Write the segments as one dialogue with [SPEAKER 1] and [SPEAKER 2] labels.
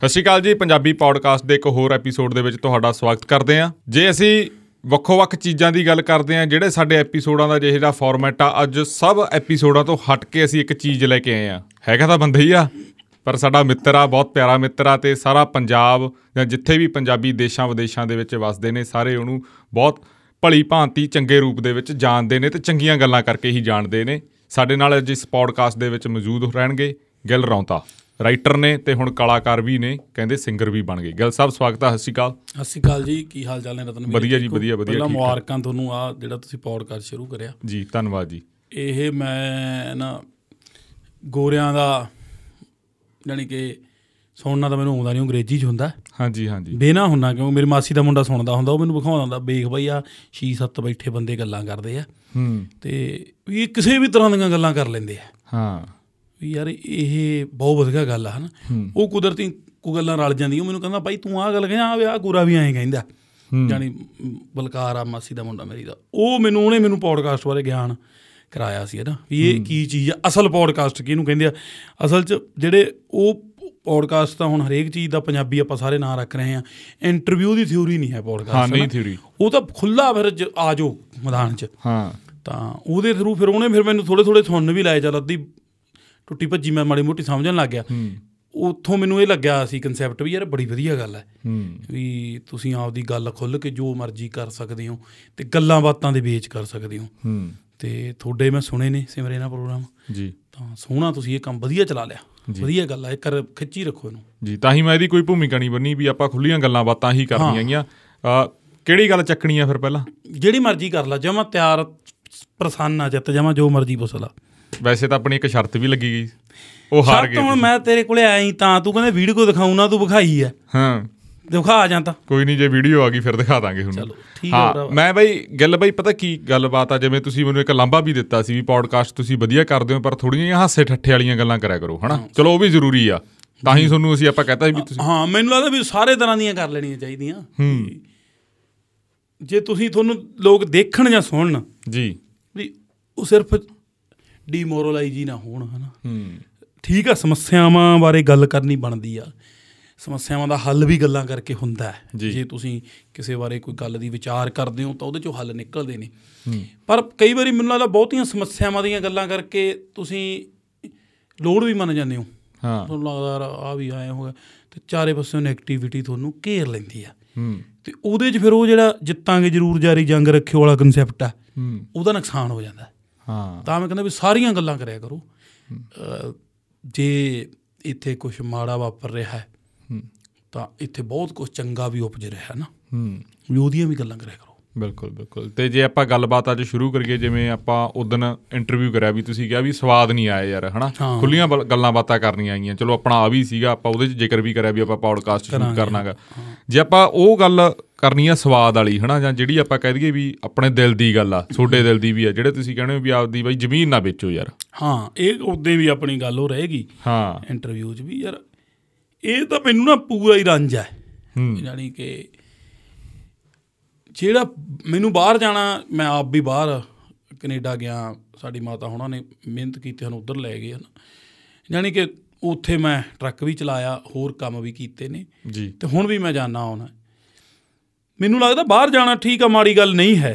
[SPEAKER 1] ਸਤਿ ਸ਼੍ਰੀ ਅਕਾਲ ਜੀ ਪੰਜਾਬੀ ਪੌਡਕਾਸਟ ਦੇ ਇੱਕ ਹੋਰ ਐਪੀਸੋਡ ਦੇ ਵਿੱਚ ਤੁਹਾਡਾ ਸਵਾਗਤ ਕਰਦੇ ਹਾਂ ਜੇ ਅਸੀਂ ਵੱਖੋ-ਵੱਖ ਚੀਜ਼ਾਂ ਦੀ ਗੱਲ ਕਰਦੇ ਹਾਂ ਜਿਹੜੇ ਸਾਡੇ ਐਪੀਸੋਡਾਂ ਦਾ ਜਿਹੜਾ ਫਾਰਮੈਟ ਆ ਅੱਜ ਸਭ ਐਪੀਸੋਡਾਂ ਤੋਂ ਹਟ ਕੇ ਅਸੀਂ ਇੱਕ ਚੀਜ਼ ਲੈ ਕੇ ਆਏ ਹਾਂ ਹੈਗਾ ਤਾਂ ਬੰਦਾ ਹੀ ਆ ਪਰ ਸਾਡਾ ਮਿੱਤਰ ਆ ਬਹੁਤ ਪਿਆਰਾ ਮਿੱਤਰ ਆ ਤੇ ਸਾਰਾ ਪੰਜਾਬ ਜਾਂ ਜਿੱਥੇ ਵੀ ਪੰਜਾਬੀ ਦੇਸ਼ਾਂ ਵਿਦੇਸ਼ਾਂ ਦੇ ਵਿੱਚ ਵੱਸਦੇ ਨੇ ਸਾਰੇ ਉਹਨੂੰ ਬਹੁਤ ਭਲੀ ਭਾਂਤੀ ਚੰਗੇ ਰੂਪ ਦੇ ਵਿੱਚ ਜਾਣਦੇ ਨੇ ਤੇ ਚੰਗੀਆਂ ਗੱਲਾਂ ਕਰਕੇ ਹੀ ਜਾਣਦੇ ਨੇ ਸਾਡੇ ਨਾਲ ਅੱਜ ਇਸ ਪੌਡਕਾਸਟ ਦੇ ਵਿੱਚ ਮੌਜੂਦ ਰਹਿਣਗੇ ਗਿਲ ਰੌਂਤਾ ਰਾਈਟਰ ਨੇ ਤੇ ਹੁਣ ਕਲਾਕਾਰ ਵੀ ਨੇ ਕਹਿੰਦੇ ਸਿੰਗਰ ਵੀ ਬਣ ਗਏ ਗਿਲ ਸਾਹਿਬ ਸਵਾਗਤ ਆ ਸਤਿ ਸ਼੍ਰੀ ਅਕਾਲ
[SPEAKER 2] ਸਤਿ ਸ਼੍ਰੀ ਅਕਾਲ ਜੀ ਕੀ ਹਾਲ ਚਾਲ ਨੇ ਰਤਨ ਵੀਰ
[SPEAKER 1] ਵਧੀਆ ਜੀ,
[SPEAKER 2] ਠੀਕ ਹੋ?
[SPEAKER 1] ਵਧੀਆ, ਵਧੀਆ,
[SPEAKER 2] ਪਹਿਲਾਂ
[SPEAKER 1] ਠੀਕ ਠਾਕ।
[SPEAKER 2] ਮੁਬਾਰਕਾਂ ਤੁਹਾਨੂੰ ਆ ਜਿਹੜਾ ਤੁਸੀਂ ਪੌਡਕਾਸਟ ਸ਼ੁਰੂ ਕਰਿਆ
[SPEAKER 1] ਜੀ ਧੰਨਵਾਦ ਜੀ
[SPEAKER 2] ਇਹ ਮੈਂ ਨਾ ਗੋਰਿਆਂ ਦਾ ਯਾਨੀ ਕਿ ਸੁਣਨਾ ਤਾਂ ਮੈਨੂੰ ਆਉਂਦਾ ਨਹੀਂ ਅੰਗਰੇਜ਼ੀ 'ਚ ਹੁੰਦਾ
[SPEAKER 1] ਹਾਂਜੀ ਹਾਂਜੀ
[SPEAKER 2] ਬੇਨਾ ਹੁੰਨਾ ਕਿਉਂ ਮੇਰੀ ਮਾਸੀ ਦਾ ਮੁੰਡਾ ਸੁਣਦਾ ਹੁੰਦਾ ਉਹ ਮੈਨੂੰ ਵਿਖਾਉਂਦਾ ਹੁੰਦਾ ਵੇਖ ਬਈ ਆ ਛੇ ਸੱਤ ਬੈਠੇ ਬੰਦੇ ਗੱਲਾਂ ਕਰਦੇ ਆ
[SPEAKER 1] ਹੂੰ
[SPEAKER 2] ਤੇ ਵੀ ਇਹ ਕਿਸੇ ਵੀ ਤਰ੍ਹਾਂ ਦੀਆਂ ਗੱਲਾਂ ਕਰ ਲੈਂਦੇ ਆ
[SPEAKER 1] ਹਾਂ
[SPEAKER 2] ਵੀ ਯਾਰ ਇਹ ਬਹੁਤ ਵਧੀਆ ਗੱਲ ਆ ਹਨਾ ਉਹ ਕੁਦਰਤੀ ਕੋ ਗੱਲਾਂ ਰਲ ਜਾਂਦੀਆਂ ਉਹ ਮੈਨੂੰ ਕਹਿੰਦਾ ਭਾਈ ਤੂੰ ਆਹ ਗੱਲ ਕਹਿੰਦਾ ਆ ਵੀ ਆਹ ਗੋਰਾ ਵੀ ਐਂ ਕਹਿੰਦਾ ਜਾਨੀ ਬਲਕਾਰ ਆ ਮਾਸੀ ਦਾ ਮੁੰਡਾ ਮੇਰੀ ਦਾ ਉਹ ਮੈਨੂੰ ਉਹਨੇ ਮੈਨੂੰ ਪੌਡਕਾਸਟ ਬਾਰੇ ਗਿਆਨ ਕਰਾਇਆ ਸੀ ਹਨਾ ਵੀ ਇਹ ਕੀ ਚੀਜ਼ ਆ ਅਸਲ ਪੌਡਕਾਸਟ ਕਿਹਨੂੰ ਕਹਿੰਦੇ ਆ ਅਸਲ 'ਚ ਜਿਹੜੇ ਉਹ ਪੌਡਕਾਸਟ ਤਾਂ ਹੁਣ ਹਰੇਕ ਚੀਜ਼ ਦਾ ਪੰਜਾਬੀ ਆਪਾਂ ਸਾਰੇ ਨਾਂ ਰੱਖ ਰਹੇ ਆ ਇੰਟਰਵਿਊ ਦੀ ਥਿਊਰੀ ਨਹੀਂ ਹੈ
[SPEAKER 1] ਹਾਂ
[SPEAKER 2] ਪੌਡਕਾਸਟ
[SPEAKER 1] ਨਹੀਂ ਥਿਊਰੀ
[SPEAKER 2] ਉਹ ਤਾਂ ਖੁੱਲਾ ਫਿਰ ਜ- ਆ ਜਾਓ ਮੈਦਾਨ 'ਚ
[SPEAKER 1] ਹਾਂ
[SPEAKER 2] ਤਾਂ ਉਹਦੇ ਥਰੂ ਫਿਰ ਉਹਨੇ ਫਿਰ ਮੈਨੂੰ ਥੋੜੇ ਥੋੜੇ ਸੁਣਨ ਵੀ ਲਾਏ ਚੱਲ ਅੱਧੀ ਟੁੱਟੀ ਭੱਜੀ ਮੈਂ ਮਾੜੀ ਮੋਟੀ ਸਮਝਣ ਲੱਗ ਗਿਆ ਉੱਥੋਂ ਮੈਨੂੰ ਇਹ ਲੱਗਿਆ ਸੀ ਕਨਸੈਪਟ ਵੀ ਯਾਰ ਬੜੀ ਵਧੀਆ ਗੱਲ ਹੈ
[SPEAKER 1] ਹੂੰ
[SPEAKER 2] ਵੀ ਤੁਸੀਂ ਆਪਦੀ ਗੱਲ ਖੁੱਲ ਕੇ ਜੋ ਮਰਜ਼ੀ ਕਰ ਸਕਦੇ ਹੋ ਤੇ ਗੱਲਾਂ ਬਾਤਾਂ ਦੇ ਵਿੱਚ ਕਰ ਸਕਦੇ ਹੋ
[SPEAKER 1] ਹੂੰ
[SPEAKER 2] ਤੇ ਤੁਹਾਡੇ ਮੈਂ ਸੁਣੇ ਨੇ ਸਿਮਰੇ ਨਾਲ ਪ੍ਰੋਗਰਾਮ
[SPEAKER 1] ਜੀ
[SPEAKER 2] ਤਾਂ ਸੋਹਣਾ ਤੁਸੀਂ ਇਹ ਕੰਮ ਵਧੀਆ ਚਲਾ ਲਿਆ ਵਧੀਆ ਗੱਲ ਹੈ ਕਰ ਖਿੱਚੀ ਰੱਖੋ ਇਹਨੂੰ
[SPEAKER 1] ਜੀ ਤਾਂ ਹੀ ਮੈਂ ਇਹਦੀ ਕੋਈ ਭੂਮਿਕਾ ਨਹੀਂ ਬੰਨੀ ਵੀ ਆਪਾਂ ਖੁੱਲੀਆਂ ਗੱਲਾਂ ਬਾਤਾਂ ਹੀ ਕਰਨੀਆਂ ਗੀਆਂ ਅਹ, ਕਿਹੜੀ ਗੱਲ ਚੱਕਣੀ ਆ ਫਿਰ ਪਹਿਲਾਂ
[SPEAKER 2] ਜਿਹੜੀ ਮਰਜ਼ੀ ਕਰ ਲਾ ਜਮਾ ਤਿਆਰ ਪ੍ਰਸੰਨ ਆ ਜਿੱਤ ਜਮਾ ਜੋ ਮਰਜ਼ੀ ਪੁੱਛ ਲਾ
[SPEAKER 1] ਵੈਸੇ ਤਾਂ ਆਪਣੀ ਇੱਕ ਸ਼ਰਤ ਵੀ ਲੱਗੀ ਗਈ ਉਹ ਹਾਰ
[SPEAKER 2] ਸਭ
[SPEAKER 1] ਗਏ
[SPEAKER 2] ਤੋਂ ਹੁਣ ਮੈਂ ਤੇਰੇ ਕੋਲੇ ਆਇਆ ਹੀ ਤਾਂ ਤੂੰ ਕਹਿੰਦਾ ਵੀਡੀਓ ਦਿਖਾਉਂ ਨਾ ਤੂੰ ਵਿਖਾਈ ਆ
[SPEAKER 1] ਹਾਂ
[SPEAKER 2] ਦਿਖਾ ਆ ਜਾਂ ਤਾਂ
[SPEAKER 1] ਕੋਈ ਨਹੀਂ ਜੇ ਵੀਡੀਓ ਆ ਗਈ ਫਿਰ ਦਿਖਾ ਦਾਂਗੇ ਹੁਣ
[SPEAKER 2] ਚਲੋ, ਠੀਕ ਆ
[SPEAKER 1] ਹਾਂ
[SPEAKER 2] ਭਰਾਵਾ।
[SPEAKER 1] ਮੈਂ ਬਈ ਗੱਲ ਬਈ ਪਤਾ ਕੀ ਗੱਲਬਾਤ ਆ ਜਿਵੇਂ ਤੁਸੀਂ ਮੈਨੂੰ ਇੱਕ ਲਾਂਭਾ ਵੀ ਦਿੱਤਾ ਸੀ ਵੀ ਪੌਡਕਾਸਟ ਤੁਸੀਂ ਵਧੀਆ ਕਰਦੇ ਹੋ ਪਰ ਥੋੜੀਆਂ ਜਿਹੀਆਂ ਹਾਸੇ ਠੱਠੇ ਵਾਲੀਆਂ ਗੱਲਾਂ ਕਰਿਆ ਕਰੋ ਹਨਾ ਚਲੋ ਉਹ ਵੀ ਜ਼ਰੂਰੀ ਆ ਤਾਂ ਹੀ ਤੁਹਾਨੂੰ ਅਸੀਂ ਆਪਾਂ ਕਹਤਾ ਵੀ ਤੁਸੀਂ
[SPEAKER 2] ਹਾਂ ਮੈਨੂੰ ਲੱਗਦਾ ਵੀ ਸਾਰੇ ਤਰ੍ਹਾਂ ਦੀਆਂ ਕਰ ਲੈਣੀਆਂ ਚਾਹੀਦੀਆਂ
[SPEAKER 1] ਹੂੰ
[SPEAKER 2] ਜੇ ਤੁਸੀਂ ਤੁਹਾਨੂੰ ਲੋਕ ਦੇਖਣ ਜਾਂ ਸੁਣਨ
[SPEAKER 1] ਜੀ
[SPEAKER 2] ਵੀ ਉਹ ਸਿਰਫ ਡੀਮੋਰਲਾਈਜ਼ ਹੀ ਨਾ ਹੋਣ ਹਨਾ
[SPEAKER 1] ਹੂੰ
[SPEAKER 2] ਠੀਕ ਆ ਸਮੱਸਿਆਵਾਂ ਬਾਰੇ ਗੱਲ ਕਰਨੀ ਬਣਦੀ ਆ ਸਮੱਸਿਆਵਾਂ ਦਾ ਹੱਲ ਵੀ ਗੱਲਾਂ ਕਰਕੇ ਹੁੰਦਾ ਹੈ
[SPEAKER 1] ਜੀ।
[SPEAKER 2] ਜੇ ਤੁਸੀਂ ਕਿਸੇ ਬਾਰੇ ਕੋਈ ਗੱਲ ਦੀ ਵਿਚਾਰ ਕਰਦੇ ਹੋ ਤਾਂ ਉਹਦੇ ਚੋਂ ਹੱਲ ਨਿਕਲਦੇ ਨੇ ਪਰ ਕਈ ਵਾਰੀ ਮੈਨੂੰ ਲੱਗਦਾ ਬਹੁਤੀਆਂ ਸਮੱਸਿਆਵਾਂ ਦੀਆਂ ਗੱਲਾਂ ਕਰਕੇ ਤੁਸੀਂ ਲੋੜ ਵੀ ਮੰਨ ਜਾਂਦੇ ਹੋ
[SPEAKER 1] ਹਾਂ
[SPEAKER 2] ਤੁਹਾਨੂੰ ਲੱਗਦਾ ਆ ਵੀ ਆਇਆ ਹੋਇਆ ਤੇ ਚਾਰੇ ਪਾਸਿਓਂ ਨੈਗੇਟਿਵਿਟੀ ਤੁਹਾਨੂੰ ਘੇਰ ਲੈਂਦੀ ਆ
[SPEAKER 1] ਹੂੰ
[SPEAKER 2] ਤੇ ਉਹਦੇ 'ਚ ਫਿਰ ਉਹ ਜਿਹੜਾ ਜਿੱਤਾਂਗੇ ਜ਼ਰੂਰ ਜਾਰੀ ਜੰਗ ਰੱਖਿਓ ਵਾਲਾ ਕਨਸੈਪਟ ਆ
[SPEAKER 1] ਹੂੰ
[SPEAKER 2] ਉਹਦਾ ਨੁਕਸਾਨ ਹੋ ਜਾਂਦਾ ਹੈ।
[SPEAKER 1] ਹਾਂ
[SPEAKER 2] ਤਾਂ ਮੈਂ ਕਹਿੰਦਾ ਵੀ ਸਾਰੀਆਂ ਗੱਲਾਂ ਕਰਿਆ ਕਰੋ ਅਹ, ਜੇ ਇੱਥੇ ਕੁਝ ਮਾੜਾ ਵਾਪਰ ਰਿਹਾ ਹੈ
[SPEAKER 1] ਹੂੰ
[SPEAKER 2] ਤਾਂ ਇੱਥੇ ਬਹੁਤ ਕੁਝ ਚੰਗਾ ਵੀ ਉਪਜ ਰਿਹਾ ਹੈ ਨਾ
[SPEAKER 1] ਹੂੰ
[SPEAKER 2] ਵੀ ਉਹਦੀਆਂ ਵੀ ਗੱਲਾਂ ਕਰਿਆ ਕਰੋ
[SPEAKER 1] ਬਿਲਕੁਲ ਬਿਲਕੁਲ ਤੇ ਜੇ ਆਪਾਂ ਗੱਲਬਾਤ ਅੱਜ ਸ਼ੁਰੂ ਕਰੀਏ ਜਿਵੇਂ ਆਪਾਂ ਉਦੋਂ ਇੰਟਰਵਿਊ ਕਰਿਆ ਵੀ ਤੁਸੀਂ ਕਿਹਾ ਵੀ ਸਵਾਦ ਨਹੀਂ ਆਇਆ ਯਾਰ ਹਨਾ
[SPEAKER 2] ਹਾਂ।
[SPEAKER 1] ਖੁੱਲੀਆਂ ਬਲ- ਗੱਲਾਂ ਬਾਤਾਂ ਕਰਨੀਆਂ ਆਈਆਂ ਚਲੋ ਆਪਣਾ ਆ ਵੀ ਸੀਗਾ ਆਪਾਂ ਉਹਦੇ 'ਚ ਜ਼ਿਕਰ ਵੀ ਕਰਿਆ ਵੀ ਆਪਾਂ ਪੌਡਕਾਸਟ ਸ਼ੁਰੂ ਕਰਨਾਗਾ ਜੇ ਆਪਾਂ ਉਹ ਗੱਲ ਕਰਨੀ ਆ ਸਵਾਦ ਵਾਲੀ ਹਨਾ ਜਾਂ ਜਿਹੜੀ ਆਪਾਂ ਕਹਿ ਦਈਏ ਵੀ ਆਪਣੇ ਦਿਲ ਦੀ ਗੱਲ ਆ ਤੁਹਾਡੇ ਦਿਲ ਦੀ ਵੀ ਆ ਜਿਹੜੇ ਤੁਸੀਂ ਕਹਿੰਦੇ ਹੋ ਵੀ ਆਪਦੀ ਬਈ ਜ਼ਮੀਨ ਨਾ ਵੇਚੋ ਯਾਰ
[SPEAKER 2] ਹਾਂ ਇਹ ਉਦੋਂ ਵੀ ਆਪਣੀ ਗੱਲ ਹੋ ਰਹੇਗੀ
[SPEAKER 1] ਹਾਂ
[SPEAKER 2] ਇੰਟਰਵਿਊ 'ਚ ਵੀ ਯਾਰ ਇਹ ਤਾਂ ਮੈਨੂੰ ਨਾ ਪੂਰਾ ਹੀ ਰੰਜ ਹੈ
[SPEAKER 1] ਹੂੰ।
[SPEAKER 2] ਯਾਨੀ ਕਿ ਜਿਹੜਾ ਮੈਨੂੰ ਬਾਹਰ ਜਾਣਾ ਮੈਂ ਆਪ ਵੀ ਬਾਹਰ ਕੈਨੇਡਾ ਗਿਆ ਸਾਡੀ ਮਾਤਾ ਹੁਣਾਂ ਨੇ ਮਿਹਨਤ ਕੀਤੀ ਹਨ ਉਧਰ ਲੈ ਗਏ ਹਨ ਯਾਨੀ ਕਿ ਉੱਥੇ ਮੈਂ ਟਰੱਕ ਵੀ ਚਲਾਇਆ ਹੋਰ ਕੰਮ ਵੀ ਕੀਤੇ ਨੇ
[SPEAKER 1] ਜੀ
[SPEAKER 2] ਤੇ ਹੁਣ ਵੀ ਮੈਂ ਜਾਣਾ ਆਉਣਾ ਮੈਨੂੰ ਲੱਗਦਾ ਬਾਹਰ ਜਾਣਾ ਠੀਕ ਆ ਮਾੜੀ ਗੱਲ ਨਹੀਂ ਹੈ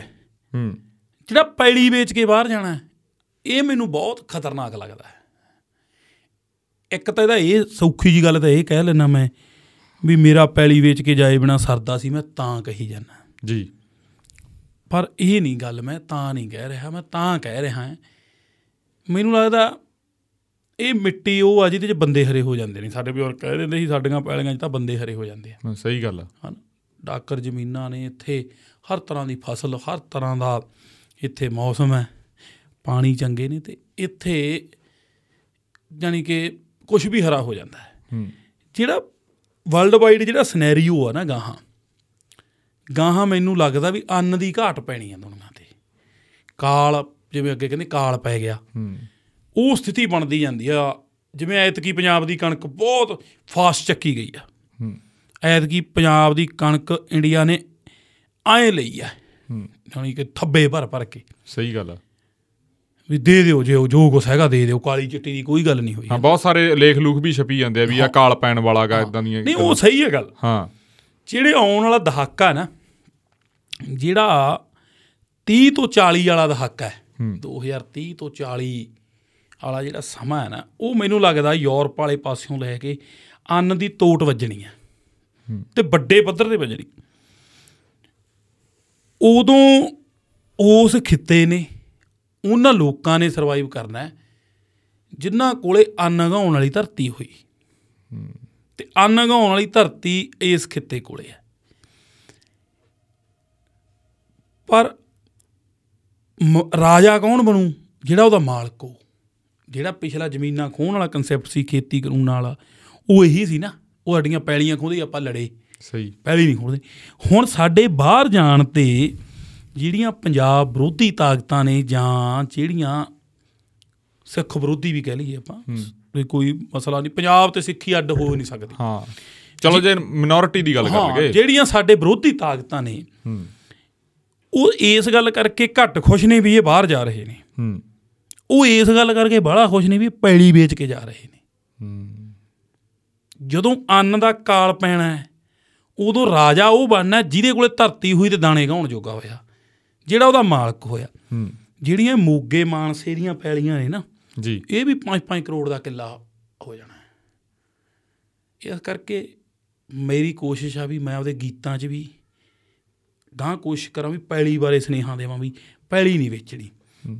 [SPEAKER 1] ਹੂੰ
[SPEAKER 2] ਜਿਹੜਾ ਪੈਲੀ ਵੇਚ ਕੇ ਬਾਹਰ ਜਾਣਾ ਹੈ, ਇਹ ਮੈਨੂੰ ਬਹੁਤ ਖਤਰਨਾਕ ਲੱਗਦਾ ਹੈ ਇੱਕ ਤਾਂ ਇਹਦਾ ਇਹ ਸੌਖੀ ਜੀ ਗੱਲ ਤਾਂ ਇਹ ਕਹਿ ਲੈਣਾ ਮੈਂ ਵੀ ਮੇਰਾ ਪੈਲੀ ਵੇਚ ਕੇ ਜਾਏ ਬਿਨਾ ਸਰਦਾ ਸੀ ਮੈਂ ਤਾਂ ਕਹੀ ਜਾਣਾ
[SPEAKER 1] ਜੀ
[SPEAKER 2] ਪਰ ਇਹ ਨਹੀਂ ਗੱਲ ਮੈਂ ਤਾਂ ਨਹੀਂ ਕਹਿ ਰਿਹਾ ਮੈਂ ਤਾਂ ਕਹਿ ਰਿਹਾ ਹਾਂ ਮੈਨੂੰ ਲੱਗਦਾ ਇਹ ਮਿੱਟੀ ਉਹ ਆ ਜਿਹਦੇ 'ਚ ਬੰਦੇ ਹਰੇ ਹੋ ਜਾਂਦੇ ਨੇ ਸਾਡੇ ਬਜ਼ੁਰਗ ਕਹਿ ਦਿੰਦੇ ਸੀ ਸਾਡੀਆਂ ਪੈਲੀਆਂ 'ਚ ਤਾਂ ਬੰਦੇ ਹਰੇ ਹੋ ਜਾਂਦੇ ਆ
[SPEAKER 1] ਹਾਂ, ਸਹੀ ਗੱਲ ਆ
[SPEAKER 2] ਹਨ ਡਾਕਰ ਜ਼ਮੀਨਾਂ ਨੇ ਇੱਥੇ ਹਰ ਤਰ੍ਹਾਂ ਦੀ ਫਸਲ ਹਰ ਤਰ੍ਹਾਂ ਦਾ ਇੱਥੇ ਮੌਸਮ ਹੈ ਪਾਣੀ ਚੰਗੇ ਨੇ ਤੇ ਇੱਥੇ ਜਾਣੀ ਕਿ ਕੁਝ ਵੀ ਹਰਾ ਹੋ ਜਾਂਦਾ ਹੈ
[SPEAKER 1] ਹੂੰ
[SPEAKER 2] ਜਿਹੜਾ ਵਰਲਡ ਵਾਈਡ ਜਿਹੜਾ ਸਿਨੈਰੀਓ ਆ ਨਾ ਗਾਹਾਂ ਗਾਹਾਂ ਮੈਨੂੰ ਲੱਗਦਾ ਵੀ ਅੰਨ ਦੀ ਘਾਟ ਪੈਣੀ ਆ ਦੁਨੀਆ ਤੇ ਕਾਲ ਜਿਵੇਂ ਅੱਗੇ ਕਹਿੰਦੇ ਕਾਲ ਪੈ ਗਿਆ
[SPEAKER 1] ਹੂੰ
[SPEAKER 2] ਉਹ ਸਥਿਤੀ ਬਣਦੀ ਜਾਂਦੀ ਆ ਜਿਵੇਂ ਐਤਕੀ ਪੰਜਾਬ ਦੀ ਕਣਕ ਬਹੁਤ ਫਾਸਟ ਚੱਕੀ ਗਈ ਆ
[SPEAKER 1] ਹੂੰ
[SPEAKER 2] ਐਤਕੀ ਪੰਜਾਬ ਦੀ ਕਣਕ ਇੰਡੀਆ ਨੇ ਐ ਲਈ ਆ
[SPEAKER 1] ਹੂੰ
[SPEAKER 2] ਯਾਨੀ ਕਿ ਥੱਬੇ ਭਰ ਭਰ ਕੇ
[SPEAKER 1] ਸਹੀ ਗੱਲ ਆ
[SPEAKER 2] ਵੀ ਦੇ ਦਿਓ ਜੇ ਉਹ ਜੋ ਕੁਛ ਹੈਗਾ ਦੇ ਦਿਓ ਕਾਲੀ ਚਿੱਟੀ ਦੀ ਕੋਈ ਗੱਲ ਨਹੀਂ ਹੋਈ
[SPEAKER 1] ਹਾਂ ਬਹੁਤ ਸਾਰੇ ਲੇਖ ਲੂਖ ਵੀ ਛਪੀ ਜਾਂਦੇ ਆ ਵੀ ਆ ਕਾਲ ਪੈਣ ਵਾਲਾਗਾ ਇਦਾਂ ਦੀਆਂ
[SPEAKER 2] ਨਹੀਂ ਉਹ ਸਹੀ ਹੈ ਗੱਲ
[SPEAKER 1] ਹਾਂ
[SPEAKER 2] ਜਿਹੜੇ ਆਉਣ ਵਾਲਾ ਦਹਾਕਾ ਨਾ ਜਿਹੜਾ 30 ਤੋਂ 40 ਵਾਲਾ ਦਹਾਕਾ ਹੈ 2030 ਤੋਂ 40 ਵਾਲਾ ਜਿਹੜਾ ਸਮਾਂ ਹੈ ਨਾ ਉਹ ਮੈਨੂੰ ਲੱਗਦਾ ਯੂਰਪ ਵਾਲੇ ਪਾਸਿਓਂ ਲੈ ਕੇ ਅੰਨ ਦੀ ਤੋਟ ਵੱਜਣੀ ਹੈ ਤੇ ਵੱਡੇ ਪੱਧਰ ਤੇ ਵੱਜਣੀ ਉਦੋਂ ਉਸ ਖਿੱਤੇ ਨੇ ਉਹਨਾਂ ਲੋਕਾਂ ਨੇ ਸਰਵਾਈਵ ਕਰਨਾ ਹੈ ਜਿਨ੍ਹਾਂ ਕੋਲੇ ਅੰਨ ਉਗਾਉਣ ਵਾਲੀ ਧਰਤੀ ਹੋਈ ਤੇ ਅੰਨ ਉਗਾਉਣ ਵਾਲੀ ਧਰਤੀ ਇਸ ਖਿੱਤੇ ਕੋਲੇ ਹੈ ਪਰ ਮ- ਰਾਜਾ ਕੌਣ ਬਣੂ ਜਿਹੜਾ ਉਹਦਾ ਮਾਲਕ ਹੋ ਜਿਹੜਾ ਪਿਛਲਾ ਜ਼ਮੀਨਾਂ ਖੋਹਣ ਵਾਲਾ ਕਨਸੈਪਟ ਸੀ ਖੇਤੀ ਕਾਨੂੰਨਾਂ ਵਾਲਾ ਉਹ ਇਹੀ ਸੀ ਨਾ ਉਹ ਸਾਡੀਆਂ ਪੈਲੀਆਂ ਖੋਹਦੇ ਆਪਾਂ ਲੜੇ
[SPEAKER 1] ਸਹੀ
[SPEAKER 2] ਪਹਿਲੀ ਨਹੀਂ ਖੋਲਦੇ ਹੁਣ ਸਾਡੇ ਬਾਹਰ ਜਾਣ ਤੇ ਜਿਹੜੀਆਂ ਪੰਜਾਬ ਵਿਰੋਧੀ ਤਾਕਤਾਂ ਨੇ ਜਾਂ ਜਿਹੜੀਆਂ ਸਿੱਖ ਵਿਰੋਧੀ ਵੀ ਕਹਿ ਲਈਏ ਆਪਾਂ ਵੀ ਕੋਈ ਮਸਲਾ ਨਹੀਂ ਪੰਜਾਬ ਤੇ ਸਿੱਖੀ ਅੱਡ ਹੋ ਨਹੀਂ ਸਕਦੀ
[SPEAKER 1] ਹਾਂ ਚਲੋ ਜੇ ਮਿਨੋਰਿਟੀ ਦੀ ਗੱਲ ਕਰ
[SPEAKER 2] ਹਾਂ
[SPEAKER 1] ਲਈਏ
[SPEAKER 2] ਜਿਹੜੀਆਂ ਸਾਡੇ ਵਿਰੋਧੀ ਤਾਕਤਾਂ ਨੇ
[SPEAKER 1] ਹੂੰ
[SPEAKER 2] ਉਹ ਇਸ ਗੱਲ ਕਰਕੇ ਘੱਟ ਖੁਸ਼ ਨੇ ਵੀ ਇਹ ਬਾਹਰ ਜਾ ਰਹੇ ਨੇ
[SPEAKER 1] ਹੂੰ
[SPEAKER 2] ਉਹ ਇਸ ਗੱਲ ਕਰਕੇ ਬਾਹਲਾ ਖੁਸ਼ ਨੇ ਵੀ ਇਹ ਪੈਲੀ ਵੇਚ ਕੇ ਜਾ ਰਹੇ ਨੇ
[SPEAKER 1] ਹੂੰ
[SPEAKER 2] ਜਦੋਂ ਅੰਨ ਦਾ ਕਾਲ ਪੈਣਾ ਹੈ ਉਦੋਂ ਰਾਜਾ ਉਹ ਬਣਨਾ ਹੈ ਜਿਹਦੇ ਕੋਲੇ ਧਰਤੀ ਹੋਈ ਤੇ ਦਾਣੇ ਗਾਉਣ ਜੋਗਾ ਹੋਇਆ ਜਿਹੜਾ ਉਹਦਾ ਮਾਲਕ ਹੋਇਆ
[SPEAKER 1] ਹੂੰ
[SPEAKER 2] ਜਿਹੜੀਆਂ ਮੋਗੇ ਮਾਨਸੇ ਦੀਆਂ ਪੈਲੀਆਂ ਨੇ ਨਾ
[SPEAKER 1] ਜੀ
[SPEAKER 2] ਇਹ ਵੀ 5-5 ਕਰੋੜ ਦਾ ਕਿੱਲਾ ਹੋ ਜਾਣਾ ਹੈ। ਇਸ ਕਰਕੇ ਮੇਰੀ ਕੋਸ਼ਿਸ਼ ਆ ਵੀ ਮੈਂ ਉਹਦੇ ਗੀਤਾਂ 'ਚ ਵੀ ਗਾਂ ਕੋਸ਼ਿਸ਼ ਕਰਾਂ ਵੀ ਪੈਲੀ ਬਾਰੇ ਸੁਨੇਹਾ ਦੇਵਾਂ ਵੀ ਪੈਲੀ ਨਹੀਂ ਵੇਚਣੀ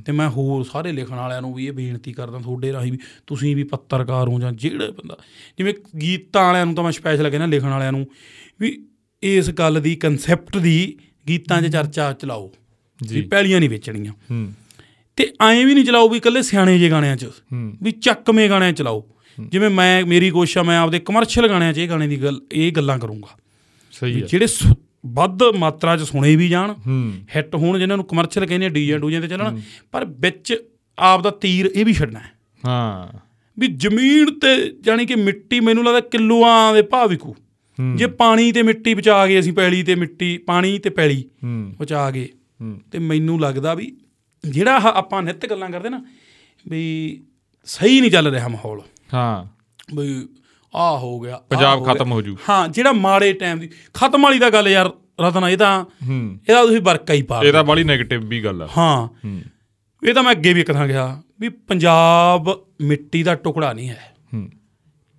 [SPEAKER 2] ਤੇ ਮੈਂ ਹੋਰ ਸਾਰੇ ਲਿਖਣ ਵਾਲਿਆਂ ਨੂੰ ਵੀ ਇਹ ਬੇਨਤੀ ਕਰਦਾ ਤੁਹਾਡੇ ਰਾਹੀਂ ਵੀ ਤੁਸੀਂ ਵੀ ਪੱਤਰਕਾਰ ਹੋ ਜਾਂ ਜਿਹੜਾ ਬੰਦਾ ਜਿਵੇਂ ਗੀਤਾਂ ਵਾਲਿਆਂ ਨੂੰ ਤਾਂ ਮੈਂ ਸਪੈਸ਼ਲ ਕਹਿੰਦਾ ਲਿਖਣ ਵਾਲਿਆਂ ਨੂੰ ਵੀ ਇਸ ਗੱਲ ਦੀ ਕਨਸੈਪਟ ਦੀ ਗੀਤਾਂ 'ਚ ਚਰਚਾ ਚਲਾਓ ਵੀ
[SPEAKER 1] ਜੀ
[SPEAKER 2] ਪੈਲੀਆਂ ਨਹੀਂ ਵੇਚਣੀਆਂ
[SPEAKER 1] ਹੂੰ
[SPEAKER 2] ਤੇ ਐਂ ਵੀ ਨਹੀਂ ਚਲਾਓ ਵੀ ਇਕੱਲੇ ਸਿਆਣੇ ਜੇ ਗਾਣਿਆਂ 'ਚ
[SPEAKER 1] ਹੂੰ
[SPEAKER 2] ਵੀ ਚੱਕਵੇਂ ਗਾਣਿਆਂ 'ਚ ਚਲਾਓ ਜਿਵੇਂ ਮੈਂ ਮੇਰੀ ਕੋਸ਼ਿਸ਼ ਆ ਮੈਂ ਆਪਦੇ ਕਮਰਸ਼ੀਅਲ ਗਾਣਿਆਂ 'ਚ ਇਹ ਗਾਣੇ ਦੀ ਗੱਲ ਇਹ ਗੱਲਾਂ ਕਰੂੰਗਾ ਵੀ
[SPEAKER 1] ਸਹੀ ਹੈ
[SPEAKER 2] ਜਿਹੜੇ ਸੁ- ਵੱਧ ਮਾਤਰਾ 'ਚ ਸੁਣੇ ਵੀ ਜਾਣ
[SPEAKER 1] ਹੂੰ
[SPEAKER 2] ਹਿੱਟ ਹੋਣ ਜਿਨ੍ਹਾਂ ਨੂੰ ਕਮਰਸ਼ੀਅਲ ਕਹਿੰਦੇ ਆ ਡੀਜੇ ਡੂਜੇ ਤੇ ਚੱਲਣ ਪਰ ਵਿੱਚ ਆਪਦਾ ਤੀਰ ਇਹ ਵੀ ਛੱਡਣਾ ਹੈ
[SPEAKER 1] ਹਾਂ
[SPEAKER 2] ਵੀ ਜ਼ਮੀਨ ਤੇ ਜਾਨੀ ਕਿ ਮਿੱਟੀ ਮੈਨੂੰ ਲੱਗਦਾ ਕਿਲੋਆਂ ਦੇ ਭਾਅ ਵਿਕੂ
[SPEAKER 1] ਹੂੰ।
[SPEAKER 2] ਜੇ ਪਾਣੀ ਤੇ ਮਿੱਟੀ ਬਚਾ ਗਏ ਅਸੀਂ ਪੈਲੀ ਤੇ ਮਿੱਟੀ ਪਾਣੀ ਤੇ ਪੈਲੀ
[SPEAKER 1] ਹੂੰ
[SPEAKER 2] ਬਚਾ ਗਏ
[SPEAKER 1] ਹੂੰ
[SPEAKER 2] ਤੇ ਮੈਨੂੰ ਲੱਗਦਾ ਵੀ ਜਿਹੜਾ ਆਹ ਆਪਾਂ ਨਿੱਤ ਗੱਲਾਂ ਕਰਦੇ ਨਾ ਵੀ ਸਹੀ ਨਹੀਂ ਚੱਲ ਰਿਹਾ ਮਾਹੌਲ
[SPEAKER 1] ਹਾਂ
[SPEAKER 2] ਵੀ ਆਹ ਹੋ ਗਿਆ ਆਹ
[SPEAKER 1] ਪੰਜਾਬ
[SPEAKER 2] ਹੋ ਗਿਆ।
[SPEAKER 1] ਖਤਮ ਹੋ ਜੂ।
[SPEAKER 2] ਹਾਂ ਜਿਹੜਾ ਮਾੜੇ ਟਾਈਮ ਦੀ ਖਤਮ ਵਾਲੀ ਦਾ ਗੱਲ ਯਾਰ ਰਤਨ ਇਹ ਤਾਂ
[SPEAKER 1] ਹੂੰ
[SPEAKER 2] ਇਹਦਾ ਤੁਸੀਂ ਵਰਕਾ ਹੀ ਪਾ ਲਓ।
[SPEAKER 1] ਇਹ ਤਾਂ ਬੜੀ ਨੈਗੇਟਿਵ ਵੀ ਗੱਲ ਆ
[SPEAKER 2] ਹਾਂ
[SPEAKER 1] ਹੂੰ
[SPEAKER 2] ਇਹ ਤਾਂ ਮੈਂ ਅੱਗੇ ਵੀ ਇੱਕ ਥਾਂ ਗਿਆ ਵੀ ਪੰਜਾਬ ਮਿੱਟੀ ਦਾ ਟੁਕੜਾ ਨਹੀਂ ਹੈ
[SPEAKER 1] ਹੂੰ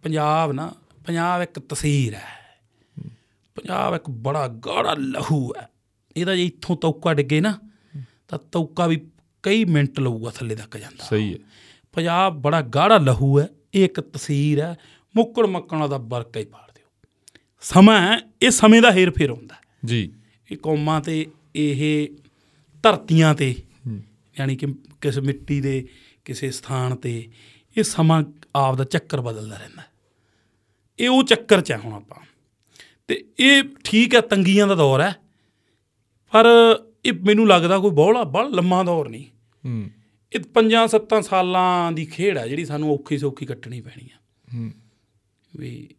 [SPEAKER 2] ਪੰਜਾਬ ਨਾ ਪੰਜਾਬ ਇੱਕ ਤਸਵੀਰ ਹੈ ਪੰਜਾਬ ਇੱਕ ਬੜਾ ਗਾੜਾ ਲਹੂ ਹੈ ਇਹਦਾ ਜੇ ਇੱਥੋਂ ਤੌਕਾ ਡਿੱਗੇ ਨਾ ਤਾਂ ਤੌਕਾ ਵੀ ਕਈ ਮਿੰਟ ਲਊਗਾ ਥੱਲੇ ਤੱਕ ਜਾਂਦਾ
[SPEAKER 1] ਸਹੀ ਹੈ
[SPEAKER 2] ਪੰਜਾਬ ਬੜਾ ਗਾੜਾ ਲਹੂ ਹੈ ਇਹ ਇੱਕ ਤਸਵੀਰ ਹੈ ਮੁੱਕੜ ਮੱਕਣਾ ਦਾ ਵਰਕਾ ਹੀ ਪਾੜ ਦਿਓ ਸਮਾਂ ਹੈ, ਇਹ ਸਮੇਂ ਦਾ ਹੇਰ ਫੇਰ ਹੁੰਦਾ ਹੈ।
[SPEAKER 1] ਜੀ
[SPEAKER 2] ਇਹ ਕੌਮਾਂ ਤੇ ਇਹ ਧਰਤੀਆਂ ਤੇ
[SPEAKER 1] ਹੂੰ।
[SPEAKER 2] ਯਾਨੀ ਕਿ ਕਿਸ ਮਿੱਟੀ ਦੇ ਕਿਸੇ ਸਥਾਨ ਤੇ ਇਹ ਸਮਾਂ ਆਪ ਦਾ ਚੱਕਰ ਬਦਲਦਾ ਰਹਿੰਦਾ ਹੈ। ਇਹ ਉਹ ਚੱਕਰ ਚ ਹੈ ਹੁਣ ਆਪਾਂ ਤੇ ਇਹ ਠੀਕ ਹੈ ਤੰਗੀਆਂ ਦਾ ਦੌਰ ਹੈ ਪਰ ਇਹ ਮੈਨੂੰ ਲੱਗਦਾ ਕੋਈ ਬਹੁਲਾ ਬੜਾ ਲੰਮਾ ਦੌਰ ਨਹੀਂ
[SPEAKER 1] ਹੂੰ
[SPEAKER 2] ਇਹ ਪੰਜਾਂ ਸੱਤਾਂ ਸਾਲਾਂ ਦੀ ਖੇਡ ਹੈ ਜਿਹੜੀ ਸਾਨੂੰ ਔਖੀ ਸੌਖੀ ਕੱਟਣੀ ਪੈਣੀ ਆ
[SPEAKER 1] ਹੂੰ
[SPEAKER 2] ਵੀ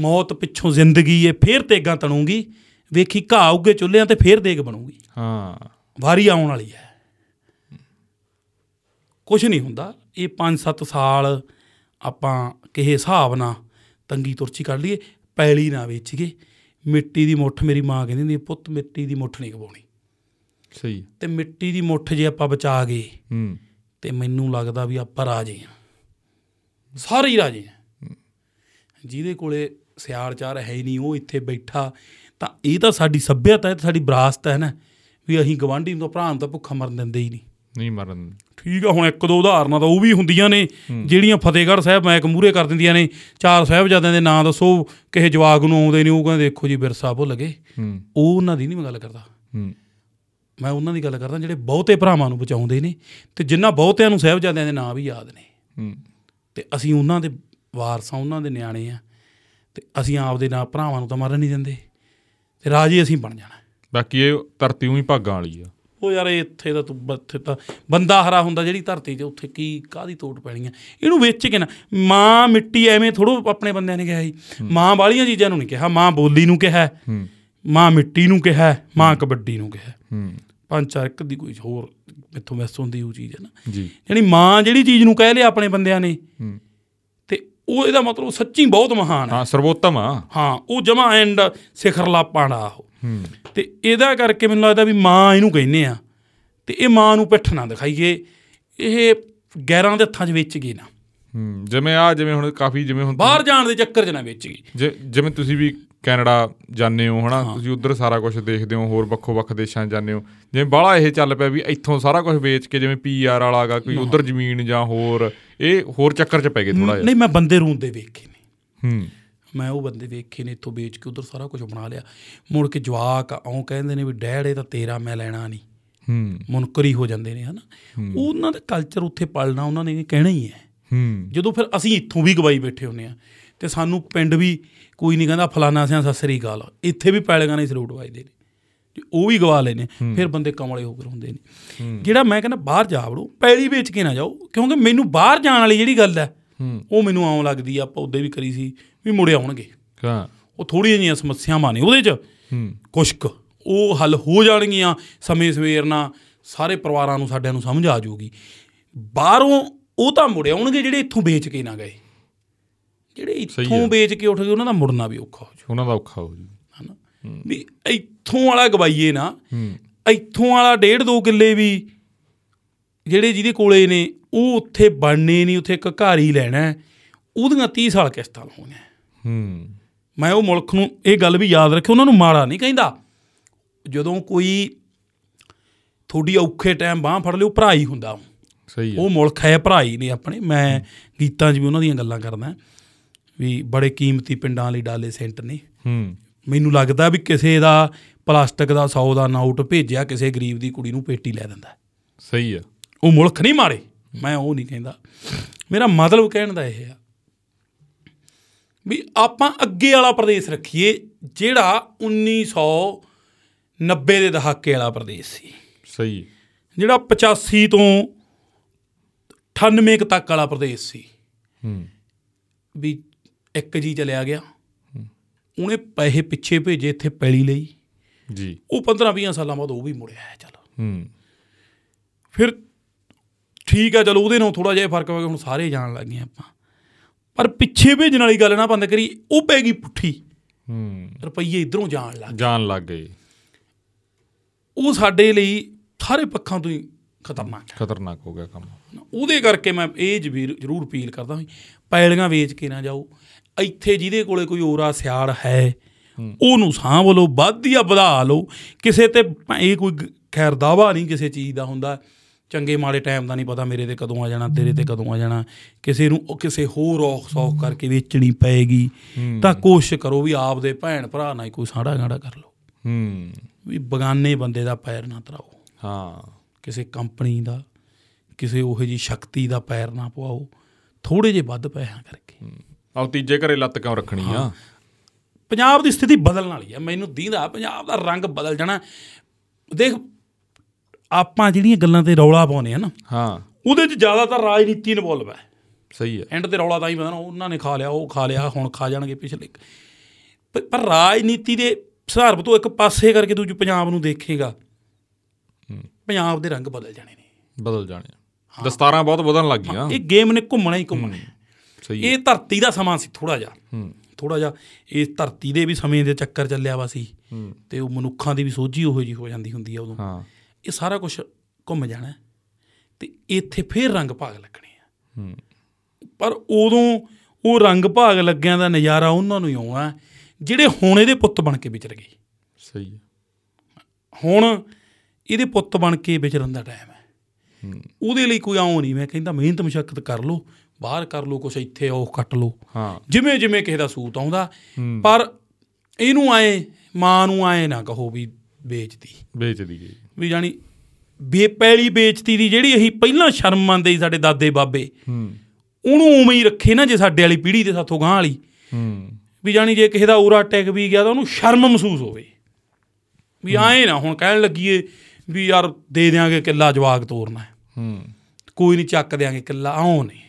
[SPEAKER 2] ਮੌਤ ਪਿੱਛੋਂ ਜ਼ਿੰਦਗੀ ਏ ਫੇਰ ਤੇਗਾ ਤਣੂਗੀ ਵੇਖੀ ਘਾਹ ਉੱਗੇ ਚੁੱਲ੍ਹਿਆਂ ਤੇ ਫੇਰ ਦੇਗ ਬਣੂਗੀ
[SPEAKER 1] ਹਾਂ
[SPEAKER 2] ਵਾਰੀ ਆਉਣ ਵਾਲੀ ਹੈ ਕੁਝ ਨਹੀਂ ਹੁੰਦਾ ਇਹ 5-7 ਸਾਲ ਆਪਾਂ ਕਿਸੇ ਹਿਸਾਬ ਨਾਲ ਤੰਗੀ ਤੁਰਚੀ ਕੱਢ ਲਈਏ ਪੈਲੀ ਨਾ ਵੇਚੀਏ ਮਿੱਟੀ ਦੀ ਮੁੱਠ ਮੇਰੀ ਮਾਂ ਕਹਿੰਦੀ ਹੁੰਦੀ ਸੀ, ਪੁੱਤ ਮਿੱਟੀ ਦੀ ਮੁੱਠ ਨਹੀਂ ਗਵਾਉਣੀ
[SPEAKER 1] ਸਹੀ ਹੈ।
[SPEAKER 2] ਤੇ ਮਿੱਟੀ ਦੀ ਮੁੱਠ ਜੇ ਆਪਾਂ ਬਚਾ ਗਏ
[SPEAKER 1] ਹੂੰ
[SPEAKER 2] ਤੇ ਮੈਨੂੰ ਲੱਗਦਾ ਵੀ ਆਪਾਂ ਰਾਜੇ ਆ ਸਾਰੇ ਹੀ ਰਾਜੇ ਆ ਜਿਹਦੇ ਕੋਲੇ ਸਿਆਲ ਚਾਰ ਹੈ ਹੀ ਨਹੀਂ ਉਹ ਇੱਥੇ ਬੈਠਾ ਤਾਂ ਇਹ ਤਾਂ ਸਾਡੀ ਸੱਭਿਅਤਾ ਹੈ ਤੇ ਸਾਡੀ ਵਿਰਾਸਤ ਹੈ ਨਾ ਵੀ ਅਸੀਂ ਗਵਾਂਢੀ ਨੂੰ ਤਾਂ ਭਰਾ ਨੂੰ ਤਾਂ ਭੁੱਖਾ ਮਰਨ ਦਿੰਦੇ ਹੀ ਨਹੀਂ
[SPEAKER 1] ਨਹੀਂ ਮਰਨ
[SPEAKER 2] ਠੀਕ ਆ ਹੁਣ ਇੱਕ ਦੋ ਉਦਾਹਰਨਾਂ ਤਾਂ ਉਹ ਵੀ ਹੁੰਦੀਆਂ ਨੇ ਜਿਹੜੀਆਂ ਫਤਿਹਗੜ੍ਹ ਸਾਹਿਬ ਮੈਕ ਮੂਰੇ ਕਰ ਦਿੰਦੀਆਂ ਨੇ ਚਾਰ ਸਾਹਿਬਜ਼ਾਦਿਆਂ ਦੇ ਨਾਂ ਦੱਸੋ ਕਿਸੇ ਜਵਾਗ ਨੂੰ ਆਉਂਦੇ ਨਹੀਂ ਉਹ ਕਹਿੰਦੇ ਦੇਖੋ ਜੀ ਬਿਰਸਾ ਭੁੱਲ ਗਏ
[SPEAKER 1] ਹੂੰ
[SPEAKER 2] ਉਹ ਉਹਨਾਂ ਦੀ ਨਹੀਂ ਮੈਂ ਗੱਲ ਕਰਦਾ
[SPEAKER 1] ਹੂੰ
[SPEAKER 2] ਮੈਂ ਉਹਨਾਂ ਦੀ ਗੱਲ ਕਰਦਾ ਜਿਹੜੇ ਬਹੁਤੇ ਭਰਾਵਾਂ ਨੂੰ ਬਚਾਉਂਦੇ ਨੇ ਤੇ ਜਿਨ੍ਹਾਂ ਬਹੁਤਿਆਂ ਨੂੰ ਸਾਹਿਬਜ਼ਾਦਿਆਂ ਦੇ ਨਾਂ ਵੀ ਯਾਦ ਨੇ
[SPEAKER 1] ਹੂੰ
[SPEAKER 2] ਤੇ ਅਸੀਂ ਉਹਨਾਂ ਦੇ ਵਾਰਸਾਂ ਉਹਨਾਂ ਦੇ ਨਿਆਣੇ ਆ ਤੇ ਅਸੀਂ ਆਪਦੇ ਨਾਲ ਭਰਾਵਾਂ ਨੂੰ ਤਾਂ ਮਰਨ ਨਹੀਂ ਦਿੰਦੇ ਤੇ ਰਾਜੇ ਅਸੀਂ ਬਣ ਜਾਣਾ
[SPEAKER 1] ਬਾਕੀ ਇਹ ਧਰਤੀ ਉਹੀ ਭਾਗਾਂ ਵਾਲੀ ਆ
[SPEAKER 2] ਉਹ ਯਾਰ ਇਹ ਇੱਥੇ ਤਾਂ ਤੂੰ ਬ- ਇੱਥੇ ਤਾਂ ਬੰਦਾ ਹਰਾ ਹੁੰਦਾ ਜਿਹੜੀ ਧਰਤੀ ਤੇ ਉੱਥੇ ਕੀ ਕਾਦੀ ਤੋੜ ਪੈਣੀ ਆ ਇਹਨੂੰ ਵੇਚ ਕੇ ਨਾ ਮਾਂ ਮਿੱਟੀ ਐਵੇਂ ਥੋੜੋ ਆਪਣੇ ਬੰਦਿਆਂ ਨੇ ਕਿਹਾ ਸੀ ਮਾਂ ਵਾਲੀਆਂ ਚੀਜ਼ਾਂ ਨੂੰ ਨਹੀਂ ਕਿਹਾ ਮਾਂ ਬੋਲੀ ਨੂੰ ਕਿਹਾ
[SPEAKER 1] ਹੂੰ
[SPEAKER 2] ਮਾਂ ਮਿੱਟੀ ਨੂੰ ਕਿਹਾ ਮਾਂ ਕਬੱਡੀ ਨੂੰ ਕਿਹਾ
[SPEAKER 1] ਹੂੰ
[SPEAKER 2] ਪੰਜ ਚਾਰ ਇੱਕ ਦੀ ਕੋਈ ਹੋਰ ਇੱਥੋਂ ਮਿਸ ਹੁੰਦੀ ਉਹ ਚੀਜ਼ ਹੈ ਨਾ
[SPEAKER 1] ਜੀ
[SPEAKER 2] ਯਾਨੀ ਮਾਂ ਜਿਹੜੀ ਚੀਜ਼ ਨੂੰ ਕਹਿ ਲਿਆ ਆਪਣੇ ਬੰਦਿਆਂ ਨੇ
[SPEAKER 1] ਹੂੰ।
[SPEAKER 2] ਤੇ ਉਹ ਇਹਦਾ ਮਤਲਬ ਸੱਚੀ ਬਹੁਤ ਮਹਾਨ ਹੈ
[SPEAKER 1] ਹਾਂ ਸਰਵੋਤਮ ਆ
[SPEAKER 2] ਹਾਂ ਉਹ ਜਮਾ ਐਂਡ ਸਿਖਰਲਾ ਪਾਣਾ ਉਹ
[SPEAKER 1] ਹੂੰ
[SPEAKER 2] ਤੇ ਇਹਦਾ ਕਰਕੇ ਮੈਨੂੰ ਲੱਗਦਾ ਵੀ ਮਾਂ ਇਹਨੂੰ ਕਹਿੰਦੇ ਆ ਤੇ ਇਹ ਮਾਂ ਨੂੰ ਪਿੱਠ ਨਾ ਦਿਖਾਈਏ ਇਹ ਗੈਰਾਂ ਦੇ ਹੱਥਾਂ 'ਚ ਵੇਚ ਗਏ ਨਾ
[SPEAKER 1] ਹੂੰ ਜਿਵੇਂ ਆ ਜਿਵੇਂ ਹੁਣ ਕਾਫੀ ਜਿਵੇਂ ਹੁਣ
[SPEAKER 2] ਬਾਹਰ ਜਾਣ ਦੇ ਚੱਕਰ 'ਚ ਨਾ ਵੇਚ ਗਏ
[SPEAKER 1] ਜਿ- ਜਿਵੇਂ ਤੁਸੀਂ ਵੀ ਕੈਨੇਡਾ ਜਾਂਦੇ ਹੋ ਹਨਾ ਤੁਸੀਂ ਉਧਰ ਸਾਰਾ ਕੁਝ ਦੇਖਦੇ ਹੋ ਹੋਰ ਵੱਖੋ-ਵੱਖ ਦੇਸ਼ਾਂ 'ਚ ਜਾਂਦੇ ਹੋ ਜਿਵੇਂ ਬਾਹਲਾ ਇਹ ਚੱਲ ਪਿਆ ਵੀ ਇੱਥੋਂ ਸਾਰਾ ਕੁਝ ਵੇਚ ਕੇ ਜਿਵੇਂ ਪੀਆਰ ਵਾਲਾ ਗਾ ਕੋਈ ਉਧਰ ਜ਼ਮੀਨ ਜਾਂ ਹੋਰ ਇਹ ਹੋਰ ਚੱਕਰ 'ਚ ਪੈ ਗਏ ਥੋੜਾ ਜਿਹਾ
[SPEAKER 2] ਨਹੀਂ ਮੈਂ ਬੰਦੇ ਰੋਂਦੇ ਵੇਖੇ ਨੇ
[SPEAKER 1] ਹੂੰ
[SPEAKER 2] ਮੈਂ ਉਹ ਬੰਦੇ ਵੇਖੇ ਨੇ ਇੱਥੋਂ ਵੇਚ ਕੇ ਉਧਰ ਸਾਰਾ ਕੁਝ ਬਣਾ ਲਿਆ ਮੁੜ ਕੇ ਜਵਾਕ ਆਉਂ ਕਹਿੰਦੇ ਨੇ ਵੀ ਡੈਡ ਇਹ ਤਾਂ ਤੇਰਾ ਮੈਂ ਲੈਣਾ ਨਹੀਂ
[SPEAKER 1] ਹੂੰ
[SPEAKER 2] ਮੁਨਕਰੀ ਹੋ ਜਾਂਦੇ ਨੇ ਹਨਾ ਉਹਨਾਂ ਦਾ ਕਲਚਰ ਉੱਥੇ ਪਲਣਾ ਉਹਨਾਂ ਨੇ ਕਹਿਣਾ ਹੀ ਹੈ
[SPEAKER 1] ਹੂੰ
[SPEAKER 2] ਜਦੋਂ ਫਿਰ ਅਸੀਂ ਇੱਥੋਂ ਵੀ ਗਵਾਈ ਬੈਠੇ ਹੁੰਨੇ ਆ ਤੇ ਸਾਨੂੰ ਪਿੰਡ ਵੀ ਕੋਈ ਨਹੀਂ ਕਹਿੰਦਾ ਫਲਾਨਾ ਸਿਆਂ ਸਤਿ ਸ੍ਰੀ ਅਕਾਲ ਇੱਥੇ ਵੀ ਪੈਲਗਾਂ ਨੇ ਸਰੂਟ ਵੱਜਦੇ ਨੇ ਤੇ ਉਹ ਵੀ ਗਵਾ ਲੈਨੇ ਫਿਰ ਬੰਦੇ ਕਮਲੇ ਹੋ ਕੇ ਹੁੰਦੇ ਨੇ ਜਿਹੜਾ ਮੈਂ ਕਹਿੰਦਾ ਬਾਹਰ ਜਾ ਵੜੋ ਪੈਲੀ ਵੇਚ ਕੇ ਨਾ ਜਾਓ ਕਿਉਂਕਿ ਮੈਨੂੰ ਬਾਹਰ ਜਾਣ ਵਾਲੀ ਜਿਹੜੀ ਗੱਲ ਹੈ ਉਹ ਮੈਨੂੰ ਆਉਂ ਲੱਗਦੀ ਆ ਆਪਾਂ ਉਦੋਂ ਵੀ ਕਰੀ ਸੀ ਵੀ ਮੁੜੇ ਆਉਣਗੇ
[SPEAKER 1] ਹਾਂ
[SPEAKER 2] ਉਹ ਥੋੜੀਆਂ ਜਿਹੀਆਂ ਸਮੱਸਿਆਵਾਂ ਨੇ ਉਹਦੇ 'ਚ
[SPEAKER 1] ਹੂੰ
[SPEAKER 2] ਕੁਛ ਕੁ ਉਹ ਹੱਲ ਹੋ ਜਾਣਗੀਆਂ ਸਮੇਂ ਸਵੇਰ ਨਾਲ ਸਾਰੇ ਪਰਿਵਾਰਾਂ ਨੂੰ ਸਾਡਿਆਂ ਨੂੰ ਸਮਝ ਆ ਜਾਊਗੀ ਬਾਹਰੋਂ ਉਹ ਤਾਂ ਮੁੜ ਆਉਣਗੇ ਜਿਹੜੇ ਇੱਥੋਂ ਵੇਚ ਕੇ ਨਾ ਗਏ ਜਿਹੜੇ
[SPEAKER 1] ਸਹੀ
[SPEAKER 2] ਇੱਥੋਂ ਵੇਚ ਕੇ ਉੱਠ ਗਏ ਉਹਨਾਂ ਦਾ ਮੁੜਨਾ ਵੀ ਔਖਾ ਹੋ
[SPEAKER 1] ਉਹਨਾਂ ਦਾ ਔਖਾ ਹੋ ਜੀ
[SPEAKER 2] ਜਾਊ ਹਨਾ ਵੀ ਇੱਥੋਂ ਵਾਲਾ ਗਵਾਈਏ ਨਾ
[SPEAKER 1] ਹੂੰ
[SPEAKER 2] ਇੱਥੋਂ ਵਾਲਾ ਡੇਢ ਦੋ ਕਿੱਲੇ ਵੀ ਜਿਹੜੇ ਜਿਹਦੇ ਕੋਲੇ ਨੇ ਉਹ ਉੱਥੇ ਬਣਨੇ ਨਹੀਂ ਉੱਥੇ ਇੱਕ ਘਰ ਹੀ ਲੈਣਾ ਹੈ। ਉਹਦੀਆਂ 30 ਸਾਲ ਕਿਸ਼ਤਾਂ ਲਾਉਣੀਆਂ ਹੈ।
[SPEAKER 1] ਹੂੰ
[SPEAKER 2] ਮੈਂ ਉਹ ਮੁਲਕ ਨੂੰ ਇਹ ਗੱਲ ਵੀ ਯਾਦ ਰੱਖਿਓ ਉਹਨਾਂ ਨੂੰ ਮਾੜਾ ਨਹੀਂ ਕਹਿੰਦਾ ਜਦੋਂ ਕੋਈ ਤੁਹਾਡੀ ਔਖੇ ਟਾਈਮ ਬਾਹ ਫੜ ਲਿਓ ਭਰਾ ਹੀ ਹੁੰਦਾ ਉਹ।
[SPEAKER 1] ਸਹੀ ਹੈ
[SPEAKER 2] ਉਹ ਮੁਲਕ ਹੈ ਭਰਾ ਹੀ ਨੇ ਆਪਣੇ ਮੈਂ ਗੀਤਾਂ 'ਚ ਵੀ ਉਹਨਾਂ ਦੀਆਂ ਗੱਲਾਂ ਕਰਦਾ ਵੀ ਬੜੇ ਕੀਮਤੀ ਪਿੰਡਾਂ ਲਈ ਡਾਲੇ ਸੈਂਟ ਨੇ
[SPEAKER 1] ਹੂੰ
[SPEAKER 2] ਮੈਨੂੰ ਲੱਗਦਾ ਵੀ ਕਿਸੇ ਦਾ ਪਲਾਸਟਿਕ ਦਾ 100 ਦਾ ਨੋਟ ਭੇਜਿਆ ਕਿਸੇ ਗਰੀਬ ਦੀ ਕੁੜੀ ਨੂੰ ਪੇਟੀ ਲੈ ਦਿੰਦਾ
[SPEAKER 1] ਸਹੀ ਹੈ
[SPEAKER 2] ਉਹ ਮੁਲਕ ਨਹੀਂ ਮਾਰੇ ਮੈਂ ਉਹ ਨਹੀਂ ਕਹਿੰਦਾ ਮੇਰਾ ਮਤਲਬ ਕਹਿਣ ਦਾ ਇਹ ਆ ਵੀ ਆਪਾਂ ਅੱਗੇ ਵਾਲਾ ਪ੍ਰਦੇਸ਼ ਰੱਖੀਏ ਜਿਹੜਾ 1990 ਦੇ ਦਹਾਕੇ ਵਾਲਾ ਪ੍ਰਦੇਸ਼ ਸੀ
[SPEAKER 1] ਸਹੀ ਹੈ
[SPEAKER 2] ਜਿਹੜਾ 85 ਤੋਂ 98 ਕੁ ਤੱਕ ਵਾਲਾ ਪ੍ਰਦੇਸ਼ ਸੀ
[SPEAKER 1] ਹੂੰ
[SPEAKER 2] ਵੀ ਇੱਕ ਜੀ ਚਲਿਆ ਗਿਆ ਉਹਨੇ ਪੈਸੇ ਪਿੱਛੇ ਭੇਜੇ ਇੱਥੇ ਪੈਲੀ ਲਈ
[SPEAKER 1] ਜੀ
[SPEAKER 2] ਉਹ 15-20 ਸਾਲਾਂ ਬਾਅਦ ਉਹ ਵੀ ਮੁੜਿਆ ਹੈ ਚੱਲ
[SPEAKER 1] ਹੂੰ
[SPEAKER 2] ਫਿਰ ਠੀਕ ਆ ਚਲੋ ਉਹਦੇ ਨਾਲ ਥੋੜਾ ਜਿਹਾ ਫਰਕ ਪੈ ਗਿਆ ਹੁਣ ਸਾਰੇ ਜਾਣ ਲੱਗ ਗਏ ਆਪਾਂ ਪਰ ਪਿੱਛੇ ਭੇਜਣ ਵਾਲੀ ਗੱਲ ਨਾ ਬੰਦ ਕਰੀ ਉਹ ਪੈ ਗਈ ਪੁੱਠੀ
[SPEAKER 1] ਹੂੰ
[SPEAKER 2] ਰੁਪਈਏ ਇਧਰੋਂ ਜਾਣ ਲੱਗ
[SPEAKER 1] ਜਾਣ ਲੱਗ ਗਏ
[SPEAKER 2] ਗਏ। ਉਹ ਸਾਡੇ ਲਈ ਸਾਰੇ ਪੱਖਾਂ ਤੋਂ ਹੀ ਖਤਰਨਾਕ
[SPEAKER 1] ਖਤਰਨਾਕ ਹੋ ਗਿਆ ਕੰਮ
[SPEAKER 2] ਹੈ। ਉਹਦੇ ਕਰਕੇ ਮੈਂ ਇਹ ਜ਼ਬੀਰ ਜ਼ਰੂਰ ਅਪੀਲ ਕਰਦਾ ਹਾਂ ਪੈਲੀਆਂ ਵੇਚ ਕੇ ਨਾ ਜਾਓ ਇੱਥੇ ਜਿਹਦੇ ਕੋਲੇ ਕੋਈ ਔਰਾ ਸਿਆੜ ਹੈ ਉਹਨੂੰ ਸਾਂਭ ਲਓ ਵਧੀਆ ਵਧਾ ਲਓ ਕਿਸੇ ਤੇ ਭ- ਇਹ ਕੋਈ ਗ- ਖੈਰ ਦਾਵਾ ਨਹੀਂ ਕਿਸੇ ਚੀਜ਼ ਦਾ ਹੁੰਦਾ ਚੰਗੇ ਮਾੜੇ ਟਾਈਮ ਦਾ ਨਹੀਂ ਪਤਾ ਮੇਰੇ ਤੇ ਕਦੋਂ ਆ ਜਾਣਾ ਤੇਰੇ ਤੇ ਕਦੋਂ ਆ ਜਾਣਾ ਕਿਸੇ ਨੂੰ ਉਹ ਕਿਸੇ ਹੋਰ ਔਖ ਸੌਖ ਕਰਕੇ ਵੇਚਣੀ ਪਏਗੀ ਤਾਂ ਕੋਸ਼ਿਸ਼ ਕਰੋ ਵੀ ਆਪਦੇ ਭੈਣ ਭਰਾ ਨਾਲ ਹੀ ਕੋਈ ਸਾੜਾ ਗਾੜਾ ਕਰ ਲਓ
[SPEAKER 1] ਹੂੰ
[SPEAKER 2] ਵੀ ਬਗਾਨੇ ਬੰਦੇ ਦਾ ਪੈਰ ਨਾ ਤਰਾਓ
[SPEAKER 1] ਹਾਂ
[SPEAKER 2] ਕਿਸੇ ਕੰਪਨੀ ਦਾ ਕਿਸੇ ਉਹੋ ਜੀ ਸ਼ਕਤੀ ਦਾ ਪੈਰ ਨਾ ਪਵਾਓ ਥੋੜੇ ਜਿਹੇ ਵੱਧ ਪੈਸਿਆਂ ਕਰਕੇ
[SPEAKER 1] ਆਉ ਤੀਜੇ ਘਰੇ ਲੱਤ ਕਿਉਂ ਰੱਖਣੀ ਆ
[SPEAKER 2] ਪੰਜਾਬ ਦੀ ਸਥਿਤੀ ਬਦਲਣ ਵਾਲੀ ਹੈ ਮੈਨੂੰ ਦੀਂਦਾ ਪੰਜਾਬ ਦਾ ਰੰਗ ਬਦਲ ਜਾਣਾ ਦੇਖ ਆਪਾਂ ਜਿਹੜੀਆਂ ਗੱਲਾਂ ਤੇ ਰੌਲਾ ਪਾਉਂਦੇ ਆ ਨਾ
[SPEAKER 1] ਹਾਂ
[SPEAKER 2] ਉਹਦੇ 'ਚ ਜ਼ਿਆਦਾਤਰ ਰਾਜਨੀਤੀ ਇਨਵੋਲਵ ਹੈ
[SPEAKER 1] ਸਹੀ ਹੈ
[SPEAKER 2] ਐਂਡ ਤੇ ਰੌਲਾ ਤਾਂ ਹੀ ਪਤਾ ਨਾ ਉਹਨਾਂ ਨੇ ਖਾ ਲਿਆ ਉਹ ਖਾ ਲਿਆ ਹੁਣ ਖਾ ਜਾਣਗੇ ਪਿਛਲੇ ਪਰ- ਪਰ ਰਾਜਨੀਤੀ ਦੇ ਸਹਾਰਬ ਤੋਂ ਇੱਕ ਪਾਸੇ ਕਰਕੇ ਤੂੰ ਜੋ ਪੰਜਾਬ ਨੂੰ ਦੇਖੇਗਾ ਪੰਜਾਬ ਦੇ ਰੰਗ ਬਦਲ ਜਾਣੇ ਨੇ
[SPEAKER 1] ਬਦਲ ਜਾਣੇ ਆ। ਦਸਤਾਰਾਂ ਬਹੁਤ ਬਦਲਣ ਲੱਗ ਗਈਆਂ
[SPEAKER 2] ਇਹ ਗੇਮ ਨੇ ਘੁੰਮਣਾ ਹੀ ਘੁੰਮਣਾ ਹੈ
[SPEAKER 1] ਸਹੀ ਹੈ
[SPEAKER 2] ਇਹ ਧਰਤੀ ਦਾ ਸਮਾਂ ਸੀ ਥੋੜਾ ਜਿਹਾ
[SPEAKER 1] ਹੂੰ
[SPEAKER 2] ਥੋੜਾ ਜਿਹਾ ਇਸ ਧਰਤੀ ਦੇ ਵੀ ਸਮੇਂ ਦੇ ਚੱਕਰ ਚੱਲਿਆ ਵਾ ਸੀ
[SPEAKER 1] ਹੂੰ
[SPEAKER 2] ਤੇ ਉਹ ਮਨੁੱਖਾਂ ਦੀ ਵੀ ਸੋਝੀ ਉਹੋ ਜੀ ਹੋ ਜਾਂਦੀ ਹੁੰਦੀ ਆ ਉਦੋਂ
[SPEAKER 1] ਹਾਂ
[SPEAKER 2] ਇਹ ਸਾਰਾ ਕੁਝ ਘੁੰਮ ਜਾਣਾ ਹੈ ਤੇ ਇੱਥੇ ਫੇਰ ਰੰਗ ਭਾਗ ਲੱਗਣੇ ਆ
[SPEAKER 1] ਹੂੰ
[SPEAKER 2] ਪਰ ਉਦੋਂ ਉਹ ਰੰਗ ਭਾਗ ਲੱਗਿਆਂ ਦਾ ਨਜ਼ਾਰਾ ਉਹਨਾਂ ਨੂੰ ਹੀ ਆਉਣਾ ਹੈ, ਜਿਹੜੇ ਹੁਣ ਇਹਦੇ ਪੁੱਤ ਬਣ ਕੇ ਵਿਚਰ ਗਏ
[SPEAKER 1] ਸਹੀ ਹੈ
[SPEAKER 2] ਹੁਣ ਇਹਦੇ ਪੁੱਤ ਬਣ ਕੇ ਵਿਚਰਨ ਦਾ ਟਾਈਮ ਹੈ
[SPEAKER 1] ਹੂੰ
[SPEAKER 2] ਉਹਦੇ ਲਈ ਕੋਈ ਆਉਂ ਨਹੀਂ ਮੈਂ ਕਹਿੰਦਾ ਮਿਹਨਤ ਮੁਸ਼ਕਲ ਕਰ ਲਓ ਬਾਹਰ ਕਰ ਲਓ ਕੁਛ ਇੱਥੇ ਉਹ ਕੱਟ ਲਓ
[SPEAKER 1] ਹਾਂ
[SPEAKER 2] ਜਿਵੇਂ ਜਿਵੇਂ ਕਿਸੇ ਦਾ ਸੂਤ ਆਉਂਦਾ
[SPEAKER 1] ਹੂੰ।
[SPEAKER 2] ਪਰ ਇਹਨੂੰ ਆਏ ਮਾਂ ਨੂੰ ਆਏ ਨਾ ਕਹੋ ਵੀ ਵੇਚਦੀ
[SPEAKER 1] ਵੇਚ ਦੀ ਗਈ
[SPEAKER 2] ਵੀ ਜਾਣੀ ਬੇਪੈਲੀ ਵੇਚਤੀ ਦੀ ਜਿਹੜੀ ਅਸੀਂ ਪਹਿਲਾਂ ਸ਼ਰਮ ਮੰਨਦੇ ਸੀ ਸਾਡੇ ਦਾਦੇ ਬਾਬੇ
[SPEAKER 1] ਹੂੰ
[SPEAKER 2] ਉਹਨੂੰ ਉਵੇਂ ਹੀ ਰੱਖੇ ਨਾ ਜੇ ਸਾਡੇ ਵਾਲੀ ਪੀੜ੍ਹੀ ਤੇ ਸਾਥੋਂ ਗਾਂ ਵਾਲੀ
[SPEAKER 1] ਹੂੰ
[SPEAKER 2] ਵੀ ਜਾਣੀ ਜੇ ਕਿਸੇ ਦਾ ਉਰਾ ਟੈਕ ਵੀ ਗਿਆ ਤਾਂ ਉਹਨੂੰ ਸ਼ਰਮ ਮਹਿਸੂਸ ਹੋਵੇ ਵੀ ਆਏ ਨਾ ਹੁਣ ਕਹਿਣ ਲੱਗੀਏ ਵੀ ਯਾਰ ਦੇ ਦਿਆਂਗੇ ਕਿੱਲਾ ਜਵਾਗ ਤੋਰਨਾ ਹੈ।
[SPEAKER 1] ਹੂੰ
[SPEAKER 2] ਕੋਈ ਨਹੀਂ ਚੱਕ ਦਿਆਂਗੇ ਕਿੱਲਾ ਆਉਂ ਨਹੀਂ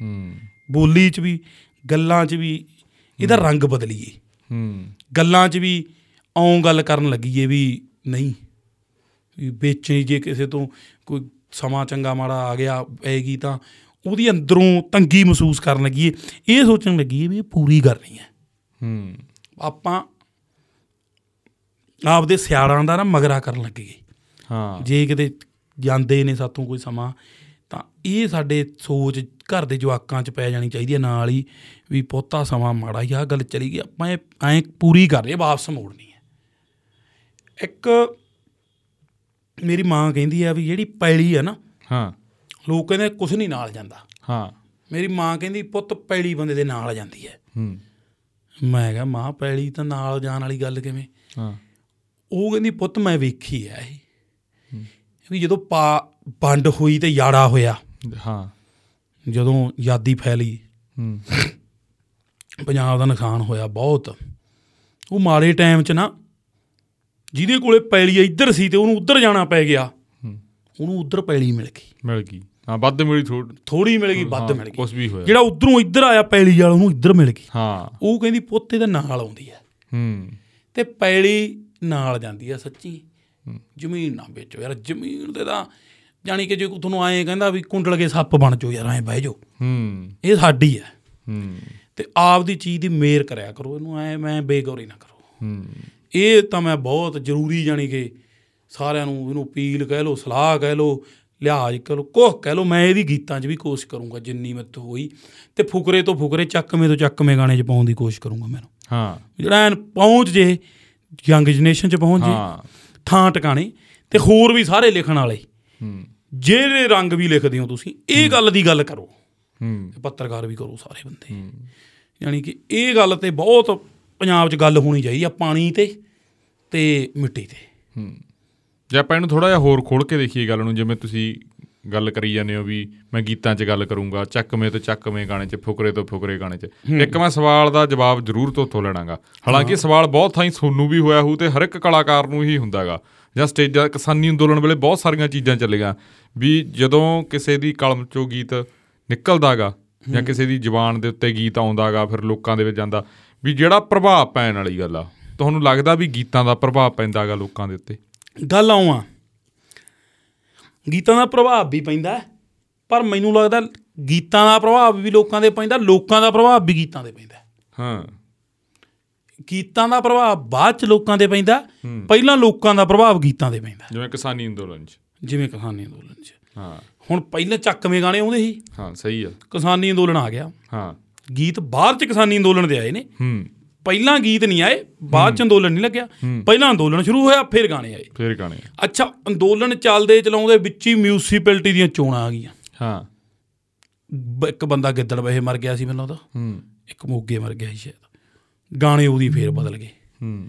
[SPEAKER 1] ਹੂੰ
[SPEAKER 2] ਬੋਲੀ 'ਚ ਵੀ ਗੱਲਾਂ 'ਚ ਵੀ ਇਹਦਾ ਰੰਗ ਬਦਲੀਏ
[SPEAKER 1] ਹੂੰ
[SPEAKER 2] ਗੱਲਾਂ 'ਚ ਵੀ ਔਂ ਗੱਲ ਕਰਨ ਲੱਗੀਏ ਵੀ ਨਹੀਂ ਵੀ ਵੇਚਣੀ ਜੇ ਕਿਸੇ ਤੋਂ ਕੋਈ ਸਮਾਂ ਚੰਗਾ ਮਾੜਾ ਆ ਗਿਆ ਪੈਗੀ ਤਾਂ ਉਹਦੀ ਅੰਦਰੋਂ ਤੰਗੀ ਮਹਿਸੂਸ ਕਰਨ ਲੱਗੀ ਇਹ ਸੋਚਣ ਲੱਗੀ ਵੀ ਇਹ ਪੂਰੀ ਕਰਨੀ ਹੈ
[SPEAKER 1] ਹੂੰ
[SPEAKER 2] ਆਪਾਂ ਆਪਦੇ ਸਿਆੜਾਂ ਦਾ ਨਾ ਮਗਰਾ ਕਰਨ ਲੱਗੇ
[SPEAKER 1] ਹਾਂ
[SPEAKER 2] ਜੇ ਕਿਤੇ ਜਾਂਦੇ ਨੇ ਸਾਥੋਂ ਕੋਈ ਸਮਾਂ ਤਾਂ ਇਹ ਸਾਡੇ ਸੋਚ ਘਰ ਦੇ ਜਵਾਕਾਂ 'ਚ ਪੈ ਜਾਣੀ ਚਾਹੀਦੀ ਹੈ ਨਾਲ ਹੀ ਵੀ ਪੋਤਾ ਸਮਾਂ ਮਾੜਾ ਹੀ ਆ ਗੱਲ ਚਲੀ ਗਈ ਆਪਾਂ ਇਹ ਐਂ ਪੂਰੀ ਕਰ ਰਹੇ ਵਾਪਸ ਮੋੜਨੀ ਹੈ ਇੱਕ ਮੇਰੀ ਮਾਂ ਕਹਿੰਦੀ ਆ ਵੀ ਜਿਹੜੀ ਪੈਲੀ ਆ ਨਾ
[SPEAKER 1] ਹਾਂ
[SPEAKER 2] ਲੋਕ ਕਹਿੰਦੇ ਕੁਝ ਨਹੀਂ ਨਾਲ ਜਾਂਦਾ
[SPEAKER 1] ਹਾਂ
[SPEAKER 2] ਮੇਰੀ ਮਾਂ ਕਹਿੰਦੀ ਪੁੱਤ ਪੈਲੀ ਬੰਦੇ ਦੇ ਨਾਲ ਜਾਂਦੀ ਹੈ
[SPEAKER 1] ਹੂੰ
[SPEAKER 2] ਮੈਂ ਕਿਹਾ ਮਾਂ ਪੈਲੀ ਤਾਂ ਨਾਲ ਜਾਣ ਵਾਲੀ ਗੱਲ ਕਿਵੇਂ
[SPEAKER 1] ਹਾਂ
[SPEAKER 2] ਉਹ ਕਹਿੰਦੀ ਪੁੱਤ ਮੈਂ ਵੇਖੀ ਐ ਇਹ ਵੀ ਜਦੋਂ ਪਾ ਵੰਡ ਹੋਈ ਤੇ ਯਾੜਾ ਹੋਇਆ
[SPEAKER 1] ਹਾਂ
[SPEAKER 2] ਜਦੋਂ ਯਾਦੀ ਫੈਲੀ
[SPEAKER 1] ਹੂੰ
[SPEAKER 2] ਪੰਜਾਬ ਦਾ ਨੁਕਸਾਨ ਹੋਇਆ ਬਹੁਤ ਉਹ ਮਾੜੇ ਟਾਈਮ 'ਚ ਨਾ ਜਿਹਦੇ ਕੋਲੇ ਪੈਲੀ ਇੱਧਰ ਸੀ ਤੇ ਉਹਨੂੰ ਉੱਧਰ ਜਾਣਾ ਪੈ ਗਿਆ
[SPEAKER 1] ਹੂੰ
[SPEAKER 2] ਉਹਨੂੰ ਉੱਧਰ ਪੈਲੀ ਮਿਲ ਗਈ
[SPEAKER 1] ਮਿਲ ਗਈ ਹਾਂ ਵੱਧ ਮਿਲੀ ਥੋੜ
[SPEAKER 2] ਥੋੜੀ ਮਿਲ ਗਈ ਵੱਧ ਮਿਲ ਗਈ
[SPEAKER 1] ਕੁਝ ਵੀ ਹੋਇਆ
[SPEAKER 2] ਜਿਹੜਾ ਉਧਰੋਂ ਇੱਧਰ ਆਇਆ ਪੈਲੀ ਵਾਲਾ ਉਹਨੂੰ ਇੱਧਰ ਮਿਲ ਗਈ
[SPEAKER 1] ਹਾਂ
[SPEAKER 2] ਉਹ ਕਹਿੰਦੀ ਪੁੱਤੇ ਦਾ ਨਾਲ ਆਉਂਦੀ ਐ
[SPEAKER 1] ਹੂੰ
[SPEAKER 2] ਤੇ ਪੈਲੀ ਨਾਲ ਜਾਂਦੀ ਆ ਸੱਚੀ ਜ਼ਮੀਨ ਨਾ ਵੇਚੋ ਯਾਰ ਜ਼ਮੀਨ ਦੇ ਤਾਂ ਜਾਣੀ ਕਿ ਜੇ ਕੋਈ ਤੁਹਾਨੂੰ ਐਂ ਕਹਿੰਦਾ ਵੀ ਕੁੰਡਲ ਕੇ ਸੱਪ ਬਣ ਜਾਓ ਯਾਰ ਐਂ ਬਹਿ ਜਾਓ
[SPEAKER 1] ਹੂੰ
[SPEAKER 2] ਇਹ ਸਾਡੀ ਹੈ
[SPEAKER 1] ਹੂੰ
[SPEAKER 2] ਤੇ ਆਪਦੀ ਚੀਜ਼ ਦੀ ਮੇਰ ਕਰਿਆ ਕਰੋ ਇਹਨੂੰ ਐਂ ਮੈਂ ਬੇਗੌਰੀ ਨਾ ਕਰੋ
[SPEAKER 1] ਹੂੰ
[SPEAKER 2] ਇਹ ਤਾਂ ਮੈਂ ਬਹੁਤ ਜ਼ਰੂਰੀ ਜਾਣੀ ਕਿ ਸਾਰਿਆਂ ਨੂੰ ਇਹਨੂੰ ਅਪੀਲ ਕਹਿ ਲਓ ਸਲਾਹ ਕਹਿ ਲਓ ਲਿਹਾਜ਼ ਕਹਿ ਲਓ ਕੋਹ ਕਹਿ ਲਓ ਮੈਂ ਇਹਦੀ ਗੀਤਾਂ 'ਚ ਵੀ ਕੋਸ਼ਿਸ਼ ਕਰੂੰਗਾ ਜਿੰਨੀ ਮੇਰੇ ਤੋਂ ਹੋਈ ਤੇ ਫੁਕਰੇ ਤੋਂ ਫੁਕਰੇ ਚੱਕਵੇਂ ਤੋਂ ਚੱਕਵੇਂ ਗਾਣੇ 'ਚ ਪਾਉਣ ਦੀ ਕੋਸ਼ਿਸ਼ ਕਰੂੰਗਾ ਮੈਨੂੰ
[SPEAKER 1] ਹਾਂ
[SPEAKER 2] ਜਿਹੜਾ ਐਨ ਪਹੁੰਚ ਜੇ ਯੰਗ ਜਨਰੇਸ਼ਨ 'ਚ ਪਹੁੰਚ ਜੇ
[SPEAKER 1] ਹਾਂ
[SPEAKER 2] ਥਾਂ ਟਿਕਾਣੇ ਤੇ ਹੋਰ ਵੀ ਸਾਰੇ ਲਿਖਣ ਵਾਲੇ
[SPEAKER 1] ਹੂੰ
[SPEAKER 2] ਜਿਹੜੇ ਰੰਗ ਵੀ ਲਿਖਦੇ ਹੋ ਤੁਸੀਂ ਇਹ ਗੱਲ ਦੀ ਗੱਲ ਕਰੋ
[SPEAKER 1] ਹੂੰ
[SPEAKER 2] ਤੇ ਪੱਤਰਕਾਰ ਵੀ ਕਰੋ ਸਾਰੇ ਬੰਦੇ ਯਾਨੀ ਕਿ ਇਹ ਗੱਲ ਤੇ ਬਹੁਤ ਪੰਜਾਬ 'ਚ ਗੱਲ ਹੋਣੀ ਚਾਹੀਦੀ ਆ ਪਾਣੀ ਤੇ ਤੇ ਮਿੱਟੀ ਤੇ
[SPEAKER 1] ਹੂੰ ਜੇ ਆਪਾਂ ਇਹਨੂੰ ਥੋੜਾ ਜਿਹਾ ਹੋਰ ਖੋਲ ਕੇ ਦੇਖੀਏ ਗੱਲ ਨੂੰ ਜਿਵੇਂ ਤੁਸੀਂ ਗੱਲ ਕਰੀ ਜਾਂਦੇ ਹੋ ਵੀ ਮੈਂ ਗੀਤਾਂ 'ਚ ਗੱਲ ਕਰੂੰਗਾ ਚੱਕਵੇਂ ਤੋਂ ਚੱਕਵੇਂ ਗਾਣੇ 'ਚ ਫੁਕਰੇ ਤੋਂ ਫੁਕਰੇ ਗਾਣੇ 'ਚ ਇੱਕ ਮੈਂ ਸਵਾਲ ਦਾ ਜਵਾਬ ਜ਼ਰੂਰ ਤੁਹਾਥੋਂ ਲੈਣਾਗਾ ਹਾਲਾਂਕਿ ਇਹ ਸਵਾਲ ਬਹੁਤ ਥਾਈਂ ਸੋਨੂੰ ਵੀ ਹੋਇਆ ਹੋਊ ਤੇ ਹਰ ਇੱਕ ਕਲਾਕਾਰ ਨੂੰ ਹੀ ਹੁੰਦਾਗਾ ਜਾਂ ਸਟੇਜਾਂ ਕਿਸਾਨੀ ਅੰਦੋਲਨ ਵੇਲੇ ਬਹੁਤ ਸਾਰੀਆਂ ਚੀਜ਼ਾਂ ਚੱਲੀਆਂ ਵੀ ਜਦੋਂ ਕਿਸੇ ਦੀ ਕਲਮ 'ਚੋਂ ਗੀਤ ਨਿਕਲਦਾਗਾ ਜਾਂ ਕਿਸੇ ਦੀ ਜ਼ੁਬਾਨ ਦੇ ਉੱਤੇ ਗੀਤ ਆਉਂਦਾਗਾ ਫਿਰ ਲੋਕਾਂ ਦੇ ਵਿੱਚ ਜਾਂਦਾ ਵੀ ਜਿਹੜਾ ਪ੍ਰਭਾਵ ਪੈਣ ਵਾਲੀ ਗੱਲ ਆ ਤੁਹਾਨੂੰ ਲੱਗਦਾ ਵੀ ਗੀਤਾਂ ਦਾ ਪ੍ਰਭਾਵ ਪੈਂਦਾਗਾ ਲੋਕਾਂ ਦੇ ਉੱਤੇ
[SPEAKER 2] ਗੱਲ ਆਉਂ ਗੀਤਾਂ ਦਾ ਪ੍ਰਭਾਵ ਵੀ ਪੈਂਦਾ ਹੈ, ਪਰ ਮੈਨੂੰ ਲੱਗਦਾ ਗੀਤਾਂ ਦਾ ਪ੍ਰਭਾਵ ਵੀ ਲੋਕਾਂ ਦੇ ਪੈਂਦਾ ਲੋਕਾਂ ਦਾ ਪ੍ਰਭਾਵ ਵੀ ਗੀਤਾਂ ਦੇ ਪੈਂਦਾ
[SPEAKER 1] ਹਾਂ
[SPEAKER 2] ਗੀਤਾਂ ਦਾ ਪ੍ਰਭਾਵ ਬਾਅਦ 'ਚ ਲੋਕਾਂ ਦੇ ਪੈਂਦਾ ਪਹਿਲਾਂ ਲੋਕਾਂ ਦਾ ਪ੍ਰਭਾਵ ਗੀਤਾਂ ਦੇ ਪੈਂਦਾ
[SPEAKER 1] ਜਿਵੇਂ ਕਿਸਾਨੀ ਅੰਦੋਲਨ ਚ
[SPEAKER 2] ਜਿਵੇਂ ਕਿਸਾਨੀ ਅੰਦੋਲਨ 'ਚ
[SPEAKER 1] ਹਾਂ
[SPEAKER 2] ਹੁਣ ਪਹਿਲਾਂ ਚੱਕਵੇਂ ਗਾਣੇ ਆਉਂਦੇ ਸੀ
[SPEAKER 1] ਹਾਂ ਸਹੀ ਆ
[SPEAKER 2] ਕਿਸਾਨੀ ਅੰਦੋਲਨ ਆ ਗਿਆ
[SPEAKER 1] ਹਾਂ
[SPEAKER 2] ਗੀਤ ਬਾਅਦ ਚ ਕਿਸਾਨੀ ਅੰਦੋਲਨ ਦੇ ਆਏ ਨੇ
[SPEAKER 1] ਹੂੰ
[SPEAKER 2] ਪਹਿਲਾਂ ਗੀਤ ਨਹੀਂ ਆਏ ਬਾਅਦ ਚ ਅੰਦੋਲਨ ਨਹੀਂ ਲੱਗਿਆ ਪਹਿਲਾਂ ਅੰਦੋਲਨ ਸ਼ੁਰੂ ਹੋਇਆ ਫਿਰ ਗਾਣੇ ਆਏ
[SPEAKER 1] ਫੇਰ ਗਾਣੇ
[SPEAKER 2] ਅੱਛਾ ਅੰਦੋਲਨ ਚੱਲਦੇ ਚਲਾਉਂਦੇ ਵਿੱਚ ਹੀ ਮਿਊਨਿਸਪੈਲਿਟੀ ਦੀਆਂ ਚੋਣਾਂ ਆ ਗਈਆਂ
[SPEAKER 1] ਹਾਂ
[SPEAKER 2] ਬ- ਇੱਕ ਬੰਦਾ ਗਿੱਦੜ ਵਹੇ ਮਰ ਗਿਆ ਸੀ ਮੈਨੂੰ ਲੱਗਦਾ
[SPEAKER 1] ਹੂੰ
[SPEAKER 2] ਇੱਕ ਮੋਗੇ ਮਰ ਗਿਆ ਸੀ ਸ਼ਾਇਦ ਗਾਣੇ ਉਹਦੀ ਫੇਰ ਬਦਲ ਗਏ
[SPEAKER 1] ਹੂੰ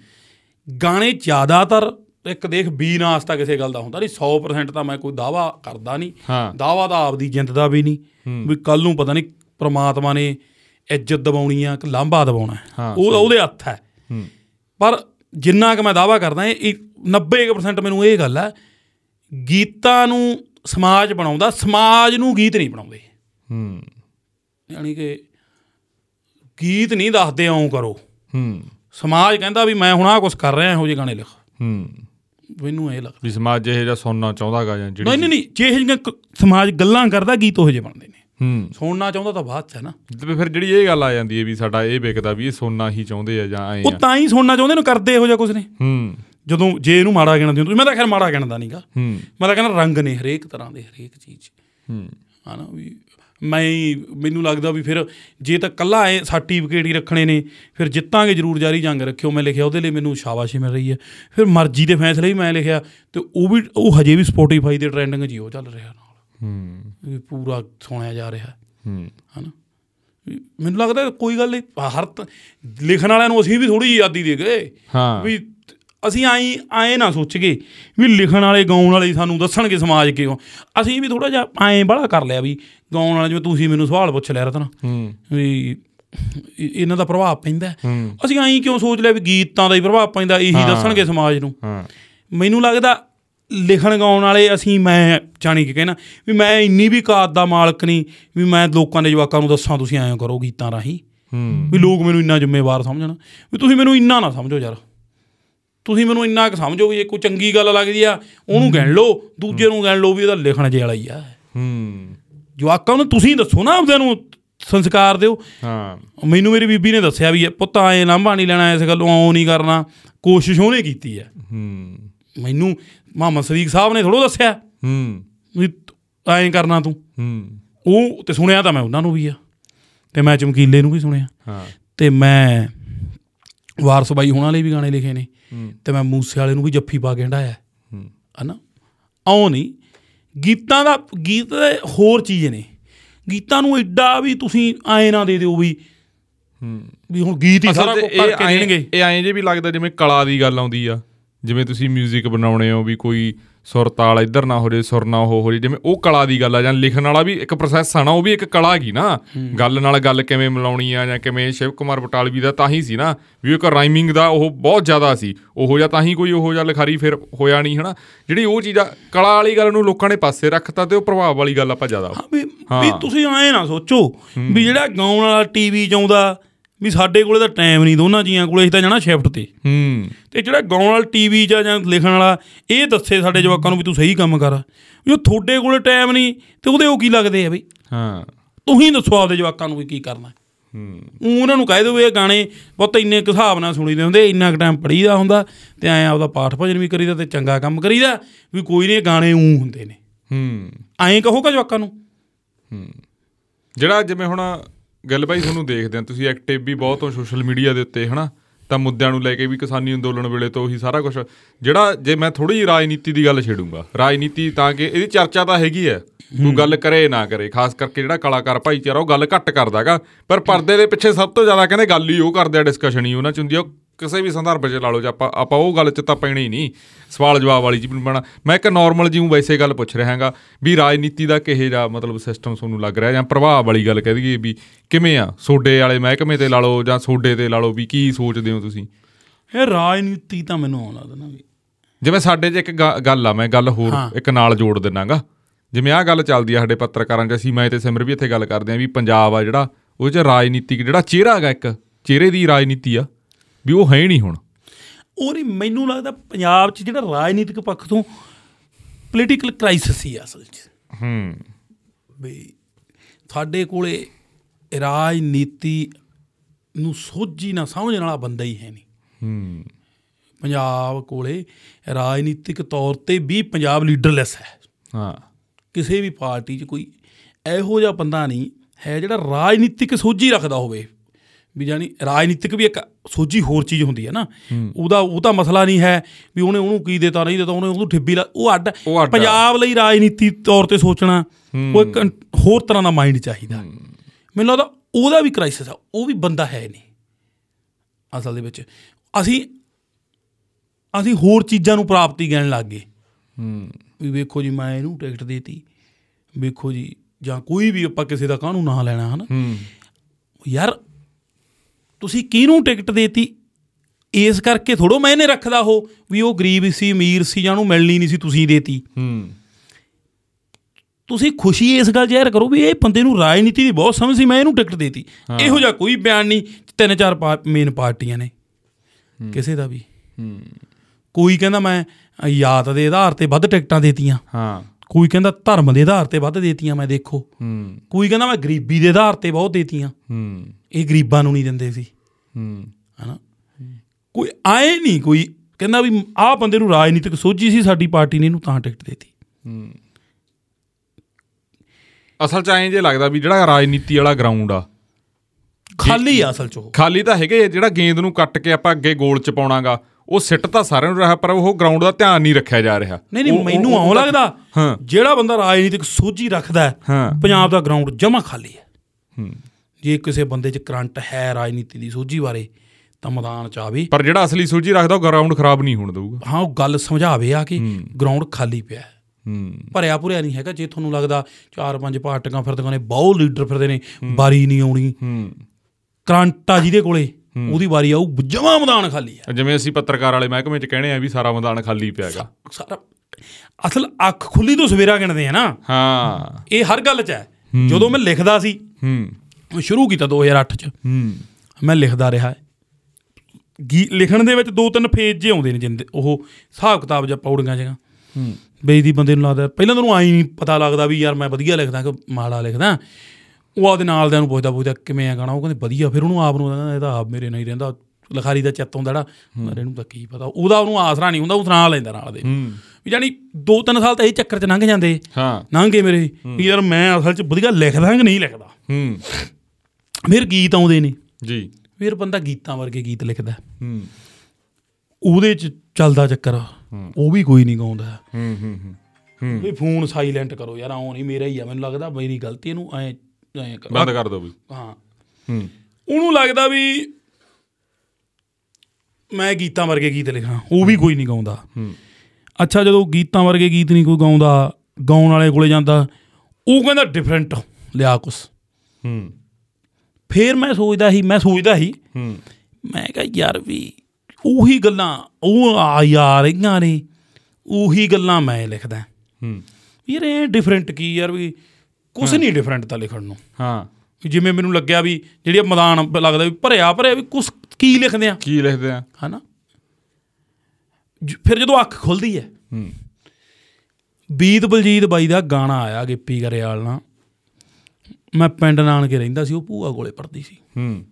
[SPEAKER 2] ਗਾਣੇ ਜ਼ਿਆਦਾਤਰ ਇੱਕ ਦੇਖ ਬੀ ਨਾਸ ਤਾਂ ਕਿਸੇ ਗੱਲ ਦਾ ਹੁੰਦਾ ਨਹੀਂ 100% ਤਾਂ ਮੈਂ ਕੋਈ ਦਾਵਾ ਕਰਦਾ ਨਹੀਂ
[SPEAKER 1] ਹਾਂ
[SPEAKER 2] ਦਾਵਾ ਤਾਂ ਆਪਦੀ ਜਿੰਦ ਦਾ ਵੀ ਨਹੀਂ ਵੀ ਕੱਲ ਨੂੰ ਪਤਾ ਨਹੀਂ ਪ੍ਰਮਾਤਮਾ ਨੇ ਇੱਜ਼ਤ ਦਿਵਾਉਣੀ ਆ ਕਿ ਲਾਂਭਾ ਦਿਵਾਉਣਾ ਹੈ।
[SPEAKER 1] ਹਾਂ,
[SPEAKER 2] ਉਹ ਉਹਦੇ ਹੱਥ ਹੈ
[SPEAKER 1] ਹੂੰ
[SPEAKER 2] ਪਰ ਜਿੰਨਾ ਕਿ ਮੈਂ ਦਾਵਾ ਕਰਦਾ ਇਹ ਇਹ 90% ਮੈਨੂੰ ਇਹ ਗੱਲ ਹੈ ਗੀਤਾਂ ਨੂੰ ਸਮਾਜ ਬਣਾਉਂਦਾ ਸਮਾਜ ਨੂੰ ਗੀਤ ਨਹੀਂ ਬਣਾਉਂਦੇ
[SPEAKER 1] ਹੂੰ
[SPEAKER 2] ਯਾਨੀ ਕਿ ਗੀਤ ਨਹੀਂ ਦੱਸਦੇ ਆਉਂ ਕਰੋ
[SPEAKER 1] ਹੂੰ
[SPEAKER 2] ਸਮਾਜ ਕਹਿੰਦਾ ਵੀ ਮੈਂ ਹੁਣ ਆਹ ਕੁਝ ਕਰ ਰਿਹਾ ਇਹੋ ਜਿਹੇ ਗਾਣੇ ਲਿਖ
[SPEAKER 1] ਹੂੰ
[SPEAKER 2] ਮੈਨੂੰ ਇਹ ਲੱਗਦਾ
[SPEAKER 1] ਵੀ ਸਮਾਜ ਜਿਹੇ ਜਿਹਾ ਸੁਣਨਾ ਚਾਹੁੰਦਾਗਾ ਜਾਂ
[SPEAKER 2] ਨਹੀਂ
[SPEAKER 1] ਜਿਹੜੀ
[SPEAKER 2] ਨਹੀਂ ਨਹੀਂ ਜੇ ਇਹ ਜਿਹੀਆਂ ਕ- ਸਮਾਜ ਗੱਲਾਂ ਕਰਦਾ ਗੀਤ ਉਹੋ ਜਿਹੇ ਬਣਦੇ ਨੇ
[SPEAKER 1] ਹੂੰ
[SPEAKER 2] ਸੁਣਨਾ ਚਾਹੁੰਦਾ ਤਾਂ ਬਾਅਦ ਚ ਹੈ ਨਾ
[SPEAKER 1] ਤੇ ਫਿਰ ਜਿਹੜੀ ਇਹ ਗੱਲ ਆ ਜਾਂਦੀ ਹੈ ਵੀ ਸਾਡਾ ਇਹ ਵਿਕਦਾ ਵੀ ਇਹ ਸੁਣਨਾ ਹੀ ਚਾਹੁੰਦੇ ਆ ਜਾਂ ਐ
[SPEAKER 2] ਉਹ ਤਾਂ ਹੀ ਸੁਣਨਾ ਚਾਹੁੰਦੇ ਨੇ ਕਰਦੇ ਇਹੋ ਜਿਹਾ ਕੁਝ ਨੇ
[SPEAKER 1] ਹੂੰ
[SPEAKER 2] ਜਦੋਂ ਜੇ ਇਹਨੂੰ ਮਾੜਾ ਗਿਣਦੇ ਹੋ ਤੁਸੀਂ ਮੈਂ ਤਾਂ ਖੈਰ ਮਾੜਾ ਗਿਣਦਾ ਨਹੀਂਗਾ
[SPEAKER 1] ਹੂੰ
[SPEAKER 2] ਮੈਂ ਤਾਂ ਕਹਿੰਦਾ ਰੰਗ ਨੇ ਹਰੇਕ ਤਰ੍ਹਾਂ ਦੇ ਹਰੇਕ ਚੀਜ਼ 'ਚ।
[SPEAKER 1] ਹੂੰ
[SPEAKER 2] ਹਾਂ ਨਾ ਵੀ ਮੈਂ ਹੀ- ਮੈਨੂੰ ਲੱਗਦਾ ਵੀ ਫਿਰ ਜੇ ਤਾਂ ਕੱਲਾ ਐ ਸਰਟੀਫਿਕੇਟ ਹੀ ਰੱਖਣੇ ਨੇ ਫਿਰ ਜਿੱਤਾਂਗੇ ਜ਼ਰੂਰ ਜਾਰੀ ਜੰਗ ਰੱਖਿਓ ਮੈਂ ਲਿਖਿਆ ਉਹਦੇ ਲਈ ਮੈਨੂੰ ਸ਼ਾਬਾਸ਼ੀ ਮਿਲ ਰਹੀ ਹੈ ਫਿਰ ਮਰਜ਼ੀ ਦੇ ਫੈਸਲੇ ਹੀ ਮੈਂ ਲਿਖਿਆ ਤੇ ਉਹ ਵੀ ਉਹ ਹਜੇ ਵੀ ਸਪੋਟੀਫਾਈ ਦੇ ਟ੍ਰੈਂਡਿੰਗ 'ਚ ਹੀ ਉਹ ਚੱਲ ਰਿਹਾ ਨਾਲ
[SPEAKER 1] ਹੂੰ
[SPEAKER 2] ਵੀ ਪੂਰਾ ਸੁਣਿਆ ਜਾ ਰਿਹਾ
[SPEAKER 1] ਹੂੰ
[SPEAKER 2] ਹਨਾ ਵੀ ਮੈਨੂੰ ਲੱਗਦਾ ਕੋਈ ਗੱਲ ਨਹੀਂ ਹਰ ਤ- ਲਿਖਣ ਵਾਲਿਆਂ ਨੂੰ ਅਸੀਂ ਵੀ ਥੋੜੀ ਆਜ਼ਾਦੀ ਦੇ ਗਏ
[SPEAKER 1] ਹਾਂ
[SPEAKER 2] ਵੀ ਤ- ਅਸੀਂ ਆਈ ਆਏ ਨਾ ਸੋਚੀਏ ਵੀ ਲਿਖਣ ਵਾਲੇ ਗਾਉਣ ਵਾਲੇ ਸਾਨੂੰ ਦੱਸਣਗੇ ਸਮਾਜ ਕਿਉਂ ਅਸੀਂ ਵੀ ਥੋੜਾ ਜਿਹਾ ਐਂ ਬੜਾ ਕਰ ਲਿਆ ਵੀ ਗਾਉਣ ਵਾਲੇ ਜਿਵੇਂ ਤੁਸੀਂ ਮੈਨੂੰ ਸਵਾਲ ਪੁੱਛ ਲਿਆ ਰਤਨ
[SPEAKER 1] ਹੂੰ
[SPEAKER 2] ਵੀ ਇ- ਇਹਨਾਂ ਦਾ ਪ੍ਰਭਾਵ ਪੈਂਦਾ ਹੈ।
[SPEAKER 1] ਹੂੰ
[SPEAKER 2] ਅਸੀਂ ਐਂ ਕਿਉਂ ਸੋਚ ਲਿਆ ਵੀ ਗੀਤਾਂ ਦਾ ਹੀ ਪ੍ਰਭਾਵ ਪੈਂਦਾ ਇਹੀ
[SPEAKER 1] ਹਾਂ।
[SPEAKER 2] ਦੱਸਣਗੇ ਸਮਾਜ ਨੂੰ
[SPEAKER 1] ਹਾਂ
[SPEAKER 2] ਮੈਨੂੰ ਲੱਗਦਾ ਲਿਖਣ ਗਾਉਣ ਵਾਲੇ ਅਸੀਂ ਮੈਂ ਜਾਣੀ ਕਿ ਕਹਿਣਾ ਵੀ ਮੈਂ ਇੰਨੀ ਵੀ ਕਾਤ ਦਾ ਮਾਲਕ ਨਹੀਂ ਵੀ ਮੈਂ ਲੋਕਾਂ ਦੇ ਜਵਾਕਾਂ ਨੂੰ ਦੱਸਾਂ ਤੁਸੀਂ ਐਂ ਕਰੋ ਗੀਤਾਂ ਰਾਹੀਂ
[SPEAKER 1] ਹੂੰ
[SPEAKER 2] ਵੀ ਲੋਕ ਮੈਨੂੰ ਇੰਨਾ ਜ਼ਿੰਮੇਵਾਰ ਸਮਝਣ ਵੀ ਤੁਸੀਂ ਮੈਨੂੰ ਇੰਨਾ ਨਾ ਸਮਝੋ ਯਾਰ ਤੁਸੀਂ ਮੈਨੂੰ ਇੰਨਾ ਕੁ ਸਮਝੋ ਵੀ ਜੇ ਕੋਈ ਚੰਗੀ ਗੱਲ ਲੱਗਦੀ ਆ ਉਹਨੂੰ ਗਿਣ ਲਓ ਦੂਜੇ ਨੂੰ ਗਿਣ ਲਓ ਵੀ ਇਹਦਾ ਲਿਖਣ ਜੇ ਵਾਲਾ ਹੀ ਆ
[SPEAKER 1] ਹੂੰ
[SPEAKER 2] ਜਵਾਕਾਂ ਨੂੰ ਤੁਸੀਂ ਦੱਸੋ ਨਾ ਆਪਦਿਆਂ ਨੂੰ ਸੰਸਕਾਰ ਦਿਓ
[SPEAKER 1] ਹਾਂ
[SPEAKER 2] ਮੈਨੂੰ ਮੇਰੀ ਬੀਬੀ ਨੇ ਦੱਸਿਆ ਵੀ ਇਹ ਪੁੱਤ ਆਏ ਲਾਂਭਾ ਨਹੀਂ ਲੈਣਾ ਇਸ ਗੱਲੋਂ ਆਉਂ ਨਹੀਂ ਕਰਨਾ ਕੋਸ਼ਿਸ਼ ਉਹਨੇ ਕੀਤੀ ਆ
[SPEAKER 1] ਹੂੰ
[SPEAKER 2] ਮੈਨੂੰ ਮੁਹੰਮਦ ਸਦੀਕ ਸਾਹਿਬ ਨੇ ਥੋੜੋ ਦੱਸਿਆ
[SPEAKER 1] ਹੂੰ
[SPEAKER 2] ਵੀ ਐਂ ਕਰਨਾ ਤੂੰ
[SPEAKER 1] ਹੂੰ
[SPEAKER 2] ਉਹ ਤੇ ਸੁਣਿਆ ਤਾਂ ਮੈਂ ਉਹਨਾਂ ਨੂੰ ਵੀ ਆ ਤੇ ਮੈਂ ਚਮਕੀਲੇ ਨੂੰ ਵੀ ਸੁਣਿਆ
[SPEAKER 1] ਹਾਂ
[SPEAKER 2] ਤੇ ਮੈਂ ਵਾਰਸ ਬਾਈ ਹੋਣਾ ਲਈ ਵੀ ਗਾਣੇ ਲਿਖੇ ਨੇ
[SPEAKER 1] ਹੂੰ।
[SPEAKER 2] ਤੇ ਮੈਂ ਮੂਸੇ ਵਾਲੇ ਨੂੰ ਵੀ ਜੱਫੀ ਪਾ ਕੇ ਹੰਡਾਇਆ
[SPEAKER 1] ਹੂੰ
[SPEAKER 2] ਹਨਾ ਆਉ ਨਹੀਂ ਗੀਤਾਂ ਦਾ ਗੀਤ ਦੇ ਹੋਰ ਚੀਜ਼ ਨੇ ਗੀਤਾਂ ਨੂੰ ਐਡਾ ਵੀ ਤੁਸੀਂ ਐਂ ਨਾ ਦੇ ਦਿਓ ਵੀ
[SPEAKER 1] ਹੂੰ
[SPEAKER 2] ਵੀ ਹੁਣ ਗੀਤ ਹੀ ਸਾਰਾ
[SPEAKER 1] ਅਸਲ
[SPEAKER 2] ਕੁਝ
[SPEAKER 1] ਤੇ ਇਹ
[SPEAKER 2] ਕਰਕੇ ਦੇਣਗੇ
[SPEAKER 1] ਐਂ- ਇਹ ਐਂ ਜੇ ਵੀ ਲੱਗਦਾ ਜਿਵੇਂ ਕਲਾ ਦੀ ਗੱਲ ਆਉਂਦੀ ਆ ਜਿਵੇਂ ਤੁਸੀਂ 뮤직 ਬਣਾਉਣੇ ਹੋ ਵੀ ਕੋਈ ਸੁਰ ਤਾਲ ਇੱਧਰ ਨਾ ਹੋ ਜੇ ਸੁਰ ਨਾ ਉਹ ਹੋ ਜੇ ਜਿਵੇਂ ਉਹ ਕਲਾ ਦੀ ਗੱਲ ਆ ਜਾਂ ਲਿਖਣ ਵਾਲਾ ਵੀ ਇੱਕ ਪ੍ਰੋਸੈਸ ਆ ਨਾ ਉਹ ਵੀ ਇੱਕ ਕਲਾ ਹੈਗੀ ਨਾ ਗੱਲ ਨਾਲ ਗੱਲ ਕਿਵੇਂ ਮਿਲਾਉਣੀ ਆ ਜਾਂ ਕਿਵੇਂ ਸ਼ਿਵ ਕੁਮਾਰ ਬਟਾਲਵੀ ਦਾ ਤਾਂ ਹੀ ਸੀ ਨਾ ਵੀ ਉਹ ਇੱਕ ਰਾਈਮਿੰਗ ਦਾ ਉਹ ਬਹੁਤ ਜ਼ਿਆਦਾ ਸੀ ਉਹੋ ਜਾਂ ਤਾਂ ਹੀ ਕੋਈ ਉਹੋ ਜਾਂ ਲਿਖਾਰੀ ਫਿਰ ਹੋਇਆ ਨਹੀਂ ਹਨਾ ਜਿਹੜੀ ਉਹ ਚੀਜ਼ ਆ ਕਲਾ ਵਾਲੀ ਗੱਲ ਨੂੰ ਲੋਕਾਂ ਨੇ ਪਾਸੇ ਰੱਖਤਾ ਤੇ ਉਹ ਪ੍ਰਭਾਵ ਵਾਲੀ ਗੱਲ ਆਪਾਂ ਜ਼ਿਆਦਾ
[SPEAKER 2] ਹਾਂ ਵੀ
[SPEAKER 1] ਹਾਂ।
[SPEAKER 2] ਵੀ ਤੁਸੀਂ ਐਂ ਨਾ ਸੋਚੋ ਵੀ ਜਿਹੜਾ ਗਾਉਣ ਵਾਲਾ ਟੀਵੀ 'ਚ ਆਉਂਦਾ ਵੀ ਸਾਡੇ ਕੋਲੇ ਤਾਂ ਟਾਈਮ ਨਹੀਂ ਦੋਨਾਂ ਜੀਆਂ ਕੋਲੇ ਅਸੀਂ ਤਾਂ ਜਾਣਾ ਸ਼ਿਫਟ ਤੇ
[SPEAKER 1] ਹੂੰ
[SPEAKER 2] ਤੇ ਜਿਹੜਾ ਗਾਉਣ ਵਾਲਾ ਟੀਵੀ 'ਚ ਆ ਜਾਂ ਲਿਖਣ ਵਾਲਾ ਇਹ ਦੱਸੇ ਸਾਡੇ ਜਵਾਕਾਂ ਨੂੰ ਵੀ ਤੂੰ ਸਹੀ ਕੰਮ ਕਰ ਵੀ ਉਹ ਤੁਹਾਡੇ ਕੋਲੇ ਟਾਈਮ ਨਹੀਂ ਤੇ ਉਹਦੇ ਉਹ ਕੀ ਲੱਗਦੇ ਆ ਬਈ
[SPEAKER 1] ਹਾਂ
[SPEAKER 2] ਤੁਸੀਂ ਦੱਸੋ ਆਪਦੇ ਜਵਾਕਾਂ ਨੂੰ ਵੀ ਕੀ ਕਰਨਾ
[SPEAKER 1] ਹੂੰ
[SPEAKER 2] ਊਂ ਉਹਨਾਂ ਨੂੰ ਕਹਿ ਦਿਓ ਵੀ ਇਹ ਗਾਣੇ ਬਹੁਤ ਇੰਨੇ ਕੁ ਹਿਸਾਬ ਨਾਲ ਸੁਣੀਦੇ ਹੁੰਦੇ ਇੰਨਾ ਕੁ ਟਾਈਮ ਪੜੀਦਾ ਹੁੰਦਾ ਤੇ ਐਂ ਆਪਦਾ ਪਾਠ ਭਜਨ ਵੀ ਕਰੀਦਾ ਤੇ ਚੰਗਾ ਕੰਮ ਕਰੀਦਾ ਵੀ ਕੋਈ ਨਹੀਂ ਇਹ ਗਾਣੇ ਊਂ ਹੁੰਦੇ ਨੇ
[SPEAKER 1] ਹੂੰ
[SPEAKER 2] ਐਂ ਕਹੋਗਾ ਜਵਾਕਾਂ ਨੂੰ
[SPEAKER 1] ਜਿਹੜਾ ਜਿਵੇਂ ਹੁਣ ਗੱਲ ਭਾਈ ਤੁਹਾਨੂੰ ਦੇਖਦੇ ਆ ਤੁਸੀਂ ਐਕਟਿਵ ਵੀ ਬਹੁਤ ਹੋ ਸੋਸ਼ਲ ਮੀਡੀਆ ਦੇ ਉੱਤੇ ਹਨਾ ਤਾਂ ਮੁੱਦਿਆਂ ਨੂੰ ਲੈ ਕੇ ਵੀ ਕਿਸਾਨੀ ਅੰਦੋਲਨ ਵੇਲੇ ਤੋਂ ਹੀ ਸਾਰਾ ਕੁਝ ਜਿਹੜਾ ਜੇ ਮੈਂ ਥੋੜੀ ਜਿਹੀ ਰਾਜਨੀਤੀ ਦੀ ਗੱਲ ਛੇੜੂੰਗਾ ਰਾਜਨੀਤੀ ਤਾਂ ਕਿ ਇਹਦੀ ਚਰਚਾ ਤਾਂ ਹੈਗੀ ਹੈ ਕੋਈ ਗੱਲ ਕਰੇ ਨਾ ਕਰੇ ਖਾਸ ਕਰਕੇ ਜਿਹੜਾ ਕਲਾਕਾਰ ਭਾਈਚਾਰਾ ਉਹ ਗੱਲ ਘੱਟ ਕਰਦਾਗਾ ਪਰ ਪਰਦੇ ਦੇ ਪਿੱਛੇ ਸਭ ਤੋਂ ਜ਼ਿਆਦਾ ਕਹਿੰਦੇ ਗੱਲ ਹੀ ਉਹ ਕਰਦੇ ਆ ਡਿਸਕਸ਼ਨ ਹੀ ਉਹਨਾਂ ਚ ਹੁੰਦੀ ਆ ਉਹ ਕਿਸੇ ਵੀ ਸੰਦਰਭ 'ਚ ਲਾ ਲਓ ਜੇ ਆਪਾਂ ਆਪਾਂ ਉਹ ਗੱਲ 'ਚ ਤਾਂ ਪੈਣੀ ਨਹੀਂ ਸਵਾਲ ਜਵਾਬ ਵਾਲੀ ਜੀ ਵੀ ਬਣਾ ਮੈਂ ਇੱਕ ਨਾਰਮਲ ਜਿਉਂ ਵੈਸੇ ਗੱਲ ਪੁੱਛ ਰਿਹਾ ਹਾਂਗਾ ਵੀ ਰਾਜਨੀਤੀ ਦਾ ਕਿਹੇ ਜਿਹਾ ਮਤਲਬ ਸਿਸਟਮ ਤੁਹਾਨੂੰ ਲੱਗ ਰਿਹਾ ਜਾਂ ਪ੍ਰਭਾਵ ਵਾਲੀ ਗੱਲ ਕਹਿ ਦਈਏ ਵੀ ਕਿਵੇਂ ਆ ਸੋਡੇ ਵਾਲੇ ਮਹਿਕਮੇ ਤੇ ਲਾ ਲਓ ਜਾਂ ਸੋਡੇ ਤੇ ਲਾ ਲਓ ਵੀ ਕੀ ਸੋਚਦੇ ਹੋ ਤੁਸੀਂ
[SPEAKER 2] ਇਹ ਰਾਜਨੀਤੀ ਤਾਂ ਮੈਨੂੰ ਆਉਣਾ ਨਾ ਵੀ
[SPEAKER 1] ਜਿਵੇਂ ਸਾਡੇ 'ਚ ਇੱਕ ਗ- ਗੱਲ ਆ ਮੈਂ ਗੱਲ ਹੋਰ
[SPEAKER 2] ਹਾਂ।
[SPEAKER 1] ਇੱਕ ਨਾਲ ਜੋੜ ਦਿੰਨਾਗਾ ਜਿਵੇਂ ਆਹ ਗੱਲ ਚੱਲਦੀ ਆ ਸਾਡੇ ਪੱਤਰਕਾਰਾਂ 'ਚ ਅਸੀਂ ਮੈਂ ਤੇ ਸਿਮਰ ਵੀ ਇੱਥੇ ਗੱਲ ਕਰਦੇ ਆ ਵੀ ਪੰਜਾਬ ਆ ਜਿਹੜਾ ਉਹ 'ਚ ਰਾਜਨੀਤਿਕ ਜਿਹੜਾ ਚਿਹਰਾ ਹੈਗਾ ਇੱਕ ਚਿਹਰੇ ਦੀ ਰਾਜਨੀਤੀ ਆ ਵੀ ਉਹ ਹੈ ਹੀ ਨਹੀਂ ਹੁਣ
[SPEAKER 2] ਉਹ ਨਹੀਂ ਮੈਨੂੰ ਲੱਗਦਾ ਪੰਜਾਬ 'ਚ ਜਿਹੜਾ ਰਾਜਨੀਤਿਕ ਪੱਖ ਤੋਂ ਪੋਲੀਟੀਕਲ ਕ੍ਰਾਈਸਿਸ ਹੀ ਆ ਅਸਲ 'ਚ
[SPEAKER 1] ਹੂੰ
[SPEAKER 2] ਵੀ ਸਾਡੇ ਕੋਲੇ ਰਾਜਨੀਤੀ ਨੂੰ ਸੋਝੀ ਨਾ ਸਮਝਣ ਵਾਲਾ ਬੰਦਾ ਹੀ ਹੈ ਨਹੀਂ
[SPEAKER 1] ਹੂੰ
[SPEAKER 2] ਪੰਜਾਬ ਕੋਲੇ ਰਾਜਨੀਤਿਕ ਤੌਰ ਤੇ ਵੀ ਪੰਜਾਬ ਲੀਡਰਲੈਸ ਹੈ
[SPEAKER 1] ਹਾਂ
[SPEAKER 2] ਕਿਸੇ ਵੀ ਪਾਰਟੀ 'ਚ ਕੋਈ ਇਹੋ ਜਿਹਾ ਬੰਦਾ ਨਹੀਂ ਹੈ ਜਿਹੜਾ ਰਾਜਨੀਤਿਕ ਸੋਝੀ ਰੱਖਦਾ ਹੋਵੇ ਵੀ ਜਾਨੀ ਰਾਜਨੀਤਿਕ ਵੀ ਇੱਕ ਸੋਝੀ ਹੋਰ ਚੀਜ਼ ਹੁੰਦੀ ਹੈ ਨਾ ਉਹਦਾ ਉਹ ਤਾਂ ਮਸਲਾ ਨਹੀਂ ਹੈ ਵੀ ਉਹਨੇ ਉਹਨੂੰ ਕੀ ਦਿੱਤਾ ਨਹੀਂ ਦਿੱਤਾ ਉਹਨੇ ਉਹਨੂੰ ਠਿੱਬੀ ਲਾ ਉਹ ਅੱਡ
[SPEAKER 1] ਉਹ ਅੱਡ ਆ।
[SPEAKER 2] ਪੰਜਾਬ ਲਈ ਰਾਜਨੀਤੀ ਤੌਰ ਤੇ ਸੋਚਣਾ ਉਹ ਇੱਕ ਹੋਰ ਤਰ੍ਹਾਂ ਦਾ ਮਾਈਂਡ ਚਾਹੀਦਾ ਮੈਨੂੰ ਲੱਗਦਾ ਉਹਦਾ ਵੀ ਕ੍ਰਾਈਸਿਸ ਆ ਉਹ ਵੀ ਬੰਦਾ ਹੈ ਨਹੀਂ ਅਸਲ ਦੇ ਵਿੱਚ ਅਸੀਂ ਅਸੀਂ ਹੋਰ ਚੀਜ਼ਾਂ ਨੂੰ ਪ੍ਰਾਪਤੀ ਕਹਿਣ ਲੱਗ ਗਏ
[SPEAKER 1] ਹੂੰ
[SPEAKER 2] ਵੀ ਵੇਖੋ ਜੀ ਮੈਂ ਇਹਨੂੰ ਟਿਕਟ ਦੇਤੀ ਵੇਖੋ ਜੀ ਜਾਂ ਕੋਈ ਵੀ ਆਪਾਂ ਕਿਸੇ ਦਾ ਕਾਹਨੂੰ ਨਾਂ ਲੈਣਾ ਹਨਾ
[SPEAKER 1] ਹੂੰ
[SPEAKER 2] ਯਾਰ ਤੁਸੀਂ ਕਿਹਨੂੰ ਟਿਕਟ ਦੇਤੀ ਇਸ ਕਰਕੇ ਥੋੜੋ ਮੈਨੇ ਰੱਖਦਾ ਉਹ ਵੀ ਉਹ ਗਰੀਬ ਸੀ ਅਮੀਰ ਸੀ ਜਾਂ ਉਹਨੂੰ ਮਿਲਣੀ ਨਹੀਂ ਸੀ ਤੁਸੀਂ ਦੇਤੀ
[SPEAKER 1] ਹੂੰ
[SPEAKER 2] ਤੁਸੀਂ ਖੁਸ਼ੀ ਇਸ ਗੱਲ ਜ਼ਾਹਿਰ ਕਰੋ ਵੀ ਇਹ ਬੰਦੇ ਨੂੰ ਰਾਜਨੀਤੀ ਦੀ ਬਹੁਤ ਸਮਝ ਸੀ ਮੈਂ ਇਹਨੂੰ ਟਿਕਟ ਦੇਤੀ ਇਹੋ ਜਿਹਾ ਕੋਈ ਬਿਆਨ ਨਹੀਂ ਤਿੰਨ ਚਾਰ ਮੇਨ ਪਾਰਟੀਆਂ ਨੇ ਕਿਸੇ ਦਾ ਵੀ
[SPEAKER 1] ਹੂੰ
[SPEAKER 2] ਕੋਈ ਕਹਿੰਦਾ ਮੈਂ ਯਾਤ ਦੇ ਆਧਾਰ ਤੇ ਵੱਧ ਟਿਕਟਾਂ ਦੇਤੀਆਂ
[SPEAKER 1] ਹਾਂ
[SPEAKER 2] ਕੋਈ ਕਹਿੰਦਾ ਧਰਮ ਦੇ ਆਧਾਰ ਤੇ ਵੱਧ ਦੇਤੀਆਂ ਮੈਂ ਦੇਖੋ
[SPEAKER 1] ਹੂੰ
[SPEAKER 2] ਕੋਈ ਕਹਿੰਦਾ ਮੈਂ ਗਰੀਬੀ ਦੇ ਆਧਾਰ ਤੇ ਬਹੁਤ ਦੇਤੀਆਂ
[SPEAKER 1] ਹੂੰ
[SPEAKER 2] ਇਹ ਗਰੀਬਾਂ ਨੂੰ ਨਹੀਂ ਦਿੰਦੇ ਸੀ
[SPEAKER 1] ਹੂੰ
[SPEAKER 2] ਹਨਾ ਕੋਈ ਆਏ ਨਹੀਂ ਕੋਈ ਕਹਿੰਦਾ ਵੀ ਆਹ ਬੰਦੇ ਨੂੰ ਰਾਜਨੀਤਿਕ ਸੋਝੀ ਸੀ ਸਾਡੀ ਪਾਰਟੀ ਨੇ ਇਹਨੂੰ ਤਾਂ ਟਿਕਟ ਦੇਤੀ
[SPEAKER 1] ਹੂੰ ਅਸਲ ਚ ਐਂ ਜੇ ਲੱਗਦਾ ਵੀ ਜਿਹੜਾ ਰਾਜਨੀਤੀ ਵਾਲਾ ਗਰਾਊਂਡ ਆ
[SPEAKER 2] ਖਾਲੀ ਆ ਅਸਲ ਚ ਉਹ
[SPEAKER 1] ਖਾਲੀ ਤਾਂ ਹੈਗੇ ਆ, ਜਿਹੜਾ ਗੇਂਦ ਨੂੰ ਕੱਟ ਕੇ ਆਪਾਂ ਅੱਗੇ ਗੋਲ ਚ ਪਾਉਣਾਗਾ ਉਹ ਸਿੱਟ ਤਾਂ ਸਾਰਿਆਂ ਨੂੰ ਰਿਹਾ ਪਰ ਉਹ ਗਰਾਊਂਡ ਦਾ ਧਿਆਨ ਨਹੀਂ ਰੱਖਿਆ ਜਾ ਰਿਹਾ
[SPEAKER 2] ਨਹੀਂ ਨਹੀਂ
[SPEAKER 1] ਉਹ-
[SPEAKER 2] ਮੈਨੂੰ ਆਉਂ
[SPEAKER 1] ਹਾਂ।
[SPEAKER 2] ਲੱਗਦਾ ਜਿਹੜਾ ਬੰਦਾ ਰਾਜਨੀਤਿਕ ਸੋਝੀ ਰੱਖਦਾ ਹੈ,
[SPEAKER 1] ਹਾਂ।
[SPEAKER 2] ਪੰਜਾਬ ਦਾ ਗਰਾਊਂਡ ਜਮਾ ਖਾਲੀ ਹੈ
[SPEAKER 1] ਹੂੰ।
[SPEAKER 2] ਜੇ ਕਿਸੇ ਬੰਦੇ 'ਚ ਕਰੰਟ ਹੈ ਰਾਜਨੀਤੀ ਦੀ ਸੋਝੀ ਬਾਰੇ ਤਾਂ ਮੈਦਾਨ 'ਚ ਆਵੇ
[SPEAKER 1] ਪਰ ਜਿਹੜਾ ਅਸਲੀ ਸੂਝੀ ਰੱਖਦਾ ਉਹ ਗਰਾਊਂਡ ਖਰਾਬ ਨਹੀਂ ਹੋਣ ਦਊਗਾ
[SPEAKER 2] ਹਾਂ ਉਹ ਗੱਲ ਸਮਝਾਵੇ ਆ ਕਿ ਗਰਾਊਂਡ ਖਾਲੀ ਪਿਆ ਹੈ
[SPEAKER 1] ਹੂੰ
[SPEAKER 2] ਭਰਿਆ ਭੁਰਿਆ ਨਹੀਂ ਹੈਗਾ ਜੇ ਤੁਹਾਨੂੰ ਲੱਗਦਾ ਚਾਰ ਪੰਜ ਪਾਰਟੀਆਂ ਫਿਰਦੀਆਂ ਨੇ ਬਹੁਤ ਲੀਡਰ ਫਿਰਦੇ ਨੇ ਵਾਰੀ ਨਹੀਂ ਆਉਣੀ
[SPEAKER 1] ਹੂੰ
[SPEAKER 2] ਕ੍ਰਾਂਟਾ ਜਿਹਦੇ ਕੋਲੇ ਉਹਦੀ ਵਾਰੀ ਆਊ ਜਮਾ ਮੈਦਾਨ ਖਾਲੀ ਆ
[SPEAKER 1] ਜਿਵੇਂ ਅਸੀਂ ਪੱਤਰਕਾਰ ਵਾਲੇ ਮਹਿਕਮੇ ਚ ਕਹਿਣੇ ਆ ਵੀ ਸਾਰਾ ਮੈਦਾਨ ਖਾਲੀ ਪਿਆਗਾ
[SPEAKER 2] ਸਾਰਾ ਅਸਲ ਅੱਖ ਖੁੱਲੀ ਤੋਂ ਸਵੇਰਾ ਗਿਣਦੇ ਆ ਨਾ
[SPEAKER 1] ਹਾਂ
[SPEAKER 2] ਇਹ ਹਰ ਗੱਲ 'ਚ ਹੈ ਜਦੋਂ ਮੈਂ ਲਿਖਦਾ ਸੀ
[SPEAKER 1] ਹੂੰ
[SPEAKER 2] ਮੈਂ ਸ਼ੁਰੂ ਕੀਤਾ 2008 'ਚ
[SPEAKER 1] ਹੂੰ
[SPEAKER 2] ਮੈਂ ਲਿਖਦਾ ਰਿਹਾ ਗੀ ਲਿਖਣ ਦੇ ਵਿੱਚ ਦੋ ਤਿੰਨ ਫੇਜ਼ ਜੇ ਆਉਂਦੇ ਨੇ ਜਿੰਦੇ ਉਹ ਹਿਸਾਬ ਕਿਤਾਬ ਜਾਂ ਪੌੜੀਆਂ ਜਿਹਾ
[SPEAKER 1] ਹੂੰ
[SPEAKER 2] ਬੇਦੀ ਬੰਦੇ ਨੂੰ ਲੱਗਦਾ ਪਹਿਲਾਂ ਤਾਂ ਉਹਨੂੰ ਆਈ ਨਹੀਂ ਪਤਾ ਲੱਗਦਾ ਵੀ ਯਾਰ ਮੈਂ ਵਧੀਆ ਲਿਖਦਾ ਕਿ ਮਾੜਾ ਲਿਖਦਾ ਉਹ ਆਪਦੇ ਨਾਲ ਦਿਆਂ ਨੂੰ ਪੁੱਛਦਾ ਪੁੱਛਦਾ ਕਿਵੇਂ ਆ ਗਾਣਾ ਉਹ ਕਹਿੰਦੇ ਵਧੀਆ ਫਿਰ ਉਹਨੂੰ ਆਪ ਨੂੰ ਕਹਿੰਦਾ ਇਹ ਤਾਂ ਆਪ ਮੇਰੇ ਨਹੀਂ ਰਹਿੰਦਾ ਲਿਖਾਰੀ ਦਾ ਚੱਤ ਹੁੰਦਾ ਜਿਹੜਾ ਮਰੇ ਨੂੰ ਤਾਂ ਕੀ ਪਤਾ ਉਹਦਾ ਉਹਨੂੰ ਆਸਰਾ ਨਹੀਂ ਹੁੰਦਾ ਉਹ ਸੁਣਾ ਲੈਂਦਾ ਨਾਲ ਦੇ
[SPEAKER 1] ਹੂੰ
[SPEAKER 2] ਵੀ ਜਾਨੀ ਦੋ ਤਿੰਨ ਸਾਲ ਤਾਂ ਇਹ ਚੱਕਰ 'ਚ ਲੰਘ ਜਾਂਦੇ
[SPEAKER 1] ਹਾਂ
[SPEAKER 2] ਲੰਘ ਗਏ ਮੇਰੇ ਵੀ ਯਾਰ ਮੈਂ ਅਸਲ 'ਚ ਵਧੀਆ ਲਿਖਦਾ ਕਿ ਨਹੀਂ ਲਿਖਦਾ
[SPEAKER 1] ਹੂੰ
[SPEAKER 2] ਫਿਰ ਗੀਤ ਆਉਂਦੇ ਨੇ
[SPEAKER 1] ਜੀ
[SPEAKER 2] ਫਿਰ ਬੰਦਾ ਗੀਤਾਂ ਵਰਗੇ ਗੀਤ ਲਿਖਦਾ
[SPEAKER 1] ਹੂੰ
[SPEAKER 2] ਉਹਦੇ 'ਚ ਚੱਲਦਾ ਚੱਕਰ ਉਹ ਵੀ ਕੋਈ ਨਹੀਂ ਗਾਉਂਦਾ
[SPEAKER 1] ਹੂੰ ਹੂੰ ਹੂੰ।
[SPEAKER 2] ਵੀ ਫੋਨ ਸਾਇਲੈਂਟ ਕਰੋ ਯਾਰ ਆਉਂ ਨਹੀਂ ਮੇਰਾ ਹੀ ਆ ਮੈਨੂੰ ਲੱਗਦਾ ਮੇਰੀ ਗਲਤੀ ਇਹਨੂੰ ਐ ਐ ਕਰੋ
[SPEAKER 1] ਬੰਦ ਕਰ ਦੋ ਵੀ
[SPEAKER 2] ਹਾਂ
[SPEAKER 1] ਹੂੰ
[SPEAKER 2] ਉਹਨੂੰ ਲੱਗਦਾ ਵੀ ਮੈਂ ਗੀਤਾਂ ਵਰਗੇ ਗੀਤ ਲਿਖਾਂ ਉਹ ਵੀ ਕੋਈ ਨਹੀਂ ਗਾਉਂਦਾ
[SPEAKER 1] ਹੂੰ
[SPEAKER 2] ਅੱਛਾ ਜਦੋਂ ਗੀਤਾਂ ਵਰਗੇ ਗੀਤ ਨਹੀਂ ਕੋਈ ਗਾਉਂਦਾ ਗਾਉਣ ਵਾਲੇ ਕੋਲੇ ਜਾਂਦਾ ਉਹ ਕਹਿੰਦਾ ਡਿਫਰੈਂਟ ਲਿਆ ਕੁਸ
[SPEAKER 1] ਹੂੰ
[SPEAKER 2] ਫੇਰ ਮੈਂ ਸੋਚਦਾ ਸੀ ਮੈਂ ਸੋਚਦਾ ਸੀ
[SPEAKER 1] ਹੂੰ
[SPEAKER 2] ਮੈਂ ਕਿਹਾ ਯਾਰ ਵੀ ਉਹੀ ਗੱਲਾਂ ਉਹ ਆ ਯਾਰ ਇਹਨਾਂ ਨੇ ਉਹੀ ਗੱਲਾਂ ਮੈਂ ਲਿਖਦਾ
[SPEAKER 1] ਹੂੰ
[SPEAKER 2] ਵੀ ਯਾਰ ਇਹ ਡਿਫਰੈਂਟ ਕੀ ਯਾਰ ਵੀ ਕੁਝ ਨਹੀਂ ਡਿਫਰੈਂਟ ਤਾਂ ਲਿਖਣ ਨੂੰ
[SPEAKER 1] ਹਾਂ
[SPEAKER 2] ਵੀ ਜਿਵੇਂ ਮੈਨੂੰ ਲੱਗਿਆ ਵੀ ਜਿਹੜੀ ਇਹ ਮੈਦਾਨ ਬ- ਲੱਗਦਾ ਵੀ ਭਰਿਆ ਭਰਿਆ ਵੀ ਕੁਝ ਕੀ ਲਿਖਦੇ ਆ
[SPEAKER 1] ਕੀ ਲਿਖਦੇ ਆ
[SPEAKER 2] ਹਨਾ ਜ- ਫਿਰ ਜਦੋਂ ਅੱਖ ਖੁੱਲਦੀ ਹੈ
[SPEAKER 1] ਹੂੰ
[SPEAKER 2] ਬੀਤ ਬਲਜੀਤ ਬਾਈ ਦਾ ਗਾਣਾ ਆਇਆ ਗਿੱਪੀ ਗਰੇਵਾਲ ਨਾਲ ਮੈਂ ਪਿੰਡ ਨਾਨਕੇ ਰਹਿੰਦਾ ਸੀ ਉਹ ਭੂਆ ਕੋਲੇ ਪੜਦੀ ਸੀ
[SPEAKER 1] ਹੂੰ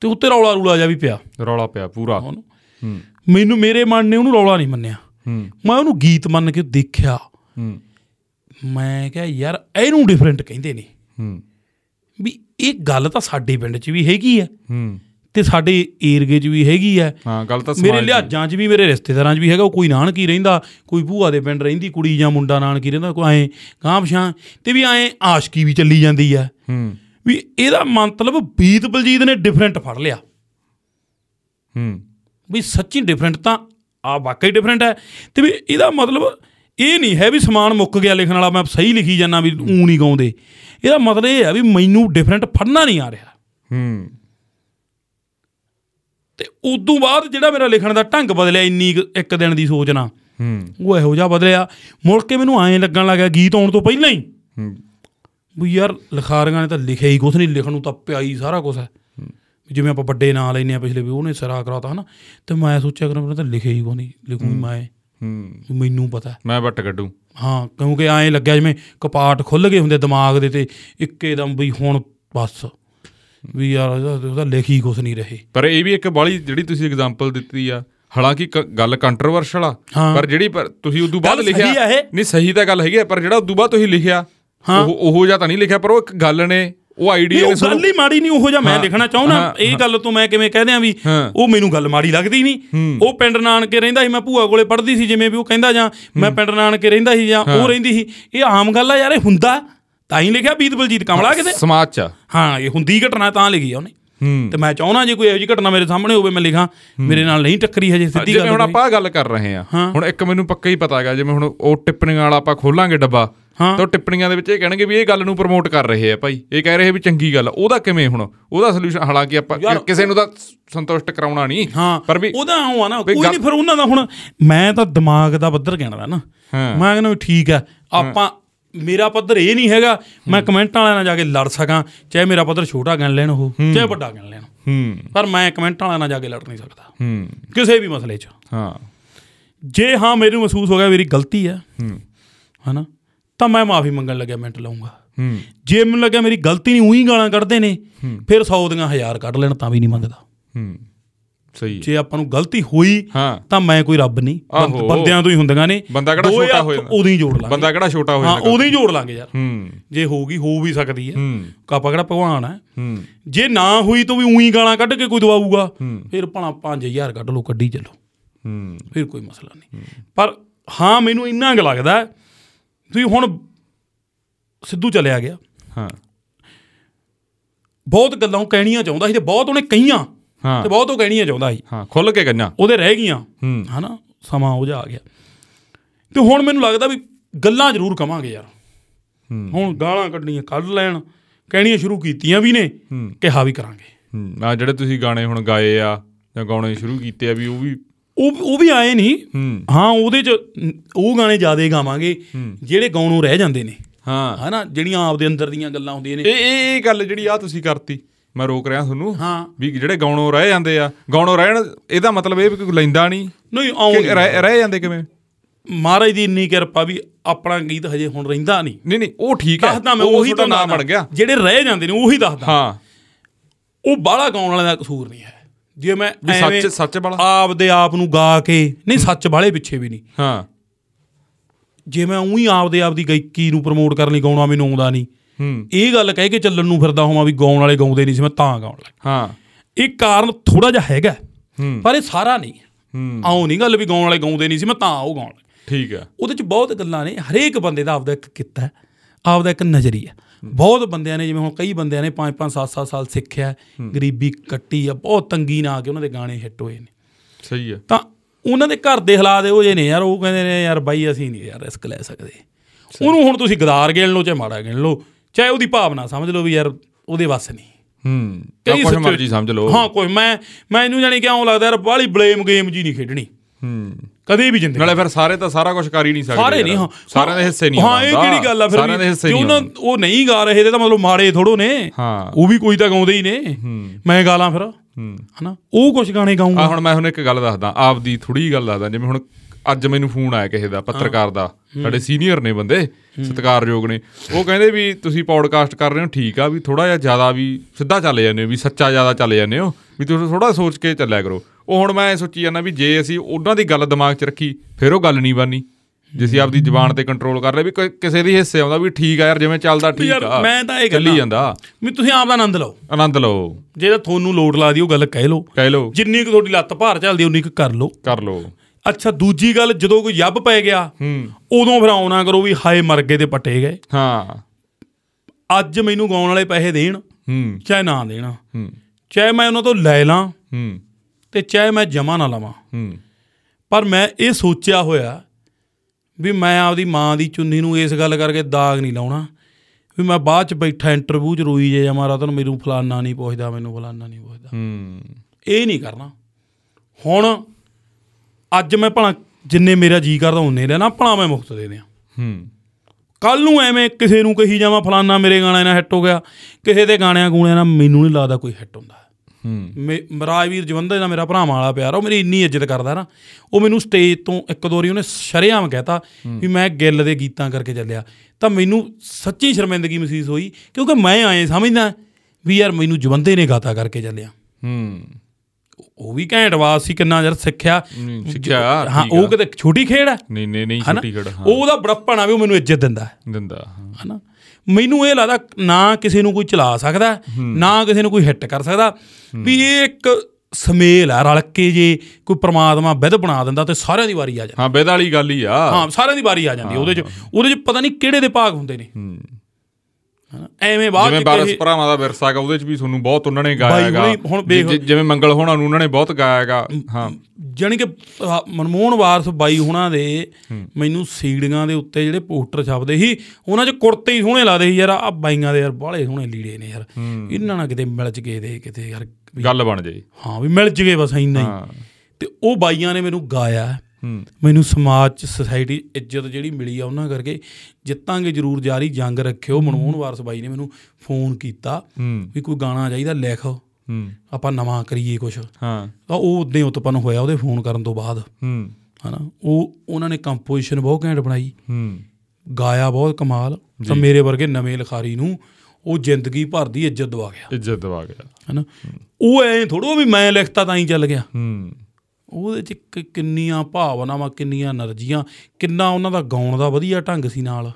[SPEAKER 2] ਤੇ ਉੱਤੇ ਰੌਲਾ ਰੂਲਾ ਜਾ ਵੀ ਪਿਆ
[SPEAKER 1] ਰੌਲਾ ਪਿਆ ਪੂਰਾ
[SPEAKER 2] ਉਹਨੂੰ
[SPEAKER 1] ਹੂੰ
[SPEAKER 2] ਮੈਨੂੰ ਮੇਰੇ ਮਨ ਨੇ ਉਹਨੂੰ ਰੌਲਾ ਨਹੀਂ ਮੰਨਿਆ
[SPEAKER 1] ਹੂੰ
[SPEAKER 2] ਮੈਂ ਉਹਨੂੰ ਗੀਤ ਮੰਨ ਕੇ ਦੇਖਿਆ
[SPEAKER 1] ਹੂੰ
[SPEAKER 2] ਮੈਂ ਕਿਹਾ ਯਾਰ ਇਹਨੂੰ ਡਿਫਰੈਂਟ ਕਹਿੰਦੇ ਨੇ
[SPEAKER 1] ਹੂੰ
[SPEAKER 2] ਵੀ ਇਹ ਗੱਲ ਤਾਂ ਸਾਡੇ ਪਿੰਡ 'ਚ ਵੀ ਹੈਗੀ ਆ
[SPEAKER 1] ਹੂੰ
[SPEAKER 2] ਤੇ ਸਾਡੇ ਏਰੀਏ 'ਚ ਵੀ ਹੈਗੀ ਆ
[SPEAKER 1] ਹਾਂ ਗੱਲ ਤਾਂ
[SPEAKER 2] ਮੇਰੇ
[SPEAKER 1] ਸਮਾਜ ਦੀ।
[SPEAKER 2] ਲਿਹਾਜ਼ਾਂ 'ਚ ਵੀ ਮੇਰੇ ਰਿਸ਼ਤੇਦਾਰਾਂ 'ਚ ਵੀ ਹੈਗਾ ਉਹ ਕੋਈ ਨਾਨਕੀ ਰਹਿੰਦਾ ਕੋਈ ਭੂਆ ਦੇ ਪਿੰਡ ਰਹਿੰਦੀ ਕੁੜੀ ਜਾਂ ਮੁੰਡਾ ਨਾਨਕੀ ਰਹਿੰਦਾ ਕੋਈ ਐਂ ਗਾਂਭਸ਼ਾਂ ਤੇ ਵੀ ਐਂ ਆਸ਼ਕੀ ਵੀ ਚੱਲੀ ਜਾਂਦੀ ਆ
[SPEAKER 1] ਹੂੰ
[SPEAKER 2] ਵੀ ਇਹਦਾ ਮਤਲਬ ਬੀਤ ਬਲਜੀਤ ਨੇ ਡਿਫਰੈਂਟ ਫੜ ਲਿਆ
[SPEAKER 1] ਹੂੰ
[SPEAKER 2] ਵੀ ਸੱਚੀ ਡਿਫਰੈਂਟ ਤਾਂ ਆ ਵਾਕਈ ਡਿਫਰੈਂਟ ਹੈ ਤੇ ਵੀ ਇਹਦਾ ਮਤਲਬ ਇਹ ਨਹੀਂ ਹੈ ਵੀ ਸਮਾਨ ਮੁੱਕ ਗਿਆ ਲਿਖਣ ਵਾਲਾ ਮੈਂ ਸਹੀ ਲਿਖੀ ਜਾਂਦਾ ਵੀ ਊਂ ਨਹੀਂ ਗਾਉਂਦੇ ਇਹਦਾ ਮਤਲਬ ਇਹ ਹੈ ਵੀ ਮੈਨੂੰ ਡਿਫਰੈਂਟ ਫੜਨਾ ਨਹੀਂ ਆ ਰਿਹਾ
[SPEAKER 1] ਹੂੰ
[SPEAKER 2] ਤੇ ਉਦੋਂ ਬਾਅਦ ਜਿਹੜਾ ਮੇਰਾ ਲਿਖਣ ਦਾ ਢੰਗ ਬਦਲਿਆ ਇੰਨੀ ਕੁ ਇੱਕ ਦਿਨ ਦੀ ਸੋਚ ਨਾਲ
[SPEAKER 1] ਹੂੰ
[SPEAKER 2] ਉਹ ਇਹੋ ਜਿਹਾ ਬਦਲਿਆ ਮੁੜ ਕੇ ਮੈਨੂੰ ਐਂ ਲੱਗਣ ਲੱਗਿਆ ਗੀਤ ਆਉਣ ਤੋਂ ਪਹਿਲਾਂ ਹੀ
[SPEAKER 1] ਹੂੰ
[SPEAKER 2] ਵੀ ਯਾਰ ਲਿਖਾਰੀਆਂ ਨੇ ਤਾਂ ਲਿਖਿਆ ਹੀ ਕੁਛ ਨਹੀਂ ਲਿਖਣ ਨੂੰ ਤਾਂ ਪਿਆ ਹੀ ਸਾਰਾ ਕੁਝ ਹੈ ਵੀ ਜਿਵੇਂ ਆਪਾਂ ਵੱਡੇ ਨਾਂ ਲੈਨੇ ਆ ਪਿਛਲੇ ਵੀ ਉਹਨੇ ਸਿਰਾ ਕਰਾਤਾ ਹਨਾ ਤੇ ਮੈਂ ਸੋਚਿਆ ਕਰਾਂ ਮੈਂ ਤਾਂ ਲਿਖਿਆ ਹੀ ਕੁਛ ਨਹੀਂ ਲਿਖੂ ਹੀ ਮੈਂ
[SPEAKER 1] ਹੂੰ
[SPEAKER 2] ਵੀ ਮੈਨੂੰ ਪਤਾ
[SPEAKER 1] ਮੈਂ ਵੱਟ ਕੱਢੂ
[SPEAKER 2] ਹਾਂ ਕਿਉਂਕਿ ਐਂ ਲੱਗਿਆ ਜਿਵੇਂ ਕਪਾਟ ਖੁੱਲ ਗਏ ਹੁੰਦੇ ਦਿਮਾਗ ਦੇ ਤੇ ਇੱਕੇਦਮ ਵੀ ਹੁਣ ਬਸ ਵੀ ਯਾਰ ਉਹਦਾ ਉਹਦਾ ਲਿਖ ਹੀ ਕੁਛ ਨਹੀਂ ਰਹੇ
[SPEAKER 1] ਪਰ ਇਹ ਵੀ ਇੱਕ ਬਾਲੀ ਜਿਹੜੀ ਤੁਸੀਂ ਐਗਜ਼ਾਮਪਲ ਦਿੱਤੀ ਆ ਹਾਲਾਂਕਿ ਕ- ਗੱਲ ਕੰਟਰੋਵਰਸ਼ਲ ਆ
[SPEAKER 2] ਹਾਂ।
[SPEAKER 1] ਪਰ ਜਿਹੜੀ ਪਰ ਤੁਸੀਂ ਉਦੋਂ ਬਾਅਦ
[SPEAKER 2] ਗੱਲ
[SPEAKER 1] ਲਿਖਿਆ
[SPEAKER 2] ਸਹੀ ਆ ਇਹ।
[SPEAKER 1] ਨਹੀਂ ਸਹੀ ਤਾਂ ਗੱਲ ਹੈਗੀ ਆ, ਪਰ ਜਿਹੜਾ ਉਦੋਂ ਬਾਅਦ ਤੁਸੀਂ ਲਿਖਿਆ ਉਹ ਉਹ ਜਾਂ ਤਾਂ ਨਹੀਂ ਲਿਖਿਆ ਪਰ ਉਹ ਇੱਕ ਗੱਲ ਨੇ ਉਹ
[SPEAKER 2] ਨਹੀਂ
[SPEAKER 1] ਆਈਡੀਆ
[SPEAKER 2] ਉਹ
[SPEAKER 1] ਨੇ
[SPEAKER 2] ਗੱਲ ਹੀ ਮਾੜੀ ਨਹੀਂ ਉਹੋ ਜਿਹਾ ਮੈਂ
[SPEAKER 1] ਹਾਂ,
[SPEAKER 2] ਲਿਖਣਾ ਚਾਹੁੰਦਾ
[SPEAKER 1] ਹਾਂ,
[SPEAKER 2] ਇਹ ਗੱਲ ਤੋਂ ਮੈਂ ਕਿਵੇਂ ਕਹਿ ਦਿਆਂ ਵੀ
[SPEAKER 1] ਹਾਂ।
[SPEAKER 2] ਉਹ ਮੈਨੂੰ ਗੱਲ ਮਾੜੀ ਲੱਗਦੀ ਨਹੀਂ ਉਹ ਪਿੰਡ ਨਾਨਕੇ ਰਹਿੰਦਾ ਸੀ ਮੈਂ ਭੂਆ ਕੋਲੇ ਪੜਦੀ ਸੀ ਜਿਵੇਂ ਵੀ ਉਹ ਕਹਿੰਦਾ ਜਾਂ ਮੈਂ ਪਿੰਡ ਨਾਨਕੇ ਰਹਿੰਦਾ ਸੀ ਜਾਂ ਉਹ ਰਹਿੰਦੀ ਸੀ ਇਹ ਆਮ ਗੱਲ ਆ ਯਾਰ ਇਹ ਹੁੰਦਾ ਤਾਂ ਹੀ ਲਿਖਿਆ ਬੀਤ ਬਲਜੀਤ ਕਮਲਾ ਕਿਤੇ
[SPEAKER 1] ਸਮਾਜ ਚ ਆ।
[SPEAKER 2] ਹਾਂ ਇਹ ਹੁੰਦੀ ਘਟਨਾ ਤਾਂ ਲਿਖੀ ਆ ਉਹਨੇ
[SPEAKER 1] ਹੂੰ
[SPEAKER 2] ਤੇ ਮੈਂ ਚਾਹੁੰਦਾ ਜੇ ਕੋਈ ਇਹੋ ਜਿਹੀ ਘਟਨਾ ਮੇਰੇ ਸਾਹਮਣੇ ਹੋਵੇ ਮੈਂ ਲਿਖਾਂ ਮੇਰੇ ਨਾਲ ਨਹੀਂ ਟੱਕਰੀ ਹਜੇ ਸਿੱਧੀ
[SPEAKER 1] ਜਿਵੇਂ
[SPEAKER 2] ਗੱਲ
[SPEAKER 1] ਹੁਣ ਆਪਾਂ ਆਹ ਗੱਲ ਕਰ ਰਹੇ ਆ
[SPEAKER 2] ਹਾਂ।
[SPEAKER 1] ਹੁਣ ਇੱਕ ਮੈਨੂੰ ਪੱਕਾ ਹੀ ਪਤਾ ਹੈਗਾ ਜਿਵੇਂ ਹੁਣ ਉਹ ਟਿੱਪਣੀਆਂ ਵਾਲਾ ਆਪਾਂ ਖੋਲਾਂਗੇ ਡੱਬਾ
[SPEAKER 2] ਹਾਂ।
[SPEAKER 1] ਤਾਂ ਉਹ ਟਿੱਪਣੀਆਂ ਦੇ ਵਿੱਚ ਇਹ ਕਹਿਣਗੇ ਵੀ ਇਹ ਗੱਲ ਨੂੰ ਪ੍ਰਮੋਟ ਕਰ ਰਹੇ ਆ ਭਾਈ ਇਹ ਕਹਿ ਰਹੇ ਵੀ ਚੰਗੀ ਗੱਲ ਆ। ਉਹਦਾ ਕਿਵੇਂ ਹੁਣ ਉਹਦਾ ਸੋਲੂਸ਼ਨ ਹਾਲਾਂਕਿ ਆਪਾਂ ਕਿਸੇ ਨੂੰ ਤਾਂ ਸੰਤੁਸ਼ਟ ਕਰਾਉਣਾ ਨਹੀਂ
[SPEAKER 2] ਹਾਂ
[SPEAKER 1] ਪਰ ਵੀ
[SPEAKER 2] ਉਹਦਾ ਉਹ ਆ ਨਾ ਕੋਈ
[SPEAKER 1] ਗੱਲ-
[SPEAKER 2] ਨਹੀਂ ਫਿਰ ਉਹਨਾਂ ਦਾ ਹੁਣ ਮੈਂ ਤਾਂ ਦਿਮਾਗ ਦਾ ਪੱਧਰ ਗਿਣਦਾ ਨਾ
[SPEAKER 1] ਹਾਂ।
[SPEAKER 2] ਮੈਂ ਕਹਿੰਦਾ ਵੀ ਠੀਕ ਆ ਆਪਾਂ ਮੇਰਾ ਪੱਧਰ ਇਹ ਨਹੀਂ ਹੈਗਾ ਮੈਂ ਕਮੈਂਟਾਂ ਵਾਲਿਆਂ ਨਾਲ ਜਾ ਕੇ ਲੜ ਸਕਾਂ ਚਾਹੇ ਮੇਰਾ ਪੱਧਰ ਛੋਟਾ ਗਿਣ ਲੈਣ ਉਹ ਚਾਹੇ ਵੱਡਾ ਗਿਣ ਲੈਣ
[SPEAKER 1] ਹੂੰ
[SPEAKER 2] ਪਰ ਮੈਂ ਕਮੈਂਟਾਂ ਵਾਲਿਆਂ ਨਾਲ ਜਾ ਕੇ ਲੜ ਨਹੀਂ ਸਕਦਾ
[SPEAKER 1] ਹੂੰ
[SPEAKER 2] ਕਿਸੇ ਵੀ ਮਸਲੇ 'ਚ
[SPEAKER 1] ਹਾਂ
[SPEAKER 2] ਜੇ ਹਾਂ ਮੈਨੂੰ ਮਹਿਸੂਸ ਹੋ ਗਿਆ ਮੇਰੀ ਗਲਤੀ ਆ
[SPEAKER 1] ਹੂੰ
[SPEAKER 2] ਹਨਾ ਤਾਂ ਮੈਂ ਮਾਫੀ ਮੰਗਣ ਲੱਗਿਆ ਮਿੰਟ ਲਾਉਂਗਾ
[SPEAKER 1] ਹੂੰ
[SPEAKER 2] ਜੇ ਮੈਨੂੰ ਲੱਗਿਆ ਮੇਰੀ ਗਲਤੀ ਨਹੀਂ ਉਹੀ ਗਾਲਾਂ ਕੱਢਦੇ ਨੇ ਫਿਰ 100 ਦੀਆਂ ਹਜ਼ਾਰ ਕੱਢ ਲੈਣ ਤਾਂ ਵੀ ਨਹੀਂ ਮੰਗਦਾ
[SPEAKER 1] ਹੂੰ ਸਹੀ ਹੈ।
[SPEAKER 2] ਜੇ ਆਪਾਂ ਨੂੰ ਗਲਤੀ ਹੋਈ
[SPEAKER 1] ਹਾਂ
[SPEAKER 2] ਤਾਂ ਮੈਂ ਕੋਈ ਰੱਬ ਨਹੀਂ ਬੰਦ-
[SPEAKER 1] ਆਹੋ।
[SPEAKER 2] ਬੰਦਿਆਂ ਤੋਂ ਹੀ ਹੁੰਦੀਆਂ ਨੇ
[SPEAKER 1] ਬੰਦਾ ਕਿਹੜਾ
[SPEAKER 2] ਦੋਏ
[SPEAKER 1] ਛੋਟਾ
[SPEAKER 2] ਹੱਥ
[SPEAKER 1] ਹੋ ਜਾਂਦਾ?
[SPEAKER 2] ਉਦੋਂ ਹੀ ਜੋੜ ਲਾਂਗੇ
[SPEAKER 1] ਬੰਦਾ ਕਿਹੜਾ ਛੋਟਾ ਹੋ
[SPEAKER 2] ਹਾਂ
[SPEAKER 1] ਜਾਂਦਾ
[SPEAKER 2] ਉਦੋਂ ਹੀ ਜੋੜ ਲਾਂਗੇ ਯਾਰ
[SPEAKER 1] ਹੂੰ
[SPEAKER 2] ਜੇ ਹੋਊਗੀ ਹੋ ਵੀ ਸਕਦੀ ਹੈ
[SPEAKER 1] ਹੂੰ
[SPEAKER 2] ਕਾਪਾ ਕਿਹੜਾ ਭਗਵਾਨ ਹੈ
[SPEAKER 1] ਹੂੰ
[SPEAKER 2] ਜੇ ਨਾ ਹੋਈ ਤਾਂ ਵੀ ਉਹੀ ਗਾਲਾਂ ਕੱਢ ਕੇ ਕੋਈ ਦਵਾਊਗਾ ਫਿਰ ਭਲਾ 5000 ਕੱਢ ਲਓ ਕੱਢੀ ਚੱਲੋ
[SPEAKER 1] ਹੂੰ
[SPEAKER 2] ਫਿਰ ਕੋਈ ਮਸਲਾ ਨਹੀਂ ਪਰ ਹਾਂ ਮੈਨੂੰ ਇੰਨਾ ਕੁ ਲੱਗਦਾ ਹੈ, ਤੁਸੀਂ ਹੁਣ ਸਿੱਧੂ ਚਲਿਆ ਗਿਆ
[SPEAKER 1] ਹਾਂ
[SPEAKER 2] ਬਹੁਤ ਗੱਲਾਂ ਉਹ ਕਹਿਣੀਆਂ ਚਾਹੁੰਦਾ ਸੀ ਤੇ ਬਹੁਤ ਉਹਨੇ ਕਹੀਆਂ
[SPEAKER 1] ਹਾਂ
[SPEAKER 2] ਤੇ ਬਹੁਤ ਉਹ ਕਹਿਣੀਆਂ ਚਾਹੁੰਦਾ ਸੀ
[SPEAKER 1] ਹਾਂ ਖੁੱਲ ਕੇ ਕੰਨਾ
[SPEAKER 2] ਉਹਦੇ ਰਹਿ ਗਈਆਂ
[SPEAKER 1] ਹੂੰ
[SPEAKER 2] ਹਨਾ ਸਮਾਂ ਉਹ ਜਾ ਆ ਗਿਆ ਤੇ ਹੁਣ ਮੈਨੂੰ ਲੱਗਦਾ ਵੀ ਗੱਲਾਂ ਜ਼ਰੂਰ ਕਵਾਂਗੇ ਯਾਰ
[SPEAKER 1] ਹੂੰ
[SPEAKER 2] ਹੁਣ ਗਾਲਾਂ ਕੱਢਣੀਆਂ ਕੱਢ ਲੈਣ ਕਹਿਣੀਆਂ ਸ਼ੁਰੂ ਕੀਤੀਆਂ ਵੀ ਨੇ
[SPEAKER 1] ਹੂੰ
[SPEAKER 2] ਕਿਹਾ ਵੀ ਕਰਾਂਗੇ
[SPEAKER 1] ਹੂੰ ਆ ਜਿਹੜੇ ਤੁਸੀਂ ਗਾਣੇ ਹੁਣ ਗਾਏ ਆ ਜਾਂ ਗਾਉਣੇ ਸ਼ੁਰੂ ਕੀਤੇ ਆ ਵੀ ਉਹ ਵੀ
[SPEAKER 2] ਉਹ ਉਹ ਵੀ ਆਏ ਨਹੀਂ
[SPEAKER 1] ਹੂੰ
[SPEAKER 2] ਹਾਂ ਉਹਦੇ ਚ ਨ- ਉਹ ਗਾਣੇ ਜ਼ਿਆਦਾ ਗਾਵਾਂਗੇ ਜਿਹੜੇ ਗਾਉਣੋਂ ਰਹਿ ਜਾਂਦੇ ਨੇ
[SPEAKER 1] ਹਾਂ
[SPEAKER 2] ਹਨਾ ਜਿਹੜੀਆਂ ਆਪਦੇ ਅੰਦਰ ਦੀਆਂ ਗੱਲਾਂ ਹੁੰਦੀਆਂ ਨੇ
[SPEAKER 1] ਇਹ ਇਹ ਇਹ ਗੱਲ ਜਿਹੜੀ ਆ ਤੁਸੀਂ ਕਰਤੀ ਮੈਂ ਰੋਕ ਰਿਹਾ ਤੁਹਾਨੂੰ
[SPEAKER 2] ਹਾਂ
[SPEAKER 1] ਵੀ ਜਿਹੜੇ ਗਾਉਣੋਂ ਰਹਿ ਜਾਂਦੇ ਆ ਗਾਉਣੋਂ ਰਹਿਣ ਇਹਦਾ ਮਤਲਬ ਇਹ ਵੀ ਕੋਈ ਲੈਂਦਾ ਨਹੀਂ
[SPEAKER 2] ਨਹੀਂ ਆਉਂ
[SPEAKER 1] ਕਿ ਰਹਿ ਰਹਿ ਜਾਂਦੇ ਕਿਵੇਂ
[SPEAKER 2] ਮਹਾਰਾਜ ਦੀ ਇੰਨੀ ਕਿਰਪਾ ਵੀ ਆਪਣਾ ਗੀਤ ਹਜੇ ਹੁਣ ਰਹਿੰਦਾ ਨਹੀਂ
[SPEAKER 1] ਨਹੀਂ ਨਹੀਂ ਉਹ ਠੀਕ ਹੈ
[SPEAKER 2] ਦੱਸਦਾ ਮੈਂ
[SPEAKER 1] ਉਹ
[SPEAKER 2] ਉਹੀ
[SPEAKER 1] ਤੁਹਾਡਾ
[SPEAKER 2] ਤਾਂ
[SPEAKER 1] ਨਾਮ ਬਣ ਗਿਆ
[SPEAKER 2] ਜਿਹੜੇ ਰਹਿ ਜਾਂਦੇ ਨੇ ਉਹੀ ਦੱਸਦਾ
[SPEAKER 1] ਹਾਂ
[SPEAKER 2] ਉਹ ਬਾਹਲਾ ਗਾਉਣ ਵਾਲੇ ਦਾ ਕਸੂਰ ਨਹੀਂ ਹੈ ਜੇ ਮੈਂ
[SPEAKER 1] ਵੀ
[SPEAKER 2] ਐਵੇਂ
[SPEAKER 1] ਸੱਚ ਸੱਚ ਵਾਲਾ
[SPEAKER 2] ਆਪ ਦੇ ਆਪ ਨੂੰ ਗਾ ਕੇ ਨਹੀਂ ਸੱਚ ਵਾਲੇ ਪਿੱਛੇ ਵੀ ਨਹੀਂ
[SPEAKER 1] ਹਾਂ
[SPEAKER 2] ਜੇ ਮੈਂ ਉਹੀ ਆਪ ਦੇ ਆਪ ਦੀ ਗਾਇਕੀ ਨੂੰ ਪ੍ਰਮੋਟ ਕਰਨ ਲਈ ਗਾਉਣਾ ਮੈਨੂੰ ਆਉਂਦਾ ਨਹੀਂ
[SPEAKER 1] ਹੂੰ
[SPEAKER 2] ਇਹ ਗੱਲ ਕਹਿ ਕੇ ਚੱਲਣ ਨੂੰ ਫਿਰਦਾ ਹੋਵਾਂ ਵੀ ਗਾਉਣ ਵਾਲੇ ਗਾਉਂਦੇ ਨਹੀਂ ਸੀ ਮੈਂ ਤਾਂ ਗਾਉਣ ਲੱਗਾ
[SPEAKER 1] ਹਾਂ
[SPEAKER 2] ਇਹ ਕਾਰਨ ਥੋੜਾ ਜਿਹਾ ਹੈਗਾ
[SPEAKER 1] ਹੂੰ।
[SPEAKER 2] ਪਰ ਇਹ ਸਾਰਾ ਨਹੀਂ
[SPEAKER 1] ਹੂੰ
[SPEAKER 2] ਆਉਂ ਨਹੀਂ ਗੱਲ ਵੀ ਗਾਉਣ ਵਾਲੇ ਗਾਉਂਦੇ ਨਹੀਂ ਸੀ ਮੈਂ ਤਾਂ ਉਹ ਗਾਉਣ ਲੱਗਾ
[SPEAKER 1] ਠੀਕ ਆ
[SPEAKER 2] ਉਹਦੇ ਚ ਬਹੁਤ ਗੱਲਾਂ ਨੇ ਹਰੇਕ ਬੰਦੇ ਦਾ ਆਪਦਾ ਇੱਕ ਕਿੱਤਾ ਹੈ, ਆਪਦਾ ਇੱਕ ਨਜ਼ਰੀਆ ਬਹੁਤ ਬੰਦਿਆਂ ਨੇ ਜਿਵੇਂ ਹੁਣ ਕਈ ਬੰਦਿਆਂ ਨੇ 5-5 7-7 ਸਾਲ ਸਿੱਖਿਆ ਗਰੀਬੀ ਕੱਟੀ ਆ ਬਹੁਤ ਤੰਗੀ ਨਾਲ ਆ ਕੇ ਉਹਨਾਂ ਦੇ ਗਾਣੇ ਹਿੱਟ ਹੋਏ ਨੇ
[SPEAKER 1] ਸਹੀ ਆ
[SPEAKER 2] ਤਾਂ ਉਹਨਾਂ ਦੇ ਘਰ ਦੇ ਹਾਲਾਤ ਇਹੋ ਜਿਹੇ ਨੇ ਯਾਰ ਉਹ ਕਹਿੰਦੇ ਨੇ ਯਾਰ ਬਾਈ ਅਸੀਂ ਨਹੀਂ ਯਾਰ ਰਿਸਕ ਲੈ ਸਕਦੇ ਉਹਨੂੰ ਹੁਣ ਤੁਸੀਂ ਗਦਾਰ ਗਿਣ ਲਓ ਚਾਹੇ ਮਾੜਾ ਗਿਣ ਲਓ ਚਾਹੇ ਉਹਦੀ ਭਾਵਨਾ ਸਮਝ ਲਓ ਵੀ ਯਾਰ ਉਹਦੇ ਵੱਸ ਨਹੀਂ
[SPEAKER 1] ਹੂੰ ਤਾਂ ਕੁਝ
[SPEAKER 2] ਸਿਚੁਏ-
[SPEAKER 1] ਮਰਜੀ ਸਮਝ ਲਓ
[SPEAKER 2] ਹਾਂ ਕੋਈ ਮੈਂ ਮੈਨੂੰ ਜਾਣੀ ਕਿ ਆਉਂ ਲੱਗਦਾ ਯਾਰ ਬਾਹਲੀ ਬਲੇਮ ਗੇਮ ਜੀ ਨਹੀਂ ਖੇਡਣੀ
[SPEAKER 1] ਹੂੰ
[SPEAKER 2] ਕਦੇ ਵੀ ਜ਼ਿੰਦਗੀ
[SPEAKER 1] ਨਾਲੇ ਫਿਰ ਸਾਰੇ ਤਾਂ ਸਾਰਾ ਕੁਝ ਕਰ ਹੀ ਨਹੀਂ ਸਕਦੇ
[SPEAKER 2] ਸਾਰੇ
[SPEAKER 1] ਯਾਰ।
[SPEAKER 2] ਨਹੀਂ ਹਾਂ
[SPEAKER 1] ਸਾਰਿਆਂ ਦੇ ਹਿੱਸੇ ਨਹੀਂ
[SPEAKER 2] ਹਾਂ ਇਹ
[SPEAKER 1] ਹੁੰਦਾ।
[SPEAKER 2] ਕਿਹੜੀ ਗੱਲ ਆ ਫਿਰ
[SPEAKER 1] ਸਾਰਿਆਂ ਦੇ ਹਿੱਸੇ
[SPEAKER 2] ਜੇ
[SPEAKER 1] ਨਹੀਂ
[SPEAKER 2] ਉਹਨਾਂ
[SPEAKER 1] ਹੁੰਦਾ।
[SPEAKER 2] ਉਹ ਨਹੀਂ ਗਾ ਰਹੇ ਤੇ ਤਾਂ ਮਤਲਬ ਮਾੜੇ ਥੋੜੋ ਨੇ
[SPEAKER 1] ਹਾਂ
[SPEAKER 2] ਉਹ ਵੀ ਕੋਈ ਤਾਂ ਗਾਉਂਦੇ ਹੀ ਨੇ ਮੈਂ ਗਾ ਲਾਂ ਫਿਰ
[SPEAKER 1] ਹੂੰ
[SPEAKER 2] ਹਨਾ ਉਹ ਕੁਝ ਗਾਣੇ
[SPEAKER 1] ਆ
[SPEAKER 2] ਗਾਉਂਗਾ
[SPEAKER 1] ਹੁਣ ਮੈਂ ਹੁਣ ਇੱਕ ਗੱਲ ਦੱਸਦਾ ਆਪਦੀ ਥੋੜੀ ਗੱਲ ਦੱਸਦਾ ਜਿਵੇਂ ਹੁਣ ਅੱਜ ਮੈਨੂੰ ਫੋਨ ਆਇਆ ਕਿਸੇ ਦਾ ਪੱਤਰਕਾਰ ਦਾ ਸਾਡੇ ਸੀਨੀਅਰ ਨੇ ਬੰਦੇ ਸਤਿਕਾਰਯੋਗ ਨੇ ਉਹ ਕਹਿੰਦੇ ਵੀ ਤੁਸੀਂ ਪੌਡਕਾਸਟ ਕਰ ਰਹੇ ਹੋ ਠੀਕ ਆ ਵੀ ਥੋੜਾ ਜਿਹਾ ਜ਼ਿਆਦਾ ਵੀ ਸਿੱਧਾ ਚੱਲ ਜਾਂਦੇ ਹੋ ਵੀ ਸੱਚਾ ਜ਼ਿਆਦਾ ਚੱਲ ਜਾਂਦੇ ਹੋ ਵੀ ਤੁਸੀਂ ਥੋੜਾ ਸੋਚ ਕੇ ਚੱਲਿਆ ਕਰੋ ਉਹ ਹੁਣ ਮੈਂ ਸੋਚੀ ਜਾਂਦਾ ਵੀ ਜੇ ਅਸੀਂ ਉਹਨਾਂ ਦੀ ਗੱਲ ਦਿਮਾਗ 'ਚ ਰੱਖੀ ਫਿਰ ਉਹ ਗੱਲ ਨਹੀਂ ਬਣਨੀ ਜੇ ਅਸੀਂ ਆਪਦੀ ਜ਼ੁਬਾਨ ਤੇ ਕੰਟਰੋਲ ਕਰ ਲਿਆ ਵੀ ਕੋਈ- ਕਿਸੇ ਦੀ ਹਿੱਸੇ ਆਉਂਦਾ ਵੀ ਠੀਕ ਆ ਯਾਰ ਜਿਵੇਂ ਚੱਲਦਾ ਠੀਕ
[SPEAKER 2] ਯਾਰ,
[SPEAKER 1] ਆ
[SPEAKER 2] ਮੈਂ ਤਾਂ ਇਹ
[SPEAKER 1] ਚੱਲੀ
[SPEAKER 2] ਕਹਿੰਦਾ।
[SPEAKER 1] ਜਾਂਦਾ
[SPEAKER 2] ਵੀ ਤੁਸੀਂ ਆਪ ਦਾ ਆਨੰਦ ਲਓ
[SPEAKER 1] ਆਨੰਦ ਲਓ
[SPEAKER 2] ਜੇ ਤਾਂ ਤੁਹਾਨੂੰ ਲੋੜ ਲੱਗਦੀ ਉਹ ਗੱਲ ਕਹਿ ਲਓ
[SPEAKER 1] ਕਹਿ ਲਓ
[SPEAKER 2] ਜਿੰਨੀ ਕੁ ਤੁਹਾਡੀ ਲੱਤ ਭਾਰ ਚੱਲਦੀ ਉਨੀ ਕੁ ਕਰ ਲਓ
[SPEAKER 1] ਕਰ ਲਓ
[SPEAKER 2] ਅੱਛਾ ਦੂਜੀ ਗੱਲ ਜਦੋਂ ਕੋਈ ਯੱਬ ਪੈ ਗਿਆ
[SPEAKER 1] ਹੂੰ
[SPEAKER 2] ਉਦੋਂ ਫਿਰ ਆਉਣਾ ਕਰੋ ਵੀ ਹਾਏ ਮਰ ਗਏ ਤੇ ਪਟੇ ਗਏ
[SPEAKER 1] ਹਾਂ
[SPEAKER 2] ਅੱਜ ਮੈਨੂੰ ਗਾਉਣ ਵਾਲੇ ਪੈਸੇ ਦੇਣ
[SPEAKER 1] ਹੂੰ
[SPEAKER 2] ਚਾਹੇ ਨਾ ਦੇਣਾ
[SPEAKER 1] ਹੂੰ
[SPEAKER 2] ਚਾਹੇ ਮੈਂ ਉਹਨਾਂ ਤੋਂ ਲੈ ਲਾਂ
[SPEAKER 1] ਹੂੰ
[SPEAKER 2] ਤੇ ਚਾਹੇ ਮੈਂ ਜਮਾ ਨਾ ਲਵਾਂ
[SPEAKER 1] ਹੂੰ
[SPEAKER 2] ਪਰ ਮੈਂ ਇਹ ਸੋਚਿਆ ਹੋਇਆ ਵੀ ਮੈਂ ਆਪਦੀ ਮਾਂ ਦੀ ਚੁੰਨੀ ਨੂੰ ਇਸ ਗੱਲ ਕਰਕੇ ਦਾਗ ਨਹੀਂ ਲਾਉਣਾ ਵੀ ਮੈਂ ਬਾਅਦ ਚ ਬੈਠਾ ਇੰਟਰਵਿਊ ਚ ਰੋਈ ਜੇ ਜਾਂ ਮਾਰਾ ਤੈਨੂੰ ਮੈਨੂੰ ਫਲਾਨਾ ਨਹੀਂ ਪੁੱਛਦਾ ਮੈਨੂੰ ਫਲਾਨਾ ਨਹੀਂ ਪੁੱਛਦਾ
[SPEAKER 1] ਹੂੰ
[SPEAKER 2] ਇਹ ਨਹੀਂ ਕਰਨਾ ਹੁਣ ਅੱਜ ਮੈਂ ਭਲਾ ਜਿੰਨੇ ਮੇਰਾ ਜੀ ਕਰਦਾ ਉਹਨੇ ਲੈਣਾ ਭਲਾ ਮੈਂ ਮੁਕਤ ਦੇ ਦਿਆਂ
[SPEAKER 1] ਹੂੰ
[SPEAKER 2] ਕੱਲ ਨੂੰ ਐਵੇਂ ਕਿਸੇ ਨੂੰ ਕਹੀ ਜਾਵਾਂ ਫਲਾਨਾ ਮੇਰੇ ਗਾਣਿਆਂ ਨਾਲ ਹਿੱਟ ਹੋ ਗਿਆ ਕਿਸੇ ਦੇ ਗਾਣਿਆਂ ਗੂਣਿਆਂ ਨਾਲ ਮੈਨੂੰ ਨਹੀਂ ਲੱਗਦਾ ਕੋਈ ਹਿੱਟ ਹੁੰਦਾ
[SPEAKER 1] ਹੂੰ
[SPEAKER 2] ਮੇ- ਰਾਜਵੀਰ ਜਵੰਦਾ ਜਿਹੜਾ ਮੇਰਾ ਭਰਾਵਾਂ ਵਾਲਾ ਪਿਆਰ ਆ, ਉਹ ਮੇਰੀ ਇੰਨੀ ਇੱਜ਼ਤ ਕਰਦਾ ਨਾ ਉਹ ਮੈਨੂੰ ਸਟੇਜ ਤੋਂ ਇੱਕ ਦੋ ਵਾਰੀ ਉਹਨੇ ਸ਼ਰੇਆਮ ਕਹਿਤਾ ਵੀ ਮੈਂ ਗਿੱਲ ਦੇ ਗੀਤਾਂ ਕਰਕੇ ਚੱਲਿਆ ਤਾਂ ਮੈਨੂੰ ਸੱਚੀ ਸ਼ਰਮਿੰਦਗੀ ਮਹਿਸੂਸ ਹੋਈ ਕਿਉਂਕਿ ਮੈਂ ਐਂ ਸਮਝਦਾ ਵੀ ਯਾਰ ਮੈਨੂੰ ਜਵੰਦੇ ਨੇ ਗਾਤਾ ਕਰਕੇ ਚੱਲਿਆ
[SPEAKER 1] ਹੂੰ
[SPEAKER 2] ਉਹ- ਉਹ ਵੀ ਘੈਂਟ ਆਵਾਜ਼ ਸੀ ਕਿੰਨਾ ਯਾਰ ਸਿੱਖਿਆ
[SPEAKER 1] ਨਹੀਂ, ਸਿੱਖਿਆ,
[SPEAKER 2] ਹਾਂ
[SPEAKER 1] ਠੀਕ
[SPEAKER 2] ਉਹ ਕਿਤੇ ਛੋਟੀ ਖੇਡ ਹੈ
[SPEAKER 1] ਨਹੀਂ ਨਹੀਂ ਨਹੀਂ
[SPEAKER 2] ਹਨਾ
[SPEAKER 1] ਛੋਟੀ ਗੜ ਹਾਂ
[SPEAKER 2] ਉਹਦਾ ਬੜਪਣ ਆ ਵੀ ਉਹ ਮੈਨੂੰ ਇੱਜ਼ਤ ਦਿੰਦਾ ਹੈ
[SPEAKER 1] ਦਿੰਦਾ ਹਾਂ।
[SPEAKER 2] ਹਨਾ ਮੈਨੂੰ ਇਹ ਲੱਗਦਾ ਨਾ ਕਿਸੇ ਨੂੰ ਕੋਈ ਚਲਾ ਸਕਦਾ ਨਾ ਕਿਸੇ ਨੂੰ ਕੋਈ ਹਿੱਟ ਕਰ ਸਕਦਾ ਵੀ ਇਹ ਇੱਕ ਸਮੇਲ ਆ ਰਲ ਕੇ ਜੇ ਕੋਈ ਪ੍ਰਮਾਤਮਾ ਵਿਧ ਬਣਾ ਦਿੰਦਾ ਤੇ ਸਾਰਿਆਂ ਦੀ ਵਾਰੀ ਆ ਜਾਂਦੀ
[SPEAKER 1] ਹਾਂ ਬੇਦ ਵਾਲੀ ਗੱਲ ਹੀ ਆ
[SPEAKER 2] ਹਾਂ ਸਾਰਿਆਂ ਦੀ ਵਾਰੀ ਆ ਜਾਂਦੀ ਹੈ ਉਹਦੇ ਚ ਉਹਦੇ ਚ ਪਤਾ ਨਹੀਂ ਕਿਹੜੇ ਦੇ ਭਾਗ ਹੁੰਦੇ ਨੇ
[SPEAKER 1] ਹੂੰ।
[SPEAKER 2] ਹਨਾ ਐਵੇਂ ਬਾਅਦ
[SPEAKER 1] ਜਿਵੇਂ
[SPEAKER 2] ਚ
[SPEAKER 1] ਬਾਰਸ
[SPEAKER 2] ਕਿਸੇ-
[SPEAKER 1] ਭਰਾਵਾਂ ਦਾ ਵਿਰਸਾ ਹੈਗਾ ਉਹਦੇ ਚ ਵੀ ਤੁਹਾਨੂੰ ਬਹੁਤ ਉਹਨਾਂ ਨੇ
[SPEAKER 2] ਬਾਈ
[SPEAKER 1] ਗਾਇਆ ਹੈਗਾ
[SPEAKER 2] ਹੁਣੀ ਹੁਣ ਵੇਖ-
[SPEAKER 1] ਜਿ- ਜਿਵੇਂ ਮੰਗਲ ਹੋਣਾ ਨੂੰ ਉਹਨਾਂ ਨੇ ਬਹੁਤ ਗਾਇਆ ਹੈਗਾ ਹਾਂ
[SPEAKER 2] ਜਾਣੀ ਕਿ ਆਹ ਮਨਮੋਹਨ ਵਾਰਸ ਬਾਈ ਹੁਣਾਂ ਦੇ ਮੈਨੂੰ ਸੀੜੀਆਂ ਦੇ ਉੱਤੇ ਜਿਹੜੇ ਪੋਸਟਰ ਛਾਪਦੇ ਸੀ ਉਹਨਾਂ 'ਚ ਕੁੜਤੇ ਹੀ ਸੋਹਣੇ ਲੱਗਦੇ ਸੀ ਯਾਰ ਆ ਬਾਈਆਂ ਦੇ ਯਾਰ ਬਾਹਲੇ ਸੋਹਣੇ ਲੀੜੇ ਨੇ ਯਾਰ ਇਹਨਾਂ ਨਾਲ ਕਿਤੇ ਮਿਲ ਚ ਗਏ ਦੇ ਕਿਤੇ ਯਾਰ ਵੀ-
[SPEAKER 1] ਗੱਲ ਬਣ ਜਾਈ
[SPEAKER 2] ਹਾਂ ਵੀ ਮਿਲ ਚ ਗਏ ਬਸ ਇੰਨਾ ਹੀ
[SPEAKER 1] ਹਾਂ
[SPEAKER 2] ਤੇ ਉਹ ਬਾਈਆਂ ਨੇ ਮੈਨੂੰ ਗਾਇਆ
[SPEAKER 1] ਹੂੰ
[SPEAKER 2] ਮੈਨੂੰ ਸਮਾਜ ਚ ਸੁਸਾਇਟੀ ਇੱਜ਼ਤ ਜਿਹੜੀ ਮਿਲੀ ਆ ਉਹਨਾਂ ਕਰਕੇ ਜਿੱਤਾਂਗੇ ਜ਼ਰੂਰ ਜਾਰੀ ਜੰਗ ਰੱਖਿਓ ਮਨਮੋਹਨ ਵਾਰਸ ਬਾਈ ਨੇ ਮੈਨੂੰ ਫੋਨ ਕੀਤਾ
[SPEAKER 1] ਹੂੰ
[SPEAKER 2] ਵੀ ਕੋਈ ਗਾਣਾ ਚਾਹੀਦਾ ਲਿਖ
[SPEAKER 1] ਹੂੰ
[SPEAKER 2] ਆਪਾਂ ਨਵਾਂ ਕਰੀਏ ਕੁਛ
[SPEAKER 1] ਹਾਂ
[SPEAKER 2] ਤਾਂ ਉਹ ਉਦੋਂ ਹੀ ਉਤਪੰਨ ਹੋਇਆ ਉਹਦੇ ਫੋਨ ਕਰਨ ਤੋਂ ਬਾਅਦ
[SPEAKER 1] ਹੂੰ
[SPEAKER 2] ਹਨਾ ਉਹ ਉਹਨਾਂ ਨੇ ਕੰਪੋਜੀਸ਼ਨ ਬਹੁਤ ਘੈਂਟ ਬਣਾਈ
[SPEAKER 1] ਹੂੰ
[SPEAKER 2] ਗਾਇਆ ਬਹੁਤ ਕਮਾਲ ਤਾਂ ਮੇਰੇ ਵਰਗੇ ਨਵੇਂ ਲਿਖਾਰੀ ਨੂੰ ਉਹ ਜ਼ਿੰਦਗੀ ਭਰ ਦੀ ਇੱਜ਼ਤ ਦਵਾ ਗਿਆ
[SPEAKER 1] ਇੱਜ਼ਤ ਦਵਾ ਗਿਆ
[SPEAKER 2] ਹਨਾ ਉਹ ਐਂ ਥੋੜੋ ਵੀ ਮੈਂ ਲਿਖਤਾ ਤਾਂ ਹੀ ਚੱਲ ਗਿਆ
[SPEAKER 1] ਹੂੰ
[SPEAKER 2] ਉਹਦੇ ਚ ਕਿ- ਕਿੰਨੀਆਂ ਭਾਵਨਾਵਾਂ ਕਿੰਨੀਆਂ એનર્ਜੀਆਂ ਕਿੰਨਾ ਉਹਨਾਂ ਦਾ ਗਾਉਣ ਦਾ ਵਧੀਆ ਢੰਗ ਸੀ ਨਾਲ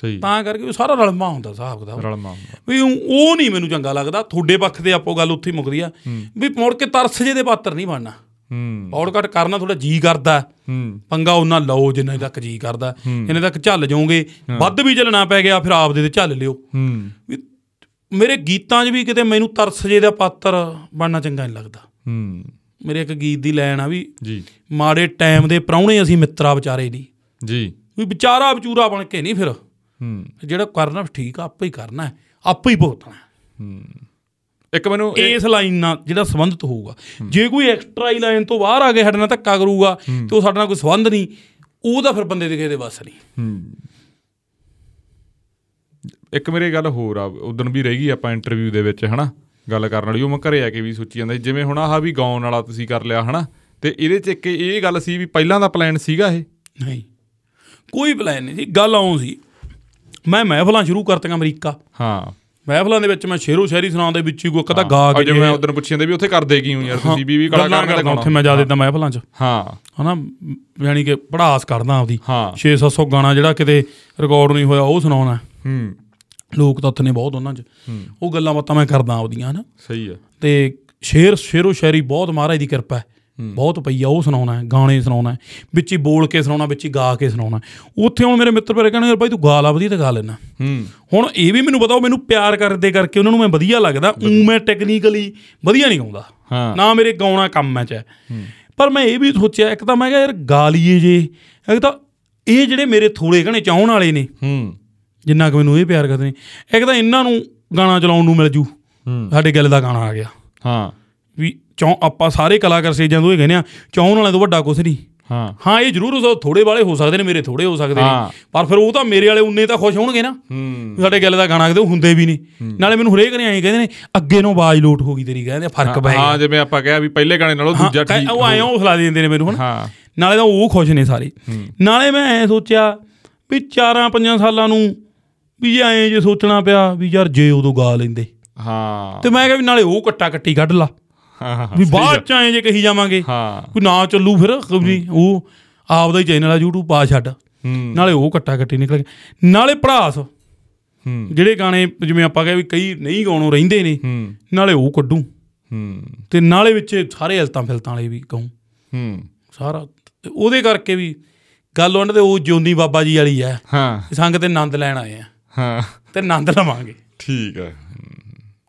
[SPEAKER 1] ਸਹੀ
[SPEAKER 2] ਤਾਂ ਕਰਕੇ ਉਹ ਸਾਰਾ ਰਲਮਾ ਹੁੰਦਾ ਹਿਸਾਬ ਕਿਤਾਬ
[SPEAKER 1] ਰਲਮਾ ਹੁੰਦਾ।
[SPEAKER 2] ਵੀ ਉਹ ਉਹ ਨਹੀਂ ਮੈਨੂੰ ਚੰਗਾ ਲੱਗਦਾ ਤੁਹਾਡੇ ਪੱਖ ਤੇ ਆਪੋ ਗੱਲ ਉੱਥੇ ਹੀ ਮੁੱਕਦੀ ਆ ਵੀ ਮੁੜ ਕੇ ਤਰਸ ਜੇ ਦੇ ਪਾਤਰ ਨਹੀਂ ਬਣਨਾ
[SPEAKER 1] ਹੂੰ
[SPEAKER 2] ਪੌੜਕਟ ਕਰਨਾ ਤੁਹਾਡਾ ਜੀ ਕਰਦਾ
[SPEAKER 1] ਹੂੰ
[SPEAKER 2] ਪੰਗਾ ਉਹਨਾਂ ਲਓ ਜਿੰਨੇ ਤੱਕ ਜੀ ਕਰਦਾ ਜਿੰਨੇ ਤੱਕ ਝੱਲ ਜਾਓਗੇ ਵੱਧ ਵੀ ਝੱਲਣਾ ਪੈ ਗਿਆ ਫਿਰ ਆਪ ਦੇ ਤੇ ਝੱਲ ਲਿਓ
[SPEAKER 1] ਹੂੰ
[SPEAKER 2] ਵੀ ਮੇਰੇ ਗੀਤਾਂ 'ਚ ਵੀ ਕਿਤੇ ਮੈਨੂੰ ਤਰਸ ਜੇ ਦਾ ਪਾਤਰ ਬਣਨਾ ਚੰਗਾ ਨਹੀਂ ਲੱਗਦਾ
[SPEAKER 1] ਹੂੰ
[SPEAKER 2] ਮੇਰੇ ਇੱਕ ਗੀਤ ਦੀ ਲਾਈਨ ਆ ਵੀ
[SPEAKER 1] ਜੀ
[SPEAKER 2] ਮਾੜੇ ਟਾਈਮ ਦੇ ਪ੍ਰਾਹੁਣੇ ਅਸੀਂ ਮਿੱਤਰਾ ਵਿਚਾਰੇ ਨਹੀਂ
[SPEAKER 1] ਜੀ
[SPEAKER 2] ਵੀ ਵਿਚਾਰਾ ਵਿਚੂਰਾ ਬਣ ਕੇ ਨਹੀਂ ਫਿਰ
[SPEAKER 1] ਹੂੰ
[SPEAKER 2] ਜਿਹੜਾ ਕਰਨਾ ਠੀਕ ਆ ਆਪੇ ਹੀ ਕਰਨਾ ਹੈ, ਆਪੇ ਹੀ ਭੁਗਤਣਾ ਹੈ।
[SPEAKER 1] ਇੱਕ ਮੈਨੂੰ ਇਹ-
[SPEAKER 2] ਇਸ ਲਾਈਨ ਨਾਲ ਜਿਹੜਾ ਸੰਬੰਧਿਤ ਹੋਊਗਾ ਜੇ ਕੋਈ ਐਕਸਟਰਾ ਹੀ ਲਾਈਨ ਤੋਂ ਬਾਹਰ ਆ ਕੇ ਸਾਡੇ ਨਾਲ ਧੱਕਾ ਕਰੂਗਾ ਤੇ ਉਹ ਸਾਡੇ ਨਾਲ ਕੋਈ ਸੰਬੰਧ ਨਹੀਂ ਉਹਦਾ ਫਿਰ ਬੰਦੇ ਦੇ ਕਿਸੇ ਦੇ ਵੱਸ ਨਹੀਂ
[SPEAKER 1] ਹੂੰ ਇੱਕ ਮੇਰੇ ਗੱਲ ਹੋਰ ਆ ਉਦੋਂ ਵੀ ਰਹਿ ਗਈ ਆਪਾਂ ਇੰਟਰਵਿਊ ਦੇ ਵਿੱਚ ਹਨਾ ਗੱਲ ਕਰਨ ਵਾਲੀ ਉਹ ਮੈਂ ਘਰੇ ਆ ਕੇ ਵੀ ਸੋਚੀ ਜਾਂਦਾ ਸੀ, ਜਿਵੇਂ ਹੁਣ ਆਹ ਵੀ ਗਾਉਣ ਵਾਲਾ ਤੁਸੀਂ ਕਰ ਲਿਆ ਹਨਾ ਤੇ ਇਹਦੇ ਚ ਇੱਕ ਇਹ ਗੱਲ ਸੀ ਵੀ ਪਹਿਲਾਂ ਦਾ ਪਲਾਨ ਸੀਗਾ ਇਹ
[SPEAKER 2] ਨਹੀਂ ਕੋਈ ਪਲਾਨ ਨਹੀਂ ਸੀ ਗੱਲ ਆਉਂ ਸੀ ਮੈਂ ਮਹਿਫਲਾਂ ਸ਼ੁਰੂ ਕਰਤੀਆਂ ਅਮਰੀਕਾ
[SPEAKER 1] ਹਾਂ
[SPEAKER 2] ਮਹਿਫਲਾਂ ਦੇ ਵਿੱਚ ਮੈਂ ਸ਼ੇਰੋ ਸ਼ਾਇਰੀ ਸੁਣਾਉਂਦੇ ਵਿੱਚ ਹੀ ਕੋਈ ਕਦਾ ਗਾ
[SPEAKER 1] ਆ
[SPEAKER 2] ਕੇ
[SPEAKER 1] ਜਿਵੇਂ ਉਦੋਂ ਪੁੱਛੀ ਜਾਂਦੇ ਵੀ ਉੱਥੇ ਕਰਦੇ ਕੀ ਹੋ ਯਾਰ ਤੁਸੀਂ ਵੀ ਵੀ
[SPEAKER 2] ਗੱਲਾਂ
[SPEAKER 1] ਕਲਾਕਾਰ
[SPEAKER 2] ਕਰਦਾ
[SPEAKER 1] ਦਾ
[SPEAKER 2] ਉੱਥੇ ਮੈਂ ਜ਼ਿਆਦਾ ਤਾਂ ਮਹਿਫਲਾਂ 'ਚ
[SPEAKER 1] ਹਾਂ
[SPEAKER 2] ਹਨਾ ਮ, ਯਾਨੀ ਕਿ ਪੜਾਸ ਕਰਦਾ ਆਪਦੀ
[SPEAKER 1] ਹਾਂ।
[SPEAKER 2] 6-700 ਗਾਣਾ ਜਿਹੜਾ ਕਿਤੇ ਰਿਕਾਰਡ ਨਹੀਂ ਹੋਇਆ ਉਹ ਸੁਣਾਉਣਾ
[SPEAKER 1] ਹੂੰ
[SPEAKER 2] ਲੋਕ ਤੱਤ ਨੇ ਬਹੁਤ ਉਹਨਾਂ 'ਚ ਉਹ ਗੱਲਾਂ ਬਾਤਾਂ ਮੈਂ ਕਰਦਾ ਆਪਦੀਆਂ ਹਨਾ
[SPEAKER 1] ਸਹੀ ਆ
[SPEAKER 2] ਤੇ ਸ਼ੇਰ ਸ਼ੇਰੋ ਸ਼ਾਇਰੀ ਬਹੁਤ ਮਹਾਰਾਜ ਦੀ ਕਿਰਪਾ ਹੈ ਬਹੁਤ ਪਈ ਆ ਉਹ ਸੁਣਾਉਣਾ ਹੈ ਗਾਣੇ ਸੁਣਾਉਣਾ ਹੈ ਵਿੱਚ ਹੀ ਬੋਲ ਕੇ ਸੁਣਾਉਣਾ ਵਿੱਚ ਹੀ ਗਾ ਕੇ ਸੁਣਾਉਣਾ ਉੱਥੇ ਹੁਣ ਮੇਰੇ ਮਿੱਤਰ ਪਰ ਕਹਿੰਦੇ ਯਾਰ ਭਾਈ ਤੂੰ ਗਾ ਲਾ ਵਧੀਆ ਤਾਂ ਗਾ ਲੈਣਾ
[SPEAKER 1] ਹੂੰ
[SPEAKER 2] ਹੁਣ ਇਹ ਵੀ ਮੈਨੂੰ ਪਤਾ ਉਹ ਮੈਨੂੰ ਪਿਆਰ ਕਰਦੇ ਕਰਕੇ ਉਹਨਾਂ ਨੂੰ ਮੈਂ ਵਧੀਆ ਲੱਗਦਾ ਉਂ ਮੈਂ ਟੈਕਨੀਕਲੀ ਵਧੀਆ ਨਹੀਂ ਗਾਉਂਦਾ
[SPEAKER 1] ਹਾਂ।
[SPEAKER 2] ਨਾ ਮੇਰੇ ਗਾਉਣਾ ਕੰਮ ਹੈ ਚ ਹੈ। ਪਰ ਮੈਂ ਇਹ ਵੀ ਸੋਚਿਆ ਇੱਕ ਤਾਂ ਮੈਂ ਕਿਹਾ ਯਾਰ ਗਾ ਲਈਏ ਜੇ ਇੱਕ ਤਾਂ ਇਹ ਜਿਹੜੇ ਮੇਰੇ ਥੋੜੇ ਘਣੇ ਚਾਹਣ ਵਾਲੇ ਨੇ
[SPEAKER 1] ਹੂੰ
[SPEAKER 2] ਜਿੰਨਾ ਕਿ ਮੈਨੂੰ ਇਹ ਪਿਆਰ ਕਰਦੇ ਨੇ ਇੱਕ ਤਾਂ ਇਹਨਾਂ ਨੂੰ ਗਾਣਾ ਚਲਾਉਣ ਨੂੰ ਮਿਲ ਜੂ
[SPEAKER 1] ਹੂੰ।
[SPEAKER 2] ਸਾਡੇ ਗੱਲ ਦਾ ਗਾਣਾ ਆ ਗਿਆ
[SPEAKER 1] ਹਾਂ
[SPEAKER 2] ਵੀ ਚੌ ਆਪਾਂ ਸਾਰੇ ਕਲਾਕਾਰ ਸਟੇਜਾਂ ਤੋਂ ਇਹ ਕਹਿੰਦੇ ਆ ਚਾਹਣ ਵਾਲਿਆਂ ਤੋਂ ਵੱਡਾ ਕੁਝ ਨਹੀਂ
[SPEAKER 1] ਹਾਂ
[SPEAKER 2] ਹਾਂ ਇਹ ਜ਼ਰੂਰ ਉਸ ਥੋੜੇ ਵਾਲੇ ਹੋ ਸਕਦੇ ਨੇ ਮੇਰੇ ਥੋੜੇ ਹੋ ਸਕਦੇ
[SPEAKER 1] ਹਾਂ।
[SPEAKER 2] ਨੇ ਪਰ ਫਿਰ ਉਹ ਤਾਂ ਮੇਰੇ ਵਾਲੇ ਉਨੇ ਤਾਂ ਖੁਸ਼ ਹੋਣਗੇ ਨਾ
[SPEAKER 1] ਹੂੰ
[SPEAKER 2] ਸਾਡੇ ਗੱਲ ਦਾ ਗਾਣਾ ਕਿਤੇ ਹੁੰਦੇ ਵੀ ਨੇ ਨਾਲੇ ਮੈਨੂੰ ਹਰੇਕ ਨੇ ਐਂ ਕਹਿੰਦੇ ਨੇ ਅੱਗੇ ਨੂੰ ਆਵਾਜ਼ ਲੋਟ ਹੋ ਗਈ ਤੇਰੀ ਕਹਿੰਦੇ ਆ, ਫਰਕ ਪੈ ਗਿਆ
[SPEAKER 1] ਹਾਂ ਜਿਵੇਂ ਆਪਾਂ ਕਿਹਾ ਵੀ ਪਹਿਲੇ ਗਾਣੇ ਨਾਲੋਂ ਦੂਜਾ
[SPEAKER 2] ਕਹਿ-
[SPEAKER 1] ਠੀਕ
[SPEAKER 2] ਉਹ ਐਂ ਉਹ ਹੌਸਲਾ ਦੇ ਦਿੰਦੇ ਨੇ ਮੈਨੂੰ ਹੁਣ
[SPEAKER 1] ਹਾਂ
[SPEAKER 2] ਨਾਲੇ ਤਾਂ ਉਹ ਖੁਸ਼ ਨੇ ਸਾਰੇ ਨਾਲੇ ਮੈਂ ਐਂ ਸੋਚਿਆ ਵੀ ਚਾਰਾਂ ਪੰਜਾਂ ਸਾਲਾਂ ਨੂੰ ਵੀ ਜੇ ਐਂ ਜੇ ਸੋਚਣਾ ਪਿਆ ਵੀ ਯਾਰ ਜੇ ਉਦੋਂ ਗਾ ਲੈਂਦੇ
[SPEAKER 1] ਹਾਂ
[SPEAKER 2] ਤੇ ਮੈਂ ਕਿਹਾ ਵੀ ਨਾਲੇ ਉਹ ਕੱਟਾ ਕੱਟੀ ਕੱਢ ਲਾ
[SPEAKER 1] ਹਾਂ
[SPEAKER 2] ਵੀ ਬਾਅਦ ਚ ਐਂ ਜੇ ਕਹੀ ਜਾਵਾਂਗੇ
[SPEAKER 1] ਹਾਂ
[SPEAKER 2] ਕੋਈ ਨਾ ਚੱਲੂ ਫਿਰ ਵੀ ਉਹ ਆਪਦਾ ਹੀ ਚੈਨਲ ਆ YouTube ਪਾ ਛੱਡ
[SPEAKER 1] ਹੂੰ
[SPEAKER 2] ਨਾਲੇ ਉਹ ਕੱਟਾ ਕੱਟੀ ਨਿਕਲ ਗਿਆ ਨਾਲੇ ਭੜਾਸ
[SPEAKER 1] ਹੂੰ
[SPEAKER 2] ਜਿਹੜੇ ਗਾਣੇ ਜਿਵੇਂ ਆਪਾਂ ਕਹੇ ਵੀ ਕਈ ਨਹੀਂ ਗਾਉਣੋਂ ਰਹਿੰਦੇ ਨੇ
[SPEAKER 1] ਹੂੰ
[SPEAKER 2] ਨਾਲੇ ਉਹ ਕੱਢੂ
[SPEAKER 1] ਹੂੰ
[SPEAKER 2] ਤੇ ਨਾਲੇ ਵਿੱਚ ਸਾਰੇ ਹਲਤਾਂ ਫਿਲਤਾਂ ਵਾਲੇ ਵੀ ਗਾਉਂ
[SPEAKER 1] ਹੂੰ
[SPEAKER 2] ਸਾਰਾ ਤੇ ਉਹਦੇ ਕਰਕੇ ਵੀ ਗੱਲ ਉਹਨਾਂ ਦੇ ਉਹ ਜਿਉਂਦੀ ਬਾਬਾ ਜੀ ਵਾਲੀ ਹੈ
[SPEAKER 1] ਹਾਂ
[SPEAKER 2] ਸੰਗ ਤੇ ਆਨੰਦ ਲੈਣ ਆਏ ਆ
[SPEAKER 1] ਹਾਂ
[SPEAKER 2] ਤੇ ਆਨੰਦ ਲਵਾਂਗੇ
[SPEAKER 1] ਠੀਕ ਹੈ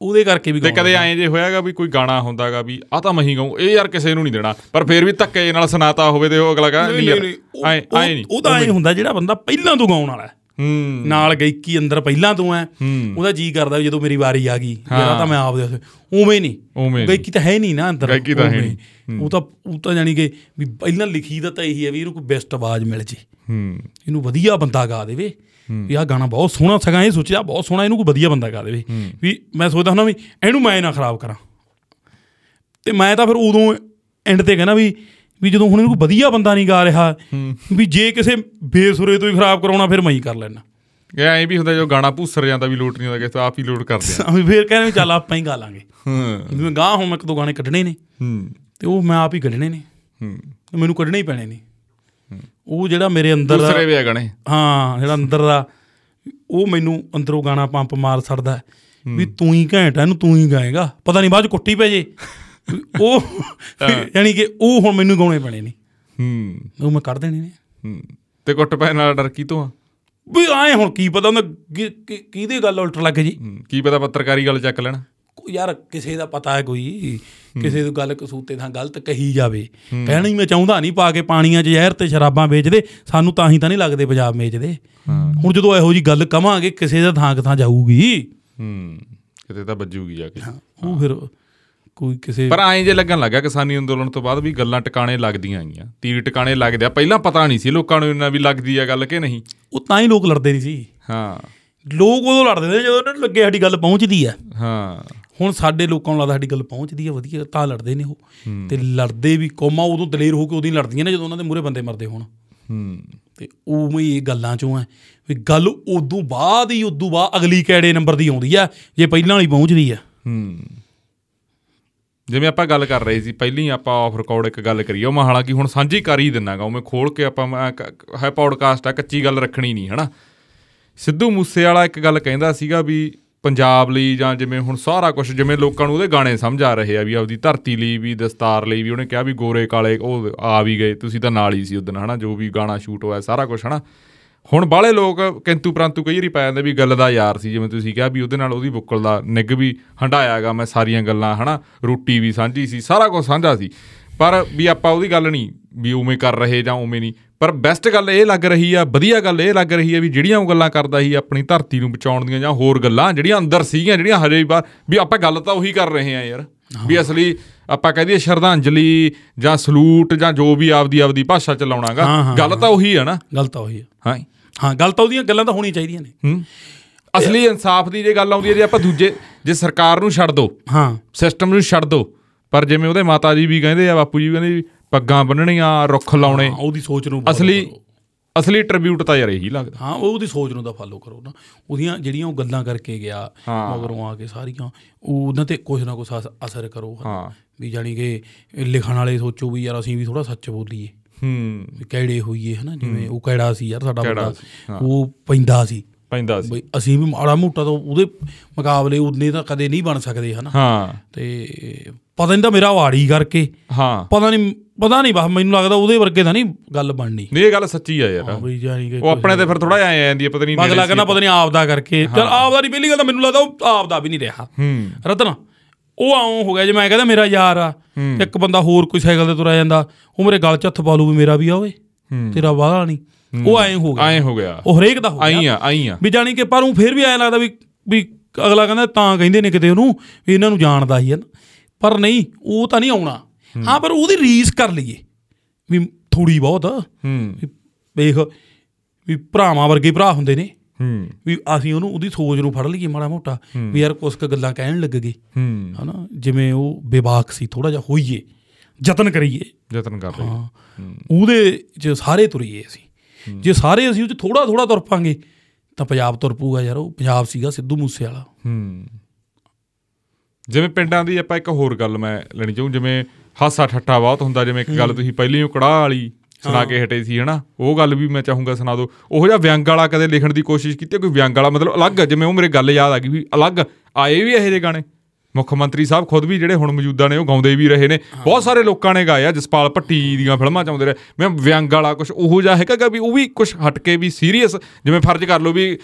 [SPEAKER 2] ਉਹਦੇ ਕਰਕੇ ਵੀ
[SPEAKER 1] ਤੇ
[SPEAKER 2] ਗਾਉਣਾ
[SPEAKER 1] ਕਦੇ ਐਂ ਜੇ ਹੋਇਆਗਾ ਵੀ ਕੋਈ ਗਾਣਾ ਹੁੰਦਾਗਾ ਵੀ ਆ ਤਾਂ ਮਹੀਂ ਗਾਉਂ ਇਹ ਯਾਰ ਕਿਸੇ ਨੂੰ ਨਹੀਂ ਦੇਣਾ ਪਰ ਫੇਰ ਵੀ ਧੱਕੇ ਨਾਲ ਸੁਣਾਤਾ ਹੋਵੇ ਤੇ ਉਹ ਅਗਲਾ ਕਹੇ ਨਹੀਂ ਯਾਰ ਐਂ ਐਂ ਨਹੀਂ
[SPEAKER 2] ਉਹਦਾ ਐ ਹੁੰਦਾ ਜਿਹੜਾ ਬੰਦਾ ਪਹਿਲਾਂ ਤੋਂ ਗਾਉਣ ਵਾਲਾ ਹੈ।
[SPEAKER 1] ਹੂੰ
[SPEAKER 2] ਨਾਲ ਗਾਇਕੀ ਅੰਦਰ ਪਹਿਲਾਂ ਤੋਂ ਹੈ
[SPEAKER 1] ਹੂੰ।
[SPEAKER 2] ਉਹਦਾ ਜੀ ਕਰਦਾ ਵੀ ਜਦੋਂ ਮੇਰੀ ਵਾਰੀ ਆ ਗਈ ਜਿਹੜਾ ਤਾਂ ਮੈਂ ਆਪ ਦੇ ਉਵੇਂ ਨਹੀਂ
[SPEAKER 1] ਉਵੇਂ ਨਹੀਂ।
[SPEAKER 2] ਗਾਇਕੀ ਤਾਂ ਹੈ ਨਹੀਂ ਨਾ ਅੰਦਰ
[SPEAKER 1] ਗਾਇਕੀ ਤਾਂ ਹੈ
[SPEAKER 2] ਉਵੇਂ।
[SPEAKER 1] ਨਹੀਂ।
[SPEAKER 2] ਉਹ ਤਾਂ ਉਹ ਤਾਂ ਜਾਣੀ ਕਿ ਵੀ ਪਹਿਲਾਂ ਲਿਖੀ ਦਾ ਤਾਂ ਇਹੀ ਹੈ ਵੀ ਇਹਨੂੰ ਕੋਈ ਬੈਸਟ ਆਵਾਜ਼ ਮਿਲ ਜੇ
[SPEAKER 1] ਹੂੰ
[SPEAKER 2] ਇਹਨੂੰ ਵਧੀਆ ਬੰਦਾ ਗਾ ਦੇਵੇ ਵੀ ਆਹ ਗਾਣਾ ਬਹੁਤ ਸੋਹਣਾ ਸਗਾ ਇਹ ਸੋਚਿਆ ਬਹੁਤ ਸੋਹਣਾ ਇਹਨੂੰ ਕੋਈ ਵਧੀਆ ਬੰਦਾ ਗਾ ਦੇਵੇ ਵੀ ਮੈਂ ਸੋਚਦਾ ਹੁੰਦਾ ਵੀ ਇਹਨੂੰ ਮੈਂ ਨਾ ਖਰਾਬ ਕਰਾਂ ਤੇ ਮੈਂ ਤਾਂ ਫਿਰ ਉਦੋਂ ਐਂਡ ਤੇ ਕਹਿੰਦਾ ਵੀ ਵੀ ਜਦੋਂ ਹੁਣ ਇਹਨੂੰ ਕੋਈ ਵਧੀਆ ਬੰਦਾ ਨਹੀਂ ਗਾ ਰਿਹਾ ਵੀ ਜੇ ਕਿਸੇ ਬੇਸੁਰੇ ਤੋਂ ਹੀ ਖਰਾਬ ਕਰਾਉਣਾ ਫਿਰ ਮੈਂ ਹੀ ਕਰ ਲੈਣਾ
[SPEAKER 1] ਇਹ ਐਂ ਵੀ ਹੁੰਦਾ ਜੋ ਗਾਣਾ ਭੂਸਰ ਜਾਂਦਾ ਵੀ ਲੋਟ ਨਹੀਂ ਹੁੰਦਾ ਕਿਸੇ ਤੋਂ ਆਪ ਹੀ ਲੋਟ ਕਰਦੇ ਆ
[SPEAKER 2] ਅਸੀਂ ਫਿਰ ਕਹਿੰਦੇ ਵੀ ਚੱਲ ਆਪਾਂ ਹੀ ਗਾ ਲਾਂਗੇ
[SPEAKER 1] ਹੂੰ
[SPEAKER 2] ਜਿਵੇਂ ਗਾਹ ਹੁਣ ਮੈਂ ਇੱਕ ਦੋ ਗਾਣੇ ਕੱਢਣੇ ਨੇ
[SPEAKER 1] ਹੂੰ
[SPEAKER 2] ਤੇ ਉਹ ਮੈਂ ਆਪ ਹੀ ਕੱਢਣੇ ਨੇ
[SPEAKER 1] ਹੂੰ
[SPEAKER 2] ਤੇ ਮੈਨੂੰ ਕੱਢਣੇ ਹੀ ਪੈਣੇ ਨੇ ਉਹ ਜਿਹੜਾ ਮੇਰੇ ਅੰਦਰ ਦਾ-
[SPEAKER 1] ਦੂਸਰੇ ਵੀ ਆ ਗਾਣੇ
[SPEAKER 2] ਹਾਂ ਜਿਹੜਾ ਅੰਦਰ ਦਾ ਉਹ ਮੈਨੂੰ ਅੰਦਰੋਂ ਗਾਣਾ ਪੰਪ ਮਾਰ ਛੱਡਦਾ ਹੈ ਵੀ ਤੂੰ ਹੀ ਘੈਂਟ ਹੈ ਇਹਨੂੰ ਤੂੰ ਹੀ ਗਾਏਗਾ ਪਤਾ ਨਹੀਂ ਬਾਅਦ ਚ ਕੁੱਟੀ ਪੈ ਜੇ ਵੀ ਉਹ ਯਾਨੀ ਕਿ ਉਹ ਹੁਣ ਮੈਨੂੰ ਗਾਉਣੇ ਪੈਣੇ ਨੇ
[SPEAKER 1] ਹੂੰ
[SPEAKER 2] ਉਹ ਮੈਂ ਕੱਢ ਦੇਣੇ ਨੇ
[SPEAKER 1] ਹੂੰ ਤੇ ਕੁੱਟ ਪੈ ਨਾਲ ਡਰ ਕੀ ਤੋਂ ਆ
[SPEAKER 2] ਵੀ ਆਏ ਹੁਣ ਕੀ ਪਤਾ ਹੁੰਦਾ ਕਿ- ਕਿ- ਕਿਹਦੇ ਗੱਲ ਉਲਟ ਲੱਗ ਜੀ
[SPEAKER 1] ਹੂੰ, ਕੀ ਪਤਾ ਪੱਤਰਕਾਰੀ ਗੱਲ ਚੱਕ ਲੈਣ
[SPEAKER 2] ਕੋਈ ਯਾਰ ਕਿਸੇ ਦਾ ਪਤਾ ਹੈ ਕੋਈ ਕਿਸੇ ਦੀ ਗੱਲ ਕਸੂਤੇ ਥਾਂ ਗਲਤ ਕਹੀ ਜਾਵੇ ਕਹਿਣੀ ਮੈਂ ਚਾਹੁੰਦਾ ਨਹੀਂ ਪਾ ਕੇ ਪਾਣੀਆਂ 'ਚ ਜ਼ਹਿਰ ਤੇ ਸ਼ਰਾਬਾਂ ਵੇਚਦੇ ਸਾਨੂੰ ਤਾਂ ਹੀ ਤਾਂ ਨਹੀਂ ਲੱਗਦੇ ਪੰਜਾਬ ਵੇਚਦੇ ਹੁਣ ਜਦੋਂ ਇਹੋ ਜੀ ਗੱਲ ਕਵਾਂਗੇ ਕਿਸੇ ਦਾ ਥਾਂ ਕੁ ਥਾਂ ਜਾਊਗੀ
[SPEAKER 1] ਹੂੰ ਕਿਤੇ ਤਾਂ ਵੱਜੂਗੀ ਜਾ ਕੇ
[SPEAKER 2] ਉਹ ਫਿਰ ਕੋਈ ਕਿਸੇ
[SPEAKER 1] ਪਰ ਐਂ ਜੇ ਲੱਗਣ ਲੱਗਾ ਕਿਸਾਨੀ ਅੰਦੋਲਨ ਤੋਂ ਬਾਅਦ ਵੀ ਗੱਲਾਂ ਟਿਕਾਣੇ ਲੱਗਦੀਆਂ ਆਈਆਂ ਤੀਰ ਟਿਕਾਣੇ ਲੱਗਦੇ ਆ ਪਹਿਲਾਂ ਪਤਾ ਨਹੀਂ ਸੀ ਲੋਕਾਂ ਨੂੰ ਇੰਨਾ ਵੀ ਲੱਗਦੀ ਆ ਗੱਲ ਕਿ ਨਹੀਂ
[SPEAKER 2] ਉਹ ਤਾਂ ਹੀ ਲੋਕ ਲੜਦੇ ਨਹੀਂ ਸੀ
[SPEAKER 1] ਹਾਂ
[SPEAKER 2] ਲੋਕ ਉਦੋਂ ਲੜਦੇ ਨੇ ਜਦੋਂ ਉਹਨਾਂ ਨੂੰ ਲੱਗੇ ਸਾਡੀ ਗੱਲ ਪਹੁੰਚਦੀ ਆ
[SPEAKER 1] ਹਾਂ
[SPEAKER 2] ਹੁਣ ਸਾਡੇ ਲੋਕਾਂ ਨੂੰ ਲੱਗਦਾ ਸਾਡੀ ਗੱਲ ਪਹੁੰਚਦੀ ਆ ਵਧੀਆ ਤਾਂ ਲੜਦੇ ਨੇ ਉਹ ਤੇ ਲੜਦੇ ਵੀ ਕੌਮਾਂ ਉਦੋਂ ਦਲੇਰ ਹੋ ਕੇ ਉਦੋਂ ਹੀ ਲੜਦੀਆਂ ਨੇ ਜਦੋਂ ਉਹਨਾਂ ਦੇ ਮੂਹਰੇ ਬੰਦੇ ਮਰਦੇ ਹੋਣ
[SPEAKER 1] ਹੂੰ
[SPEAKER 2] ਤੇ ਉਵੇਂ ਹੀ ਇਹ ਗੱਲਾਂ ਚੋਂ ਆ ਵੀ ਗੱਲ ਉਦੋਂ ਬਾਅਦ ਹੀ ਉਦੋਂ ਬਾਅਦ ਅਗਲੀ ਕੈੜੇ ਨੰਬਰ ਦੀ ਆਉਂਦੀ ਆ ਜੇ ਪਹਿਲਾਂ ਵਾਲੀ ਪਹੁੰਚਦੀ ਆ
[SPEAKER 1] ਹੂੰ ਜਿਵੇਂ ਆਪਾਂ ਗੱਲ ਕਰ ਰਹੇ ਸੀ ਪਹਿਲੀ ਆਪਾਂ ਆਫ ਰਿਕਾਰਡ ਇੱਕ ਗੱਲ ਕਰੀ ਉਹ ਮੈਂ ਹਾਲਾਂਕਿ ਹੁਣ ਸਾਂਝੀ ਕਰ ਹੀ ਦਿੰਨਾਗਾ ਉਵੇਂ ਖੋਲ ਕੇ ਆਪਾਂ ਮੈਂ ਕ- ਕ- ਹੈ ਪੌਡਕਾਸਟ ਆ ਕੱਚੀ ਗੱਲ ਰੱਖਣੀ ਨਹੀਂ ਹਨਾ ਸਿੱਧੂ ਮੂਸੇਵਾਲਾ ਇੱਕ ਗੱਲ ਕਹਿੰਦਾ ਸੀਗਾ ਵੀ ਪੰਜਾਬ ਲਈ ਜਾਂ ਜਿਵੇਂ ਹੁਣ ਸਾਰਾ ਕੁਝ ਜਿਵੇਂ ਲੋਕਾਂ ਨੂੰ ਉਹਦੇ ਗਾਣੇ ਸਮਝ ਆ ਰਹੇ ਆ ਵੀ ਆਪਦੀ ਧਰਤੀ ਲਈ ਵੀ ਦਸਤਾਰ ਲਈ ਵੀ ਉਹਨੇ ਕਿਹਾ ਵੀ ਗੋਰੇ ਕਾਲੇ ਉਹ ਆ ਵੀ ਗਏ ਤੁਸੀਂ ਤਾਂ ਨਾਲ ਹੀ ਸੀ ਉਦੋਂ ਹਨਾ ਜੋ ਵੀ ਗਾਣਾ ਸ਼ੂਟ ਹੋਇਆ ਸਾਰਾ ਕੁਝ ਹਨਾ ਹੁਣ ਬਾਹਲੇ ਲੋਕ ਕਿੰਤੂ ਪ੍ਰੰਤੂ ਕਈ ਵਾਰੀ ਪੈ ਜਾਂਦੇ ਵੀ ਗੱਲ ਦਾ ਯਾਰ ਸੀ ਜਿਵੇਂ ਤੁਸੀਂ ਕਿਹਾ ਵੀ ਉਹਦੇ ਨਾਲ ਉਹਦੀ ਬੁੱਕਲ ਦਾ ਨਿੱਗ ਵੀ ਹੰਡਾਇਆਗਾ ਮੈਂ ਸਾਰੀਆਂ ਗੱਲਾਂ ਹਨਾ ਰੋਟੀ ਵੀ ਸਾਂਝੀ ਸੀ ਸਾਰਾ ਕੁਝ ਸਾਂਝਾ ਸੀ ਪਰ ਵੀ ਆਪਾਂ ਉਹਦੀ ਗੱਲ ਨਹੀਂ ਵੀ ਉਵੇਂ ਕਰ ਰਹੇ ਜਾਂ ਉਵੇਂ ਨਹੀਂ ਪਰ ਬੈਸਟ ਗੱਲ ਇਹ ਲੱਗ ਰਹੀ ਆ ਵਧੀਆ ਗੱਲ ਇਹ ਲੱਗ ਰਹੀ ਆ ਵੀ ਜਿਹੜੀਆਂ ਉਹ ਗੱਲਾਂ ਕਰਦਾ ਸੀ ਆਪਣੀ ਧਰਤੀ ਨੂੰ ਬਚਾਉਣ ਦੀਆਂ ਜਾਂ ਹੋਰ ਗੱਲਾਂ ਜਿਹੜੀਆਂ ਅੰਦਰ ਸੀਗੀਆਂ ਜਿਹੜੀਆਂ ਹਜੇ ਵੀ ਬਾਹਰ ਵੀ ਆਪਾਂ ਗੱਲ ਤਾਂ ਉਹੀ ਕਰ ਰਹੇ ਆ ਯਾਰ ਵੀ ਅਸਲੀ ਆਪਾਂ ਕਹਿ ਦਈਏ ਸ਼ਰਧਾਂਜਲੀ ਜਾਂ ਸਲੂਟ ਜਾਂ ਜੋ ਵੀ ਆਪਦੀ ਆਪਦੀ ਭਾਸ਼ਾ ਚ ਲਾਉਣਾਗਾ
[SPEAKER 2] ਹਾਂ, ਹਾਂ,
[SPEAKER 1] ਗੱਲ ਤਾਂ ਉਹੀ ਆ ਨਾ
[SPEAKER 2] ਗੱਲ ਤਾਂ ਉਹੀ ਆ
[SPEAKER 1] ਹਾਂ
[SPEAKER 2] ਹਾਂ ਗੱਲ ਤਾਂ ਉਹਦੀਆਂ ਗੱਲਾਂ ਤਾਂ ਹੋਣੀਆਂ ਚਾਹੀਦੀਆਂ ਨੇ
[SPEAKER 1] ਹੂੰ ਅਸਲੀ ਇਨਸਾਫ ਦੀ ਜੇ ਗੱਲ ਆਉਂਦੀ ਹੈ ਜੇ ਆਪਾਂ ਦੂਜੇ ਜੇ ਸਰਕਾਰ ਨੂੰ ਛੱਡ ਦੋ
[SPEAKER 2] ਹਾਂ
[SPEAKER 1] ਸਿਸਟਮ ਨੂੰ ਛੱਡ ਦੋ ਪਰ ਜਿਵੇਂ ਉਹਦੇ ਮਾਤਾ ਜੀ ਵੀ ਕਹਿੰਦੇ ਆ ਬਾਪੂ ਜੀ ਵੀ ਕਹਿੰਦੇ ਵੀ ਪੱਗਾਂ ਬੰਨਣੀਆਂ ਰੁੱਖ ਲਾਉਣੇ
[SPEAKER 2] ਹਾਂ, ਉਹਦੀ ਸੋਚ ਨੂੰ follow
[SPEAKER 1] ਅਸਲੀ
[SPEAKER 2] ਕਰੋ।
[SPEAKER 1] ਅਸਲੀ ਟ੍ਰਿਬਿਊਟ ਤਾਂ ਯਾਰ ਇਹੀ ਲੱਗਦਾ
[SPEAKER 2] ਹਾਂ ਉਹ ਉਹਦੀ ਸੋਚ ਨੂੰ ਤਾਂ ਫਾਲੋ ਕਰੋ ਨਾ ਉਹਦੀਆਂ ਜਿਹੜੀਆਂ ਉਹ ਗੱਲਾਂ ਕਰਕੇ ਗਿਆ
[SPEAKER 1] ਹਾਂ।
[SPEAKER 2] ਮਗਰੋਂ ਆ ਕੇ ਸਾਰੀਆਂ ਉਹ ਉਹਨਾਂ ਤੇ ਕੁਝ ਨਾ ਕੁਝ ਅਸ- ਅਸਰ ਕਰੋ ਹਨਾ।
[SPEAKER 1] ਹਾਂ
[SPEAKER 2] ਵੀ ਜਾਣੀ ਕਿ ਲਿਖਣ ਵਾਲੇ ਸੋਚੋ ਵੀ ਯਾਰ ਅਸੀਂ ਵੀ ਥੋੜਾ ਸੱਚ ਬੋਲੀਏ
[SPEAKER 1] ਹੂੰ
[SPEAKER 2] ਵੀ ਕਿਹੜੇ ਹੋਈਏ ਹਨਾ ਜਿਵੇਂ ਉਹ ਕਿਹੜਾ ਸੀ ਯਾਰ ਸਾਡਾ
[SPEAKER 1] ਕਿਹੜਾ
[SPEAKER 2] ਬੰਦਾ
[SPEAKER 1] ਸੀ, ਹਾਂ।
[SPEAKER 2] ਉਹ ਪੈਂਦਾ ਸੀ
[SPEAKER 1] ਪੈਂਦਾ ਸੀ
[SPEAKER 2] ਬਈ ਅਸੀਂ ਵੀ ਮਾੜਾ ਮੋਟਾ ਤਾਂ ਉਹਦੇ ਮੁਕਾਬਲੇ ਉਨੇ ਤਾਂ ਕਦੇ ਨਹੀਂ ਬਣ ਸਕਦੇ ਹਨਾ
[SPEAKER 1] ਹਾਂ
[SPEAKER 2] ਤੇ ਪਤਾ ਨਹੀਂ ਤਾਂ ਮੇਰਾ ਵਾੜੀ ਕਰਕੇ
[SPEAKER 1] ਹਾਂ
[SPEAKER 2] ਪਤਾ ਨਹੀਂ ਪਤਾ ਨਹੀਂ ਬਸ ਮੈਨੂੰ ਲੱਗਦਾ ਉਹਦੇ ਵਰਗੇ ਤਾਂ ਨਹੀਂ ਗੱਲ ਬਣਨੀ
[SPEAKER 1] ਨਹੀਂ ਇਹ ਗੱਲ ਸੱਚੀ ਆ ਯਾਰ
[SPEAKER 2] ਬਈ ਜਾਣੀ ਕਿ
[SPEAKER 1] ਉਹ ਆਪਣੇ ਤੇ ਫਿਰ ਥੋੜਾ ਜਿਹਾ ਐ ਜਾਂਦੀ ਆ ਪਤਾ ਨਹੀਂ
[SPEAKER 2] ਅਗਲਾ ਕਹਿੰਦਾ ਪਤਾ ਨਹੀਂ ਆਪਦਾ ਕਰਕੇ ਚਲ ਆਪਦਾ ਨਹੀਂ ਪਹਿਲੀ ਗੱਲ ਤਾਂ ਮੈਨੂੰ ਲੱਗਦਾ ਉਹ ਆਪਦਾ ਵੀ ਨਹੀਂ ਰਿਹਾ
[SPEAKER 1] ਹੂੰ
[SPEAKER 2] ਰਤਨ ਉਹ ਆਉਂ ਹੋ ਗਿਆ ਜੇ ਮੈਂ ਕਹਿੰਦਾ ਮੇਰਾ ਯਾਰ ਆ ਇੱਕ ਬੰਦਾ ਹੋਰ ਕੋਈ ਸਾਈਕਲ ਤੇ ਤੁਰਿਆ ਜਾਂਦਾ ਉਹ ਮੇਰੇ ਗਲ 'ਚ ਹੱਥ ਪਾ ਲੂ ਵੀ ਮੇਰਾ ਵੀ ਆ ਓਏ ਤੇਰਾ ਵਾਲਾ ਨਹੀਂ ਉਹ ਐਂ ਹੋ ਗਿਆ
[SPEAKER 1] ਐਂ ਹੋ ਗਿਆ
[SPEAKER 2] ਉਹ ਹਰੇਕ ਦਾ ਹੋ ਗਿਆ
[SPEAKER 1] ਆਈ ਆ ਆਈ ਆ
[SPEAKER 2] ਵੀ ਜਾਣੀ ਕਿ ਪਰ ਉਹ ਫਿਰ ਵੀ ਐਂ ਲੱਗਦਾ ਵੀ ਵੀ ਅਗਲਾ ਕਹਿੰਦਾ ਤਾਂ ਕਹਿੰਦੇ ਨੇ ਕਿਤੇ ਉਹਨੂੰ ਵੀ ਇਹਨਾਂ ਨੂੰ ਜਾਣਦਾ ਹੀ ਹੈ ਨਾ ਪਰ ਨਹੀਂ ਉਹ ਤਾਂ ਨਹੀਂ ਆਉਣਾ ਹਾਂ ਪਰ ਉਹਦੀ ਰੀਸ ਕਰ ਲਈਏ ਵੀ ਥੋੜੀ ਬਹੁਤ
[SPEAKER 1] ਹੂੰ
[SPEAKER 2] ਵੀ ਵੇਖ ਵੀ ਭਰਾਵਾਂ ਵਰਗੇ ਭਰਾ ਹੁੰਦੇ ਨੇ
[SPEAKER 1] ਹੂੰ
[SPEAKER 2] ਵੀ ਅਸੀਂ ਉਹਨੂੰ ਉਹਦੀ ਸੋਚ ਨੂੰ ਫੜ ਲਈਏ ਮਾੜਾ ਮੋਟਾ ਵੀ ਯਾਰ ਕੁਛ ਕੁ ਗੱਲਾਂ ਕਹਿਣ ਲੱਗ ਗਏ
[SPEAKER 1] ਹੂੰ
[SPEAKER 2] ਹਨਾ ਜਿਵੇਂ ਉਹ ਬੇਬਾਕ ਸੀ ਥੋੜਾ ਜਿਹਾ ਹੋਈਏ ਯਤਨ ਕਰੀਏ
[SPEAKER 1] ਯਤਨ ਕਰ ਲਈ
[SPEAKER 2] ਹਾਂ ਉਹਦੇ ਚ ਸਾਰੇ ਤੁਰੀਏ ਅਸੀਂ ਜੇ ਸਾਰੇ ਅਸੀਂ ਉਹ ਚ ਥੋੜਾ ਥੋੜਾ ਤੁਰ ਪਾਂਗੇ ਤਾਂ ਪੰਜਾਬ ਤੁਰ ਪੂਗਾ ਯਾਰ ਉਹ ਪੰਜਾਬ ਸੀਗਾ ਸਿੱਧੂ ਮੂਸੇ ਵਾਲਾ
[SPEAKER 1] ਹੂੰ ਜਿਵੇਂ ਪਿੰਡਾਂ ਦੀ ਆਪਾਂ ਇੱਕ ਹੋਰ ਗੱਲ ਮੈਂ ਲੈਣੀ ਚਾਹੂੰ ਜਿਵੇਂ ਹਾਸਾ ਠੱਠਾ ਬਹੁਤ ਹੁੰਦਾ ਜਿਵੇਂ ਇੱਕ ਗੱਲ ਤੁਸੀਂ ਪਹਿਲਾਂ ਹੀ ਕੜਾਹ ਵਾਲੀ ਸੁਣਾ ਕੇ ਹਟੇ ਸੀ ਹਨਾ ਉਹ ਗੱਲ ਵੀ ਮੈਂ ਚਾਹੂੰਗਾ ਸੁਣਾ ਦਿਓ ਉਹੋ ਜਿਹਾ ਵਿਅੰਗ ਵਾਲਾ ਕਦੇ ਲਿਖਣ ਦੀ ਕੋਸ਼ਿਸ਼ ਕੀਤੀ ਹੈ? ਕੋਈ ਵਿਅੰਗ ਵਾਲਾ ਮਤਲਬ ਅਲੱਗ ਜਿਵੇਂ ਉਹ ਮੇਰੇ ਗੱਲ ਯਾਦ ਆ ਗਈ ਵੀ ਅਲੱਗ ਆਏ ਵੀ ਇਹੋ ਜਿਹੇ ਗਾਣੇ ਮੁੱਖ ਮੰਤਰੀ ਸਾਹਿਬ ਖੁਦ ਵੀ ਜਿਹੜੇ ਹੁਣ ਮੌਜੂਦਾ ਨੇ ਉਹ ਗਾਉਂਦੇ ਵੀ ਰਹੇ ਨੇ ਬਹੁਤ ਸਾਰੇ ਲੋਕਾਂ ਨੇ ਗਾਇਆ ਜਸਪਾਲ ਭੱਟੀ ਦੀਆਂ ਫਿਲਮਾਂ ਚ ਆਉਂਦੇ ਰਹੇ ਮੈਂ ਵਿਅੰਗ ਵਾਲਾ ਕੁਝ ਉਹੋ ਜਿਹਾ ਹੈਗਾ ਗਾ ਵੀ ਉਹ ਵੀ ਕੁਝ ਹਟ ਕੇ ਵੀ ਸੀਰੀਅਸ ਜਿਵੇਂ ਫਰਜ਼ ਕਰ ਲਓ ਵੀ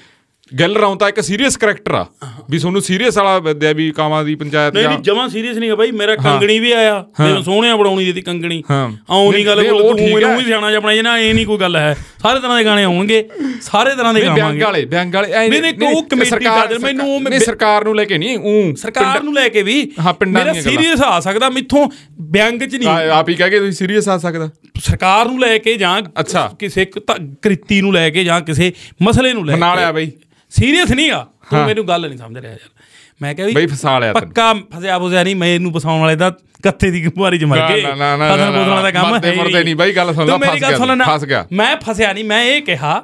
[SPEAKER 1] ਗੱਲ ਰਾਉਂ ਤਾਂ ਇੱਕ ਸੀਰੀਅਸ ਕਰੈਕਟਰ ਆ ਵੀ ਤੁਹਾਨੂੰ ਸੀਰੀਅਸ ਵਾਲਾ ਬੰਦਿਆ ਵੀ ਕਾਮਾਂ ਦੀ ਪੰਚਾਇਤ
[SPEAKER 2] ਨਹੀਂ
[SPEAKER 1] ਜਾਂ
[SPEAKER 2] ਨਹੀਂ ਜਮਾਂ ਸੀਰੀਅਸ ਨਹੀਂ ਹੈ ਬਾਈ ਮੇਰਾ ਕੰਗਣੀ ਵੀ ਆਇਆ ਮੈਨੂੰ ਸੋਹਣਿਆ ਬਣਾਉਣੀ ਦਿੱਤੀ ਕੰਗਣੀ
[SPEAKER 1] ਹਾਂ।
[SPEAKER 2] ਆਉਂ ਨਹੀਂ ਗੱਲ
[SPEAKER 1] ਨਹੀਂ,
[SPEAKER 2] ਕੋਈ
[SPEAKER 1] ਉਹ
[SPEAKER 2] ਤੂੰ
[SPEAKER 1] ਠੀਕ
[SPEAKER 2] ਮੈਨੂੰ
[SPEAKER 1] ਹੈ।
[SPEAKER 2] ਵੀ ਸਿਆਣਾ ਜਿਹਾ ਬਣਾਈ ਜਾਣਾ ਇਹ ਨਹੀਂ ਕੋਈ ਗੱਲ ਹੈ ਸਾਰੇ ਤਰ੍ਹਾਂ ਦੇ ਗਾਣੇ ਆਉਣਗੇ ਸਾਰੇ ਤਰ੍ਹਾਂ ਦੇ
[SPEAKER 1] ਨਹੀਂ ਵਿਅੰਗ
[SPEAKER 2] ਗਾਵਾਂਗੇ
[SPEAKER 1] ਵਾਲੇ ਵਿਅੰਗ ਵਾਲੇ ਐਂ
[SPEAKER 2] ਨਹੀਂ, ਨਹੀਂ, ਉਹ ਕਮੇਟੀ
[SPEAKER 1] ਸਰਕਾਰ-
[SPEAKER 2] ਦਾ- ਮੈਨੂੰ ਉਹ ਮੈਂ-
[SPEAKER 1] ਨਹੀਂ ਸਰਕਾਰ ਨੂੰ ਲੈ ਕੇ ਨਹੀਂ ਉਹ
[SPEAKER 2] ਸਰਕਾਰ ਨੂੰ ਲੈ ਕੇ ਵੀ
[SPEAKER 1] ਹਾਂ, ਪਿੰਡਾਂ
[SPEAKER 2] ਮੇਰਾ
[SPEAKER 1] ਦੀਆਂ ਗੱਲਾਂ।
[SPEAKER 2] ਸੀਰੀਅਸ ਆ ਸਕਦਾ ਮੈਥੋਂ ਵਿਅੰਗ ਚ ਨਹੀਂ
[SPEAKER 1] ਆਪ ਹੀ ਕਹਿ ਕੇ ਤੁਸੀਂ ਸੀਰੀਅਸ ਆ ਸਕਦਾ
[SPEAKER 2] ਸਰਕਾਰ ਨੂੰ ਲੈ ਕੇ ਜਾਂ
[SPEAKER 1] ਅੱਛਾ।
[SPEAKER 2] ਕਿਸੇ ਕ- ਧ- ਕ੍ਰਿਤੀ ਨੂੰ ਲੈ ਕੇ ਜਾਂ ਕਿਸੇ ਮਸਲੇ ਨੂੰ ਲੈ
[SPEAKER 1] ਮਨਾ
[SPEAKER 2] ਕੇ
[SPEAKER 1] ਲਿਆ ਬਈ।
[SPEAKER 2] ਸੀਰੀਅਸ ਨਹੀਂ ਆ ਤੂੰ
[SPEAKER 1] ਹਾਂ।
[SPEAKER 2] ਮੈਨੂੰ ਗੱਲ ਨਹੀਂ ਸਮਝ ਰਿਹਾ ਯਾਰ ਮੈਂ ਕਿਹਾ ਵੀ
[SPEAKER 1] ਬਈ ਫਸਾ ਲਿਆ ਤੈਨੂੰ।
[SPEAKER 2] ਪੱਕਾ ਫਸਿਆ ਫਸਿਆ ਨਹੀਂ ਮੈਨੂੰ ਫਸਾਉਣ ਵਾਲੇ ਦਾ ਕੱਥੇ ਦੀ ਗੁਮਾਰੀ ਚ ਮਰ
[SPEAKER 1] ਨਾ,
[SPEAKER 2] ਗਏ
[SPEAKER 1] ਨਾ, ਨਾ, ਨਾ,
[SPEAKER 2] ਫਸਣ
[SPEAKER 1] ਨਾ,
[SPEAKER 2] ਫੁਸਣ ਦਾ ਕੰਮ
[SPEAKER 1] ਮਰਦੇ
[SPEAKER 2] ਹੈ ਹੀ
[SPEAKER 1] ਮੁਰਦੇ ਨਹੀਂ ਬਈ, ਗੱਲ ਸੁਣ ਲਾ,
[SPEAKER 2] ਤੂੰ ਮੇਰੀ
[SPEAKER 1] ਫਸ
[SPEAKER 2] ਗੱਲ
[SPEAKER 1] ਗਿਆ
[SPEAKER 2] ਸੁਣ ਨਾ,
[SPEAKER 1] ਫਸ ਗਿਆ।
[SPEAKER 2] ਮੈਂ ਫਸਿਆ ਨਹੀਂ ਮੈਂ ਇਹ ਕਿਹਾ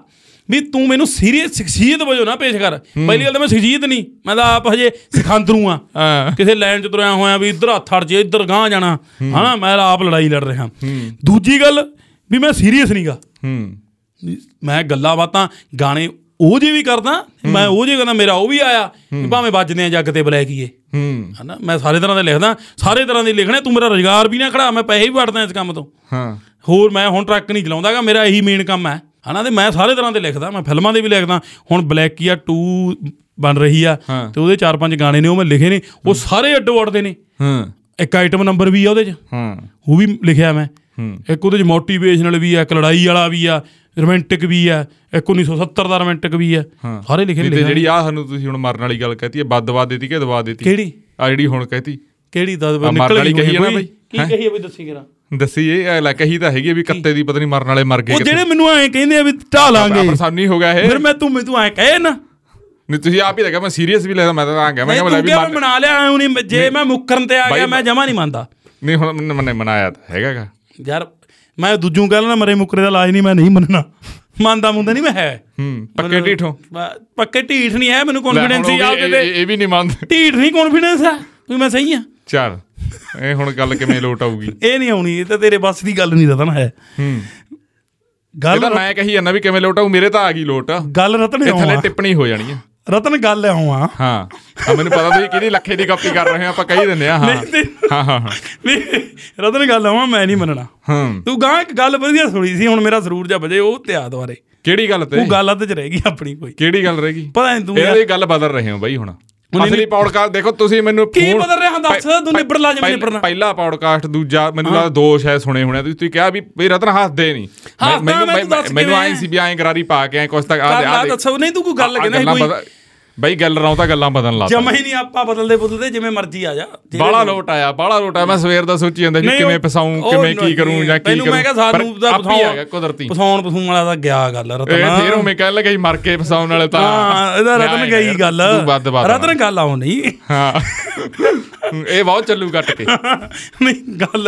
[SPEAKER 2] ਵੀ ਤੂੰ ਮੈਨੂੰ ਸੀਰੀਅਸ ਸ਼ਖਸੀਅਤ ਵਜੋਂ ਨਾ ਪੇਸ਼ ਕਰ ਪਹਿਲੀ ਗੱਲ ਤਾਂ ਮੈਂ ਸ਼ਖਸੀਅਤ ਨਹੀਂ ਮੈਂ ਤਾਂ ਆਪ ਹਜੇ ਸਿਖਾਂਦਰੂ ਆ
[SPEAKER 1] ਹਾਂ
[SPEAKER 2] ਕਿਸੇ ਲਾਈਨ ਚ ਤੁਰਿਆ ਹੋਇਆ ਵੀ ਇੱਧਰ ਹੱਥ ਅੜ ਜੇ ਇੱਧਰ ਗਾਂ ਜਾਣਾ ਹਨਾ ਮੈਂ ਤਾਂ ਆਪ ਲੜਾਈ ਲੜ ਰਿਹਾ ਦੂਜੀ ਗੱਲ ਵੀ ਮੈਂ ਸੀਰੀਅਸ ਨਹੀਂਗਾ
[SPEAKER 1] ਹੂੰ
[SPEAKER 2] ਮੈਂ ਗੱਲਾਂ ਬਾਤਾਂ ਗਾਣੇ ਉਹ ਜੇ ਵੀ ਕਰਦਾ ਮੈਂ ਉਹ ਜੇ ਕਹਿੰਦਾ ਮੇਰਾ ਉਹ ਵੀ ਆਇਆ ਵੀ ਭਾਵੇਂ ਵੱਜਦੇ ਆ ਜੱਗ ਤੇ ਬਲੈਕ ਹੀ ਏ
[SPEAKER 1] ਹੂੰ
[SPEAKER 2] ਹਨਾ ਮੈਂ ਸਾਰੇ ਤਰ੍ਹਾਂ ਦੇ ਲਿਖਦਾ ਸਾਰੇ ਤਰ੍ਹਾਂ ਦੇ ਲਿਖਣੇ ਤੂੰ ਮੇਰਾ ਰੋਜ਼ਗਾਰ ਵੀ ਨਾ ਖੜਾ ਮੈਂ ਪੈਸੇ ਵੀ ਵੜਦਾ ਇਸ ਕੰਮ ਤੋਂ
[SPEAKER 1] ਹਾਂ
[SPEAKER 2] ਹੋਰ ਮੈਂ ਹੁਣ ਟਰੱਕ ਨਹੀਂ ਚਲਾਉਂਦਾਗਾ ਮੇਰਾ ਇਹੀ ਮੇਨ ਕੰਮ ਹੈ ਹਨਾ ਤੇ ਮੈਂ ਸਾਰੇ ਤਰ੍ਹਾਂ ਦੇ ਲਿਖਦਾ ਮੈਂ ਫਿਲਮਾਂ ਦੇ ਵੀ ਲਿਖਦਾ ਹੁਣ ਬਲੈਕੀਆ 2 ਬਣ ਰਹੀ ਆ
[SPEAKER 1] ਹਾਂ।
[SPEAKER 2] ਤੇ ਉਹਦੇ ਚਾਰ ਪੰਜ ਗਾਣੇ ਨੇ ਉਹ ਮੈਂ ਲਿਖੇ ਨੇ ਉਹ ਸਾਰੇ ਅੱਡੋ ਅੱਡ ਦੇ ਨੇ
[SPEAKER 1] ਹਾਂ
[SPEAKER 2] ਇੱਕ ਆਈਟਮ ਨੰਬਰ ਵੀ ਆ ਉਹਦੇ 'ਚ
[SPEAKER 1] ਹਾਂ
[SPEAKER 2] ਉਹ ਵੀ ਲਿਖਿਆ ਮੈਂ ਇੱਕ ਉਹਦੇ 'ਚ ਮੋਟੀਵੇਸ਼ਨਲ ਵੀ ਆ ਇੱਕ ਲੜਾਈ ਵਾਲਾ ਵੀ ਆ ਰੋਮਾਂਟਿਕ ਵੀ ਆ ਇੱਕ 1970 ਦਾ ਰੋਮਾਂਟਿਕ ਵੀ ਆ ਸਾਰੇ ਲਿਖੇ
[SPEAKER 1] ਨਹੀਂ ਤੇ
[SPEAKER 2] ਲਿਖੇ
[SPEAKER 1] ਜਿਹੜੀ ਆ ਸਾਨੂੰ ਤੁਸੀਂ ਹੁਣ ਮਰਨ ਵਾਲੀ ਗੱਲ ਕਹਤੀ ਹੈ ਬਦਵਾ ਦਿੱਤੀ ਕਿ ਦਵਾ ਦਿੱਤੀ
[SPEAKER 2] ਕਿਹੜੀ
[SPEAKER 1] ਆ ਜਿਹੜੀ ਹੁਣ ਕਹਤੀ
[SPEAKER 2] ਕਿਹੜੀ ਦਸ
[SPEAKER 1] ਆਹ ਮਰਦ
[SPEAKER 2] ਨਿਕਲ
[SPEAKER 1] ਵਾਲੀ
[SPEAKER 2] ਗਈ
[SPEAKER 1] ਕਹੀ ਆ ਨਾ
[SPEAKER 2] ਹੋਈ।
[SPEAKER 1] ਬਈ।
[SPEAKER 2] ਕੀ ਕਹੀ ਆ ਬਈ ਦੱਸੀ ਕਿਰਾ
[SPEAKER 1] ਦੱਸੀ ਇਹ ਲੈ ਕਹੀ ਤਾਂ ਹੈਗੀ ਆ ਵੀ ਕੱਤੇ ਦੀ ਪਤਾ ਨਹੀਂ ਮਰਨ ਵਾਲੇ ਮਰ ਗਏ
[SPEAKER 2] ਉਹ ਜਿਹੜੇ ਮੈਨੂੰ ਐਂ ਕਹਿੰਦੇ ਆ ਵੀ ਢਾ ਲਾਂਗੇ
[SPEAKER 1] ਪਰ ਸਾਨੂੰ ਨਹੀਂ ਹੋ ਗਿਆ ਇਹ
[SPEAKER 2] ਫਿਰ ਮੈਂ ਤੂੰ ਮੈਨੂੰ ਐਂ ਕਹੇ ਨਾ
[SPEAKER 1] ਨਹੀਂ ਤੁਸੀਂ ਆਪ ਹੀ ਲੱਗਾ ਮੈਂ ਸੀਰੀਅਸ ਵੀ ਲੈਦਾ ਮੈਂ ਤਾਂ ਆ ਗਿਆ ਮੈਂ
[SPEAKER 2] ਨਹੀਂ
[SPEAKER 1] ਕਿਹਾ ਲੈ
[SPEAKER 2] ਤੂੰ
[SPEAKER 1] ਵੀ
[SPEAKER 2] ਕਿਹਾ
[SPEAKER 1] ਮਰ
[SPEAKER 2] ਮੈਂ ਮਨਾ ਲਿਆ ਐਂ ਨਹੀਂ ਜੇ ਮੈਂ ਮੁੱਕਰਨ ਤੇ ਆ ਗਿਆ ਮੈਂ ਜਮਾ ਨਹੀਂ ਮੰਨਦਾ
[SPEAKER 1] ਨਹੀਂ ਹੁਣ ਮਨ ਮਨਾਇਆ ਤਾਂ ਹੈਗਾਗਾ
[SPEAKER 2] ਯਾਰ ਮੈਂ ਦੂਜੂ ਗੱਲ ਨਾ ਮਰੇ ਮੁੱਕਰੇ ਦਾ ਇਲਾਜ ਨਹੀਂ ਮੈਂ ਨਹੀਂ ਮੰਨਣਾ ਮੰਨਦਾ ਮੁੰਦਾ ਨਹੀਂ ਮੈਂ ਹੈ
[SPEAKER 1] ਹੂੰ ਪੱਕੇ ਢੀਠੋ
[SPEAKER 2] ਬ- ਪੱਕੇ ਢੀਠ ਨਹੀਂ ਹੈ ਮੈਨੂੰ ਕੌਨਫੀਡੈਂਸ ਹੀ ਆਪਦੇ ਤੇ
[SPEAKER 1] ਇਹ ਵੀ ਨਹੀਂ ਮੰਨਦੇ
[SPEAKER 2] ਢੀਠ ਨਹੀਂ ਕੌਨਫੀਡੈਂਸ ਆ ਵੀ ਮੈਂ ਸਹੀ ਆ
[SPEAKER 1] ਚਲ ਇਹ ਹੁਣ ਗੱਲ ਕਿਵੇਂ ਲੋਟ ਆਊਗੀ
[SPEAKER 2] ਇਹ ਨਹੀਂ ਆਉਣੀ ਇਹ ਤਾਂ ਤੇਰੇ ਬਸ ਦੀ ਗੱਲ ਨਹੀਂ ਰਤਨ ਹੈ
[SPEAKER 1] ਹੂੰ ਇਹ
[SPEAKER 2] ਗੱਲ
[SPEAKER 1] ਤਾਂ ਮੈਂ ਕਹੀ ਜਾਂਦਾ ਵੀ ਕਿਵੇਂ ਲੋਟ ਆਊ ਮੇਰੇ ਤਾਂ ਆ ਗਈ ਲੋਟ ਇਹ
[SPEAKER 2] ਗੱਲ ਰਤਨ
[SPEAKER 1] ਥੱਲੇ
[SPEAKER 2] ਆਉਂ
[SPEAKER 1] ਟਿੱਪਣੀ ਹੋ ਜਾਣੀ ਹੈ
[SPEAKER 2] ਰਤਨ ਗੱਲ ਆਉਂ ਆ
[SPEAKER 1] ਹਾਂ ਆ ਮੈਨੂੰ ਪਤਾ ਤੁਸੀਂ ਕਿਹਦੀ ਲੱਖੇ ਦੀ ਕਾਪੀ ਕਰ ਰਹੇ ਹੋ ਆਪਾਂ ਕਹੀ ਦਿੰਦੇ ਆ ਹਾਂ
[SPEAKER 2] ਨਹੀਂ,
[SPEAKER 1] ਹਾਂ ਹਾਂ ਹਾਂ।
[SPEAKER 2] ਵੀ ਰਤਨ ਗੱਲ ਆਉਂ ਆ, ਮੈਂ ਨਹੀਂ ਮੰਨਣਾ
[SPEAKER 1] ਹੂੰ
[SPEAKER 2] ਤੂੰ ਗਾਂ ਇੱਕ ਗੱਲ ਵਧੀਆ ਸੁਣੀ ਸੀ ਹੁਣ ਮੇਰਾ ਜ਼ਰੂਰ ਜਾ ਵਜੇ ਉਹ ਤੇ ਆ ਦੁਆਰੇ
[SPEAKER 1] ਕਿਹੜੀ ਗੱਲ ਤੇ
[SPEAKER 2] ਉਹ ਗੱਲ ਅੱਧ ਚ ਰਹਿ ਗਈ ਆਪਣੀ ਕੋਈ
[SPEAKER 1] ਕਿਹੜੀ ਗੱਲ ਰਹਿ ਗਈ
[SPEAKER 2] ਪਤਾ ਨਹੀਂ ਤੂੰ
[SPEAKER 1] ਇਹ
[SPEAKER 2] ਯਾਰ
[SPEAKER 1] ਦੀ ਗੱਲ ਬਦਲ ਰਹੇ ਹੋ ਬਾਈ ਹੁਣ ਅਸਲੀ ਪੌਡਕਾਸਟ ਦੇਖੋ ਤੁਸੀਂ ਮੈਨੂੰ
[SPEAKER 2] ਕੀ
[SPEAKER 1] phone-
[SPEAKER 2] ਬਦਲ ਰਿਹਾ ਦੱਸ ਤੂੰ ਨਿਬੜ ਲਾ ਜਿਵੇਂ
[SPEAKER 1] ਪਹਿਲ-
[SPEAKER 2] ਨਿਬੜਨਾ
[SPEAKER 1] ਪਹਿਲਾ ਪੌਡਕਾਸਟ ਦੂਜਾ ਮੈਨੂੰ ਲੱਗਦਾ ਦੋ ਸ਼ਾਇਦ ਸੁਣੇ ਹੋਣੇ ਆ। ਤੁਸੀਂ ਤੁਸੀਂ ਕਿਹਾ ਵੀ ਵੀ ਰਤਨ ਹੱਸਦੇ ਨਹੀਂ ਮੈਂ-
[SPEAKER 2] ਹੱਸਦਾ ਮੈਂ ਤੂੰ ਦੱਸ
[SPEAKER 1] ਮੈਨੂੰ
[SPEAKER 2] ਕਿਵੇਂ
[SPEAKER 1] ਆਏ ਸੀ ਵੀ ਆਏ ਗਰਾਰੀ ਪਾ ਕੇ ਆਏ ਕੁਛ ਤੱਕ ਆ
[SPEAKER 2] ਗੱਲ
[SPEAKER 1] ਦੇ ਆ
[SPEAKER 2] ਆ
[SPEAKER 1] ਦੇ
[SPEAKER 2] ਦੱਸੋ ਨਹੀਂ ਤੂੰ ਕੋਈ ਗੱਲ
[SPEAKER 1] ਆ- ਆ
[SPEAKER 2] ਕਹਿੰਦਾ ਸੀ
[SPEAKER 1] ਗੱਲਾਂ
[SPEAKER 2] ਕੋਈ
[SPEAKER 1] ਬਦਲ- ਬਈ ਗੱਲ ਰਾਉ ਤਾਂ ਗੱਲਾਂ ਬਦਲਣ ਲੱਗ
[SPEAKER 2] ਜਮਾ ਹੀ ਨਹੀਂ ਆਪਾਂ ਬਦਲਦੇ ਬਦਲਦੇ ਜਿਵੇਂ ਮਰਜ਼ੀ ਆ ਜਾ ਜੇ-
[SPEAKER 1] ਬਾਲਾ ਲੋਟ ਆਇਆ ਬਾਲਾ ਲੋਟ ਆਇਆ ਮੈਂ ਸਵੇਰ ਦਾ ਸੋਚੀ ਜਾਂਦਾ ਜੀ
[SPEAKER 2] ਨਹੀਂ,
[SPEAKER 1] ਕਿਵੇਂ
[SPEAKER 2] ਉਹ-
[SPEAKER 1] ਫਸਾਉਂ
[SPEAKER 2] ਉਹ
[SPEAKER 1] ਕਿਵੇਂ ਕੀ
[SPEAKER 2] ਨਹੀਂ,
[SPEAKER 1] ਕਰੂੰ ਜਾਂ ਕੀ
[SPEAKER 2] ਮੈਨੂੰ
[SPEAKER 1] ਕਰੂੰ
[SPEAKER 2] ਮੈਂ ਕਿਹਾ
[SPEAKER 1] ਪਰ
[SPEAKER 2] ਸਾਨੂੰ ਦਾ
[SPEAKER 1] ਆਪ ਹੀ ਆ
[SPEAKER 2] ਪਸਾਉਣ
[SPEAKER 1] ਗਿਆ ਕੁਦਰਤੀ
[SPEAKER 2] ਪਸਾਉਣ ਪਸਾਉਣ ਵਾਲਾ ਤਾਂ ਗਿਆ ਗੱਲ
[SPEAKER 1] ਇਹ
[SPEAKER 2] ਰਤਨ
[SPEAKER 1] ਫੇਰ ਉਹ ਮੈਂ ਕਹਿ ਲੱਗਾ ਜੀ ਮਰ ਕੇ ਫਸਾਉਣ ਵਾਲੇ ਤਾਂ
[SPEAKER 2] ਹਾਂ ਇਹਦਾ
[SPEAKER 1] ਨਿਆਏ
[SPEAKER 2] ਰਤਨ
[SPEAKER 1] ਨੇ
[SPEAKER 2] ਗਈ
[SPEAKER 1] ਯਾਰ,
[SPEAKER 2] ਗੱਲ
[SPEAKER 1] ਤੂੰ ਵੱਧ ਵੱਧ ਨਾ।
[SPEAKER 2] ਰਤਨ ਗੱਲ ਆਉ ਨਹੀਂ
[SPEAKER 1] ਹਾਂ ਇਹ ਬਹੁਤ ਚੱਲੂ ਕੱਟ ਕੇ
[SPEAKER 2] ਨਹੀਂ ਗੱਲ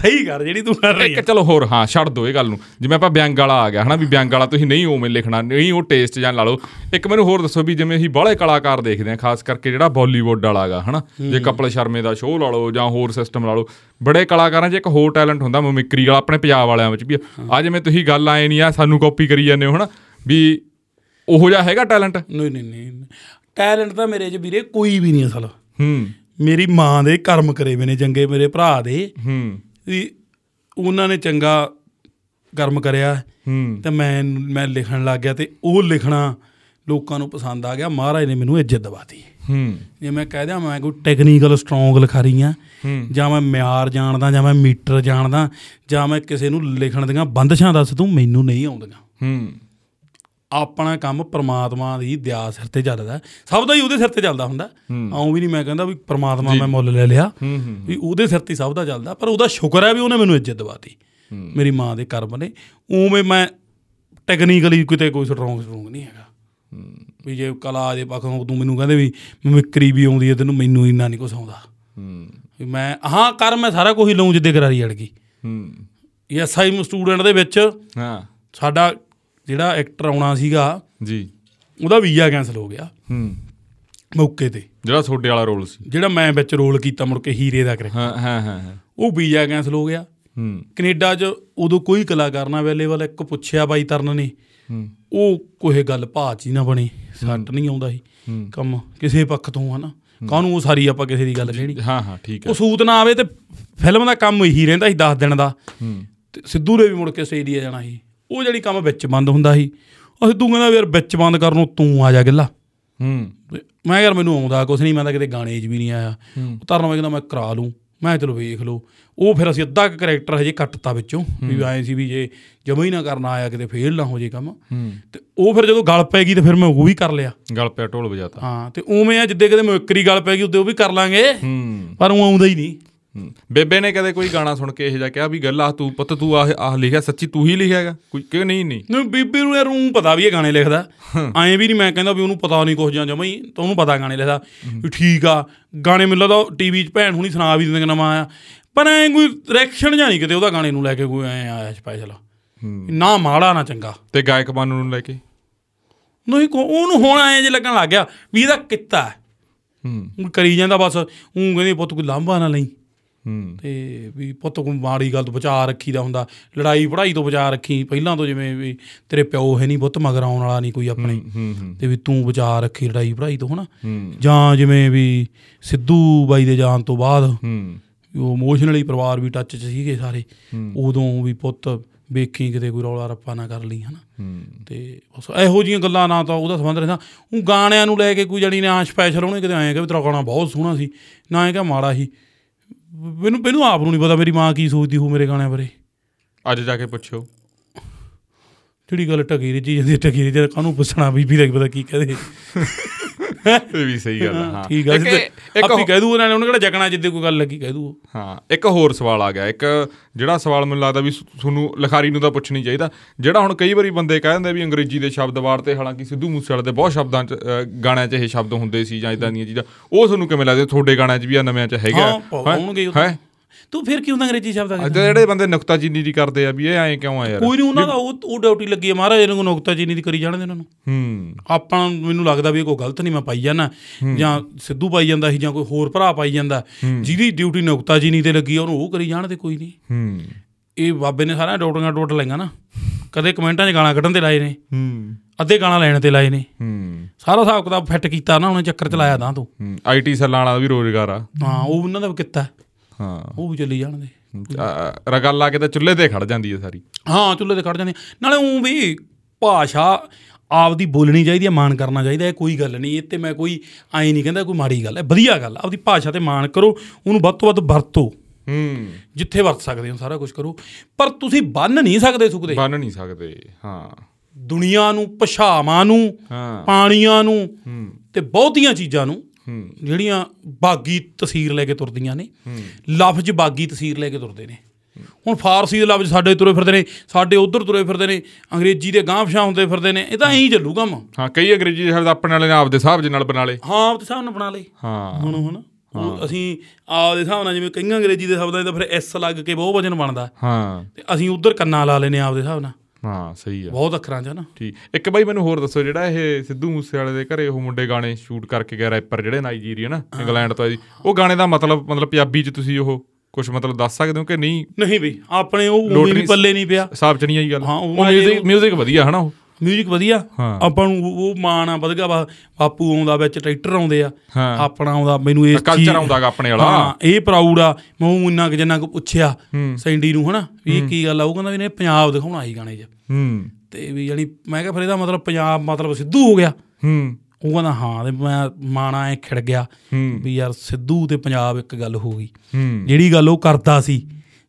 [SPEAKER 2] ਸਹੀ ਕਰ ਜਿਹੜੀ ਤੂੰ ਕਰ ਰਹੀ
[SPEAKER 1] ਇੱਕ
[SPEAKER 2] ਹੈ
[SPEAKER 1] ਚਲੋ ਹੋਰ ਹਾਂ ਛੱਡ ਦੋ ਇਹ ਗੱਲ ਨੂੰ ਜਿਵੇਂ ਆਪਾਂ ਵਿਅੰਗ ਵਾਲਾ ਆ ਗਿਆ ਹਨਾ ਵੀ ਵਿਅੰਗ ਵਾਲਾ ਤੁਸੀਂ ਨਹੀਂ ਉਵੇਂ ਲਿਖਣਾ ਨਹੀਂ ਉਹ ਟੇਸਟ ਜਾਂ ਲਾ ਲਓ ਇੱਕ ਮੈਨੂੰ ਹੋਰ ਦੱਸੋ ਵੀ ਜਿਵੇਂ ਅਸੀਂ ਬਾਹਲੇ ਕਲਾਕਾਰ ਦੇਖਦੇ ਹਾਂ ਖਾਸ ਕਰਕੇ ਜਿਹੜਾ ਬਾਲੀਵੁੱਡ ਵਾਲਾਗਾ ਹਨਾ ਜੇ ਕਪਲ ਸ਼ਰਮੇ ਦਾ ਸ਼ੋਅ ਲਾ ਲਓ ਜਾਂ ਹੋਰ ਸਿਸਟਮ ਲਾ ਲਓ ਬੜੇ ਕਲਾਕਾਰਾਂ 'ਚ ਇੱਕ ਹੋਰ ਟੈਲੈਂਟ ਹੁੰਦਾ ਮਿਮਿਕਰੀ ਵਾਲਾ ਆਪਣੇ ਪੰਜਾਬ ਵਾਲਿਆਂ ਵਿੱਚ ਵੀ ਆ ਜਿਵੇਂ ਤੁਸੀਂ ਗੱਲ ਆਏ ਨਹੀਂ ਆ ਸਾਨੂੰ ਕਾਪੀ ਕਰੀ ਜਾਂਦੇ ਹੋ ਹਨਾ ਵੀ ਉਹੋ ਜਿਹਾ ਹੈਗਾ ਟੈਲੈਂਟ
[SPEAKER 2] ਨਹੀਂ ਨਹੀਂ ਨਹੀਂ ਟੈਲੈਂਟ ਤਾਂ ਮੇਰੇ 'ਚ ਵੀਰੇ ਕੋਈ ਵੀ ਨਹੀਂ ਅਸਲ
[SPEAKER 1] ਹੂੰ
[SPEAKER 2] ਮੇਰੀ ਮਾਂ ਦੇ ਕਰਮ ਕਰੇ ਵੇ ਨੇ ਚੰਗੇ ਮੇਰੇ ਭਰਾ ਦੇ
[SPEAKER 1] ਹੂੰ
[SPEAKER 2] ਵੀ ਉਹਨਾਂ ਨੇ ਚੰਗਾ ਕਰਮ ਕਰਿਆ
[SPEAKER 1] ਹੂੰ
[SPEAKER 2] ਤੇ ਮੈਂ ਮੈਂ ਲਿਖਣ ਲੱਗ ਗਿਆ ਤੇ ਉਹ ਲਿਖਣਾ ਲੋਕਾਂ ਨੂੰ ਪਸੰਦ ਆ ਗਿਆ ਮਹਾਰਾਜ ਨੇ ਮੈਨੂੰ ਇੱਜ਼ਤ ਦਵਾਤੀ
[SPEAKER 1] ਹੂੰ
[SPEAKER 2] ਜੇ ਮੈਂ ਕਹਿ ਦਿਆਂ ਮੈਂ ਕੋਈ ਟੈਕਨੀਕਲ ਸਟਰੋਂਗ ਲਿਖਾਰੀ ਆ ਜਾਂ ਮੈਂ ਮਿਆਰ ਜਾਣਦਾ ਜਾਂ ਮੈਂ ਮੀਟਰ ਜਾਣਦਾ ਜਾਂ ਮੈਂ ਕਿਸੇ ਨੂੰ ਲਿਖਣ ਦੀਆਂ ਬੰਦਸ਼ਾਂ ਦੱਸ ਤੂੰ ਮੈਨੂੰ ਨਹੀਂ ਆਉਂਦੀਆਂ
[SPEAKER 1] ਹੂੰ
[SPEAKER 2] ਆਪਣਾ ਕੰਮ ਪ੍ਰਮਾਤਮਾ ਦੀ ਦਿਆ ਸਿਰ ਤੇ ਚੱਲਦਾ ਸਭ ਦਾ ਹੀ ਉਹਦੇ ਸਿਰ ਤੇ ਚੱਲਦਾ ਹੁੰਦਾ ਆਉਂ ਵੀ ਨਹੀਂ ਮੈਂ ਕਹਿੰਦਾ ਵੀ ਪ੍ਰਮਾਤਮਾ ਮੈਂ ਮੁੱਲ ਲੈ ਲਿਆ ਵੀ ਉਹਦੇ ਸਿਰ ਤੇ ਹੀ ਸਭ ਦਾ ਚੱਲਦਾ ਪਰ ਉਹਦਾ ਸ਼ੁਕਰ ਹੈ ਵੀ ਉਹਨੇ ਮੈਨੂੰ ਇੱਜ਼ਤ ਦਵਾਤੀ ਮੇਰੀ ਮਾਂ ਦੇ ਕਰਮ ਨੇ ਉਵੇਂ ਮੈਂ ਟੈਕਨੀਕਲੀ ਕਿਤੇ ਕੋਈ ਸਟਰੋਂਗ ਸਟਰੋਂਗ ਨਹੀਂ ਹੈਗਾ ਵੀ ਜੇ ਕਲਾ ਦੇ ਪੱਖੋਂ ਤੂੰ ਮੈਨੂੰ ਕਹਿੰਦੇ ਵੀ ਮਿਮਿਕਰੀ ਵੀ ਆਉਂਦੀ ਹੈ ਤੈਨੂੰ ਮੈਨੂੰ ਇੰਨਾ ਨਹੀਂ ਕੁਛ ਆਉਂਦਾ
[SPEAKER 1] ਹੂੰ
[SPEAKER 2] ਵੀ ਮੈਂ ਹਾਂ ਕਰ ਮੈਂ ਸਾਰਾ ਕੁਝ ਹੀ ਲਊਂ ਜਿੱਦੇ ਕਰਾਰੀ ਅੜ ਗਈ
[SPEAKER 1] ਹੂੰ
[SPEAKER 2] ਐਸਆਈ ਸਟੂਡੈਂਟ ਦੇ ਵਿੱਚ
[SPEAKER 1] ਹਾਂ
[SPEAKER 2] ਸਾਡਾ ਜਿਹੜਾ ਐਕਟਰ ਆਉਣਾ ਸੀਗਾ
[SPEAKER 1] ਜੀ
[SPEAKER 2] ਉਹਦਾ ਵੀਜ਼ਾ ਕੈਂਸਲ ਹੋ ਗਿਆ
[SPEAKER 1] ਹੂੰ
[SPEAKER 2] ਮੌਕੇ ਤੇ
[SPEAKER 1] ਜਿਹੜਾ ਤੁਹਾਡੇ ਵਾਲਾ ਰੋਲ ਸੀ
[SPEAKER 2] ਜਿਹੜਾ ਮੈਂ ਵਿੱਚ ਰੋਲ ਕੀਤਾ ਮੁੜ ਕੇ ਹੀਰੇ ਦਾ ਕਰੇ
[SPEAKER 1] ਹਾਂ ਹਾਂ ਹਾਂ ਹਾਂ।
[SPEAKER 2] ਉਹ ਵੀਜ਼ਾ ਕੈਂਸਲ ਹੋ ਗਿਆ
[SPEAKER 1] ਹੂੰ
[SPEAKER 2] ਕੈਨੇਡਾ 'ਚ ਉਦੋਂ ਕੋਈ ਕਲਾਕਾਰ ਨਾ ਅਵੇਲੇਬਲ ਇੱਕ ਪੁੱਛਿਆ ਬਾਈ ਤਰਨ ਨੇ
[SPEAKER 1] ਹੂੰ
[SPEAKER 2] ਉਹ ਕੋਹੇ ਗੱਲ ਭਾਚ ਹੀ ਨਾ ਬਣੀ ਸੱਟ ਨਹੀਂ ਆਉਂਦਾ ਸੀ
[SPEAKER 1] ਹੂੰ।
[SPEAKER 2] ਕੰਮ ਕਿਸੇ ਪੱਖ ਤੋਂ ਹਨਾ ਕਾਹਨੂੰ ਉਹ ਸਾਰੀ ਆਪਾਂ ਕਿਸੇ ਦੀ ਗੱਲ ਕਹਿਣੀ
[SPEAKER 1] ਹਾਂ ਹਾਂ ਠੀਕ ਹੈ
[SPEAKER 2] ਉਹ ਸੂਤ ਨਾ ਆਵੇ ਤੇ ਫਿਲਮ ਦਾ ਕੰਮ ਇਹੀ ਰਹਿੰਦਾ ਸੀ 10 ਦਿਨ ਦਾ
[SPEAKER 1] ਹੂੰ
[SPEAKER 2] ਤੇ ਸਿੱਧੂ ਨੇ ਵੀ ਮੁੜ ਕੇ ਆਸਟ੍ਰੇਲੀਆ ਜਾਣਾ ਸੀ ਉਹ ਜਿਹੜੀ ਕੰਮ ਵਿੱਚ ਬੰਦ ਹੁੰਦਾ ਸੀ ਉਹ ਸਿੱਧੂ ਕਹਿੰਦਾ ਵੀ ਯਾਰ ਵਿੱਚ ਬੰਦ ਕਰਨ ਨੂੰ ਤੂੰ ਆ ਜਾ ਗੱਲਾ
[SPEAKER 1] ਹੂੰ
[SPEAKER 2] ਤੇ ਮੈਂ ਯਾਰ ਮੈਨੂੰ ਆਉਂਦਾ ਕੁਛ ਨਹੀਂ ਮੈਂ ਤਾਂ ਕਿਤੇ ਗਾਣੇ 'ਚ ਵੀ ਨਹੀਂ ਆਇਆ ਉਹ ਧਰਨ ਵਾਲੇ ਕਹਿੰਦਾ ਮੈਂ ਕਰਾ ਲੂੰ ਮੈਂ ਕਿਹਾ ਚਲੋ ਵੇਖ ਲਓ ਉਹ ਫਿਰ ਅਸੀਂ ਅੱਧਾ ਕੈਰੈਕਟਰ ਹਜੇ ਕੱਟਤਾ ਵਿੱਚੋਂ ਵੀ ਆਏ ਸੀ ਵੀ ਜੇ ਜਮਾ ਹੀ ਨਾ ਕਰਨਾ ਆਇਆ ਕਿਤੇ ਫੇਲ ਨਾ ਹੋ ਜੇ ਕੰਮ
[SPEAKER 1] ਹੂੰ
[SPEAKER 2] ਤੇ ਉਹ ਫਿਰ ਜਦੋਂ ਗੱਲ ਪੈ ਗਈ ਤੇ ਫਿਰ ਮੈਂ ਉਹ ਵੀ ਕਰ ਲਿਆ
[SPEAKER 1] ਗਲ ਪਿਆ ਢੋਲ ਵਜਾਤਾ
[SPEAKER 2] ਹਾਂ ਤੇ ਉਵੇਂ ਆ ਜਿੱਦੇ ਕਿਤੇ ਮਿਕਰੀ ਗੱਲ ਪੈ ਗਈ ਉੱਤੇ ਉਹ ਵੀ ਕਰ ਲਾਂਗੇ
[SPEAKER 1] ਹੂੰ
[SPEAKER 2] ਪਰ ਉਹ ਆਉਂਦਾ ਹੀ ਨਹੀਂ
[SPEAKER 1] ਹੂੰ। ਬੇਬੇ ਨੇ ਕਦੇ ਕੋਈ ਗਾਣਾ ਸੁਣ ਕੇ ਇਹ ਜਿਹਾ ਕਿਹਾ ਵੀ ਗੱਲ ਆ ਤੂੰ ਪੁੱਤ ਤੂੰ ਆਹ ਆਹ ਲਿਖਿਆ ਸੱਚੀ ਤੂੰ ਹੀ ਲਿਖਿਆ ਹੈਗਾ ਕੋਈ ਕਿ ਨਹੀਂ ਨਹੀਂ
[SPEAKER 2] ਨਹੀਂ ਬੀਬੀ ਨੂੰ ਯਾਰ ਉਹ ਪਤਾ ਵੀ ਇਹ ਗਾਣੇ ਲਿਖਦਾ ਐਂ ਵੀ ਨਹੀਂ ਮੈਂ ਕਹਿੰਦਾ ਵੀ ਉਹਨੂੰ ਪਤਾ ਨਹੀਂ ਕੁਝ ਜਾਂ ਜਮਾ ਹੀ ਤਾਂ ਉਹਨੂੰ ਪਤਾ ਗਾਣੇ ਲਿਖਦਾ ਵੀ ਠੀਕ ਆ ਗਾਣੇ ਮੈਨੂੰ ਲੱਗਦਾ ਟੀਵੀ 'ਚ ਭੈਣ ਹੁਣੀ ਸੁਣਾ ਵੀ ਦਿੰਦੇ ਕਿ ਨਵਾਂ ਆਇਆ ਪਰ ਐ ਕੋਈ ਰਿਐਕਸ਼ਨ ਜਾਂ ਨਹੀਂ ਕਿਤੇ ਉਹਦਾ ਗਾਣੇ ਨੂੰ ਲੈ ਕੇ ਕੋਈ ਐ ਆਇਆ ਸਪੈਸ਼ਲ
[SPEAKER 1] ਹੂੰ।
[SPEAKER 2] ਨਾ ਮਾੜਾ ਨਾ ਚੰਗਾ
[SPEAKER 1] ਤੇ ਗਾਇਕ ਬਾਨੂ ਨੂੰ ਲੈ ਕੇ
[SPEAKER 2] ਨਹੀਂ ਕੋ ਉਹਨੂੰ ਹੁਣ ਐ ਜੇ ਲੱਗਣ ਲੱਗ ਗਿਆ ਵੀ ਇਹਦਾ ਕਿੱਤਾ ਹੈ
[SPEAKER 1] ਹੂੰ
[SPEAKER 2] ਊਂ ਕਰੀ ਜਾਂਦਾ ਬਸ ਉਹ ਕਹਿੰਦੀ ਪੁੱਤ ਕੋਈ ਲਾਂਭਾ ਨਾ ਲਈ
[SPEAKER 1] ਹੂੰ
[SPEAKER 2] ਤੇ ਵੀ ਪੁੱਤ ਕੋਈ ਮਾੜੀ ਗੱਲ ਤੋਂ ਬਚਾ ਰੱਖੀਦਾ ਹੁੰਦਾ ਲੜਾਈ ਪੜਾਈ ਤੋਂ ਬਚਾ ਰੱਖੀ ਪਹਿਲਾਂ ਤੋਂ ਜਿਵੇਂ ਵੀ ਤੇਰੇ ਪਿਓ ਹੈ ਨਹੀਂ ਪੁੱਤ ਮਗਰ ਆਉਣ ਵਾਲਾ ਨਹੀਂ ਕੋਈ ਆਪਣੇ
[SPEAKER 1] ਹੂੰ ਹੂੰ
[SPEAKER 2] ਤੇ ਵੀ ਤੂੰ ਬਚਾ ਰੱਖੀ ਲੜਾਈ ਪੜਾਈ ਤੋਂ ਹਨਾ
[SPEAKER 1] ਹੂੰ।
[SPEAKER 2] ਜਾਂ ਜਿਵੇਂ ਵੀ ਸਿੱਧੂ ਬਾਈ ਦੇ ਜਾਣ ਤੋਂ ਬਾਅਦ
[SPEAKER 1] ਹੂੰ
[SPEAKER 2] ਵੀ ਉਹ ਇਮੋਸ਼ਨਲੀ ਪਰਿਵਾਰ ਵੀ ਟੱਚ 'ਚ ਸੀਗੇ ਸਾਰੇ ਉਦੋਂ ਵੀ ਪੁੱਤ ਵੇਖੀ ਕਿਤੇ ਕੋਈ ਰੌਲਾ ਰੱਪਾ ਨਾ ਕਰ ਲਈ ਹਨਾ
[SPEAKER 1] ਹੂੰ
[SPEAKER 2] ਤੇ ਬਸ ਇਹੋ ਜੀਆਂ ਗੱਲਾਂ ਨਾ ਤਾਂ ਉਹਦਾ ਸੰਬੰਧ ਰਹਿੰਦਾ ਉਹ ਗਾਣਿਆਂ ਨੂੰ ਲੈ ਕੇ ਕੋਈ ਜਣੀ ਨੇ ਆ ਸਪੈਸ਼ਲ ਉਹਨੇ ਕਿਤੇ ਆਏ ਕਿ ਵੀ ਤੇਰਾ ਗਾਣਾ ਬਹੁਤ ਸੋਹਣਾ ਸੀ ਨਾ ਇਹ ਕਿ ਮਾੜਾ ਸੀ ਮੈਨੂੰ ਮੈਨੂੰ ਆਪ ਨੂੰ ਨਹੀਂ ਪਤਾ ਮੇਰੀ ਮਾਂ ਕੀ ਸੋਚਦੀ ਹੋਊ ਮੇਰੇ ਗਾਣਿਆਂ ਬਾਰੇ
[SPEAKER 1] ਅੱਜ ਜਾ ਕੇ ਪੁੱਛੋ
[SPEAKER 2] ਜਿਹੜੀ ਗੱਲ ਟਕੀ ਰਹੀ ਜਾਂਦੀ ਟਕੀ ਰਹੀ ਜਾਂਦੀ ਕਾਹਨੂੰ ਪੁੱਛਣਾ ਬੀਬੀ ਦਾ ਕੀ ਪਤਾ ਕੀ ਕਹਦੇ
[SPEAKER 1] ਇਹ ਵੀ ਸਹੀ ਗੱਲ ਆ, ਹਾਂ
[SPEAKER 2] ਠੀਕ ਆ
[SPEAKER 1] ਇੱਕ-
[SPEAKER 2] ਜੀ
[SPEAKER 1] ਇੱਕ
[SPEAKER 2] ਆਪੀ ਕਹਿ ਦੂ ਉਹਨਾਂ ਨੇ ਉਹਨੇ ਕਿਹੜਾ ਜਗਣਾ ਜਿੱਦੇ ਕੋਈ ਗੱਲ ਲੱਗੀ ਕਹਿ ਦੂ
[SPEAKER 1] ਹਾਂ ਇੱਕ ਹੋਰ ਸਵਾਲ ਆ ਗਿਆ ਇੱਕ ਜਿਹੜਾ ਸਵਾਲ ਮੈਨੂੰ ਲੱਗਦਾ ਵੀ ਸ- ਤੁਹਾਨੂੰ ਲਿਖਾਰੀ ਨੂੰ ਤਾਂ ਪੁੱਛਣੀ ਚਾਹੀਦਾ ਜਿਹੜਾ ਹੁਣ ਕਈ ਵਾਰੀ ਬੰਦੇ ਕਹਿ ਦਿੰਦੇ ਵੀ ਅੰਗਰੇਜ਼ੀ ਦੇ ਸ਼ਬਦ ਵਾਰ ਤੇ ਹਾਲਾਂਕਿ ਸਿੱਧੂ ਮੂਸੇਵਾਲੇ ਦੇ ਬਹੁਤ ਸ਼ਬਦਾਂ ਚ ਅ, ਗਾਣਿਆਂ 'ਚ ਇਹ ਸ਼ਬਦ ਹੁੰਦੇ ਸੀ ਜਾਂ ਇਦਾਂ ਦੀਆਂ ਚੀਜ਼ਾਂ ਉਹ ਤੁਹਾਨੂੰ ਕਿਵੇਂ ਲੱਗਦੇ ਤੁਹਾਡੇ ਗਾਣਿਆਂ 'ਚ ਵੀ ਆ ਨਵਿਆਂ 'ਚ ਹੈਗਾ
[SPEAKER 2] ਹਾਂ ਪਾ- ਪਾਉਣਗੇ ਹੀ ਉਹ ਤਾਂ।
[SPEAKER 1] ਹੈ
[SPEAKER 2] ਤੂੰ ਫਿਰ ਕਿਉਂ ਤਾਂ ਅੰਗਰੇਜ਼ੀ ਸ਼ਬਦ ਆ
[SPEAKER 1] ਅੱਜ ਜਿਹੜੇ ਬੰਦੇ ਨੁਕਤਾਚੀਨੀ ਦੀ ਕਰਦੇ ਆ ਵੀ ਇਹ ਐਂ ਕਿਉਂ ਆ ਯਾਰ
[SPEAKER 2] ਕੋਈ ਨਹੀਂ ਉਹਨਾਂ ਦਾ ਉਹ ਉਹ ਡਿਊਟੀ ਲੱਗੀ ਹੈ ਮਹਾਰਾਜ ਇਹਨਾਂ ਨੂੰ ਨੁਕਤਾ ਜੀ ਨਹੀਂ ਕਰੀ ਜਾਣਦੇ ਉਹਨਾਂ ਨੂੰ
[SPEAKER 1] ਹੂੰ
[SPEAKER 2] ਆਪਾਂ ਨੂੰ- ਮੈਨੂੰ ਲੱਗਦਾ ਵੀ ਇਹ ਕੋਈ ਗਲਤ ਨਹੀਂ ਮੈਂ ਪਾਈ ਜਾਣਾ ਜਾਂ ਸਿੱਧੂ ਪਾਈ ਜਾਂਦਾ ਸੀ ਜਾਂ ਕੋਈ ਹੋਰ ਭਰਾ ਪਾਈ ਜਾਂਦਾ ਜਿਹਦੀ ਡਿਊਟੀ ਨੁਕਤਾ ਜੀ ਨਹੀਂ ਤੇ ਲੱਗੀ ਆ, ਉਹਨੂੰ ਉਹ ਕਰੀ ਜਾਣ ਤੇ ਕੋਈ ਨਹੀਂ
[SPEAKER 1] ਹੂੰ
[SPEAKER 2] ਇਹ ਬਾਬੇ ਨੇ ਸਾਰਾ ਡੋਟੀਆਂ ਡੋਟ ਲਈਆਂ ਨਾ ਕਦੇ ਕਮੈਂਟਾਂ 'ਚ ਗਾਲਾਂ ਕੱਢਣ ਤੇ ਲਾਏ ਨੇ
[SPEAKER 1] ਹੂੰ
[SPEAKER 2] ਅੱਧੇ ਗਾਲਾਂ ਲੈਣ ਤੇ ਲਾਏ ਨੇ
[SPEAKER 1] ਹੂੰ
[SPEAKER 2] ਸਾਰਾ ਹਿਸਾਬ ਕਿਤਾਬ ਫਿੱਟ ਕੀਤਾ ਨਾ ਉਹਨੇ ਚੱਕਰ ਚਲਾਇਆ ਤਾਂ ਤੂੰ
[SPEAKER 1] ਹੂੰ ਆਈਟੀ ਸੈੱਲਾਂ ਵਾਲਾ ਵੀ ਰੋਜ਼ਗਾਰ ਆ
[SPEAKER 2] ਹਾਂ ਉਹ ਉਹਨਾਂ ਦਾ ਕਿੱਤਾ ਹੈ।
[SPEAKER 1] ਹਾਂ
[SPEAKER 2] ਉਹ ਵੀ ਚੱਲੀ ਜਾਣਦੇ
[SPEAKER 1] ਅ, ਅ, ਗੱਲ ਆ ਕੇ ਤਾਂ ਚੁੱਲ੍ਹੇ ਤੇ ਖੜ ਜਾਂਦੀ ਹੈ ਸਾਰੀ
[SPEAKER 2] ਹਾਂ ਚੁੱਲ੍ਹੇ ਤੇ ਖੜ ਜਾਂਦੇ ਆ। ਨਾਲੇ ਉਹ ਵੀ ਭਾਸ਼ਾ ਆਪਦੀ ਬੋਲਣੀ ਚਾਹੀਦੀ ਹੈ ਮਾਣ ਕਰਨਾ ਚਾਹੀਦਾ ਹੈ ਕੋਈ ਗੱਲ ਨਹੀਂ ਇਹ ਤੇ ਮੈਂ ਕੋਈ ਐਂ ਨਹੀਂ ਕਹਿੰਦਾ ਕੋਈ ਮਾੜੀ ਗੱਲ ਹੈ ਵਧੀਆ ਗੱਲ ਹੈ, ਆਪਦੀ ਭਾਸ਼ਾ ਤੇ ਮਾਣ ਕਰੋ ਉਹਨੂੰ ਵੱਧ ਤੋਂ ਵੱਧ ਵਰਤੋ
[SPEAKER 1] ਹੂੰ
[SPEAKER 2] ਜਿੱਥੇ ਵਰਤ ਸਕਦੇ ਹੋ ਸਾਰਾ ਕੁਝ ਕਰੋ ਪਰ ਤੁਸੀਂ ਬੰਨ ਨਹੀਂ ਸਕਦੇ ਸੁਖਦੇ
[SPEAKER 1] ਬਣ ਨਹੀਂ ਸਕਦੇ ਹਾਂ
[SPEAKER 2] ਦੁਨੀਆ ਨੂੰ ਭਾਸ਼ਾਵਾਂ ਨੂੰ
[SPEAKER 1] ਹਾਂ
[SPEAKER 2] ਪਾਣੀਆਂ ਨੂੰ
[SPEAKER 1] ਹੂੰ
[SPEAKER 2] ਤੇ ਬਹੁਤੀਆਂ ਚੀਜ਼ਾਂ ਨੂੰ ਜਿਹੜੀਆਂ ਬਾਗੀ ਤਸਵੀਰ ਲੈ ਕੇ ਤੁਰਦੀਆਂ ਨੇ ਲਫ਼ਜ਼ ਬਾਗੀ ਤਸਵੀਰ ਲੈ ਕੇ ਤੁਰਦੇ ਨੇ ਹੁਣ ਫਾਰਸੀ ਦੇ ਲਫ਼ਜ਼ ਸਾਡੇ ਤੁਰੇ ਫਿਰਦੇ ਨੇ ਸਾਡੇ ਉਧਰ ਤੁਰੇ ਫਿਰਦੇ ਨੇ ਅੰਗਰੇਜ਼ੀ ਦੇ ਗਾਂਫਸ਼ਾ ਹੁੰਦੇ ਫਿਰਦੇ ਨੇ ਇਹ ਤਾਂ ਐਂ ਚੱਲੂਗਾ ਮ
[SPEAKER 1] ਹਾਂ ਕਈ ਅੰਗਰੇਜ਼ੀ ਸ਼ਬਦ ਆਪਣੇ ਵਾਲੇ ਨੇ ਆਪਦੇ ਹਿਸਾਬ ਦੇ ਨਾਲ ਬਣਾ ਲਏ
[SPEAKER 2] ਹਾਂ ਆਪ ਦੇ ਹਿਸਾਬ ਨਾਲ ਬਣਾ ਲਏ
[SPEAKER 1] ਹਾਂ
[SPEAKER 2] ਹੁਣ ਹੁਣ ਹੁਣ ਅਸੀਂ ਆਪ ਦੇ ਹਿਸਾਬ ਨਾਲ ਜਿਵੇਂ ਕਈਆਂ ਅੰਗਰੇਜ਼ੀ ਦੇ ਸ਼ਬਦਾਂ 'ਚ ਤਾਂ ਫਿਰ ਐਸ ਲੱਗ ਕੇ ਬਹੁਤ ਵਜਨ ਬਣਦਾ
[SPEAKER 1] ਹਾਂ
[SPEAKER 2] ਤੇ ਅਸੀਂ ਉਧਰ ਕੰਨਾਂ ਲਾ ਲੈਨੇ ਆਪ ਦੇ ਹਿਸਾਬ ਨਾਲ
[SPEAKER 1] ਹਾਂ ਸਹੀ ਆ
[SPEAKER 2] ਬਹੁਤ ਅੱਖਰਾਂ 'ਚ ਨਾ
[SPEAKER 1] ਠੀਕ ਇੱਕ ਬਾਈ ਮੈਨੂੰ ਹੋਰ ਦੱਸੋ ਜਿਹੜਾ ਇਹ ਸਿੱਧੂ ਮੂਸੇਵਾਲੇ ਦੇ ਘਰੇ ਉਹ ਮੁੰਡੇ ਗਾਣੇ ਸ਼ੂਟ ਕਰਕੇ ਗਿਆ ਰੈਪਰ ਜਿਹੜੇ ਨਾਈਜੀਰੀਅਨ ਇੰਗਲੈਂਡ ਤੋਂ ਆ ਜੀ ਉਹ ਗਾਣੇ ਦਾ ਮਤਲਬ ਮਤਲਬ ਪੰਜਾਬੀ ਚ ਤੁਸੀਂ ਉਹ ਕੁਝ ਮਤਲਬ ਦੱਸ ਸਕਦੇ ਹੋ ਕਿ ਨਹੀਂ
[SPEAKER 2] ਨਹੀਂ ਬਈ ਆਪਣੇ ਉਹ ਊਂ
[SPEAKER 1] ਲੋਟਰੀ
[SPEAKER 2] ਵੀ ਪੱਲੇ ਨਹੀਂ ਪਿਆ
[SPEAKER 1] ਹਿਸਾਬ ਚ ਨਹੀਂ ਆਈ ਗੱਲ
[SPEAKER 2] ਹਾਂ, ਉਹ
[SPEAKER 1] ਉਹ
[SPEAKER 2] ਮੈਂ ਜੇ-
[SPEAKER 1] ਮਿਊਜ਼ਿਕ ਮਿਊਜ਼ਿਕ ਵਧੀਆ ਹਨਾ ਉਹ
[SPEAKER 2] ਮਿਊਜ਼ਿਕ ਵਧੀਆ
[SPEAKER 1] ਹਾਂ।
[SPEAKER 2] ਆਪਾਂ ਨੂੰ ਉਹ- ਉਹ ਮਾਣ ਆ ਵਧਗਾ ਵਾ ਬਾਪੂ ਆਉਂਦਾ ਵਿੱਚ ਟਰੈਕਟਰ ਆਉਂਦੇ ਆ
[SPEAKER 1] ਹਾਂ।
[SPEAKER 2] ਆਪਣਾ ਆਉਂਦਾ ਮੈਨੂੰ ਇਹ
[SPEAKER 1] culture ਆਉਂਦਾ ਗਾ ਆਪਣੇ ਵਾਲਾ।
[SPEAKER 2] ਇਹ ਪ੍ਰਾਊਡ ਆ ਮੈਂ ਉਹ ਇੰਨਾ ਕੁ ਜਿੰਨਾ ਕੁ ਪੁੱਛਿਆ ਸੈਂਡੀ ਨੂੰ ਹਨਾ ਵੀ ਇਹ ਕੀ ਗੱਲ ਆ ਉਹ ਕਹਿੰਦਾ ਵੀ ਇਹਨੇ ਪੰਜਾਬ ਦਿਖਾਉਣਾ ਸੀ ਗਾਣੇ 'ਚ
[SPEAKER 1] ਹੂੰ
[SPEAKER 2] ਤੇ ਵੀ ਯਾਨੀ ਮੈਂ ਕਿਹਾ ਫਿਰ ਇਹਦਾ ਮਤਲਬ ਪੰਜਾਬ ਮਤਲਬ ਸਿੱਧੂ ਹੋ ਗਿਆ
[SPEAKER 1] ਹੂੰ
[SPEAKER 2] ਉਹ ਕਹਿੰਦਾ ਹਾਂ ਤੇ ਮੈਂ ਮਾਣਾ ਐ ਖਿੜ ਗਿਆ ਵੀ ਯਾਰ ਸਿੱਧੂ ਤੇ ਪੰਜਾਬ ਇੱਕ ਗੱਲ ਹੋ ਗਈ
[SPEAKER 1] ਹੂੰ
[SPEAKER 2] ਜਿਹੜੀ ਗੱਲ ਉਹ ਕਰਦਾ ਸੀ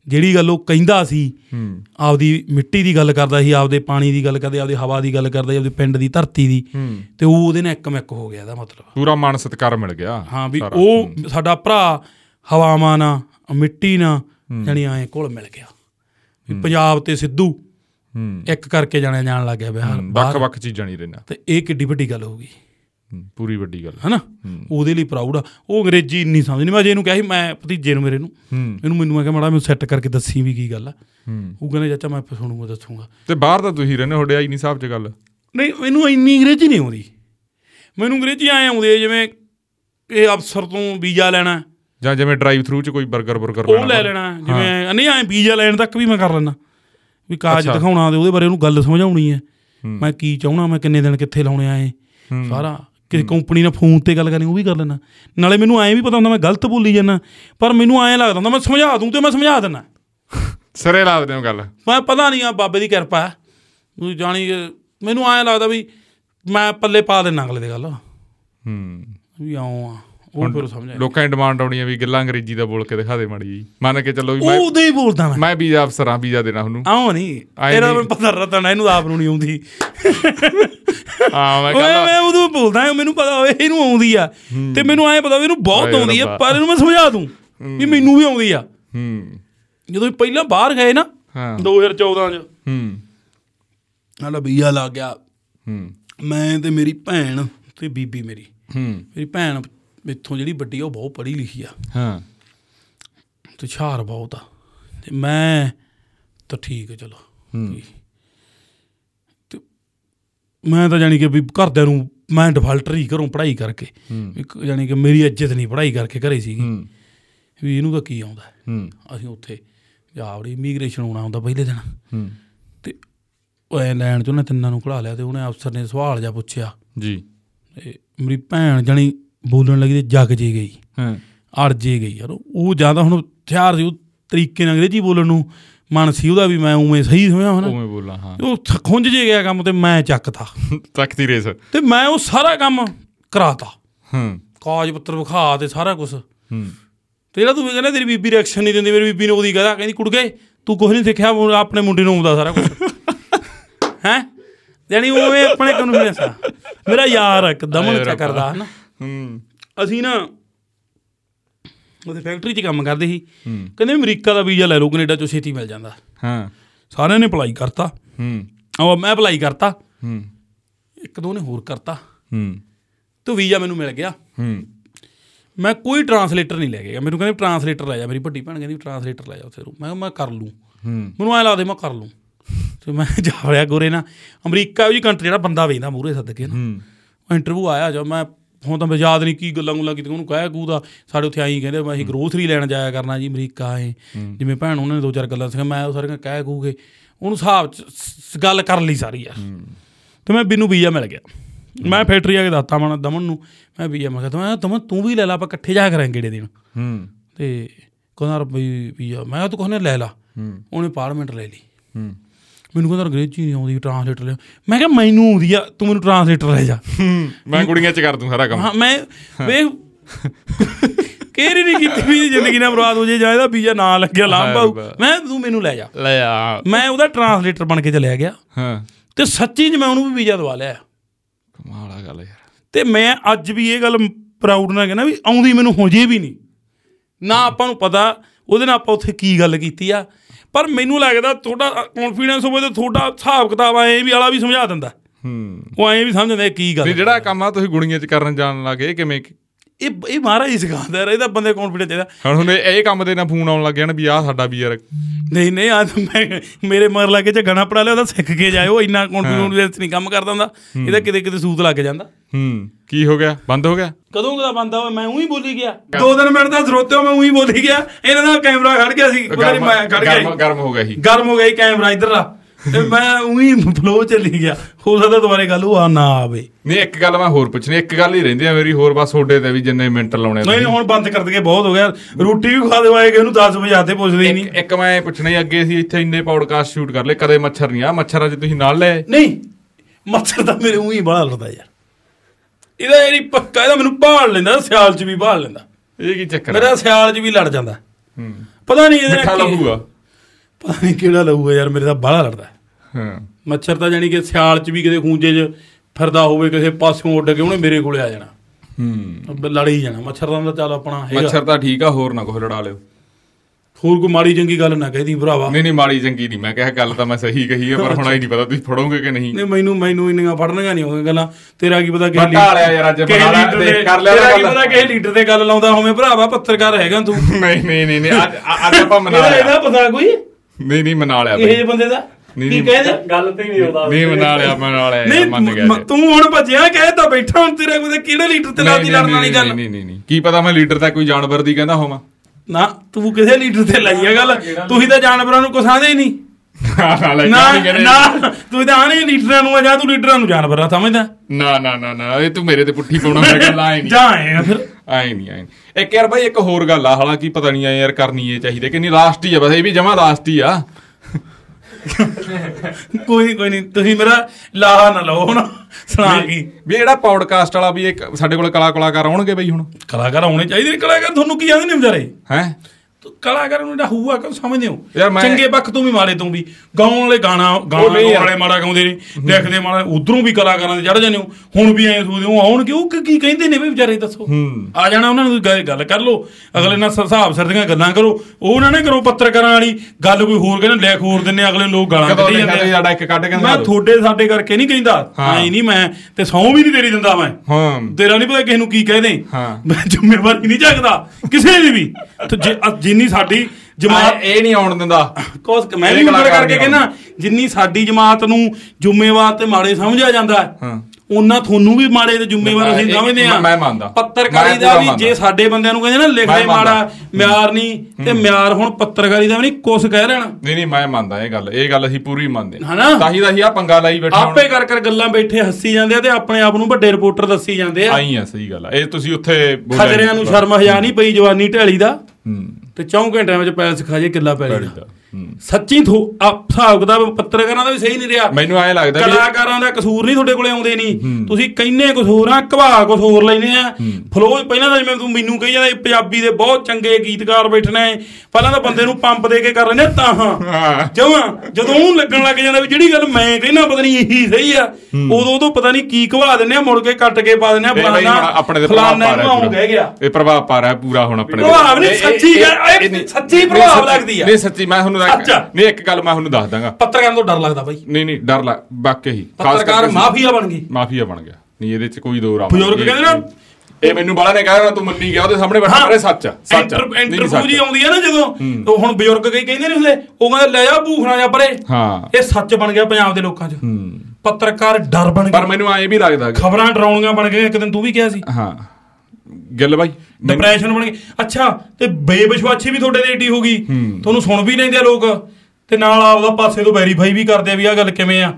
[SPEAKER 2] ਜਿਹੜੀ ਗੱਲ ਉਹ ਕਹਿੰਦਾ ਸੀ
[SPEAKER 1] ਹੂੰ
[SPEAKER 2] ਆਪਦੀ ਮਿੱਟੀ ਦੀ ਗੱਲ ਕਰਦਾ ਸੀ ਆਪਦੇ ਪਾਣੀ ਦੀ ਗੱਲ ਕਰਦਾ ਆਪਦੀ ਹਵਾ ਦੀ ਗੱਲ ਕਰਦਾ ਸੀ ਆਪਦੇ ਪਿੰਡ ਦੀ ਧਰਤੀ ਦੀ
[SPEAKER 1] ਹੂੰ
[SPEAKER 2] ਤੇ ਉਹ ਉਹਦੇ ਨਾਲ ਇੱਕ ਮਿੱਕ ਹੋ ਗਿਆ ਇਹਦਾ ਮਤਲਬ
[SPEAKER 1] ਪੂਰਾ ਮਾਨ ਸਤਿਕਾਰ ਮਿਲ ਗਿਆ
[SPEAKER 2] ਹਾਂ ਵੀ ਉਹ ਸਾਡਾ ਭਰਾ ਹਵਾਵਾਂ ਨਾਲ ਮਿੱਟੀ ਨਾਲ ਜਾਣੀ ਐਂ ਕੋਲ ਮਿਲ ਗਿਆ ਵੀ ਪੰਜਾਬ ਤੇ ਸਿੱਧੂ
[SPEAKER 1] ਹੂੰ
[SPEAKER 2] ਇੱਕ ਕਰਕੇ ਜਾਣਿਆ ਜਾਣ ਲੱਗ ਗਿਆ ਬਿਹਾਰ ਬਾਹਰ
[SPEAKER 1] ਵੱਖ-ਵੱਖ ਚੀਜ਼ਾਂ ਨਹੀਂ ਰਹਿਣਾ
[SPEAKER 2] ਤੇ ਇਹ ਕਿੱਡੀ ਵੱਡੀ ਗੱਲ ਹੋ ਗਈ
[SPEAKER 1] ਪੂਰੀ ਵੱਡੀ ਗੱਲ
[SPEAKER 2] ਹਨਾ ਉਹਦੇ ਲਈ ਪ੍ਰਾਊਡ ਆ ਉਹ ਅੰਗਰੇਜ਼ੀ ਇੰਨੀ ਸਮਝ ਨਹੀਂ ਮੈਂ ਜੇ ਇਹਨੂੰ ਕਿਹਾ ਸੀ ਮੈਂ ਭਤੀਜੇ ਨੂੰ ਮੇਰੇ ਨੂੰ
[SPEAKER 1] ਹੂੰ
[SPEAKER 2] ਇਹਨੂੰ ਮੈਨੂੰ ਮੈਂ ਕਿਹਾ ਮਾੜਾ ਮੈਨੂੰ ਸੈੱਟ ਕਰਕੇ ਦੱਸੀ ਵੀ ਕੀ ਗੱਲ ਆ
[SPEAKER 1] ਹੂੰ
[SPEAKER 2] ਉਹ ਕਹਿੰਦਾ ਚਾਚਾ ਮੈਂ ਸੁਣੂਗਾ ਦੱਸੂਗਾ
[SPEAKER 1] ਤੇ ਬਾਹਰ ਤਾਂ ਤੁਸੀਂ ਰਹਿੰਦੇ ਹੋ, ਤੁਹਾਡੇ ਆਈ ਨਹੀਂ ਹਿਸਾਬ ਚ ਗੱਲ
[SPEAKER 2] ਨਹੀਂ ਮੈਨੂੰ ਇੰਨੀ ਅੰਗਰੇਜ਼ੀ ਨਹੀਂ ਆਉਂਦੀ ਮੈਨੂੰ ਅੰਗਰੇਜ਼ੀ ਐ ਆਉਂਦੀ ਹੈ ਜਿਵੇਂ ਇਹ ਅਫਸਰ ਤੋਂ ਵੀਜ਼ਾ ਲੈਣਾ
[SPEAKER 1] ਜਾਂ ਜਿਵੇਂ ਡਰਾਈਵ ਥਰੂ ਚ ਕੋਈ 버ਗਰ 버ਗਰ
[SPEAKER 2] ਉਹ ਲੈ ਲੈਣਾ ਜਿਵੇਂ ਨਹੀਂ ਐ ਵੀਜ਼ਾ ਲੈਣ ਤੱਕ ਵੀ ਮੈਂ ਕਰ ਲੈਣਾ ਵੀ ਕਾਜ
[SPEAKER 1] ਅੱਛਾ।
[SPEAKER 2] ਦਿਖਾਉਣਾ ਤੇ ਉਹਦੇ ਬਾਰੇ ਉਹਨੂੰ ਗੱਲ ਸਮਝਾਉਣੀ ਹੈ ਮੈਂ ਕੀ ਚਾਹਣਾ ਮੈਂ ਕਿੰਨੇ ਦਿਨ ਕਿੱਥੇ ਲਾਉਣੇ ਆਏ ਸਾਰਾ ਕਿਸੇ ਕੰਪਨੀ ਨਾਲ ਫੋਨ ਤੇ ਗੱਲ ਕਰਨੀ ਉਹ ਵੀ ਕਰ ਲੈਣਾ ਨਾਲੇ ਮੈਨੂੰ ਐਂ ਵੀ ਪਤਾ ਹੁੰਦਾ ਮੈਂ ਗਲਤ ਬੋਲੀ ਜਾਂਦਾ ਪਰ ਮੈਨੂੰ ਐਂ ਲੱਗਦਾ ਹੁੰਦਾ ਮੈਂ ਸਮਝਾ ਦੂੰ ਤੇ ਮੈਂ ਸਮਝਾ ਦਿੰਦਾ
[SPEAKER 1] ਸਿਰੇ ਲਾ ਦਿੰਦੇ ਹੋ ਗੱਲ
[SPEAKER 2] ਮੈਂ ਪਤਾ ਨਹੀਂ ਆ ਬਾਬੇ ਦੀ ਕਿਰਪਾ ਹੈ ਉਹ ਜਾਣੀ ਕਿ ਮੈਨੂੰ ਐਂ ਲੱਗਦਾ ਵੀ ਮੈਂ ਪੱਲੇ ਪਾ ਦੇਣਾ ਅਗਲੇ ਦੇ ਗੱਲ
[SPEAKER 1] ਹੂੰ
[SPEAKER 2] ਵੀ ਆਉਂ ਆ ਉਹ ਫਿਰ ਸਮਝ ਆਈ
[SPEAKER 1] ਲੋਕਾਂ ਦੀ ਡਿਮਾਂਡ ਆਉਣੀ ਹੈ ਵੀ ਗੱਲਾਂ ਅੰਗਰੇਜ਼ੀ ਦਾ ਬੋਲ ਕੇ ਦਿਖਾ ਦੇ ਮਾੜੀ ਜੀ ਮੰਨ ਕੇ ਚੱਲੋ ਵੀ ਮੈਂ
[SPEAKER 2] ਉਹ ਉਦੋਂ ਹੀ ਬੋਲਦਾ ਮੈਂ
[SPEAKER 1] ਮੈਂ ਵੀਜ਼ਾ ਅਫਸਰ ਹਾਂ ਵੀਜ਼ਾ ਦੇਣਾ ਉਹਨੂੰ
[SPEAKER 2] ਆਉਂ ਨਹੀਂ
[SPEAKER 1] ਆਏ
[SPEAKER 2] ਤੇਰਾ
[SPEAKER 1] ਨੀ।
[SPEAKER 2] ਮੈਨੂੰ ਪਤਾ ਰਤਨ ਆ, ਇਹਨੂੰ ਆਪ ਨੂੰ ਨਹੀਂ ਆਉਂਦੀ
[SPEAKER 1] ਹਾਂ ਮੈਂ
[SPEAKER 2] ਓਏ
[SPEAKER 1] ਕਹਿੰਦਾ
[SPEAKER 2] ਮੈਂ ਉਦੋਂ ਬੋਲਦਾ ਹਾਂ, ਮੈਨੂੰ ਪਤਾ ਓਏ ਇਹਨੂੰ ਆਉਂਦੀ ਆ ਤੇ ਮੈਨੂੰ ਐਂ ਪਤਾ ਵੀ ਇਹਨੂੰ ਬਹੁਤ
[SPEAKER 1] ਓਏ
[SPEAKER 2] ਆਉਂਦੀ ਆ
[SPEAKER 1] ਰੱਬਾ।
[SPEAKER 2] ਪਰ ਇਹਨੂੰ ਮੈਂ ਸਮਝਾ ਦੂੰ ਵੀ ਮੈਨੂੰ ਵੀ ਆਉਂਦੀ ਆ
[SPEAKER 1] ਹੂੰ
[SPEAKER 2] ਜਦੋਂ ਇਹ ਪਹਿਲਾਂ ਬਾਹਰ ਗਏ ਨਾ
[SPEAKER 1] ਹਾਂ
[SPEAKER 2] 2014 ਚ
[SPEAKER 1] ਹੂੰ
[SPEAKER 2] ਨਾਲਾ ਵੀਜ਼ਾ ਲੱਗ ਗਿਆ
[SPEAKER 1] ਹੂੰ
[SPEAKER 2] ਮੈਂ ਤੇ ਮੇਰੀ ਭੈਣ ਤੇ ਬੀਬੀ ਮੇਰੀ
[SPEAKER 1] ਹੂੰ
[SPEAKER 2] ਮੇਰੀ ਭੈਣ ਇੱਥੋਂ ਜਿਹੜੀ ਵੱਡੀ ਆ ਉਹ ਬਹੁਤ ਪੜ੍ਹੀ ਲਿਖੀ ਆ
[SPEAKER 1] ਹਾਂ
[SPEAKER 2] ਤੇ ਛਾਰ ਬਹੁਤ ਆ ਤੇ ਮੈਂ ਤਾਂ ਠੀਕ ਹੈ ਚਲੋ
[SPEAKER 1] ਹੂੰ।
[SPEAKER 2] ਤੇ ਮੈਂ ਤਾਂ ਜਾਣੀ ਕਿ ਵੀ ਘਰਦਿਆਂ ਨੂੰ ਮੈਂ ਡਿਫਾਲਟਰ ਹੀ ਘਰੋਂ ਪੜ੍ਹਾਈ ਕਰਕੇ
[SPEAKER 1] ਹੂੰ।
[SPEAKER 2] ਇੱਕ ਜਾਣੀ ਕਿ ਮੇਰੀ ਇੱਜ਼ਤ ਨਹੀਂ ਪੜ੍ਹਾਈ ਕਰਕੇ ਘਰੇ ਸੀਗੀ
[SPEAKER 1] ਹੂੰ
[SPEAKER 2] ਵੀ ਇਹਨੂੰ ਤਾਂ ਕੀ ਆਉਂਦਾ ਹੈ।
[SPEAKER 1] ਹੂੰ
[SPEAKER 2] ਅਸੀਂ ਉੱਥੇ ਜਾਵੜੀ ਇਮੀਗ੍ਰੇਸ਼ਨ ਹੋਣਾ ਹੁੰਦਾ ਪਹਿਲੇ ਦਿਨ
[SPEAKER 1] ਹੂੰ
[SPEAKER 2] ਤੇ ਉਹ ਐਂ ਲੈਣ ਚ ਉਹਨੇ ਤਿੰਨਾਂ ਨੂੰ ਖੜਾ ਲਿਆ ਤੇ ਉਹਨੇ ਅਫਸਰ ਨੇ ਸਵਾਲ ਜਾ ਪੁੱਛਿਆ
[SPEAKER 1] ਜੀ
[SPEAKER 2] ਤੇ ਮੇਰੀ ਭੈਣ ਜਾਣੀ ਬੋਲਣ ਲੱਗੀ ਤੇ ਜਗ ਜੇ ਗਈ
[SPEAKER 1] ਹਾਂ
[SPEAKER 2] ਅੜ ਜੇ ਗਈ ਯਾਰ ਉਹ ਜਿਆਦਾ ਹੁਣ ਹਥਿਆਰ ਸੀ ਉਹ ਤਰੀਕੇ ਨਾਲ ਅੰਗਰੇਜ਼ੀ ਬੋਲਣ ਨੂੰ ਮਨ ਸੀ ਉਹਦਾ ਵੀ ਮੈਂ ਉਵੇਂ ਸਹੀ ਸਮਝਾਂ ਹਨਾ
[SPEAKER 1] ਉਵੇਂ ਬੋਲਾਂ ਹਾਂ
[SPEAKER 2] ਉਹ ਥ- ਖੁੰਝ ਜੇ ਗਿਆ ਕੰਮ ਤੇ ਮੈਂ ਚੱਕਤਾ
[SPEAKER 1] ਤਖਤੀ ਰੇਸ
[SPEAKER 2] ਤੇ ਮੈਂ ਉਹ ਸਾਰਾ ਕੰਮ ਕਰਾਤਾ
[SPEAKER 1] ਹੂੰ
[SPEAKER 2] ਕਾਗਜ਼ ਪੱਤਰ ਵਿਖਾ ਤੇ ਸਾਰਾ ਕੁਝ ਤੇ
[SPEAKER 1] ਹੂੰ
[SPEAKER 2] ਜਿਹੜਾ ਤੂੰ ਕਹਿੰਦਾ ਤੇਰੀ ਬੀਬੀ ਰਿਐਕਸ਼ਨ ਨਹੀਂ ਦਿੰਦੀ ਮੇਰੀ ਬੀਬੀ ਨੇ ਉਹਦੀ ਕਹਦਾ ਕਹਿੰਦੀ ਕੁੜ ਗਏ ਤੂੰ ਕੁਝ ਨਹੀਂ ਸਿੱਖਿਆ ਹੁਣ ਆਪਣੇ ਮੁੰਡੇ ਨੂੰ ਆਉਂਦਾ ਸਾਰਾ ਕੁਝ ਹੈ ਯਾਨੀ ਉਵੇਂ ਆਪਣੇ ਕਨਫੀਡੈਂਸ ਆ ਮੇਰਾ ਯਾਰ ਆ ਇੱਕ ਦਮਨ
[SPEAKER 1] ਆਏ ਰੱਬਾ।
[SPEAKER 2] ਕਰਦਾ ਹਨਾ
[SPEAKER 1] ਹੂੰ
[SPEAKER 2] ਅਸੀਂ ਨਾ ਉਹਦੇ ਫੈਕਟਰੀ 'ਚ ਕੰਮ ਕਰਦੇ ਸੀ
[SPEAKER 1] ਹੂੰ।
[SPEAKER 2] ਕਹਿੰਦੇ ਵੀ ਅਮਰੀਕਾ ਦਾ ਵੀਜ਼ਾ ਲੈ ਲਓ ਕੈਨੇਡਾ 'ਚੋਂ ਛੇਤੀ ਮਿਲ ਜਾਂਦਾ
[SPEAKER 1] ਹਾਂ
[SPEAKER 2] ਸਾਰਿਆਂ ਨੇ ਅਪਲਾਈ ਕਰਤਾ
[SPEAKER 1] ਹੂੰ
[SPEAKER 2] ਉਹ ਮੈਂ ਅਪਲਾਈ ਕਰਤਾ
[SPEAKER 1] ਹੂੰ
[SPEAKER 2] ਇੱਕ ਦੋ ਨੇ ਹੋਰ ਕਰਤਾ
[SPEAKER 1] ਹੂੰ
[SPEAKER 2] ਤੇ ਵੀਜ਼ਾ ਮੈਨੂੰ ਮਿਲ ਗਿਆ
[SPEAKER 1] ਹੂੰ
[SPEAKER 2] ਮੈਂ ਕੋਈ ਟਰਾਂਸਲੇਟਰ ਨਹੀਂ ਲੈ ਕੇ ਗਿਆ ਮੈਨੂੰ ਕਹਿੰਦੇ ਟਰਾਂਸਲੇਟਰ ਲੈ ਜਾ ਮੇਰੀ ਵੱਡੀ ਭੈਣ ਕਹਿੰਦੀ ਟਰਾਂਸਲੇਟਰ ਲੈ ਜਾ ਉੱਥੇ ਰੂ ਮੈਂ ਕਿਹਾ ਮੈਂ ਕਰ ਲੂੰ
[SPEAKER 1] ਹੂੰ
[SPEAKER 2] ਮੈਨੂੰ ਐ ਲੱਗਦਾ ਮੈਂ ਕਰ ਲੂੰ ਤੇ ਮੈਂ ਜਾ ਵੜਿਆ ਗੋਰੇ ਨਾ ਅਮਰੀਕਾ ਉਹ ਜੀ ਕੰਟਰੀ ਜਿਹੜਾ ਬੰਦਾ ਵੇਂਦਾ ਮੂਰੇ ਸੱਦ ਕੇ ਨਾ
[SPEAKER 1] ਹੂੰ
[SPEAKER 2] ਇੰਟਰਵਿਊ ਆਇਆ ਜੋ ਮੈਂ ਹੁਣ ਤਾਂ ਮੈਂ ਯਾਦ ਨਹੀਂ ਕੀ ਗੱਲਾਂ ਗੁੱਲਾਂ ਕੀਤੀਆਂ ਉਹਨੂੰ ਕਹਿ ਕੂਦਾ ਸਾਡੇ ਉੱਥੇ ਆਈ ਕਹਿੰਦੇ ਮੈਂ ਅਸੀਂ ਗਰੋਸਰੀ ਲੈਣ ਜਾਇਆ ਕਰਨਾ ਜੀ ਅਮਰੀਕਾ ਐ ਜਿਵੇਂ ਭੈਣ ਉਹਨਾਂ ਨੇ ਦੋ ਚਾਰ ਗੱਲਾਂ ਸਿਖਾ ਮੈਂ ਉਹ ਸਾਰੀਆਂ ਕਹਿ ਕੂਗੇ ਉਹਨੂੰ ਹਿਸਾਬ ਚ ਸ- ਗੱਲ ਕਰ ਲਈ ਸਾਰੀ ਯਾਰ ਤੇ ਮੈਂ ਬਿਨੂ ਵੀਜ਼ਾ ਮਿਲ ਗਿਆ ਮੈਂ ਫੈਕਟਰੀ ਆ ਕੇ ਦੱਤਾ ਮਨ ਦਮਨ ਨੂੰ ਮੈਂ ਵੀਜ਼ਾ ਮੈਂ ਕਿਹਾ ਦਮਨ ਤੂੰ ਵੀ ਲੈ ਲੈ ਆਪਾਂ ਇਕੱਠੇ ਜਾ ਕਰਾਂਗੇ ਗੇੜੇ ਦੇਣ
[SPEAKER 1] ਹੂੰ
[SPEAKER 2] ਤੇ ਕਹਿੰਦਾ ਯਾਰ ਬਈ ਵੀਜ਼ਾ ਮੈਂ ਕਿਹਾ ਤੂੰ ਕਹਿੰਦਾ ਲੈ ਲਾ
[SPEAKER 1] ਹੂੰ।
[SPEAKER 2] ਉਹਨੇ ਪਾਰਲੀਮੈਂਟ ਲੈ ਲਈ
[SPEAKER 1] ਹੂੰ
[SPEAKER 2] ਮੈਨੂੰ ਕਹਿੰਦਾ ਅੰਗਰੇਜ਼ੀ ਨਹੀਂ ਆਉਂਦੀ ਟਰਾਂਸਲੇਟਰ ਲੈ ਮੈਂ ਕਿਹਾ ਮੈਨੂੰ ਆਉਂਦੀ ਆ ਤੂੰ ਮੈਨੂੰ ਟਰਾਂਸਲੇਟਰ ਲੈ ਜਾ
[SPEAKER 1] ਹੂੰ ਮੈਂ ਕੁੜੀਆਂ ਚ ਕਰ ਦੂੰ ਸਾਰਾ ਕੰਮ
[SPEAKER 2] ਹਾਂ ਮੈਂ ਵੇਖ ਕੇਰੀ ਨਹੀਂ ਕੀਤੀ ਵੀ ਜ਼ਿੰਦਗੀ ਨਾ ਬਰਬਾਦ ਹੋ ਜੇ ਜਾਂ ਇਹਦਾ ਵੀਜ਼ਾ ਨਾ ਲੱਗਿਆ ਲਾਮ ਪਾਉ
[SPEAKER 1] ਹਾਏ ਰੱਬਾ।
[SPEAKER 2] ਮੈਂ ਤੂੰ ਮੈਨੂੰ ਲੈ ਜਾ
[SPEAKER 1] ਲੈ ਆ
[SPEAKER 2] ਮੈਂ ਉਹਦਾ ਟਰਾਂਸਲੇਟਰ ਬਣ ਕੇ ਚਲਿਆ ਗਿਆ
[SPEAKER 1] ਹਾਂ
[SPEAKER 2] ਤੇ ਸੱਚੀ 'ਚ ਮੈਂ ਉਹਨੂੰ ਵੀ ਵੀਜ਼ਾ ਦਵਾ ਲਿਆ
[SPEAKER 1] ਕਮਾਲ ਆ ਗੱਲ ਯਾਰ
[SPEAKER 2] ਤੇ ਮੈਂ ਅੱਜ ਵੀ ਇਹ ਗੱਲ ਪ੍ਰਾਊਡ ਨਾਲ ਕਹਿੰਦਾ ਵੀ ਆਉਂਦੀ ਮੈਨੂੰ ਹੋਜੇ ਵੀ ਨਹੀਂ ਨਾ ਆਪਾਂ ਨੂੰ ਪਤਾ ਉਹਦੇ ਨਾਲ ਆਪਾਂ ਉੱਥੇ ਕੀ ਗੱਲ ਕੀਤੀ ਆ ਪਰ ਮੈਨੂੰ ਲੱਗਦਾ ਤੁਹਾਡਾ ਕੌਨਫੀਡੈਂਸ ਹੋਵੇ ਤਾਂ ਤੁਹਾਡਾ ਹਿਸਾਬ ਕਿਤਾਬ ਐ ਵੀ ਵਾਲਾ ਵੀ ਸਮਝਾ ਦਿੰਦਾ
[SPEAKER 1] ਹੂੰ
[SPEAKER 2] ਉਹ ਐਂ ਵੀ ਸਮਝਦਾ ਇਹ ਕੀ ਗੱਲ
[SPEAKER 1] ਤੇ
[SPEAKER 2] ਆ।
[SPEAKER 1] ਜਿਹੜਾ ਕੰਮ ਆ ਤੁਸੀਂ ਗੁਣੀਆਂ ਚ ਕਰਨ ਜਾਣ ਲੱਗੇ ਕਿਵੇਂ ਕਿ-
[SPEAKER 2] ਇਹ ਇਹ ਮਹਾਰਾਜ ਹੀ ਸਿਖਾਉਂਦਾ ਯਾਰ ਇਹਦਾ ਬੰਦੇ ਕੌਨਫੀਡੈਂਸ ਚਾਹੀਦਾ
[SPEAKER 1] ਹੁਣ ਹੁਣ ਇਹ ਇਹ ਕੰਮ ਦੇ ਨਾਲ ਫੋਨ ਆਉਣ ਲੱਗ ਜਾਣ ਵੀ ਆਹ ਸਾਡਾ ਵੀ ਯਾਰ
[SPEAKER 2] ਨਹੀਂ ਨਹੀਂ ਆ ਤਾਂ ਮੈਂ ਮੇਰੇ ਮਰ ਲੱਗੇ ਚ ਗਾਣਾ ਪੜਾ ਲਿਆ ਉਹਦਾ ਸਿੱਖ ਕੇ ਜਾਇਓ ਇੰਨਾ ਕੌਨਫੀਡੈਂਸ ਨਹੀਂ ਕੰਮ ਕਰਦਾ ਹੁੰਦਾ ਇਹਦਾ ਕਿਤੇ ਕਿਤੇ ਸੂਤ ਲੱਗ ਜਾਂਦਾ
[SPEAKER 1] ਹੂੰ ਕੀ ਹੋ ਗਿਆ ਬੰਦ ਹੋ ਗਿਆ
[SPEAKER 2] ਕਦੋਂ ਦਾ ਬੰਦਾ ਵਾ ਮੈਂ ਉਹੀ ਬੋਲੀ ਗਿਆ ਦੋ ਦਿਨ ਮਿੰਟ ਦਾ ਸਰੋਤਿਓ ਮੈਂ ਉਹੀ ਬੋਲੀ ਗਿਆ ਇਹਨਾਂ ਦਾ ਕੈਮਰਾ ਖੜ ਗਿਆ ਸੀ ਪਤਾ ਨਹੀਂ ਮੈਂ ਖੜ ਗਿਆ
[SPEAKER 1] ਗਰਮ
[SPEAKER 2] ਸੀ।
[SPEAKER 1] ਗਰਮ ਹੋ ਗਿਆ ਸੀ
[SPEAKER 2] ਗਰਮ ਹੋ ਗਿਆ ਸੀ ਕੈਮਰਾ ਇਧਰ ਆ ਤੇ ਮੈਂ ਉਹੀ ਫਲੋ ਚਲੀ ਗਿਆ ਹੋ ਸਕਦਾ ਦੁਬਾਰੇ ਗੱਲ ਉਹ ਆ ਨਾ ਆਵੇ
[SPEAKER 1] ਨਹੀਂ ਇੱਕ ਗੱਲ ਮੈਂ ਹੋਰ ਪੁੱਛਣੀ ਇੱਕ ਗੱਲ ਹੀ ਰਹਿੰਦੀ ਆ ਮੇਰੀ ਹੋਰ ਬਸ ਤੁਹਾਡੇ ਤੇ ਵੀ ਜਿੰਨੇ ਮਿੰਟ ਲਾਉਣੇ ਆ
[SPEAKER 2] ਨਹੀਂ ਨਹੀਂ, ਹੁਣ ਬੰਦ ਕਰ ਦਈਏ ਬਹੁਤ ਹੋ ਗਿਆ ਰੋਟੀ ਵੀ ਖਾ ਦੇਵਾਏ ਕਿ ਇਹਨੂੰ 10 ਵਜੇ ਤੇ ਪੁੱਛਦੇ ਹੀ ਨਹੀਂ
[SPEAKER 1] ਇੱਕ- ਇੱਕ ਮੈਂ ਇਹ ਪੁੱਛਣਾ ਸੀ, ਅੱਗੇ ਸੀ ਇੱਥੇ ਇੰਨੇ ਪੌਡਕਾਸਟ ਸ਼ੂਟ ਕਰ ਲਏ ਕਦੇ ਮੱਛਰ ਨਹੀਂ ਆ ਮੱਛਰ ਅੱਜ ਤੁਸੀਂ ਨਾਲ ਲਏ
[SPEAKER 2] ਨਹੀਂ ਮੱਛਰ ਤਾਂ ਮੇਰੇ ਉਹੀ ਬੜਾ ਲੜਦਾ ਯਾਰ ਇਹਦਾ ਜਿਹੜੀ ਪੱਕਾ ਇਹਦਾ ਮੈਨੂੰ ਭਾਲ ਲੈਂਦਾ ਸਿਆਲ 'ਚ ਵੀ ਭਾਲ ਲੈਂਦਾ
[SPEAKER 1] ਇਹ ਕੀ ਚੱਕਰ ਆ?
[SPEAKER 2] ਮੇਰਾ ਸਿਆਲ 'ਚ ਵੀ ਲੜ ਜਾਂਦਾ
[SPEAKER 1] ਹੂੰ
[SPEAKER 2] ਪਤਾ ਨਹੀਂ ਇਹਦੇ ਨਾਲ
[SPEAKER 1] ਮਿੱਠਾ
[SPEAKER 2] ਕੀ-
[SPEAKER 1] ਲਹੂਗਾ
[SPEAKER 2] ਪਤਾ ਨਹੀਂ ਕਿਹੜਾ ਲਹੂਗਾ ਯਾਰ ਮੇਰੇ ਤਾਂ ਬੜਾ ਲੜਦਾ
[SPEAKER 1] ਹਾਂ
[SPEAKER 2] ਮੱਛਰ ਤਾਂ ਜਾਨੀ ਕਿ ਸਿਆਲ 'ਚ ਵੀ ਕਿਤੇ ਖੂੰਜੇ 'ਚ ਫਿਰਦਾ ਹੋਵੇ ਕਿਸੇ ਪਾਸਿਓਂ ਉੱਡ ਕੇ ਉਹਨੇ ਮੇਰੇ ਕੋਲੇ ਆ ਜਾਣਾ
[SPEAKER 1] ਹੂੰ
[SPEAKER 2] ਬ- ਲੜ ਹੀ ਜਾਣਾ ਮੱਛਰ ਦਾ ਤਾਂ ਚੱਲ ਆਪਣਾ ਹੈਗਾ
[SPEAKER 1] ਮੱਛਰ ਤਾਂ ਠੀਕ ਆ ਹੋਰ ਨਾ ਕੁਛ ਲੜਾ ਲਿਓ
[SPEAKER 2] ਹੋਰ ਕੋਈ ਮਾੜੀ ਚੰਗੀ ਗੱਲ ਨਾ ਕਹਿਦੀ ਭਰਾਵਾ
[SPEAKER 1] ਨਹੀਂ ਨਹੀਂ ਮਾੜੀ ਚੰਗੀ ਨਹੀਂ ਮੈਂ ਕਿਹਾ ਗੱਲ ਤਾਂ ਮੈਂ ਸਹੀ ਕਹੀ ਆ ਪਰ ਹੁਣ ਆਈ ਨਹੀਂ ਪਤਾ ਤੁਸੀਂ ਫੜੋਗੇ ਕਿ ਨਹੀਂ
[SPEAKER 2] ਨਹੀਂ ਮੈਨੂੰ ਮੈਨੂੰ ਇੰਨੀਆਂ ਫੜਨੀਆਂ ਨਹੀਂ ਹੋਗੀਆਂ ਗੱਲਾਂ ਤੇਰਾ ਕੀ ਪਤਾ ਕਿ
[SPEAKER 1] ਬਟਾ ਲਿਆ ਯਾਰ ਅੱਜ, ਬਣਾ ਲਿਆ, ਦੇਖ, ਕਰ ਲਿਆ
[SPEAKER 2] ਤੇਰਾ
[SPEAKER 1] ਗੱਲ।
[SPEAKER 2] ਕੀ ਪਤਾ ਕਿਸੇ ਲੀਡਰ ਤੇ ਗੱਲ ਲਾਉਂਦਾ ਹੋਵੇਂ ਭਰਾਵਾ ਪੱਤਰਕਾਰ ਹੈਗਾ ਤੂੰ
[SPEAKER 1] ਨਹੀਂ ਨਹੀਂ ਨਹੀਂ ਨਹੀਂ, ਅੱਜ ਅੱਜ ਆਪਾਂ ਮਨਾ
[SPEAKER 2] ਇਹਦਾ
[SPEAKER 1] ਲਿਆ
[SPEAKER 2] ਇਹਦਾ ਪਤਾ ਕੋਈ ਇਹੇ
[SPEAKER 1] ਨਹੀਂ ਨਹੀਂ ਮਨਾ ਲਿਆ
[SPEAKER 2] ਜਿਹੇ
[SPEAKER 1] ਬਈ।
[SPEAKER 2] ਬੰਦੇ ਦਾ
[SPEAKER 1] ਨਹੀਂ,
[SPEAKER 2] ਕੀ
[SPEAKER 1] ਨਹੀਂ।
[SPEAKER 2] ਕਹਿੰਦੇ
[SPEAKER 3] ਗੱਲ ਤੇ ਹੀ ਨਹੀਂ ਉਹਦਾ
[SPEAKER 1] ਨਹੀਂ ਮਨਾ ਲਿਆ ਮਨਾ ਲਿਆ
[SPEAKER 2] ਨਹੀਂ
[SPEAKER 1] ਯਾਰ, ਮੰਨ ਗਿਆ
[SPEAKER 2] ਮ-
[SPEAKER 1] ਜੀ।
[SPEAKER 2] ਤੂੰ ਹੁਣ ਭੱਜਿਆ ਕਹਿ ਤਾਂ ਬੈਠਾ ਹੁਣ ਤੇਰੇ ਕੋਲ ਕਿਹੜੇ ਲੀਡਰ ਤੇ ਲਾਦੀ
[SPEAKER 1] ਨਹੀਂ,
[SPEAKER 2] ਲੜਨ ਵਾਲੀ
[SPEAKER 1] ਨਹੀਂ,
[SPEAKER 2] ਗੱਲ
[SPEAKER 1] ਨਹੀਂ ਨਹੀਂ ਨਹੀਂ ਕੀ ਪਤਾ ਮੈਂ ਲੀਡਰ ਤਾਂ ਕੋਈ ਜਾਨਵਰ ਦੀ ਕਹਿੰਦਾ ਹੋਵਾਂ
[SPEAKER 2] ਨਾ ਤੂੰ ਕਿਸੇ ਲੀਡਰ ਤੇ ਲਾਈ ਆ ਗੱਲ ਤੁਸੀਂ ਤਾਂ ਜਾਨਵਰਾਂ ਨੂੰ ਕੁਸਾਉਂਦੇ ਹੀ ਨਹੀਂ
[SPEAKER 1] ਨਾ ਲੈ,
[SPEAKER 2] ਨਾ
[SPEAKER 1] ਕਿਉਂ ਨਹੀਂ ਕਹਿੰਦੇ?
[SPEAKER 2] ਨਾ ਤੂੰ ਤਾਂ ਆਣੇ ਲੀਡਰਾਂ ਨੂੰ ਆ ਜਾਂ ਤੂੰ ਲੀਡਰਾਂ ਨੂੰ ਜਾਨਵਰਾਂ ਸਮਝਦਾ
[SPEAKER 1] ਨਾ ਨਾ ਨਾ ਨਾ ਇਹ ਤੂੰ ਮੇਰੇ ਤੇ ਪੁੱਠੀ ਪਾਉਣਾ ਮੈਂ ਗੱਲ ਆਏ ਨਹੀਂ
[SPEAKER 2] ਜਾਂ ਆਏ ਆ ਫਿਰ
[SPEAKER 1] ਆਏ ਨਹੀਂ ਆਏ ਨਹੀਂ। ਇੱਕ ਯਾਰ ਬਾਈ ਇੱਕ ਹੋਰ ਗੱਲ ਆ ਹਾਲਾਂਕਿ ਪਤਾ ਨਹੀਂ ਆ ਯਾਰ ਕਰਨੀ ਇਹ ਚਾਹੀਦੀ ਕਿ ਨਹੀਂ ਲਾਸਟ ਹੀ ਆ ਬਸ ਇਹ ਵੀ ਜਮਾ ਲਾਸਟ ਹੀ ਆ
[SPEAKER 2] ਕੋਈ ਨੀ, ਕੋਈ ਨਹੀਂ ਤੁਸੀਂ ਮੇਰਾ ਲਾਹਾ ਨਾ ਲਓ ਹੁਣ ਸੁਣਾ
[SPEAKER 1] ਵੀ
[SPEAKER 2] ਕੀ
[SPEAKER 1] ਵੀ ਜਿਹੜਾ ਪੌਡਕਾਸਟ ਵਾਲਾ ਵੀ ਇੱਕ ਸਾਡੇ ਕੋਲ ਕਲਾ ਕਲਾਕਾਰ ਆਉਣਗੇ ਬਈ ਹੁਣ
[SPEAKER 2] ਕਲਾਕਾਰ ਆਉਣੇ ਚਾਹੀਦੇ ਨੇ ਕਲਾਕਾਰ ਤੁਹਾਨੂੰ ਕੀ ਆਉਂਦੇ ਨੇ ਵਿਚਾਰੇ
[SPEAKER 1] ਹੈ
[SPEAKER 2] ਤੂੰ ਕਲਾਕਾਰ ਨੂੰ ਜਿਹੜਾ ਹੂਆ ਕਰ ਸਮਝਦੇ
[SPEAKER 1] ਯਾਰ
[SPEAKER 2] ਹੋ
[SPEAKER 1] ਮੈਂ-
[SPEAKER 2] ਚੰਗੇ ਪੱਖ ਤੋਂ ਵੀ ਮਾਰੇ ਤੋਂ ਵੀ ਗਾਉਣ ਵਾਲੇ ਗਾਣਾ
[SPEAKER 1] ਉਹ
[SPEAKER 2] ਗਾਣਾ
[SPEAKER 1] ਨਹੀਂ
[SPEAKER 2] ਗਾਉਣ
[SPEAKER 1] ਯਾਰ।
[SPEAKER 2] ਵਾਲੇ ਮਾੜਾ ਗਾਉਂਦੇ ਨੇ ਦੇਖਦੇ ਮਾੜਾ ਉਧਰੋਂ ਵੀ ਕਲਾਕਾਰਾਂ ਦੇ ਚੜ ਜਾਂਦੇ ਹੋ ਹੁਣ ਵੀ ਐਂ ਸੋਚਦੇ ਹੋ ਆਉਣਗੇ ਉਹ ਕੀ- ਕੀ ਕਹਿੰਦੇ ਨੇ ਵੀ ਵਿਚਾਰੇ ਦੱਸੋ ਆ ਜਾਣਾ ਉਹਨਾਂ ਨੂੰ ਗੱਲ- ਗੱਲ ਕਰ ਲਓ ਅਗਲੇ ਨਾਲ ਸ- ਹਿਸਾਬ ਸਿਰ ਦੀਆਂ ਗੱਲਾਂ ਕਰੋ ਉਹ ਉਹਨਾਂ ਨੇ ਕਰੋ ਪੱਤਰਕਾਰਾਂ ਵਾਲੀ ਗੱਲ ਕੋਈ ਹੋਰ ਕਹਿੰਦੇ ਲਿਖ ਹੋਰ ਦਿੰਨੇ ਅਗਲੇ ਨੂੰ ਲੋਕ ਗਾਲਾਂ
[SPEAKER 1] ਕਦੋਂ
[SPEAKER 2] ਕੱਢੀ
[SPEAKER 1] ਲਿਖਾਂਗੇ
[SPEAKER 2] ਜਾਂਦੇ ਆ।
[SPEAKER 1] ਸਾਡਾ ਇੱਕ ਕੱਢ ਕੇ ਦਿਖਾ
[SPEAKER 2] ਮੈਂ
[SPEAKER 1] ਦਿਓ।
[SPEAKER 2] ਤੁਹਾਡੇ ਸਾਡੇ ਕਰਕੇ ਨਹੀਂ ਕਹਿੰਦਾ
[SPEAKER 1] ਹਾਂ।
[SPEAKER 2] ਐਂ ਨਹੀਂ ਮੈਂ ਤੇ ਸਹੁੰ ਵੀ ਨਹੀਂ ਤੇਰੀ ਦਿੰਦਾ ਮੈਂ
[SPEAKER 1] ਹਾਂ
[SPEAKER 2] ਤੇਰਾ ਨਹੀਂ ਪਤਾ ਕਿਸੇ ਨੂੰ ਕੀ ਕਹਿ ਦੇ
[SPEAKER 1] ਹਾਂ।
[SPEAKER 2] ਮੈਂ ਜ਼ਿੰਮੇਵਾਰੀ ਨਹੀਂ ਚੱਕਦਾ ਕਿਸੇ ਦੀ ਵੀ ਤੇ ਜੇ ਅ- ਜਿੰਨੀ ਸਾਡੀ
[SPEAKER 1] ਮੈਂ
[SPEAKER 2] ਜਮਾਤ
[SPEAKER 1] ਇਹ ਨਹੀਂ ਆਉਣ ਦਿੰਦਾ
[SPEAKER 2] ਕੋਸ ਮੈਂ
[SPEAKER 1] ਇਹ
[SPEAKER 2] ਵੀ ਉਮਰ
[SPEAKER 1] ਕਲਾਕਾਰ
[SPEAKER 2] ਕਰਕੇ
[SPEAKER 1] ਨਹੀਂ
[SPEAKER 2] ਕਹਿੰਦਾ ਜਿੰਨੀ ਸਾਡੀ ਜਮਾਤ ਨੂੰ ਜ਼ਿੰਮੇਵਾਰ ਤੇ ਮਾੜੇ ਸਮਝਿਆ ਜਾਂਦਾ
[SPEAKER 1] ਹਾਂ।
[SPEAKER 2] ਉਹਨਾਂ ਤੁਹਾਨੂੰ ਵੀ ਮਾੜੇ ਤੇ ਜ਼ਿੰਮੇਵਾਰ
[SPEAKER 1] ਮੈਂ-
[SPEAKER 2] ਅਸੀਂ
[SPEAKER 1] ਇਹ-
[SPEAKER 2] ਸਮਝਦੇ
[SPEAKER 1] ਮੈਂ-
[SPEAKER 2] ਆ
[SPEAKER 1] ਮੈਂ ਮੰਨਦਾ।
[SPEAKER 2] ਪੱਤਰਕਾਰੀ
[SPEAKER 1] ਮੈਂ
[SPEAKER 2] ਦਾ
[SPEAKER 1] ਪੂਰਾ
[SPEAKER 2] ਵੀ ਜੇ
[SPEAKER 1] ਮੰਨਦਾ।
[SPEAKER 2] ਸਾਡੇ ਬੰਦਿਆਂ ਨੂੰ ਕਹਿੰਦੇ ਨਾ ਲਿਖਦੇ
[SPEAKER 1] ਮੈਂ ਮੰਨਦਾ।
[SPEAKER 2] ਮਾੜਾ ਮਿਆਰ ਨਹੀਂ ਤੇ ਮਿਆਰ ਹੁਣ ਪੱਤਰਕਾਰੀ ਦਾ ਵੀ ਨਹੀਂ ਕੁਛ ਕਹਿ ਲੈਣਾ
[SPEAKER 1] ਨਹੀਂ ਨਹੀਂ ਮੈਂ ਮੰਨਦਾ ਇਹ ਗੱਲ ਇਹ ਗੱਲ ਅਸੀਂ ਪੂਰੀ ਮੰਨਦੇ ਹਾਂ।
[SPEAKER 2] ਹਨਾ?
[SPEAKER 1] ਤਾਂ ਹੀ ਤਾਂ ਅਸੀਂ ਆ ਪੰਗਾ ਲਾਈ ਬੈਠੇ ਹੁਣ।
[SPEAKER 2] ਆਪੇ ਕਰ ਕਰ ਗੱਲਾਂ ਬੈਠੇ ਹੱਸੀ ਜਾਂਦੇ ਆ ਤੇ ਆਪਣੇ ਆਪ ਨੂੰ ਵੱਡੇ ਰਿਪੋਰਟਰ ਦੱਸੀ ਜਾਂਦੇ ਆ
[SPEAKER 1] ਆਈ ਆ ਸਹੀ ਗੱਲ ਆ ਇਹ ਤੁਸੀਂ ਉੱਥੇ ਬੋਲਿਆ ਨੀ।
[SPEAKER 2] ਖਜਰਿਆਂ ਨੂੰ ਸ਼ਰਮ ਹਜਾ ਨਹੀਂ ਪਈ ਜਵਾਨੀ ਢਾਲੀ ਦਾ
[SPEAKER 1] ਹੂੰ
[SPEAKER 2] ਤੇ 4 ਘੰਟਿਆਂ ਵਿੱਚ ਪੈਲਸ ਖਾ ਜੇ ਕਿੱਲਾ ਪੈ ਜਾਂਦਾ
[SPEAKER 1] ਹੂੰ।
[SPEAKER 2] ਸੱਚੀ ਥੋ ਆ ਹਿਸਾਬ ਕਿਤਾਬ ਪੱਤਰਕਾਰਾਂ ਦਾ ਵੀ ਸਹੀ ਨਹੀਂ ਰਿਹਾ
[SPEAKER 1] ਮੈਨੂੰ ਐਂ ਲੱਗਦਾ ਵੀ
[SPEAKER 2] ਕਲਾਕਾਰਾਂ ਦਾ ਕਸੂਰ ਨਹੀਂ ਤੁਹਾਡੇ ਕੋਲੇ ਆਉਂਦੇ ਨਹੀਂ ਤੁਸੀਂ ਕਹਿੰਨੇ ਕੁਝ ਹੋਰ ਆ ਘਵਾ ਕੁਝ ਹੋਰ ਲੈਨੇ ਆ ਫਲੋ ਪਹਿਲਾਂ ਤਾਂ ਜਿਵੇਂ ਤੂੰ ਮੈਨੂੰ ਕਹੀ ਜਾਂਦਾ ਇਹ ਪੰਜਾਬੀ ਦੇ ਬਹੁਤ ਚੰਗੇ ਗੀਤਕਾਰ ਬੈਠਣਾ ਹੈ ਪਹਿਲਾਂ ਤਾਂ ਬੰਦੇ ਨੂੰ ਪੰਪ ਦੇ ਕੇ ਕਰ ਲੈਂਦੇ ਆ ਤਾਂ ਹਾਂ
[SPEAKER 1] ਹਾਂ
[SPEAKER 2] ਜਮਾਂ ਜਦੋਂ ਉਹਨੂੰ ਲੱਗਣ ਲੱਗ ਜਾਂਦਾ ਵੀ ਜਿਹੜੀ ਗੱਲ ਮੈਂ ਕਹਿਣਾ ਪਤਾ ਨਹੀਂ ਇਹੀ ਸਹੀ ਆ ਉਦੋਂ ਉਦੋਂ ਪਤਾ ਨਹੀਂ ਕੀ ਘਵਾ ਦਿੰਦੇ ਆ ਮੁੜ ਕੇ ਕੱਟ ਕੇ ਪਾ ਦਿੰਦੇ ਆ
[SPEAKER 1] ਇਹ ਬਈ
[SPEAKER 2] ਫਲਾਣਾ
[SPEAKER 1] ਹੁਣ ਆਪਣੇ ਤੇ ਪ੍ਰਭਾਵ ਪਾ ਰਿਹਾ
[SPEAKER 2] ਫਲਾਣਾ ਕਹਿ ਗਿਆ
[SPEAKER 1] ਇਹ ਪ੍ਰਭਾਵ ਪਾ ਰਿਹਾ ਪੂਰਾ ਹੁਣ ਆਪਣੇ ਤੇ।
[SPEAKER 2] ਪ੍ਰਭਾਵ ਨਹੀਂ
[SPEAKER 1] ਇਹ-
[SPEAKER 2] ਸੱਚੀ
[SPEAKER 1] ਇਹ-
[SPEAKER 2] ਗੱਲ- ਇਹ
[SPEAKER 1] ਇਹ ਨਹੀਂ-
[SPEAKER 2] ਸੱਚੀ
[SPEAKER 1] ਨਹੀਂ,
[SPEAKER 2] ਪ੍ਰਭਾਵ
[SPEAKER 1] ਸੱਚੀ-
[SPEAKER 2] ਲੱਗਦੀ ਆ।
[SPEAKER 1] ਨਹੀਂ ਸੱਚੀ ਮੈਂ ਤੁਹਾਨੂੰ
[SPEAKER 2] ਸੱਚ ਆ।
[SPEAKER 1] ਦੱਸ- ਨਹੀਂ ਇੱਕ ਗੱਲ ਮੈਂ ਤੁਹਾਨੂੰ ਦੱਸ ਦਾਂਗਾ
[SPEAKER 2] ਪੱਤਰਕਾਰਾਂ ਤੋਂ ਡਰ ਲੱਗਦਾ ਬਾਈ
[SPEAKER 1] ਨਹੀਂ ਨਹੀਂ ਡਰ ਲੱਗ ਵਾਕਿਆ ਹੀ
[SPEAKER 2] ਪੱਤਰਕਾਰ ਮਾਫੀਆ ਬਣ ਗਏ
[SPEAKER 1] ਮਾਫੀਆ ਬਣ ਗਿਆ ਨਹੀਂ ਇਹਦੇ ਚ ਕੋਈ ਦੋ ਰਾਮ
[SPEAKER 2] ਬਜ਼ੁਰਗ ਕਹਿੰਦੇ ਨਾ-
[SPEAKER 1] ਇਹ ਮੈਨੂੰ ਬਾਲਾ ਨੇ ਕਹਿਣਾ ਤੂੰ ਮੰਨੀ ਗਿਆ ਉਹਦੇ ਸਾਹਮਣੇ ਬੈਠਾ ਪਰ ਇਹ ਸੱਚ ਆ ਸੱਚ ਆ
[SPEAKER 2] ਇੰਟਰ-
[SPEAKER 1] ਨਹੀਂ, ਨਹੀਂ,
[SPEAKER 2] ਇੰਟਰਵਿਊ
[SPEAKER 1] ਸੱਚ
[SPEAKER 2] ਜੀ
[SPEAKER 1] ਆ।
[SPEAKER 2] ਆਉਂਦੀ ਆ ਨਾ ਜਦੋਂ ਉਹ ਹੁਣ ਬਜ਼ੁਰਗ ਕਈ ਕਹਿੰਦੇ ਨੇ ਹੁੰਦੇ ਉਹ ਕਹਿੰਦੇ ਲੈ ਜਾ ਭੂਖਣਾ ਜਾ ਪਰੇ
[SPEAKER 1] ਹਾਂ
[SPEAKER 2] ਇਹ ਸੱਚ ਬਣ ਗਿਆ ਪੰਜਾਬ ਦੇ ਲੋਕਾਂ 'ਚ ਪੱਤਰਕਾਰ ਡਰ ਬਣ
[SPEAKER 1] ਪਰ
[SPEAKER 2] ਗਏ
[SPEAKER 1] ਮੈਨੂੰ ਐਂ ਵੀ ਲੱਗਦਾ ਕਿ-
[SPEAKER 2] ਖਬਰਾਂ ਡਰਾਉਣੀਆਂ ਬਣ ਗਈਆਂ ਇੱਕ ਦਿਨ ਤੂੰ ਵੀ ਕਿਹਾ ਸੀ
[SPEAKER 1] ਹਾਂ ਗੱਲ ਬਾਈ
[SPEAKER 2] ਡਿਪਰੈਸ਼ਨ ਬਣ ਗਈ ਅੱਛਾ ਤੇ ਬੇਵਿਸ਼ਵਾਸੀ ਵੀ ਤੁਹਾਡੇ ਦੇ ਏਡੀ ਹੋ ਗਈ ਤੁਹਾਨੂੰ ਸੁਣ ਵੀ ਲੈਂਦੇ ਆ ਲੋਕ ਤੇ ਨਾਲ ਆਪਦਾ ਪਾਸੇ ਤੋਂ ਵੈਰੀਫਾਈ ਵੀ ਕਰਦੇ ਆ ਵੀ ਆਹ ਗੱਲ ਕਿਵੇਂ ਆ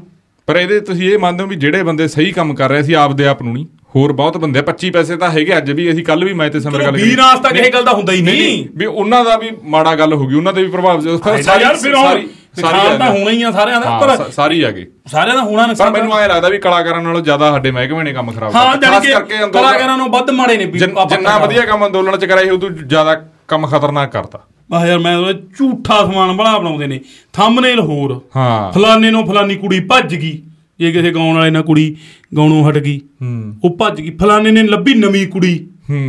[SPEAKER 1] ਪਰ ਇਹਦੇ ਤੁਸੀਂ ਇਹ ਮੰਨਦੇ ਹੋ ਵੀ ਜਿਹੜੇ ਬੰਦੇ ਸਹੀ ਕੰਮ ਕਰ ਰਹੇ ਸੀ ਆਪਦੇ ਆਪ ਨੂੰ ਨਹੀਂ ਹੋਰ ਬਹੁਤ ਬੰਦੇ ਆ, 25 ਪੈਸੇ ਤਾਂ ਹੈਗੇ ਅੱਜ ਵੀ ਅਸੀਂ ਕੱਲ ਵੀ ਮੈਂ ਤੇ ਸਮਰ ਗੱਲ
[SPEAKER 2] ਵੀ ਨਾਸ ਤਾਂ ਕਿਸੇ ਗੱਲ ਦਾ ਹੁੰਦਾ ਹੀ ਨਹੀਂ
[SPEAKER 1] ਵੀ ਉਹਨਾਂ ਦਾ ਵੀ ਮਾੜਾ ਗੱਲ ਹੋ ਗਈ ਉਹਨਾਂ ਦੇ ਵੀ ਪ੍ਰਭਾਵ ਜੋ
[SPEAKER 2] ਯਾਰ ਫਿਰ ਹੁਣ ਸਾਰੀ ਤਾਂ ਹੋਣਾ ਹੀ ਆ ਸਾਰਿਆਂ ਦਾ ਪਰ
[SPEAKER 1] ਸਾਰੀ ਆ ਗਈ
[SPEAKER 2] ਸਾਰਿਆਂ ਦਾ ਹੋਣਾ
[SPEAKER 1] ਪਰ
[SPEAKER 2] ਨੁਕਸਾਨ
[SPEAKER 1] ਮੈਨੂੰ ਐ ਲੱਗਦਾ ਵੀ ਕਲਾਕਾਰਾਂ ਨਾਲੋਂ ਜ਼ਿਆਦਾ ਸਾਡੇ ਮਹਿਕਮੇ ਨੇ ਕੰਮ ਖਰਾਬ
[SPEAKER 2] ਹਾਂ
[SPEAKER 1] ਕੀਤਾ।
[SPEAKER 2] ਜਾਨੀ
[SPEAKER 1] ਖਾਸ
[SPEAKER 2] ਕਿ
[SPEAKER 1] ਕਰਕੇ ਅੰਦੋਲਨ-
[SPEAKER 2] ਕਲਾਕਾਰਾਂ ਨੂੰ ਵੱਧ ਮਾੜੇ ਨੇ ਵੀ
[SPEAKER 1] ਜਿੰਨ-
[SPEAKER 2] ਆਪਾਂ
[SPEAKER 1] ਜਿੰਨਾ
[SPEAKER 2] ਕਲਾਕਾਰ।
[SPEAKER 1] ਵਧੀਆ ਕੰਮ ਅੰਦੋਲਨ ਚ ਕਰਾਇਆ ਸੀ ਉਦੋਂ ਜ਼ਿਆਦਾ ਕੰਮ ਖਤਰਨਾਕ ਕਰਤਾ
[SPEAKER 2] ਵਾਹ ਯਾਰ ਮੈਂ ਉਹਦਾ ਝੂਠਾ ਸਮਾਨ ਬੜਾ ਬਣਾਉਂਦੇ ਨੇ ਥੰਬਨੇਲ ਹੋਰ
[SPEAKER 1] ਹਾਂ
[SPEAKER 2] ਫਲਾਨੇ ਨੂੰ ਫਲਾਨੀ ਕੁੜੀ ਭੱਜ ਗਈ ਜੇ ਕਿਸੇ ਗਾਉਣ ਵਾਲੇ ਨਾਲ ਕੁੜੀ ਗਾਉਣੋਂ ਹਟ ਗਈ
[SPEAKER 1] ਹੂੰ
[SPEAKER 2] ਉਹ ਭੱਜ ਗਈ ਫਲਾਣੇ ਨੇ ਲੱਭੀ ਨਵੀਂ ਕੁੜੀ
[SPEAKER 1] ਹੂੰ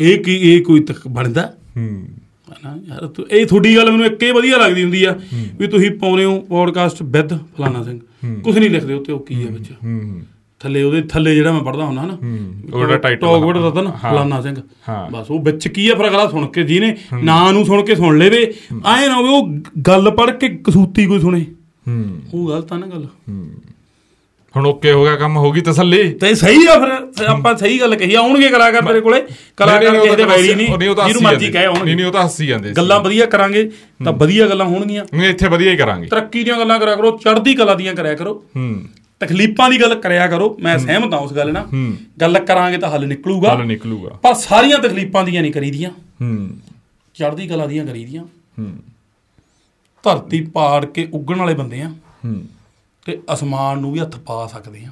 [SPEAKER 2] ਇਹ ਕੀ ਇਹ ਕੋਈ ਤੱਕ ਬਣਦਾ
[SPEAKER 1] ਹੂੰ
[SPEAKER 2] ਨਾ ਯਾਰ ਤੂੰ- ਇਹ ਤੁਹਾਡੀ ਗੱਲ ਮੈਨੂੰ ਇੱਕ ਇਹ ਵਧੀਆ ਲੱਗਦੀ ਹੁੰਦੀ ਆ ਵੀ ਤੁਸੀਂ ਪਾਉਨੇ ਹੋ ਪੋਡਕਾਸਟ ਵਿਦ ਫਲਾਣਾ ਸਿੰਘ ਕੁਝ ਨਹੀਂ ਲਿਖਦੇ ਉੱਤੇ ਉਹ ਕੀ ਆ ਵਿੱਚ
[SPEAKER 1] ਹੂੰ
[SPEAKER 2] ਥੱਲੇ ਉਹਦੇ ਥੱਲੇ ਜਿਹੜਾ ਮੈਂ ਪੜਦਾ ਹੁੰਦਾ ਹਨਾ
[SPEAKER 1] ਹੂੰ, ਉਹਦਾ title
[SPEAKER 2] ਟੌਕ ਵਰਡ ਦਾ ਨਾ
[SPEAKER 1] ਹਾਂ।
[SPEAKER 2] ਫਲਾਣਾ ਸਿੰਘ
[SPEAKER 1] ਹਾਂ।
[SPEAKER 2] ਬਸ ਉਹ ਵਿੱਚ ਕੀ ਆ ਫਿਰ ਅਗਲਾ ਸੁਣ ਕੇ ਜਿਹਨੇ ਨਾਂ ਨੂੰ ਸੁਣ ਕੇ ਸੁਣ ਲਵੇ ਐ ਨਾ ਹੋਵੇ ਉਹ ਗੱਲ ਪੜ ਕੇ ਕਸੂਤੀ ਕੋਈ ਸੁਣੇ
[SPEAKER 1] ਹੂੰ
[SPEAKER 2] ਉਹ ਗਲਤ ਆ ਨਾ ਗੱਲ
[SPEAKER 1] ਹੁਣ ਓਕੇ ਹੋ ਗਿਆ ਕੰਮ ਹੋ ਗਈ ਤਸੱਲੀ
[SPEAKER 2] ਤੇ ਸਹੀ ਆ ਫਿਰ ਆਪਾਂ ਸਹੀ ਗੱਲ ਕਹੀ ਆ, ਆਉਣਗੇ ਕਲਾਕਾਰ ਤੇਰੇ ਕੋਲੇ ਕਲਾਕਾਰ ਕਿਸੇ ਦੇ ਵੈਰੀ ਨਹੀਂ ਜਿਹਨੂੰ ਮਰਜ਼ੀ ਕਹੇ
[SPEAKER 1] ਨਹੀਂ ਨਹੀਂ
[SPEAKER 2] ਆਉਣਗੇ
[SPEAKER 1] ਉਹ ਤਾਂ ਹੱਸੀ ਜਾਂਦੇ ਸੀ।
[SPEAKER 2] ਗੱਲਾਂ ਵਧੀਆ ਕਰਾਂਗੇ ਤਾਂ ਵਧੀਆ ਗੱਲਾਂ ਹੋਣਗੀਆਂ
[SPEAKER 1] ਨਹੀਂ ਇੱਥੇ ਵਧੀਆ ਹੀ ਕਰਾਂਗੇ
[SPEAKER 2] ਤਰੱਕੀ ਦੀਆਂ ਗੱਲਾਂ ਕਰਿਆ ਕਰੋ ਚੜ੍ਹਦੀ ਕਲਾ ਦੀਆਂ ਕਰਿਆ ਕਰੋ
[SPEAKER 1] ਹੂੰ
[SPEAKER 2] ਤਕਲੀਫਾਂ ਦੀ ਗੱਲ ਕਰਿਆ ਕਰੋ ਮੈਂ ਸਹਿਮਤ ਹਾਂ ਉਸ ਗੱਲ ਨਾਲ ਗੱਲ ਕਰਾਂਗੇ ਤਾਂ ਹੱਲ ਨਿਕਲੂਗਾ
[SPEAKER 1] ਹੱਲ ਨਿਕਲੂਗਾ
[SPEAKER 2] ਪਰ ਸਾਰੀਆਂ ਤਕਲੀਫਾਂ ਦੀਆਂ ਨਹੀਂ ਕਰੀਦੀਆਂ
[SPEAKER 1] ਹੂੰ
[SPEAKER 2] ਚੜ੍ਹਦੀ ਕਲਾ ਦੀਆਂ ਕਰੀਦੀਆਂ
[SPEAKER 1] ਹੂੰ
[SPEAKER 2] ਧਰਤੀ ਪਾੜ ਕੇ ਉੱਗਣ ਵਾਲੇ ਬੰਦੇ ਆ
[SPEAKER 1] ਹੂੰ
[SPEAKER 2] ਤੇ ਅਸਮਾਨ ਨੂੰ ਵੀ ਹੱਥ ਪਾ ਸਕਦੇ ਆ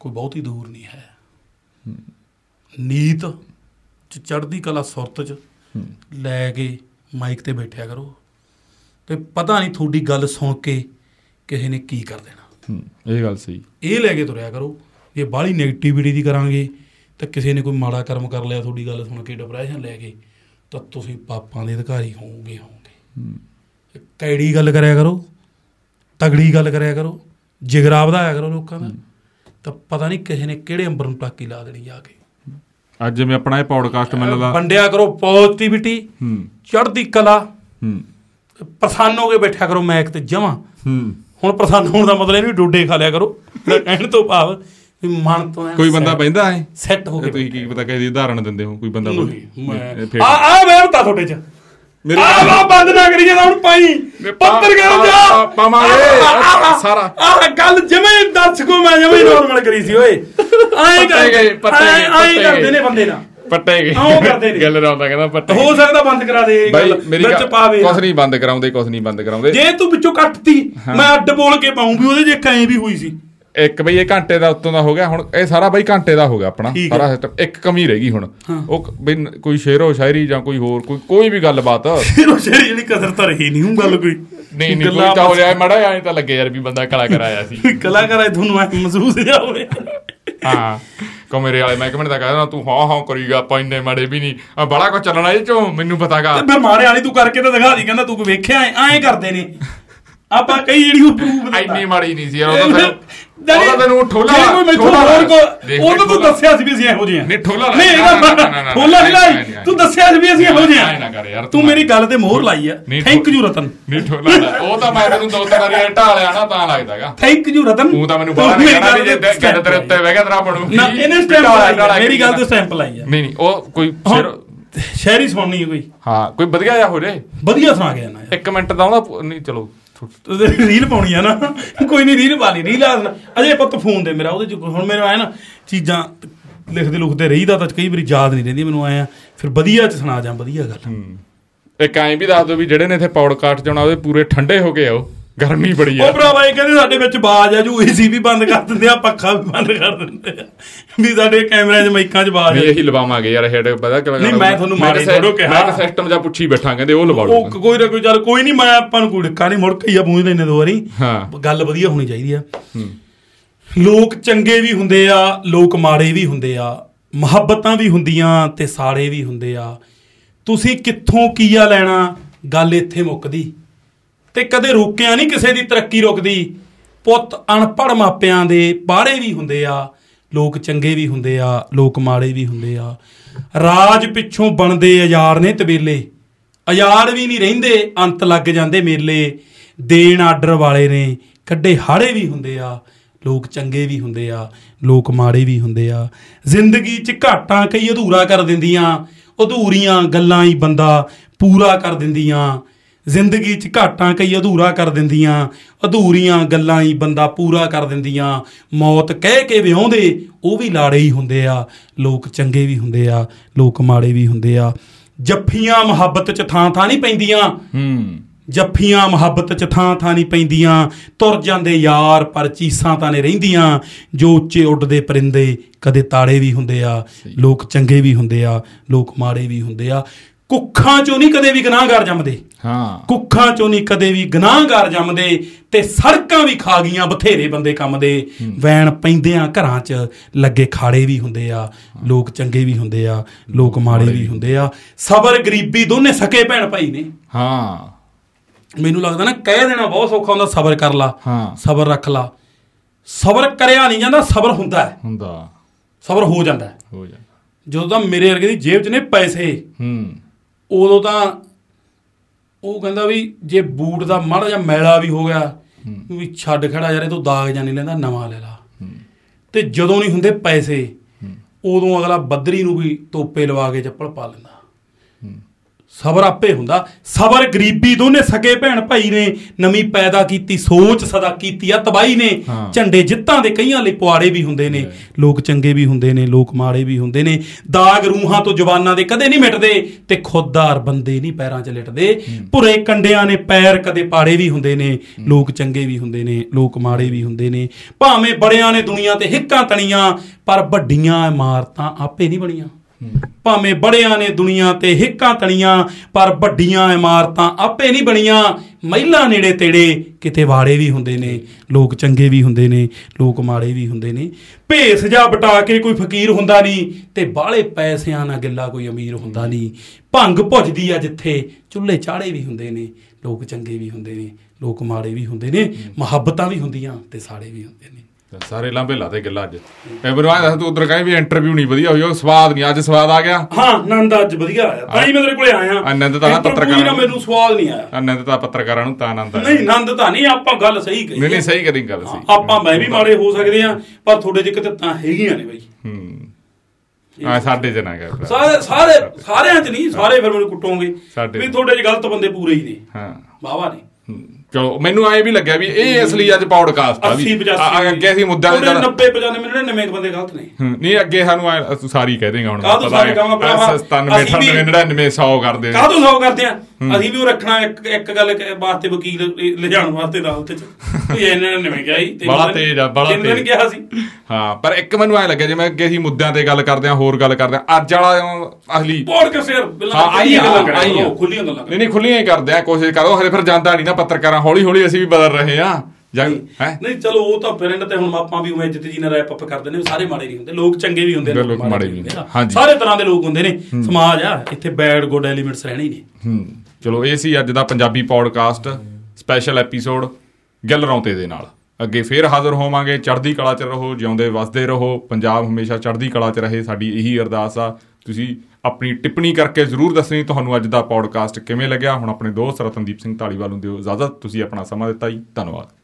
[SPEAKER 2] ਕੋਈ ਬਹੁਤੀ ਦੂਰ ਨਹੀਂ ਹੈ ਨੀਤ ਚ ਚੜ੍ਹਦੀ ਕਲਾ ਸੁਰਤ ਚ ਲੈ ਕੇ ਮਾਈਕ ਤੇ ਬੈਠਿਆ ਕਰੋ ਤੇ ਪਤਾ ਨਹੀਂ ਤੁਹਾਡੀ ਗੱਲ ਸੁਣ ਕੇ ਕਿਸੇ ਨੇ ਕੀ ਕਰ ਦੇਣਾ
[SPEAKER 1] ਹੂੰ ਇਹ ਗੱਲ ਸਹੀ
[SPEAKER 2] ਇਹ ਲੈ ਕੇ ਤੁਰਿਆ ਕਰੋ ਜੇ ਬਾਹਲੀ 네ਗੇਟਿਵਿਟੀ ਦੀ ਕਰਾਂਗੇ ਤਾਂ ਕਿਸੇ ਨੇ ਕੋਈ ਮਾੜਾ ਕਰਮ ਕਰ ਲਿਆ ਤੁਹਾਡੀ ਗੱਲ ਸੁਣ ਕੇ ਡਿਪਰੈਸ਼ਨ ਲੈ ਕੇ ਤਾਂ ਤੁਸੀਂ ਪਾਪਾਂ ਦੇ ਅਧਿਕਾਰੀ ਹੋਵੋਗੇ ਹੋਵੋਗੇ ਕੈੜੀ ਗੱਲ ਕਰਿਆ ਕਰੋ ਤਗੜੀ ਗੱਲ ਕਰਿਆ ਕਰੋ ਜਿਗਰਾ ਵਧਾਇਆ ਕਰੋ ਲੋਕਾਂ ਦਾ ਤਾਂ ਪਤਾ ਨਹੀਂ ਕਿਸੇ ਨੇ ਕਿਹੜੇ ਅੰਬਰ ਨੂੰ ਟਾਕੀ ਲਾ ਦੇਣੀ ਜਾ ਕੇ
[SPEAKER 1] ਅੱਜ ਜਿਵੇਂ ਆਪਣਾ ਇਹ ਪੌਡਕਾਸਟ ਮੈਨੂੰ ਲੱਗਦਾ
[SPEAKER 2] ਵੰਡਿਆ ਕਰੋ ਪੋਜ਼ਿਟਿਵਿਟੀ
[SPEAKER 1] ਹੂੰ
[SPEAKER 2] ਚੜ੍ਹਦੀ ਕਲਾ
[SPEAKER 1] ਹੂੰ
[SPEAKER 2] ਪ੍ਰਸੰਨ ਹੋ ਕੇ ਬੈਠਿਆ ਕਰੋ ਮੈਕ ਤੇ ਜਮਾਂ
[SPEAKER 1] ਹੂੰ
[SPEAKER 2] ਹੁਣ ਪ੍ਰਸੰਨ ਹੋਣ ਦਾ ਮਤਲਬ ਇਹ ਨਹੀਂ ਡੋਡੇ ਖਾ ਲਿਆ ਕਰੋ ਮੇਰਾ ਕਹਿਣ ਤੋਂ ਭਾਵ ਵੀ ਮਨ ਤੋਂ ਐਨ
[SPEAKER 1] ਕੋਈ ਬੰਦਾ
[SPEAKER 2] set-
[SPEAKER 1] ਬੈਂਦਾ ਹੈ
[SPEAKER 2] ਸੈੱਟ ਹੋ ਕੇ
[SPEAKER 1] ਤੁਸੀਂ ਕੀ ਪਤਾ ਕਿਸੇ ਦੀ ਉਦਾਹਰਣ ਦਿੰਦੇ ਹੋ ਕੋਈ ਬੰਦਾ ਇਹ ਫੇਰ-
[SPEAKER 2] ਆ ਆ ਵਹਿਮ ਤਾਂ ਤੁਹਾਡੇ ਚ
[SPEAKER 1] ਮੇਰੇ
[SPEAKER 2] ਆ ਵਾ ਬੰਦ ਨਾ ਕਰੀਏ ਤਾਂ ਹੁਣ ਪਾਈ ਪੱਤਰਕਾਰ ਜਾ
[SPEAKER 1] ਪਾ- ਪਾ- ਪਾਵਾਂਗੇ।
[SPEAKER 2] ਆਹ, ਆਹ, ਆਹ,
[SPEAKER 1] ਸਾਰਾ।
[SPEAKER 2] ਆਹ ਗੱਲ ਜਿਵੇਂ ਦਰਸ਼ਕੋ ਮੈਂ ਜਿਵੇਂ ਨੋਰਮਲ ਕਰੀ ਸੀ ਓਏ ਆਏ
[SPEAKER 1] ਪੱਟੇ ਗਏ, ਪੱਟੇ ਗਏ, ਪੱਟੇ
[SPEAKER 2] ਕਰਦੇ
[SPEAKER 1] ਗਏ।
[SPEAKER 2] ਨੇ ਬੰਦੇ ਨਾ
[SPEAKER 1] ਪੱਟੇ ਗਏ
[SPEAKER 2] ਆਹ ਉਹ ਕਰਦੇ ਨੇ।
[SPEAKER 1] ਗੱਲ ਰਾਉਂਦਾ ਕਹਿੰਦਾ ਪੱਟੇ
[SPEAKER 2] ਹੋ ਸਕਦਾ ਬੰਦ ਕਰਾ ਦੇ ਇਹ
[SPEAKER 1] ਬਾਈ
[SPEAKER 2] ਗੱਲ
[SPEAKER 1] ਮੇਰੀ
[SPEAKER 2] ਵਿੱਚ ਪਾਵੇ
[SPEAKER 1] ਕੁਝ ਨਹੀਂ ਬੰਦ ਕਰਾਉਂਦੇ ਕੁਝ ਨਹੀਂ ਬੰਦ ਕਰਾਉਂਦੇ
[SPEAKER 2] ਜੇ ਤੂੰ ਵਿੱਚੋਂ ਕੱਟਤੀ ਮੈਂ ਅੱਡ ਬੋਲ ਕੇ ਪਾਉਂ ਵੀ ਉਹਦੇ ਜੇ ਕੈਂ ਵੀ ਹੋਈ ਸੀ
[SPEAKER 1] ਇੱਕ ਬਈ ਇਹ ਘੰਟੇ ਦਾ ਉੱਤੋਂ ਦਾ ਹੋ ਗਿਆ ਹੁਣ ਇਹ ਸਾਰਾ ਬਈ ਘੰਟੇ ਦਾ ਹੋ ਗਿਆ ਆਪਣਾ
[SPEAKER 2] ਠੀਕ ਹੈ।
[SPEAKER 1] ਸਾਰਾ ਸਿਸਟਮ ਇੱਕ ਕਮੀ ਰਹਿ ਗਈ ਹੁਣ ਉਹ ਕ- ਬਈ ਨ- ਕੋਈ ਸ਼ੇਰੋ ਸ਼ਾਇਰੀ ਜਾਂ ਕੋਈ ਹੋਰ ਕੋਈ ਕੋਈ ਵੀ ਗੱਲਬਾਤ
[SPEAKER 2] ਫਿਰ ਉਹ ਸ਼ੇਰੀ ਜਿਹੜੀ ਕਦਰ ਤਾਂ ਰਹੀ ਨਹੀਂ ਹੂੰ ਗੱਲ ਕੋਈ
[SPEAKER 1] ਨਹੀਂ ਨਹੀਂ
[SPEAKER 2] ਗੱਲਾਂ
[SPEAKER 1] ਕੋਈ ਤਾਂ ਹੋ ਰਿਹਾ ਮੜਾ ਐਂ ਤਾਂ ਲੱਗੇ ਯਾਰ ਵੀ ਬੰਦਾ ਕਲਾ ਕਰਾਇਆ ਸੀ
[SPEAKER 2] ਕੋਈ ਕਲਾਕਾਰ ਹੈ ਤੁਹਾਨੂੰ ਐਂ ਮਹਿਸੂਸ ਜਿਹਾ ਹੋਵੇ
[SPEAKER 1] ਹਾਂ ਕਮਰੇ ਵਾਲੇ ਮੈਂ ਕਮੈਂਟ ਦਾ ਕਹਿੰਦਾ ਤੂੰ ਹਾਂ ਹਾਂ ਕਰੀ ਗਿਆ ਆਪਾਂ ਇੰਨੇ ਮਾੜੇ ਵੀ ਨਹੀਂ ਆ ਬੜਾ ਕੁ ਚੱਲਣਾ ਇਹ ਚੋਂ ਮੈਨੂੰ ਪਤਾਗਾ
[SPEAKER 2] ਤੇ ਫਿਰ ਮਾਰੇ ਵਾਲੀ ਤੂੰ ਕਰਕੇ ਤਾਂ ਦਿਖਾ ਦੀ ਕਹਿੰਦਾ ਤੂੰ ਕੋਈ ਵੇਖਿਆ ਐ ਐਂ ਕਰਦੇ ਨੇ ਆਪਾਂ ਕਈ ਜਿਹੜੀ ਉਹ ਪ੍ਰੂਫ
[SPEAKER 1] ਇੰਨੀ ਮਾੜੀ ਨਹੀਂ ਸੀ ਯਾਰ ਉਹ ਤਾਂ ਤੈਨੂੰ ਉਹ ਤਾਂ ਤੈਨੂੰ ਠੋਲਾ
[SPEAKER 2] ਕੋਈ ਮੈਥੋਂ
[SPEAKER 1] ਠੋਲਾ-
[SPEAKER 2] ਹੋਰ ਕੋ
[SPEAKER 1] ਦੇਖ
[SPEAKER 2] ਉਹ ਤਾਂ ਤੂੰ
[SPEAKER 1] ਠੋਲਾ-
[SPEAKER 2] ਦੱਸਿਆ ਸੀ ਵੀ ਅਸੀਂ ਇਹੋ ਜਿਹੇ ਹਾਂ।
[SPEAKER 1] ਨਹੀਂ, ਠੋਲਾ ਲਾ-
[SPEAKER 2] ਨਹੀਂ
[SPEAKER 1] ਨਾ, ਨਾ, ਨਾ, ਨਾ,
[SPEAKER 2] ਇਹਦਾ
[SPEAKER 1] ਨਾ,
[SPEAKER 2] ਠੋਲਾ
[SPEAKER 1] ਨਾ,
[SPEAKER 2] ਨਹੀਂ
[SPEAKER 1] ਨਾ,
[SPEAKER 2] ਲਾਈ
[SPEAKER 1] ਨਾ,
[SPEAKER 2] ਤੂੰ ਦੱਸਿਆ ਸੀ ਵੀ ਅਸੀਂ ਇਹੋ ਜਿਹੇ
[SPEAKER 1] ਐਂ ਨਾ ਕਰ
[SPEAKER 2] ਹਾਂ
[SPEAKER 1] ਯਾਰ,
[SPEAKER 2] ਤੂੰ
[SPEAKER 1] ਤੂੰ-
[SPEAKER 2] ਮੇਰੀ ਗੱਲ ਤੇ ਮੋਹਰ ਲਾਈ ਆ
[SPEAKER 1] ਨਹੀਂ,
[SPEAKER 2] ਥੈਂਕ ਯੂ ਰਤਨ
[SPEAKER 1] ਨਹੀਂ ਠੋਲਾ ਲਾ- ਉਹ ਤਾਂ ਮੈਂ ਤੈਨੂੰ ਦੋ ਤਿੰਨ ਵਾਰੀ ਐਂ ਢਾਹ ਲਿਆ ਨਾ ਤਾਂ ਲੱਗਦਾਗਾ
[SPEAKER 2] ਥੈਂਕ ਯੂ ਰਤਨ
[SPEAKER 1] ਤੂੰ ਤਾਂ ਮੈਨੂੰ ਬਾਹਰ
[SPEAKER 2] ਮੇਰੀ
[SPEAKER 1] ਨਿਕਲਣਾ ਵੀ ਜੇ
[SPEAKER 2] ਗੱਲ ਤੇ
[SPEAKER 1] ਗੱਲ ਤੇਰੇ ਉੱਤੇ ਬਹਿ ਗਿਆ ਤੇਰਾ ਬਣੂ
[SPEAKER 2] ਨਾ ਇਹਨੇ ਸਟੈਂਪ ਲਾਈ ਆ, ਮੇਰੀ ਗੱਲ ਤੇ ਸਟੈਂਪ ਲਾਈ ਆ
[SPEAKER 1] ਨਹੀਂ ਨਹੀਂ ਉਹ ਕੋਈ ਫਿਰ
[SPEAKER 2] ਹੁਣ ਸ਼ਾਇਰੀ ਸੁਣਨੀ ਹੈ ਕੋਈ
[SPEAKER 1] ਹਾਂ ਕੋਈ ਵਧੀਆ ਜਿਹਾ ਹੋ ਜੇ
[SPEAKER 2] ਵਧੀਆ ਸੁਣਾ ਕੇ ਜਾਣਾ ਯਾਰ।
[SPEAKER 1] ਇੱਕ ਮਿੰਟ ਦਾ ਉਹਦਾ ਪੁ- ਨਹੀਂ ਚਲੋ
[SPEAKER 2] ਰੀਲ ਪਾਉਣੀ ਆ ਨਾ ਕੋਈ ਨਹੀਂ ਰੀਲ ਪਾ ਲਈ ਰੀਲ ਆ ਨਾ। ਅਜੇ ਪੁੱਤ ਫੋਨ ਦੇ ਮੇਰਾ ਉਹਦੇ ਚ ਹੁਣ ਮੈਨੂੰ ਐ ਨਾ ਚੀਜ਼ਾਂ ਲਿਖਦੇ ਲੁਖਦੇ ਰਹੀਦਾ ਤਾਂ ਕਈ ਵਾਰੀ ਯਾਦ ਨਹੀਂ ਰਹਿੰਦੀ ਮੈਨੂੰ ਐ ਆ ਫਿਰ ਵਧੀਆ ਚ ਸੁਣਾ ਜਾਂ ਵਧੀਆ ਗੱਲ
[SPEAKER 1] ਇੱਕ ਐਂ ਵੀ ਦੱਸ ਦੋ ਵੀ ਜਿਹੜੇ ਨੇ ਇੱਥੇ ਪੌਡਕਾਸਟ ਚ ਆਉਣਾ ਉਹਦੇ ਪੂਰੇ ਠੰਡੇ ਹੋ ਕੇ ਆਓ ਗਰਮੀ ਬੜੀ ਆ
[SPEAKER 2] ਉਹ ਭਰਾਵਾ ਇਹ ਕਹਿੰਦੇ ਸਾਡੇ ਵਿੱਚ ਬਾਜ ਆ ਜੂ ਏਸੀ ਵੀ ਬੰਦ ਕਰ ਦਿੰਦੇ ਆ ਪੱਖਾ ਵੀ ਬੰਦ ਕਰ ਦਿੰਦੇ ਆ ਵੀ ਸਾਡੇ ਕੈਮਰਿਆਂ 'ਚ ਮਾਈਕਾਂ 'ਚ ਬਾਜ
[SPEAKER 1] ਵੀ
[SPEAKER 2] ਆ
[SPEAKER 1] ਇਹੀ ਲਵਾਵਾਂਗੇ ਯਾਰ ਹੈਡ ਪਤਾ ਕਿ
[SPEAKER 2] ਨਹੀਂ, ਮੈਂ ਤੁਹਾਨੂੰ ਮਾੜੀ ਥੋੜ੍ਹਾ ਕਿਹਾ।
[SPEAKER 1] ਮੈਂ ਸਿਸਟਮ ਜਾਂ ਪੁੱਛੀ ਬੈਠਾ ਕਹਿੰਦੇ ਉਹ ਲਵਾ
[SPEAKER 2] ਉਹ
[SPEAKER 1] ਲਓ
[SPEAKER 2] ਕੋਈ ਨਾ ਕੋਈ ਚੱਲ ਕੋਈ ਨਹੀਂ ਮੈਂ ਆਪਾਂ ਨੂੰ ਕੋਈ ਡੱਕਾ ਨਹੀਂ ਮੁੜ ਕੇ ਹੀ ਆ ਪੂੰਝ ਲੈਨੇ ਦੋ ਵਾਰੀ
[SPEAKER 1] ਹਾਂ।
[SPEAKER 2] ਗੱਲ ਵਧੀਆ ਹੋਣੀ ਚਾਹੀਦੀ ਆ
[SPEAKER 1] ਹੂੰ।
[SPEAKER 2] ਲੋਕ ਚੰਗੇ ਵੀ ਹੁੰਦੇ ਆ ਲੋਕ ਮਾੜੇ ਵੀ ਹੁੰਦੇ ਆ ਮੁਹੱਬਤਾਂ ਵੀ ਹੁੰਦੀਆਂ ਤੇ ਸਾੜੇ ਵੀ ਹੁੰਦੇ ਆ ਤੁਸੀਂ ਕਿੱਥੋਂ ਕੀਆ ਲੈਣਾ ਗੱਲ ਇੱਥੇ ਮੁੱਕਦੀ ਤੇ ਕਦੇ ਰੋਕਿਆ ਨਹੀਂ ਕਿਸੇ ਦੀ ਤਰੱਕੀ ਰੁਕਦੀ ਪੁੱਤ ਅਨਪੜ ਮਾਪਿਆਂ ਦੇ ਬਾਹਰੇ ਵੀ ਹੁੰਦੇ ਆ ਲੋਕ ਚੰਗੇ ਵੀ ਹੁੰਦੇ ਆ ਲੋਕ ਮਾੜੇ ਵੀ ਹੁੰਦੇ ਆ ਰਾਜ ਪਿੱਛੋਂ ਬਣਦੇ ਅਯਾਰ ਨੇ ਤਬੇਲੇ ਅਯਾਰ ਵੀ ਨਹੀਂ ਰਹਿੰਦੇ ਅੰਤ ਲੱਗ ਜਾਂਦੇ ਮੇਲੇ ਦੇਣ ਆਰਡਰ ਵਾਲੇ ਨੇ ਕੱਢੇ ਹਾੜੇ ਵੀ ਹੁੰਦੇ ਆ ਲੋਕ ਚੰਗੇ ਵੀ ਹੁੰਦੇ ਆ ਲੋਕ ਮਾੜੇ ਵੀ ਹੁੰਦੇ ਆ ਜ਼ਿੰਦਗੀ 'ਚ ਘਾਟਾਂ ਕਈ ਅਧੂਰਾ ਕਰ ਦਿੰਦੀਆਂ ਅਧੂਰੀਆਂ ਗੱਲਾਂ ਹੀ ਬੰਦਾ ਪੂਰਾ ਕਰ ਦਿੰਦੀਆਂ ਜ਼ਿੰਦਗੀ 'ਚ ਘਾਟਾਂ ਕਈ ਅਧੂਰਾ ਕਰ ਦਿੰਦੀਆਂ ਅਧੂਰੀਆਂ ਗੱਲਾਂ ਹੀ ਬੰਦਾ ਪੂਰਾ ਕਰ ਦਿੰਦੀਆਂ ਮੌਤ ਕਹਿ ਕੇ ਵਿਆਹੁੰਦੇ ਉਹ ਵੀ ਲਾੜੇ ਹੀ ਹੁੰਦੇ ਆ ਲੋਕ ਚੰਗੇ ਵੀ ਹੁੰਦੇ ਆ ਲੋਕ ਮਾੜੇ ਵੀ ਹੁੰਦੇ ਆ ਜੱਫੀਆਂ ਮੁਹੱਬਤ 'ਚ ਥਾਂ ਥਾਂ ਨਹੀਂ ਪੈਂਦੀਆਂ
[SPEAKER 1] ਹੂੰ
[SPEAKER 2] ਜੱਫੀਆਂ ਮੁਹੱਬਤ 'ਚ ਥਾਂ ਥਾਂ ਨਹੀਂ ਪੈਂਦੀਆਂ ਤੁਰ ਜਾਂਦੇ ਯਾਰ ਪਰ ਚੀਸਾਂ ਤਾਂ ਨੇ ਰਹਿੰਦੀਆਂ ਜੋ ਉੱਚੇ ਉੱਡਦੇ ਪਰਿੰਦੇ ਕਦੇ ਤਾੜੇ ਵੀ ਹੁੰਦੇ ਆ ਲੋਕ ਚੰਗੇ ਵੀ ਹੁੰਦੇ ਆ ਲੋਕ ਮਾੜੇ ਵੀ ਹੁੰਦੇ ਆ ਕੁੱਖਾਂ ਚੋਂ ਨਹੀਂ ਕਦੇ ਵੀ ਗੁਨਾਹਗਾਰ ਜੰਮਦੇ
[SPEAKER 1] ਹਾਂ
[SPEAKER 2] ਕੁੱਖਾਂ ਚੋਂ ਨਹੀਂ ਕਦੇ ਵੀ ਗੁਨਾਹਗਾਰ ਜੰਮਦੇ ਤੇ ਸੜਕਾਂ ਵੀ ਖਾ ਗਈਆਂ ਬਥੇਰੇ ਬੰਦੇ ਕੰਮ ਦੇ ਵੈਣ ਪੈਂਦਿਆਂ ਘਰਾਂ 'ਚ ਲੱਗੇ ਖਾੜੇ ਵੀ ਹੁੰਦੇ ਆ ਲੋਕ ਚੰਗੇ ਵੀ ਹੁੰਦੇ ਆ ਲੋਕ ਮਾੜੇ ਵੀ ਹੁੰਦੇ ਆ ਸਬਰ ਗਰੀਬੀ ਦੋਨੇ ਸਕੇ ਭੈਣ ਭਾਈ ਨੇ
[SPEAKER 1] ਹਾਂ
[SPEAKER 2] ਮੈਨੂੰ ਲੱਗਦਾ ਨਾ ਕਹਿ ਦੇਣਾ ਬਹੁਤ ਸੌਖਾ ਹੁੰਦਾ ਸਬਰ ਕਰ ਲਾ
[SPEAKER 1] ਹਾਂ
[SPEAKER 2] ਸਬਰ ਰੱਖ ਲਾ ਸਬਰ ਕਰਿਆ ਨਹੀਂ ਜਾਂਦਾ ਸਬਰ ਹੁੰਦਾ ਹੈ
[SPEAKER 1] ਹੁੰਦਾ
[SPEAKER 2] ਸਬਰ ਹੋ ਜਾਂਦਾ ਹੈ
[SPEAKER 1] ਹੋ ਜਾਂਦਾ
[SPEAKER 2] ਜਦੋਂ ਤਾਂ ਮੇਰੇ ਵਰਗੇ ਦੀ ਜੇਬ 'ਚ ਨੇ ਪੈਸੇ
[SPEAKER 1] ਹੂੰ
[SPEAKER 2] ਉਦੋਂ ਤਾਂ ਉਹ ਕਹਿੰਦਾ ਵੀ ਜੇ ਬੂਟ ਦਾ ਮਾੜਾ ਜਿਹਾ ਮੈਲਾ ਵੀ ਹੋ ਗਿਆ ਵੀ ਛੱਡ ਖੜਾ ਯਾਰ ਇਹ ਤੋਂ ਦਾਗ ਜਾਂ ਨਹੀਂ ਲੈਂਦਾ ਨਵਾਂ ਲੈ ਲਾ
[SPEAKER 1] ਹੂੰ
[SPEAKER 2] ਤੇ ਜਦੋਂ ਨਹੀਂ ਹੁੰਦੇ ਪੈਸੇ ਉਦੋਂ ਅਗਲਾ ਬੱਦਰੀ ਨੂੰ ਵੀ ਤੋਪੇ ਲਵਾ ਕੇ ਚੱਪਲ ਪਾ ਲੈਂਦਾ
[SPEAKER 1] ਹੂੰ
[SPEAKER 2] ਸਬਰ ਆਪੇ ਹੁੰਦਾ ਸਬਰ ਗਰੀਬੀ ਦੋਨੇ ਸਕੇ ਭੈਣ ਭਾਈ ਨੇ ਨਵੀਂ ਪੈਦਾ ਕੀਤੀ ਸੋਚ ਸਦਾ ਕੀਤੀ ਆ ਤਬਾਈ ਨੇ
[SPEAKER 1] ਹਾਂ।
[SPEAKER 2] ਝੰਡੇ ਜਿੱਤਾਂ ਦੇ ਕਈਆਂ ਲਈ ਪੁਆੜੇ ਵੀ ਹੁੰਦੇ ਨੇ ਲੋਕ ਚੰਗੇ ਵੀ ਹੁੰਦੇ ਨੇ ਲੋਕ ਮਾੜੇ ਵੀ ਹੁੰਦੇ ਨੇ ਦਾਗ ਰੂਹਾਂ ਤੋਂ ਜਵਾਨਾਂ ਦੇ ਕਦੇ ਨਹੀਂ ਮਿਟਦੇ ਤੇ ਖੁੱਦਾਰ ਬੰਦੇ ਨਹੀਂ ਪੈਰਾਂ 'ਚ ਲਿਟਦੇ ਭੁਰੇ ਕੰਡਿਆਂ ਨੇ ਪੈਰ ਕਦੇ ਪਾੜੇ ਵੀ ਹੁੰਦੇ ਨੇ ਲੋਕ ਚੰਗੇ ਵੀ ਹੁੰਦੇ ਨੇ ਲੋਕ ਮਾੜੇ ਵੀ ਹੁੰਦੇ ਨੇ ਭਾਵੇਂ ਬੜਿਆਂ ਨੇ ਦੁਨੀਆ ਤੇ ਹਿੱਕਾਂ ਤਣੀਆਂ ਪਰ ਵੱਡੀਆਂ ਇਮਾਰਤਾਂ ਆਪੇ ਨਹੀਂ ਬਣੀਆਂ ਭਾਵੇਂ ਬੜਿਆਂ ਨੇ ਦੁਨੀਆ ਤੇ ਹਿੱਕਾਂ ਤਣੀਆਂ ਪਰ ਵੱਡੀਆਂ ਇਮਾਰਤਾਂ ਆਪੇ ਨਹੀਂ ਬਣੀਆਂ ਮਹਿਲਾ ਨੇੜੇ ਤੇੜੇ ਕਿਤੇ ਵਾੜੇ ਵੀ ਹੁੰਦੇ ਨੇ ਲੋਕ ਚੰਗੇ ਵੀ ਹੁੰਦੇ ਨੇ ਲੋਕ ਮਾੜੇ ਵੀ ਹੁੰਦੇ ਨੇ ਭੇਸ ਜਾ ਬਟਾ ਕੇ ਕੋਈ ਫਕੀਰ ਹੁੰਦਾ ਨਹੀਂ ਤੇ ਬਾਹਲੇ ਪੈਸਿਆਂ ਨਾਲ ਗਿੱਲਾ ਕੋਈ ਅਮੀਰ ਹੁੰਦਾ ਨਹੀਂ ਭੰਗ ਭੁੱਜਦੀ ਆ ਜਿੱਥੇ ਚੁੱਲ੍ਹੇ ਚਾੜੇ ਵੀ ਹੁੰਦੇ ਨੇ ਲੋਕ ਚੰਗੇ ਵੀ ਹੁੰਦੇ ਨੇ ਲੋਕ ਮਾੜੇ ਵੀ ਹੁੰਦੇ ਨੇ ਮੁਹੱਬਤਾਂ ਵੀ ਹੁੰਦੀਆਂ ਤੇ ਸਾੜੇ ਵੀ ਹੁੰਦੇ ਨੇ
[SPEAKER 1] ਤਾਂ ਸਾਰੇ ਲਾਂਬੇ ਲਾਤੇ ਗੱਲਾਂ ਅੱਜ ਮੈਂ ਮੈਨੂੰ ਆਇਆ ਤੂੰ ਉਧਰ ਕਹੇ ਵੀ ਇੰਟਰਵਿਊ ਨਹੀਂ ਵਧੀਆ ਹੋਈ ਉਹ ਸਵਾਦ ਨਹੀਂ ਅੱਜ ਸਵਾਦ ਆ ਗਿਆ
[SPEAKER 2] ਹਾਂ ਆਨੰਦ ਅੱਜ ਵਧੀਆ ਆਇਆ ਤਾਂ ਹੀ ਮੈਂ ਤੇਰੇ ਕੋਲੇ ਆਇਆ
[SPEAKER 1] ਆਨੰਦ ਤਾਂ ਨਾ
[SPEAKER 2] ਇੰਟਰਵਿਊ
[SPEAKER 1] ਪੱਤਰਕਾਰਾਂ
[SPEAKER 2] ਨਾਲ ਮੈਨੂੰ ਸਵਾਲ ਨਹੀਂ ਆਇਆ
[SPEAKER 1] ਆਨੰਦ ਤਾਂ ਪੱਤਰਕਾਰਾਂ ਨੂੰ ਤਾਂ ਆਨੰਦ ਆਇਆ
[SPEAKER 2] ਨਹੀਂ ਆਨੰਦ ਤਾਂ ਨਹੀਂ ਆਪਾਂ ਗੱਲ ਸਹੀ
[SPEAKER 1] ਨਹੀਂ
[SPEAKER 2] ਕਹੀ
[SPEAKER 1] ਨਹੀਂ ਸਹੀ ਕਰੀ ਗੱਲ ਸੀ
[SPEAKER 2] ਆਪਾਂ ਮੈਂ ਵੀ ਮਾੜੇ ਹੋ ਸਕਦੇ ਆ ਪਰ ਤੁਹਾਡੇ ਚ ਕਿਤੇ ਤਾਂ ਹੈਗੀਆਂ ਨੇ ਬਈ
[SPEAKER 1] ਹੂੰ ਆ ਸਾਡੇ ਚ ਨਾ ਕਰ
[SPEAKER 2] ਸਾਰੇ ਸਾਰੇ ਸਾਰਿਆਂ ਚ ਨਹੀਂ ਸਾਰੇ ਫਿਰ ਮੈਨੂੰ ਕੁੱਟੋਗੇ
[SPEAKER 1] ਸਾਡੇ
[SPEAKER 2] ਵੀ ਤੁਹਾਡੇ ਚ ਗਲਤ ਬੰਦੇ ਪੂਰੇ ਹੀ ਨੇ
[SPEAKER 1] ਹਾਂ
[SPEAKER 2] ਵਾਵਾ ਨੇ
[SPEAKER 1] ਹੂੰ। ਚਲੋ ਮੈਨੂੰ ਐ ਵੀ ਲੱਗਿਆ ਵੀ ਇਹ ਅਸਲੀ ਅੱਜ ਪੌਡਕਾਸਟ ਆ
[SPEAKER 2] 80
[SPEAKER 1] ਵੀ
[SPEAKER 2] 85
[SPEAKER 1] ਆ- ਆ- ਅੱਗੇ ਅਸੀਂ ਮੁੱਦਿਆਂ ਤੇ ਜ਼ਿਆਦਾ
[SPEAKER 2] 90 95 99 ਬੰਦੇ ਗਲਤ ਨੇ
[SPEAKER 1] ਹੂੰ, ਨਹੀਂ ਅੱਗੇ ਸਾਨੂੰ ਐਂ- ਤੂੰ ਸਾਰੀ ਕਹਿ ਦੇਗਾ ਹੁਣ
[SPEAKER 2] ਕਾਹਤੋਂ ਸਾਰੇ ਕਹਾਂਗਾ ਭਰਾਵਾ?
[SPEAKER 1] 97
[SPEAKER 2] ਅਸੀਂ ਵੀ-
[SPEAKER 1] 98 99 100 ਕਰ ਦੇ
[SPEAKER 2] ਕਾਹਦੋਂ ਸੌ ਕਰਦੇ ਆ ਅਸੀਂ ਵੀ ਉਹ ਰੱਖਣਾ ਇੱਕ ਇੱਕ ਗੱਲ ਕ- ਵਾਸਤੇ ਵਕੀਲ ਲਿ- ਲਿਜਾਣ ਵਾਸਤੇ ਅਦਾਲਤ ਚ ਕੋਈ ਇਹਨਾਂ ਨੇ ਨਵੇਂ ਕਿਹਾ ਸੀ ਤੈਨੂੰ
[SPEAKER 1] ਬੜਾ
[SPEAKER 2] ਤਾਂ ਨਹੀਂ-
[SPEAKER 1] ਤੇਜ਼ ਆ, ਬੜਾ
[SPEAKER 2] ਤੈਨੂੰ ਤਾਂ ਨਹੀਂ
[SPEAKER 1] ਤੇਜ਼।
[SPEAKER 2] ਕਿਹਾ ਸੀ
[SPEAKER 1] ਹਾਂ ਪਰ ਇੱਕ ਮੈਨੂੰ ਐ ਲੱਗਿਆ ਜਿਵੇਂ ਅੱਗੇ ਅਸੀਂ ਮੁੱਦਿਆਂ ਤੇ ਗੱਲ ਕਰਦੇ ਹਾਂ ਹੋਰ ਗੱਲ ਕਰਦੇ ਹਾਂ ਅੱਜ ਵਾਲਾ ਅਮ, ਅਸਲੀ
[SPEAKER 2] ਪੋੜ ਕੇ ਸਿਰ ਬਿਲਾਂ
[SPEAKER 1] ਹਾਂ, ਆਈ ਆ, ਆਈ ਆ।
[SPEAKER 2] ਖੁੱਲੀਆਂ ਗੱਲਾਂ ਕਰੋ।
[SPEAKER 1] ਨਹੀਂ ਨਹੀਂ ਖੁੱਲੀਆਂ ਹੀ ਕਰਦੇ ਆ ਕੋਸ਼ਿਸ਼ ਕਰੋ ਹਲੇ ਫਿਰ ਜਾਂਦਾ ਨਹੀਂ ਨਾ ਪੱਤਰਕਾਰਾਂ ਹੌਲੀ ਹੌਲੀ ਅਸੀਂ ਵੀ ਬਦਲ ਰਹੇ ਆ ਜਾਂ ਹੈ
[SPEAKER 2] ਨਹੀਂ ਚਲੋ ਉਹ ਤਾਂ ਫਿਰ ਇਹਨਾਂ ਤੇ ਹੁਣ ਆਪਾਂ ਵੀ ਉਵੇਂ ਜਿੱਤੇ ਜੀ ਨਾਲ ਰੈਪ ਅਪ ਕਰਦੇ ਨੇ ਸਾਰੇ ਮਾੜੇ ਨਹੀਂ ਹੁੰਦੇ ਲੋਕ ਚੰਗੇ ਵੀ ਹੁੰਦੇ
[SPEAKER 1] ਲੋਕ ਮਾੜੇ ਵੀ
[SPEAKER 2] ਹੁੰਦੇ ਆ।
[SPEAKER 1] ਹਾਂਜੀ।
[SPEAKER 2] ਸਾਰੇ ਤਰ੍ਹਾਂ ਦੇ ਲੋਕ ਹੁੰਦੇ ਨੇ ਸਮਾਜ ਆ ਇੱਥੇ ਬੈਡ ਗੁੱਡ ਐਲੀਮੈਂਟਸ ਰਹਿਣੇ ਹੀ ਨੇ
[SPEAKER 1] ਹੂੰ ਚਲੋ ਇਹ ਸੀ ਅੱਜ ਦਾ ਪੰਜਾਬੀ ਪੌਡਕਾਸਟ ਸਪੈਸ਼ਲ ਐਪੀਸੋਡ ਗੱਲ ਰੌਂਤੇ ਦੇ ਨਾਲ ਅੱਗੇ ਫੇਰ ਹਾਜ਼ਰ ਹੋਵਾਂਗੇ ਚੜ੍ਹਦੀ ਕਲਾ 'ਚ ਰਹੋ ਜਿਉਂਦੇ ਵਸਦੇ ਰਹੋ ਪੰਜਾਬ ਹਮੇਸ਼ਾ ਚੜ੍ਹਦੀ ਕਲਾ 'ਚ ਰਹੇ ਸਾਡੀ ਇਹੀ ਅਰਦਾਸ ਆ ਤੁਸੀਂ ਆਪਣੀ ਟਿੱਪਣੀ ਕਰਕੇ ਜ਼ਰੂਰ ਦੱਸਣੀ ਤੁਹਾਨੂੰ ਅੱਜ ਦਾ ਪੌਡਕਾਸਟ ਕਿਵੇਂ ਲੱਗਿਆ ਹੁਣ ਆਪਣੇ ਦੋਸਤ ਰਤਨਦੀਪ ਸਿੰਘ ਢਾਲੀਵਾਲ ਨੂੰ ਦਿਓ ਇਜਾਜ਼ਤ ਤੁਸੀਂ ਆਪਣਾ ਸਮਾਂ ਦਿੱਤਾ ਜੀ ਧੰਨਵਾਦ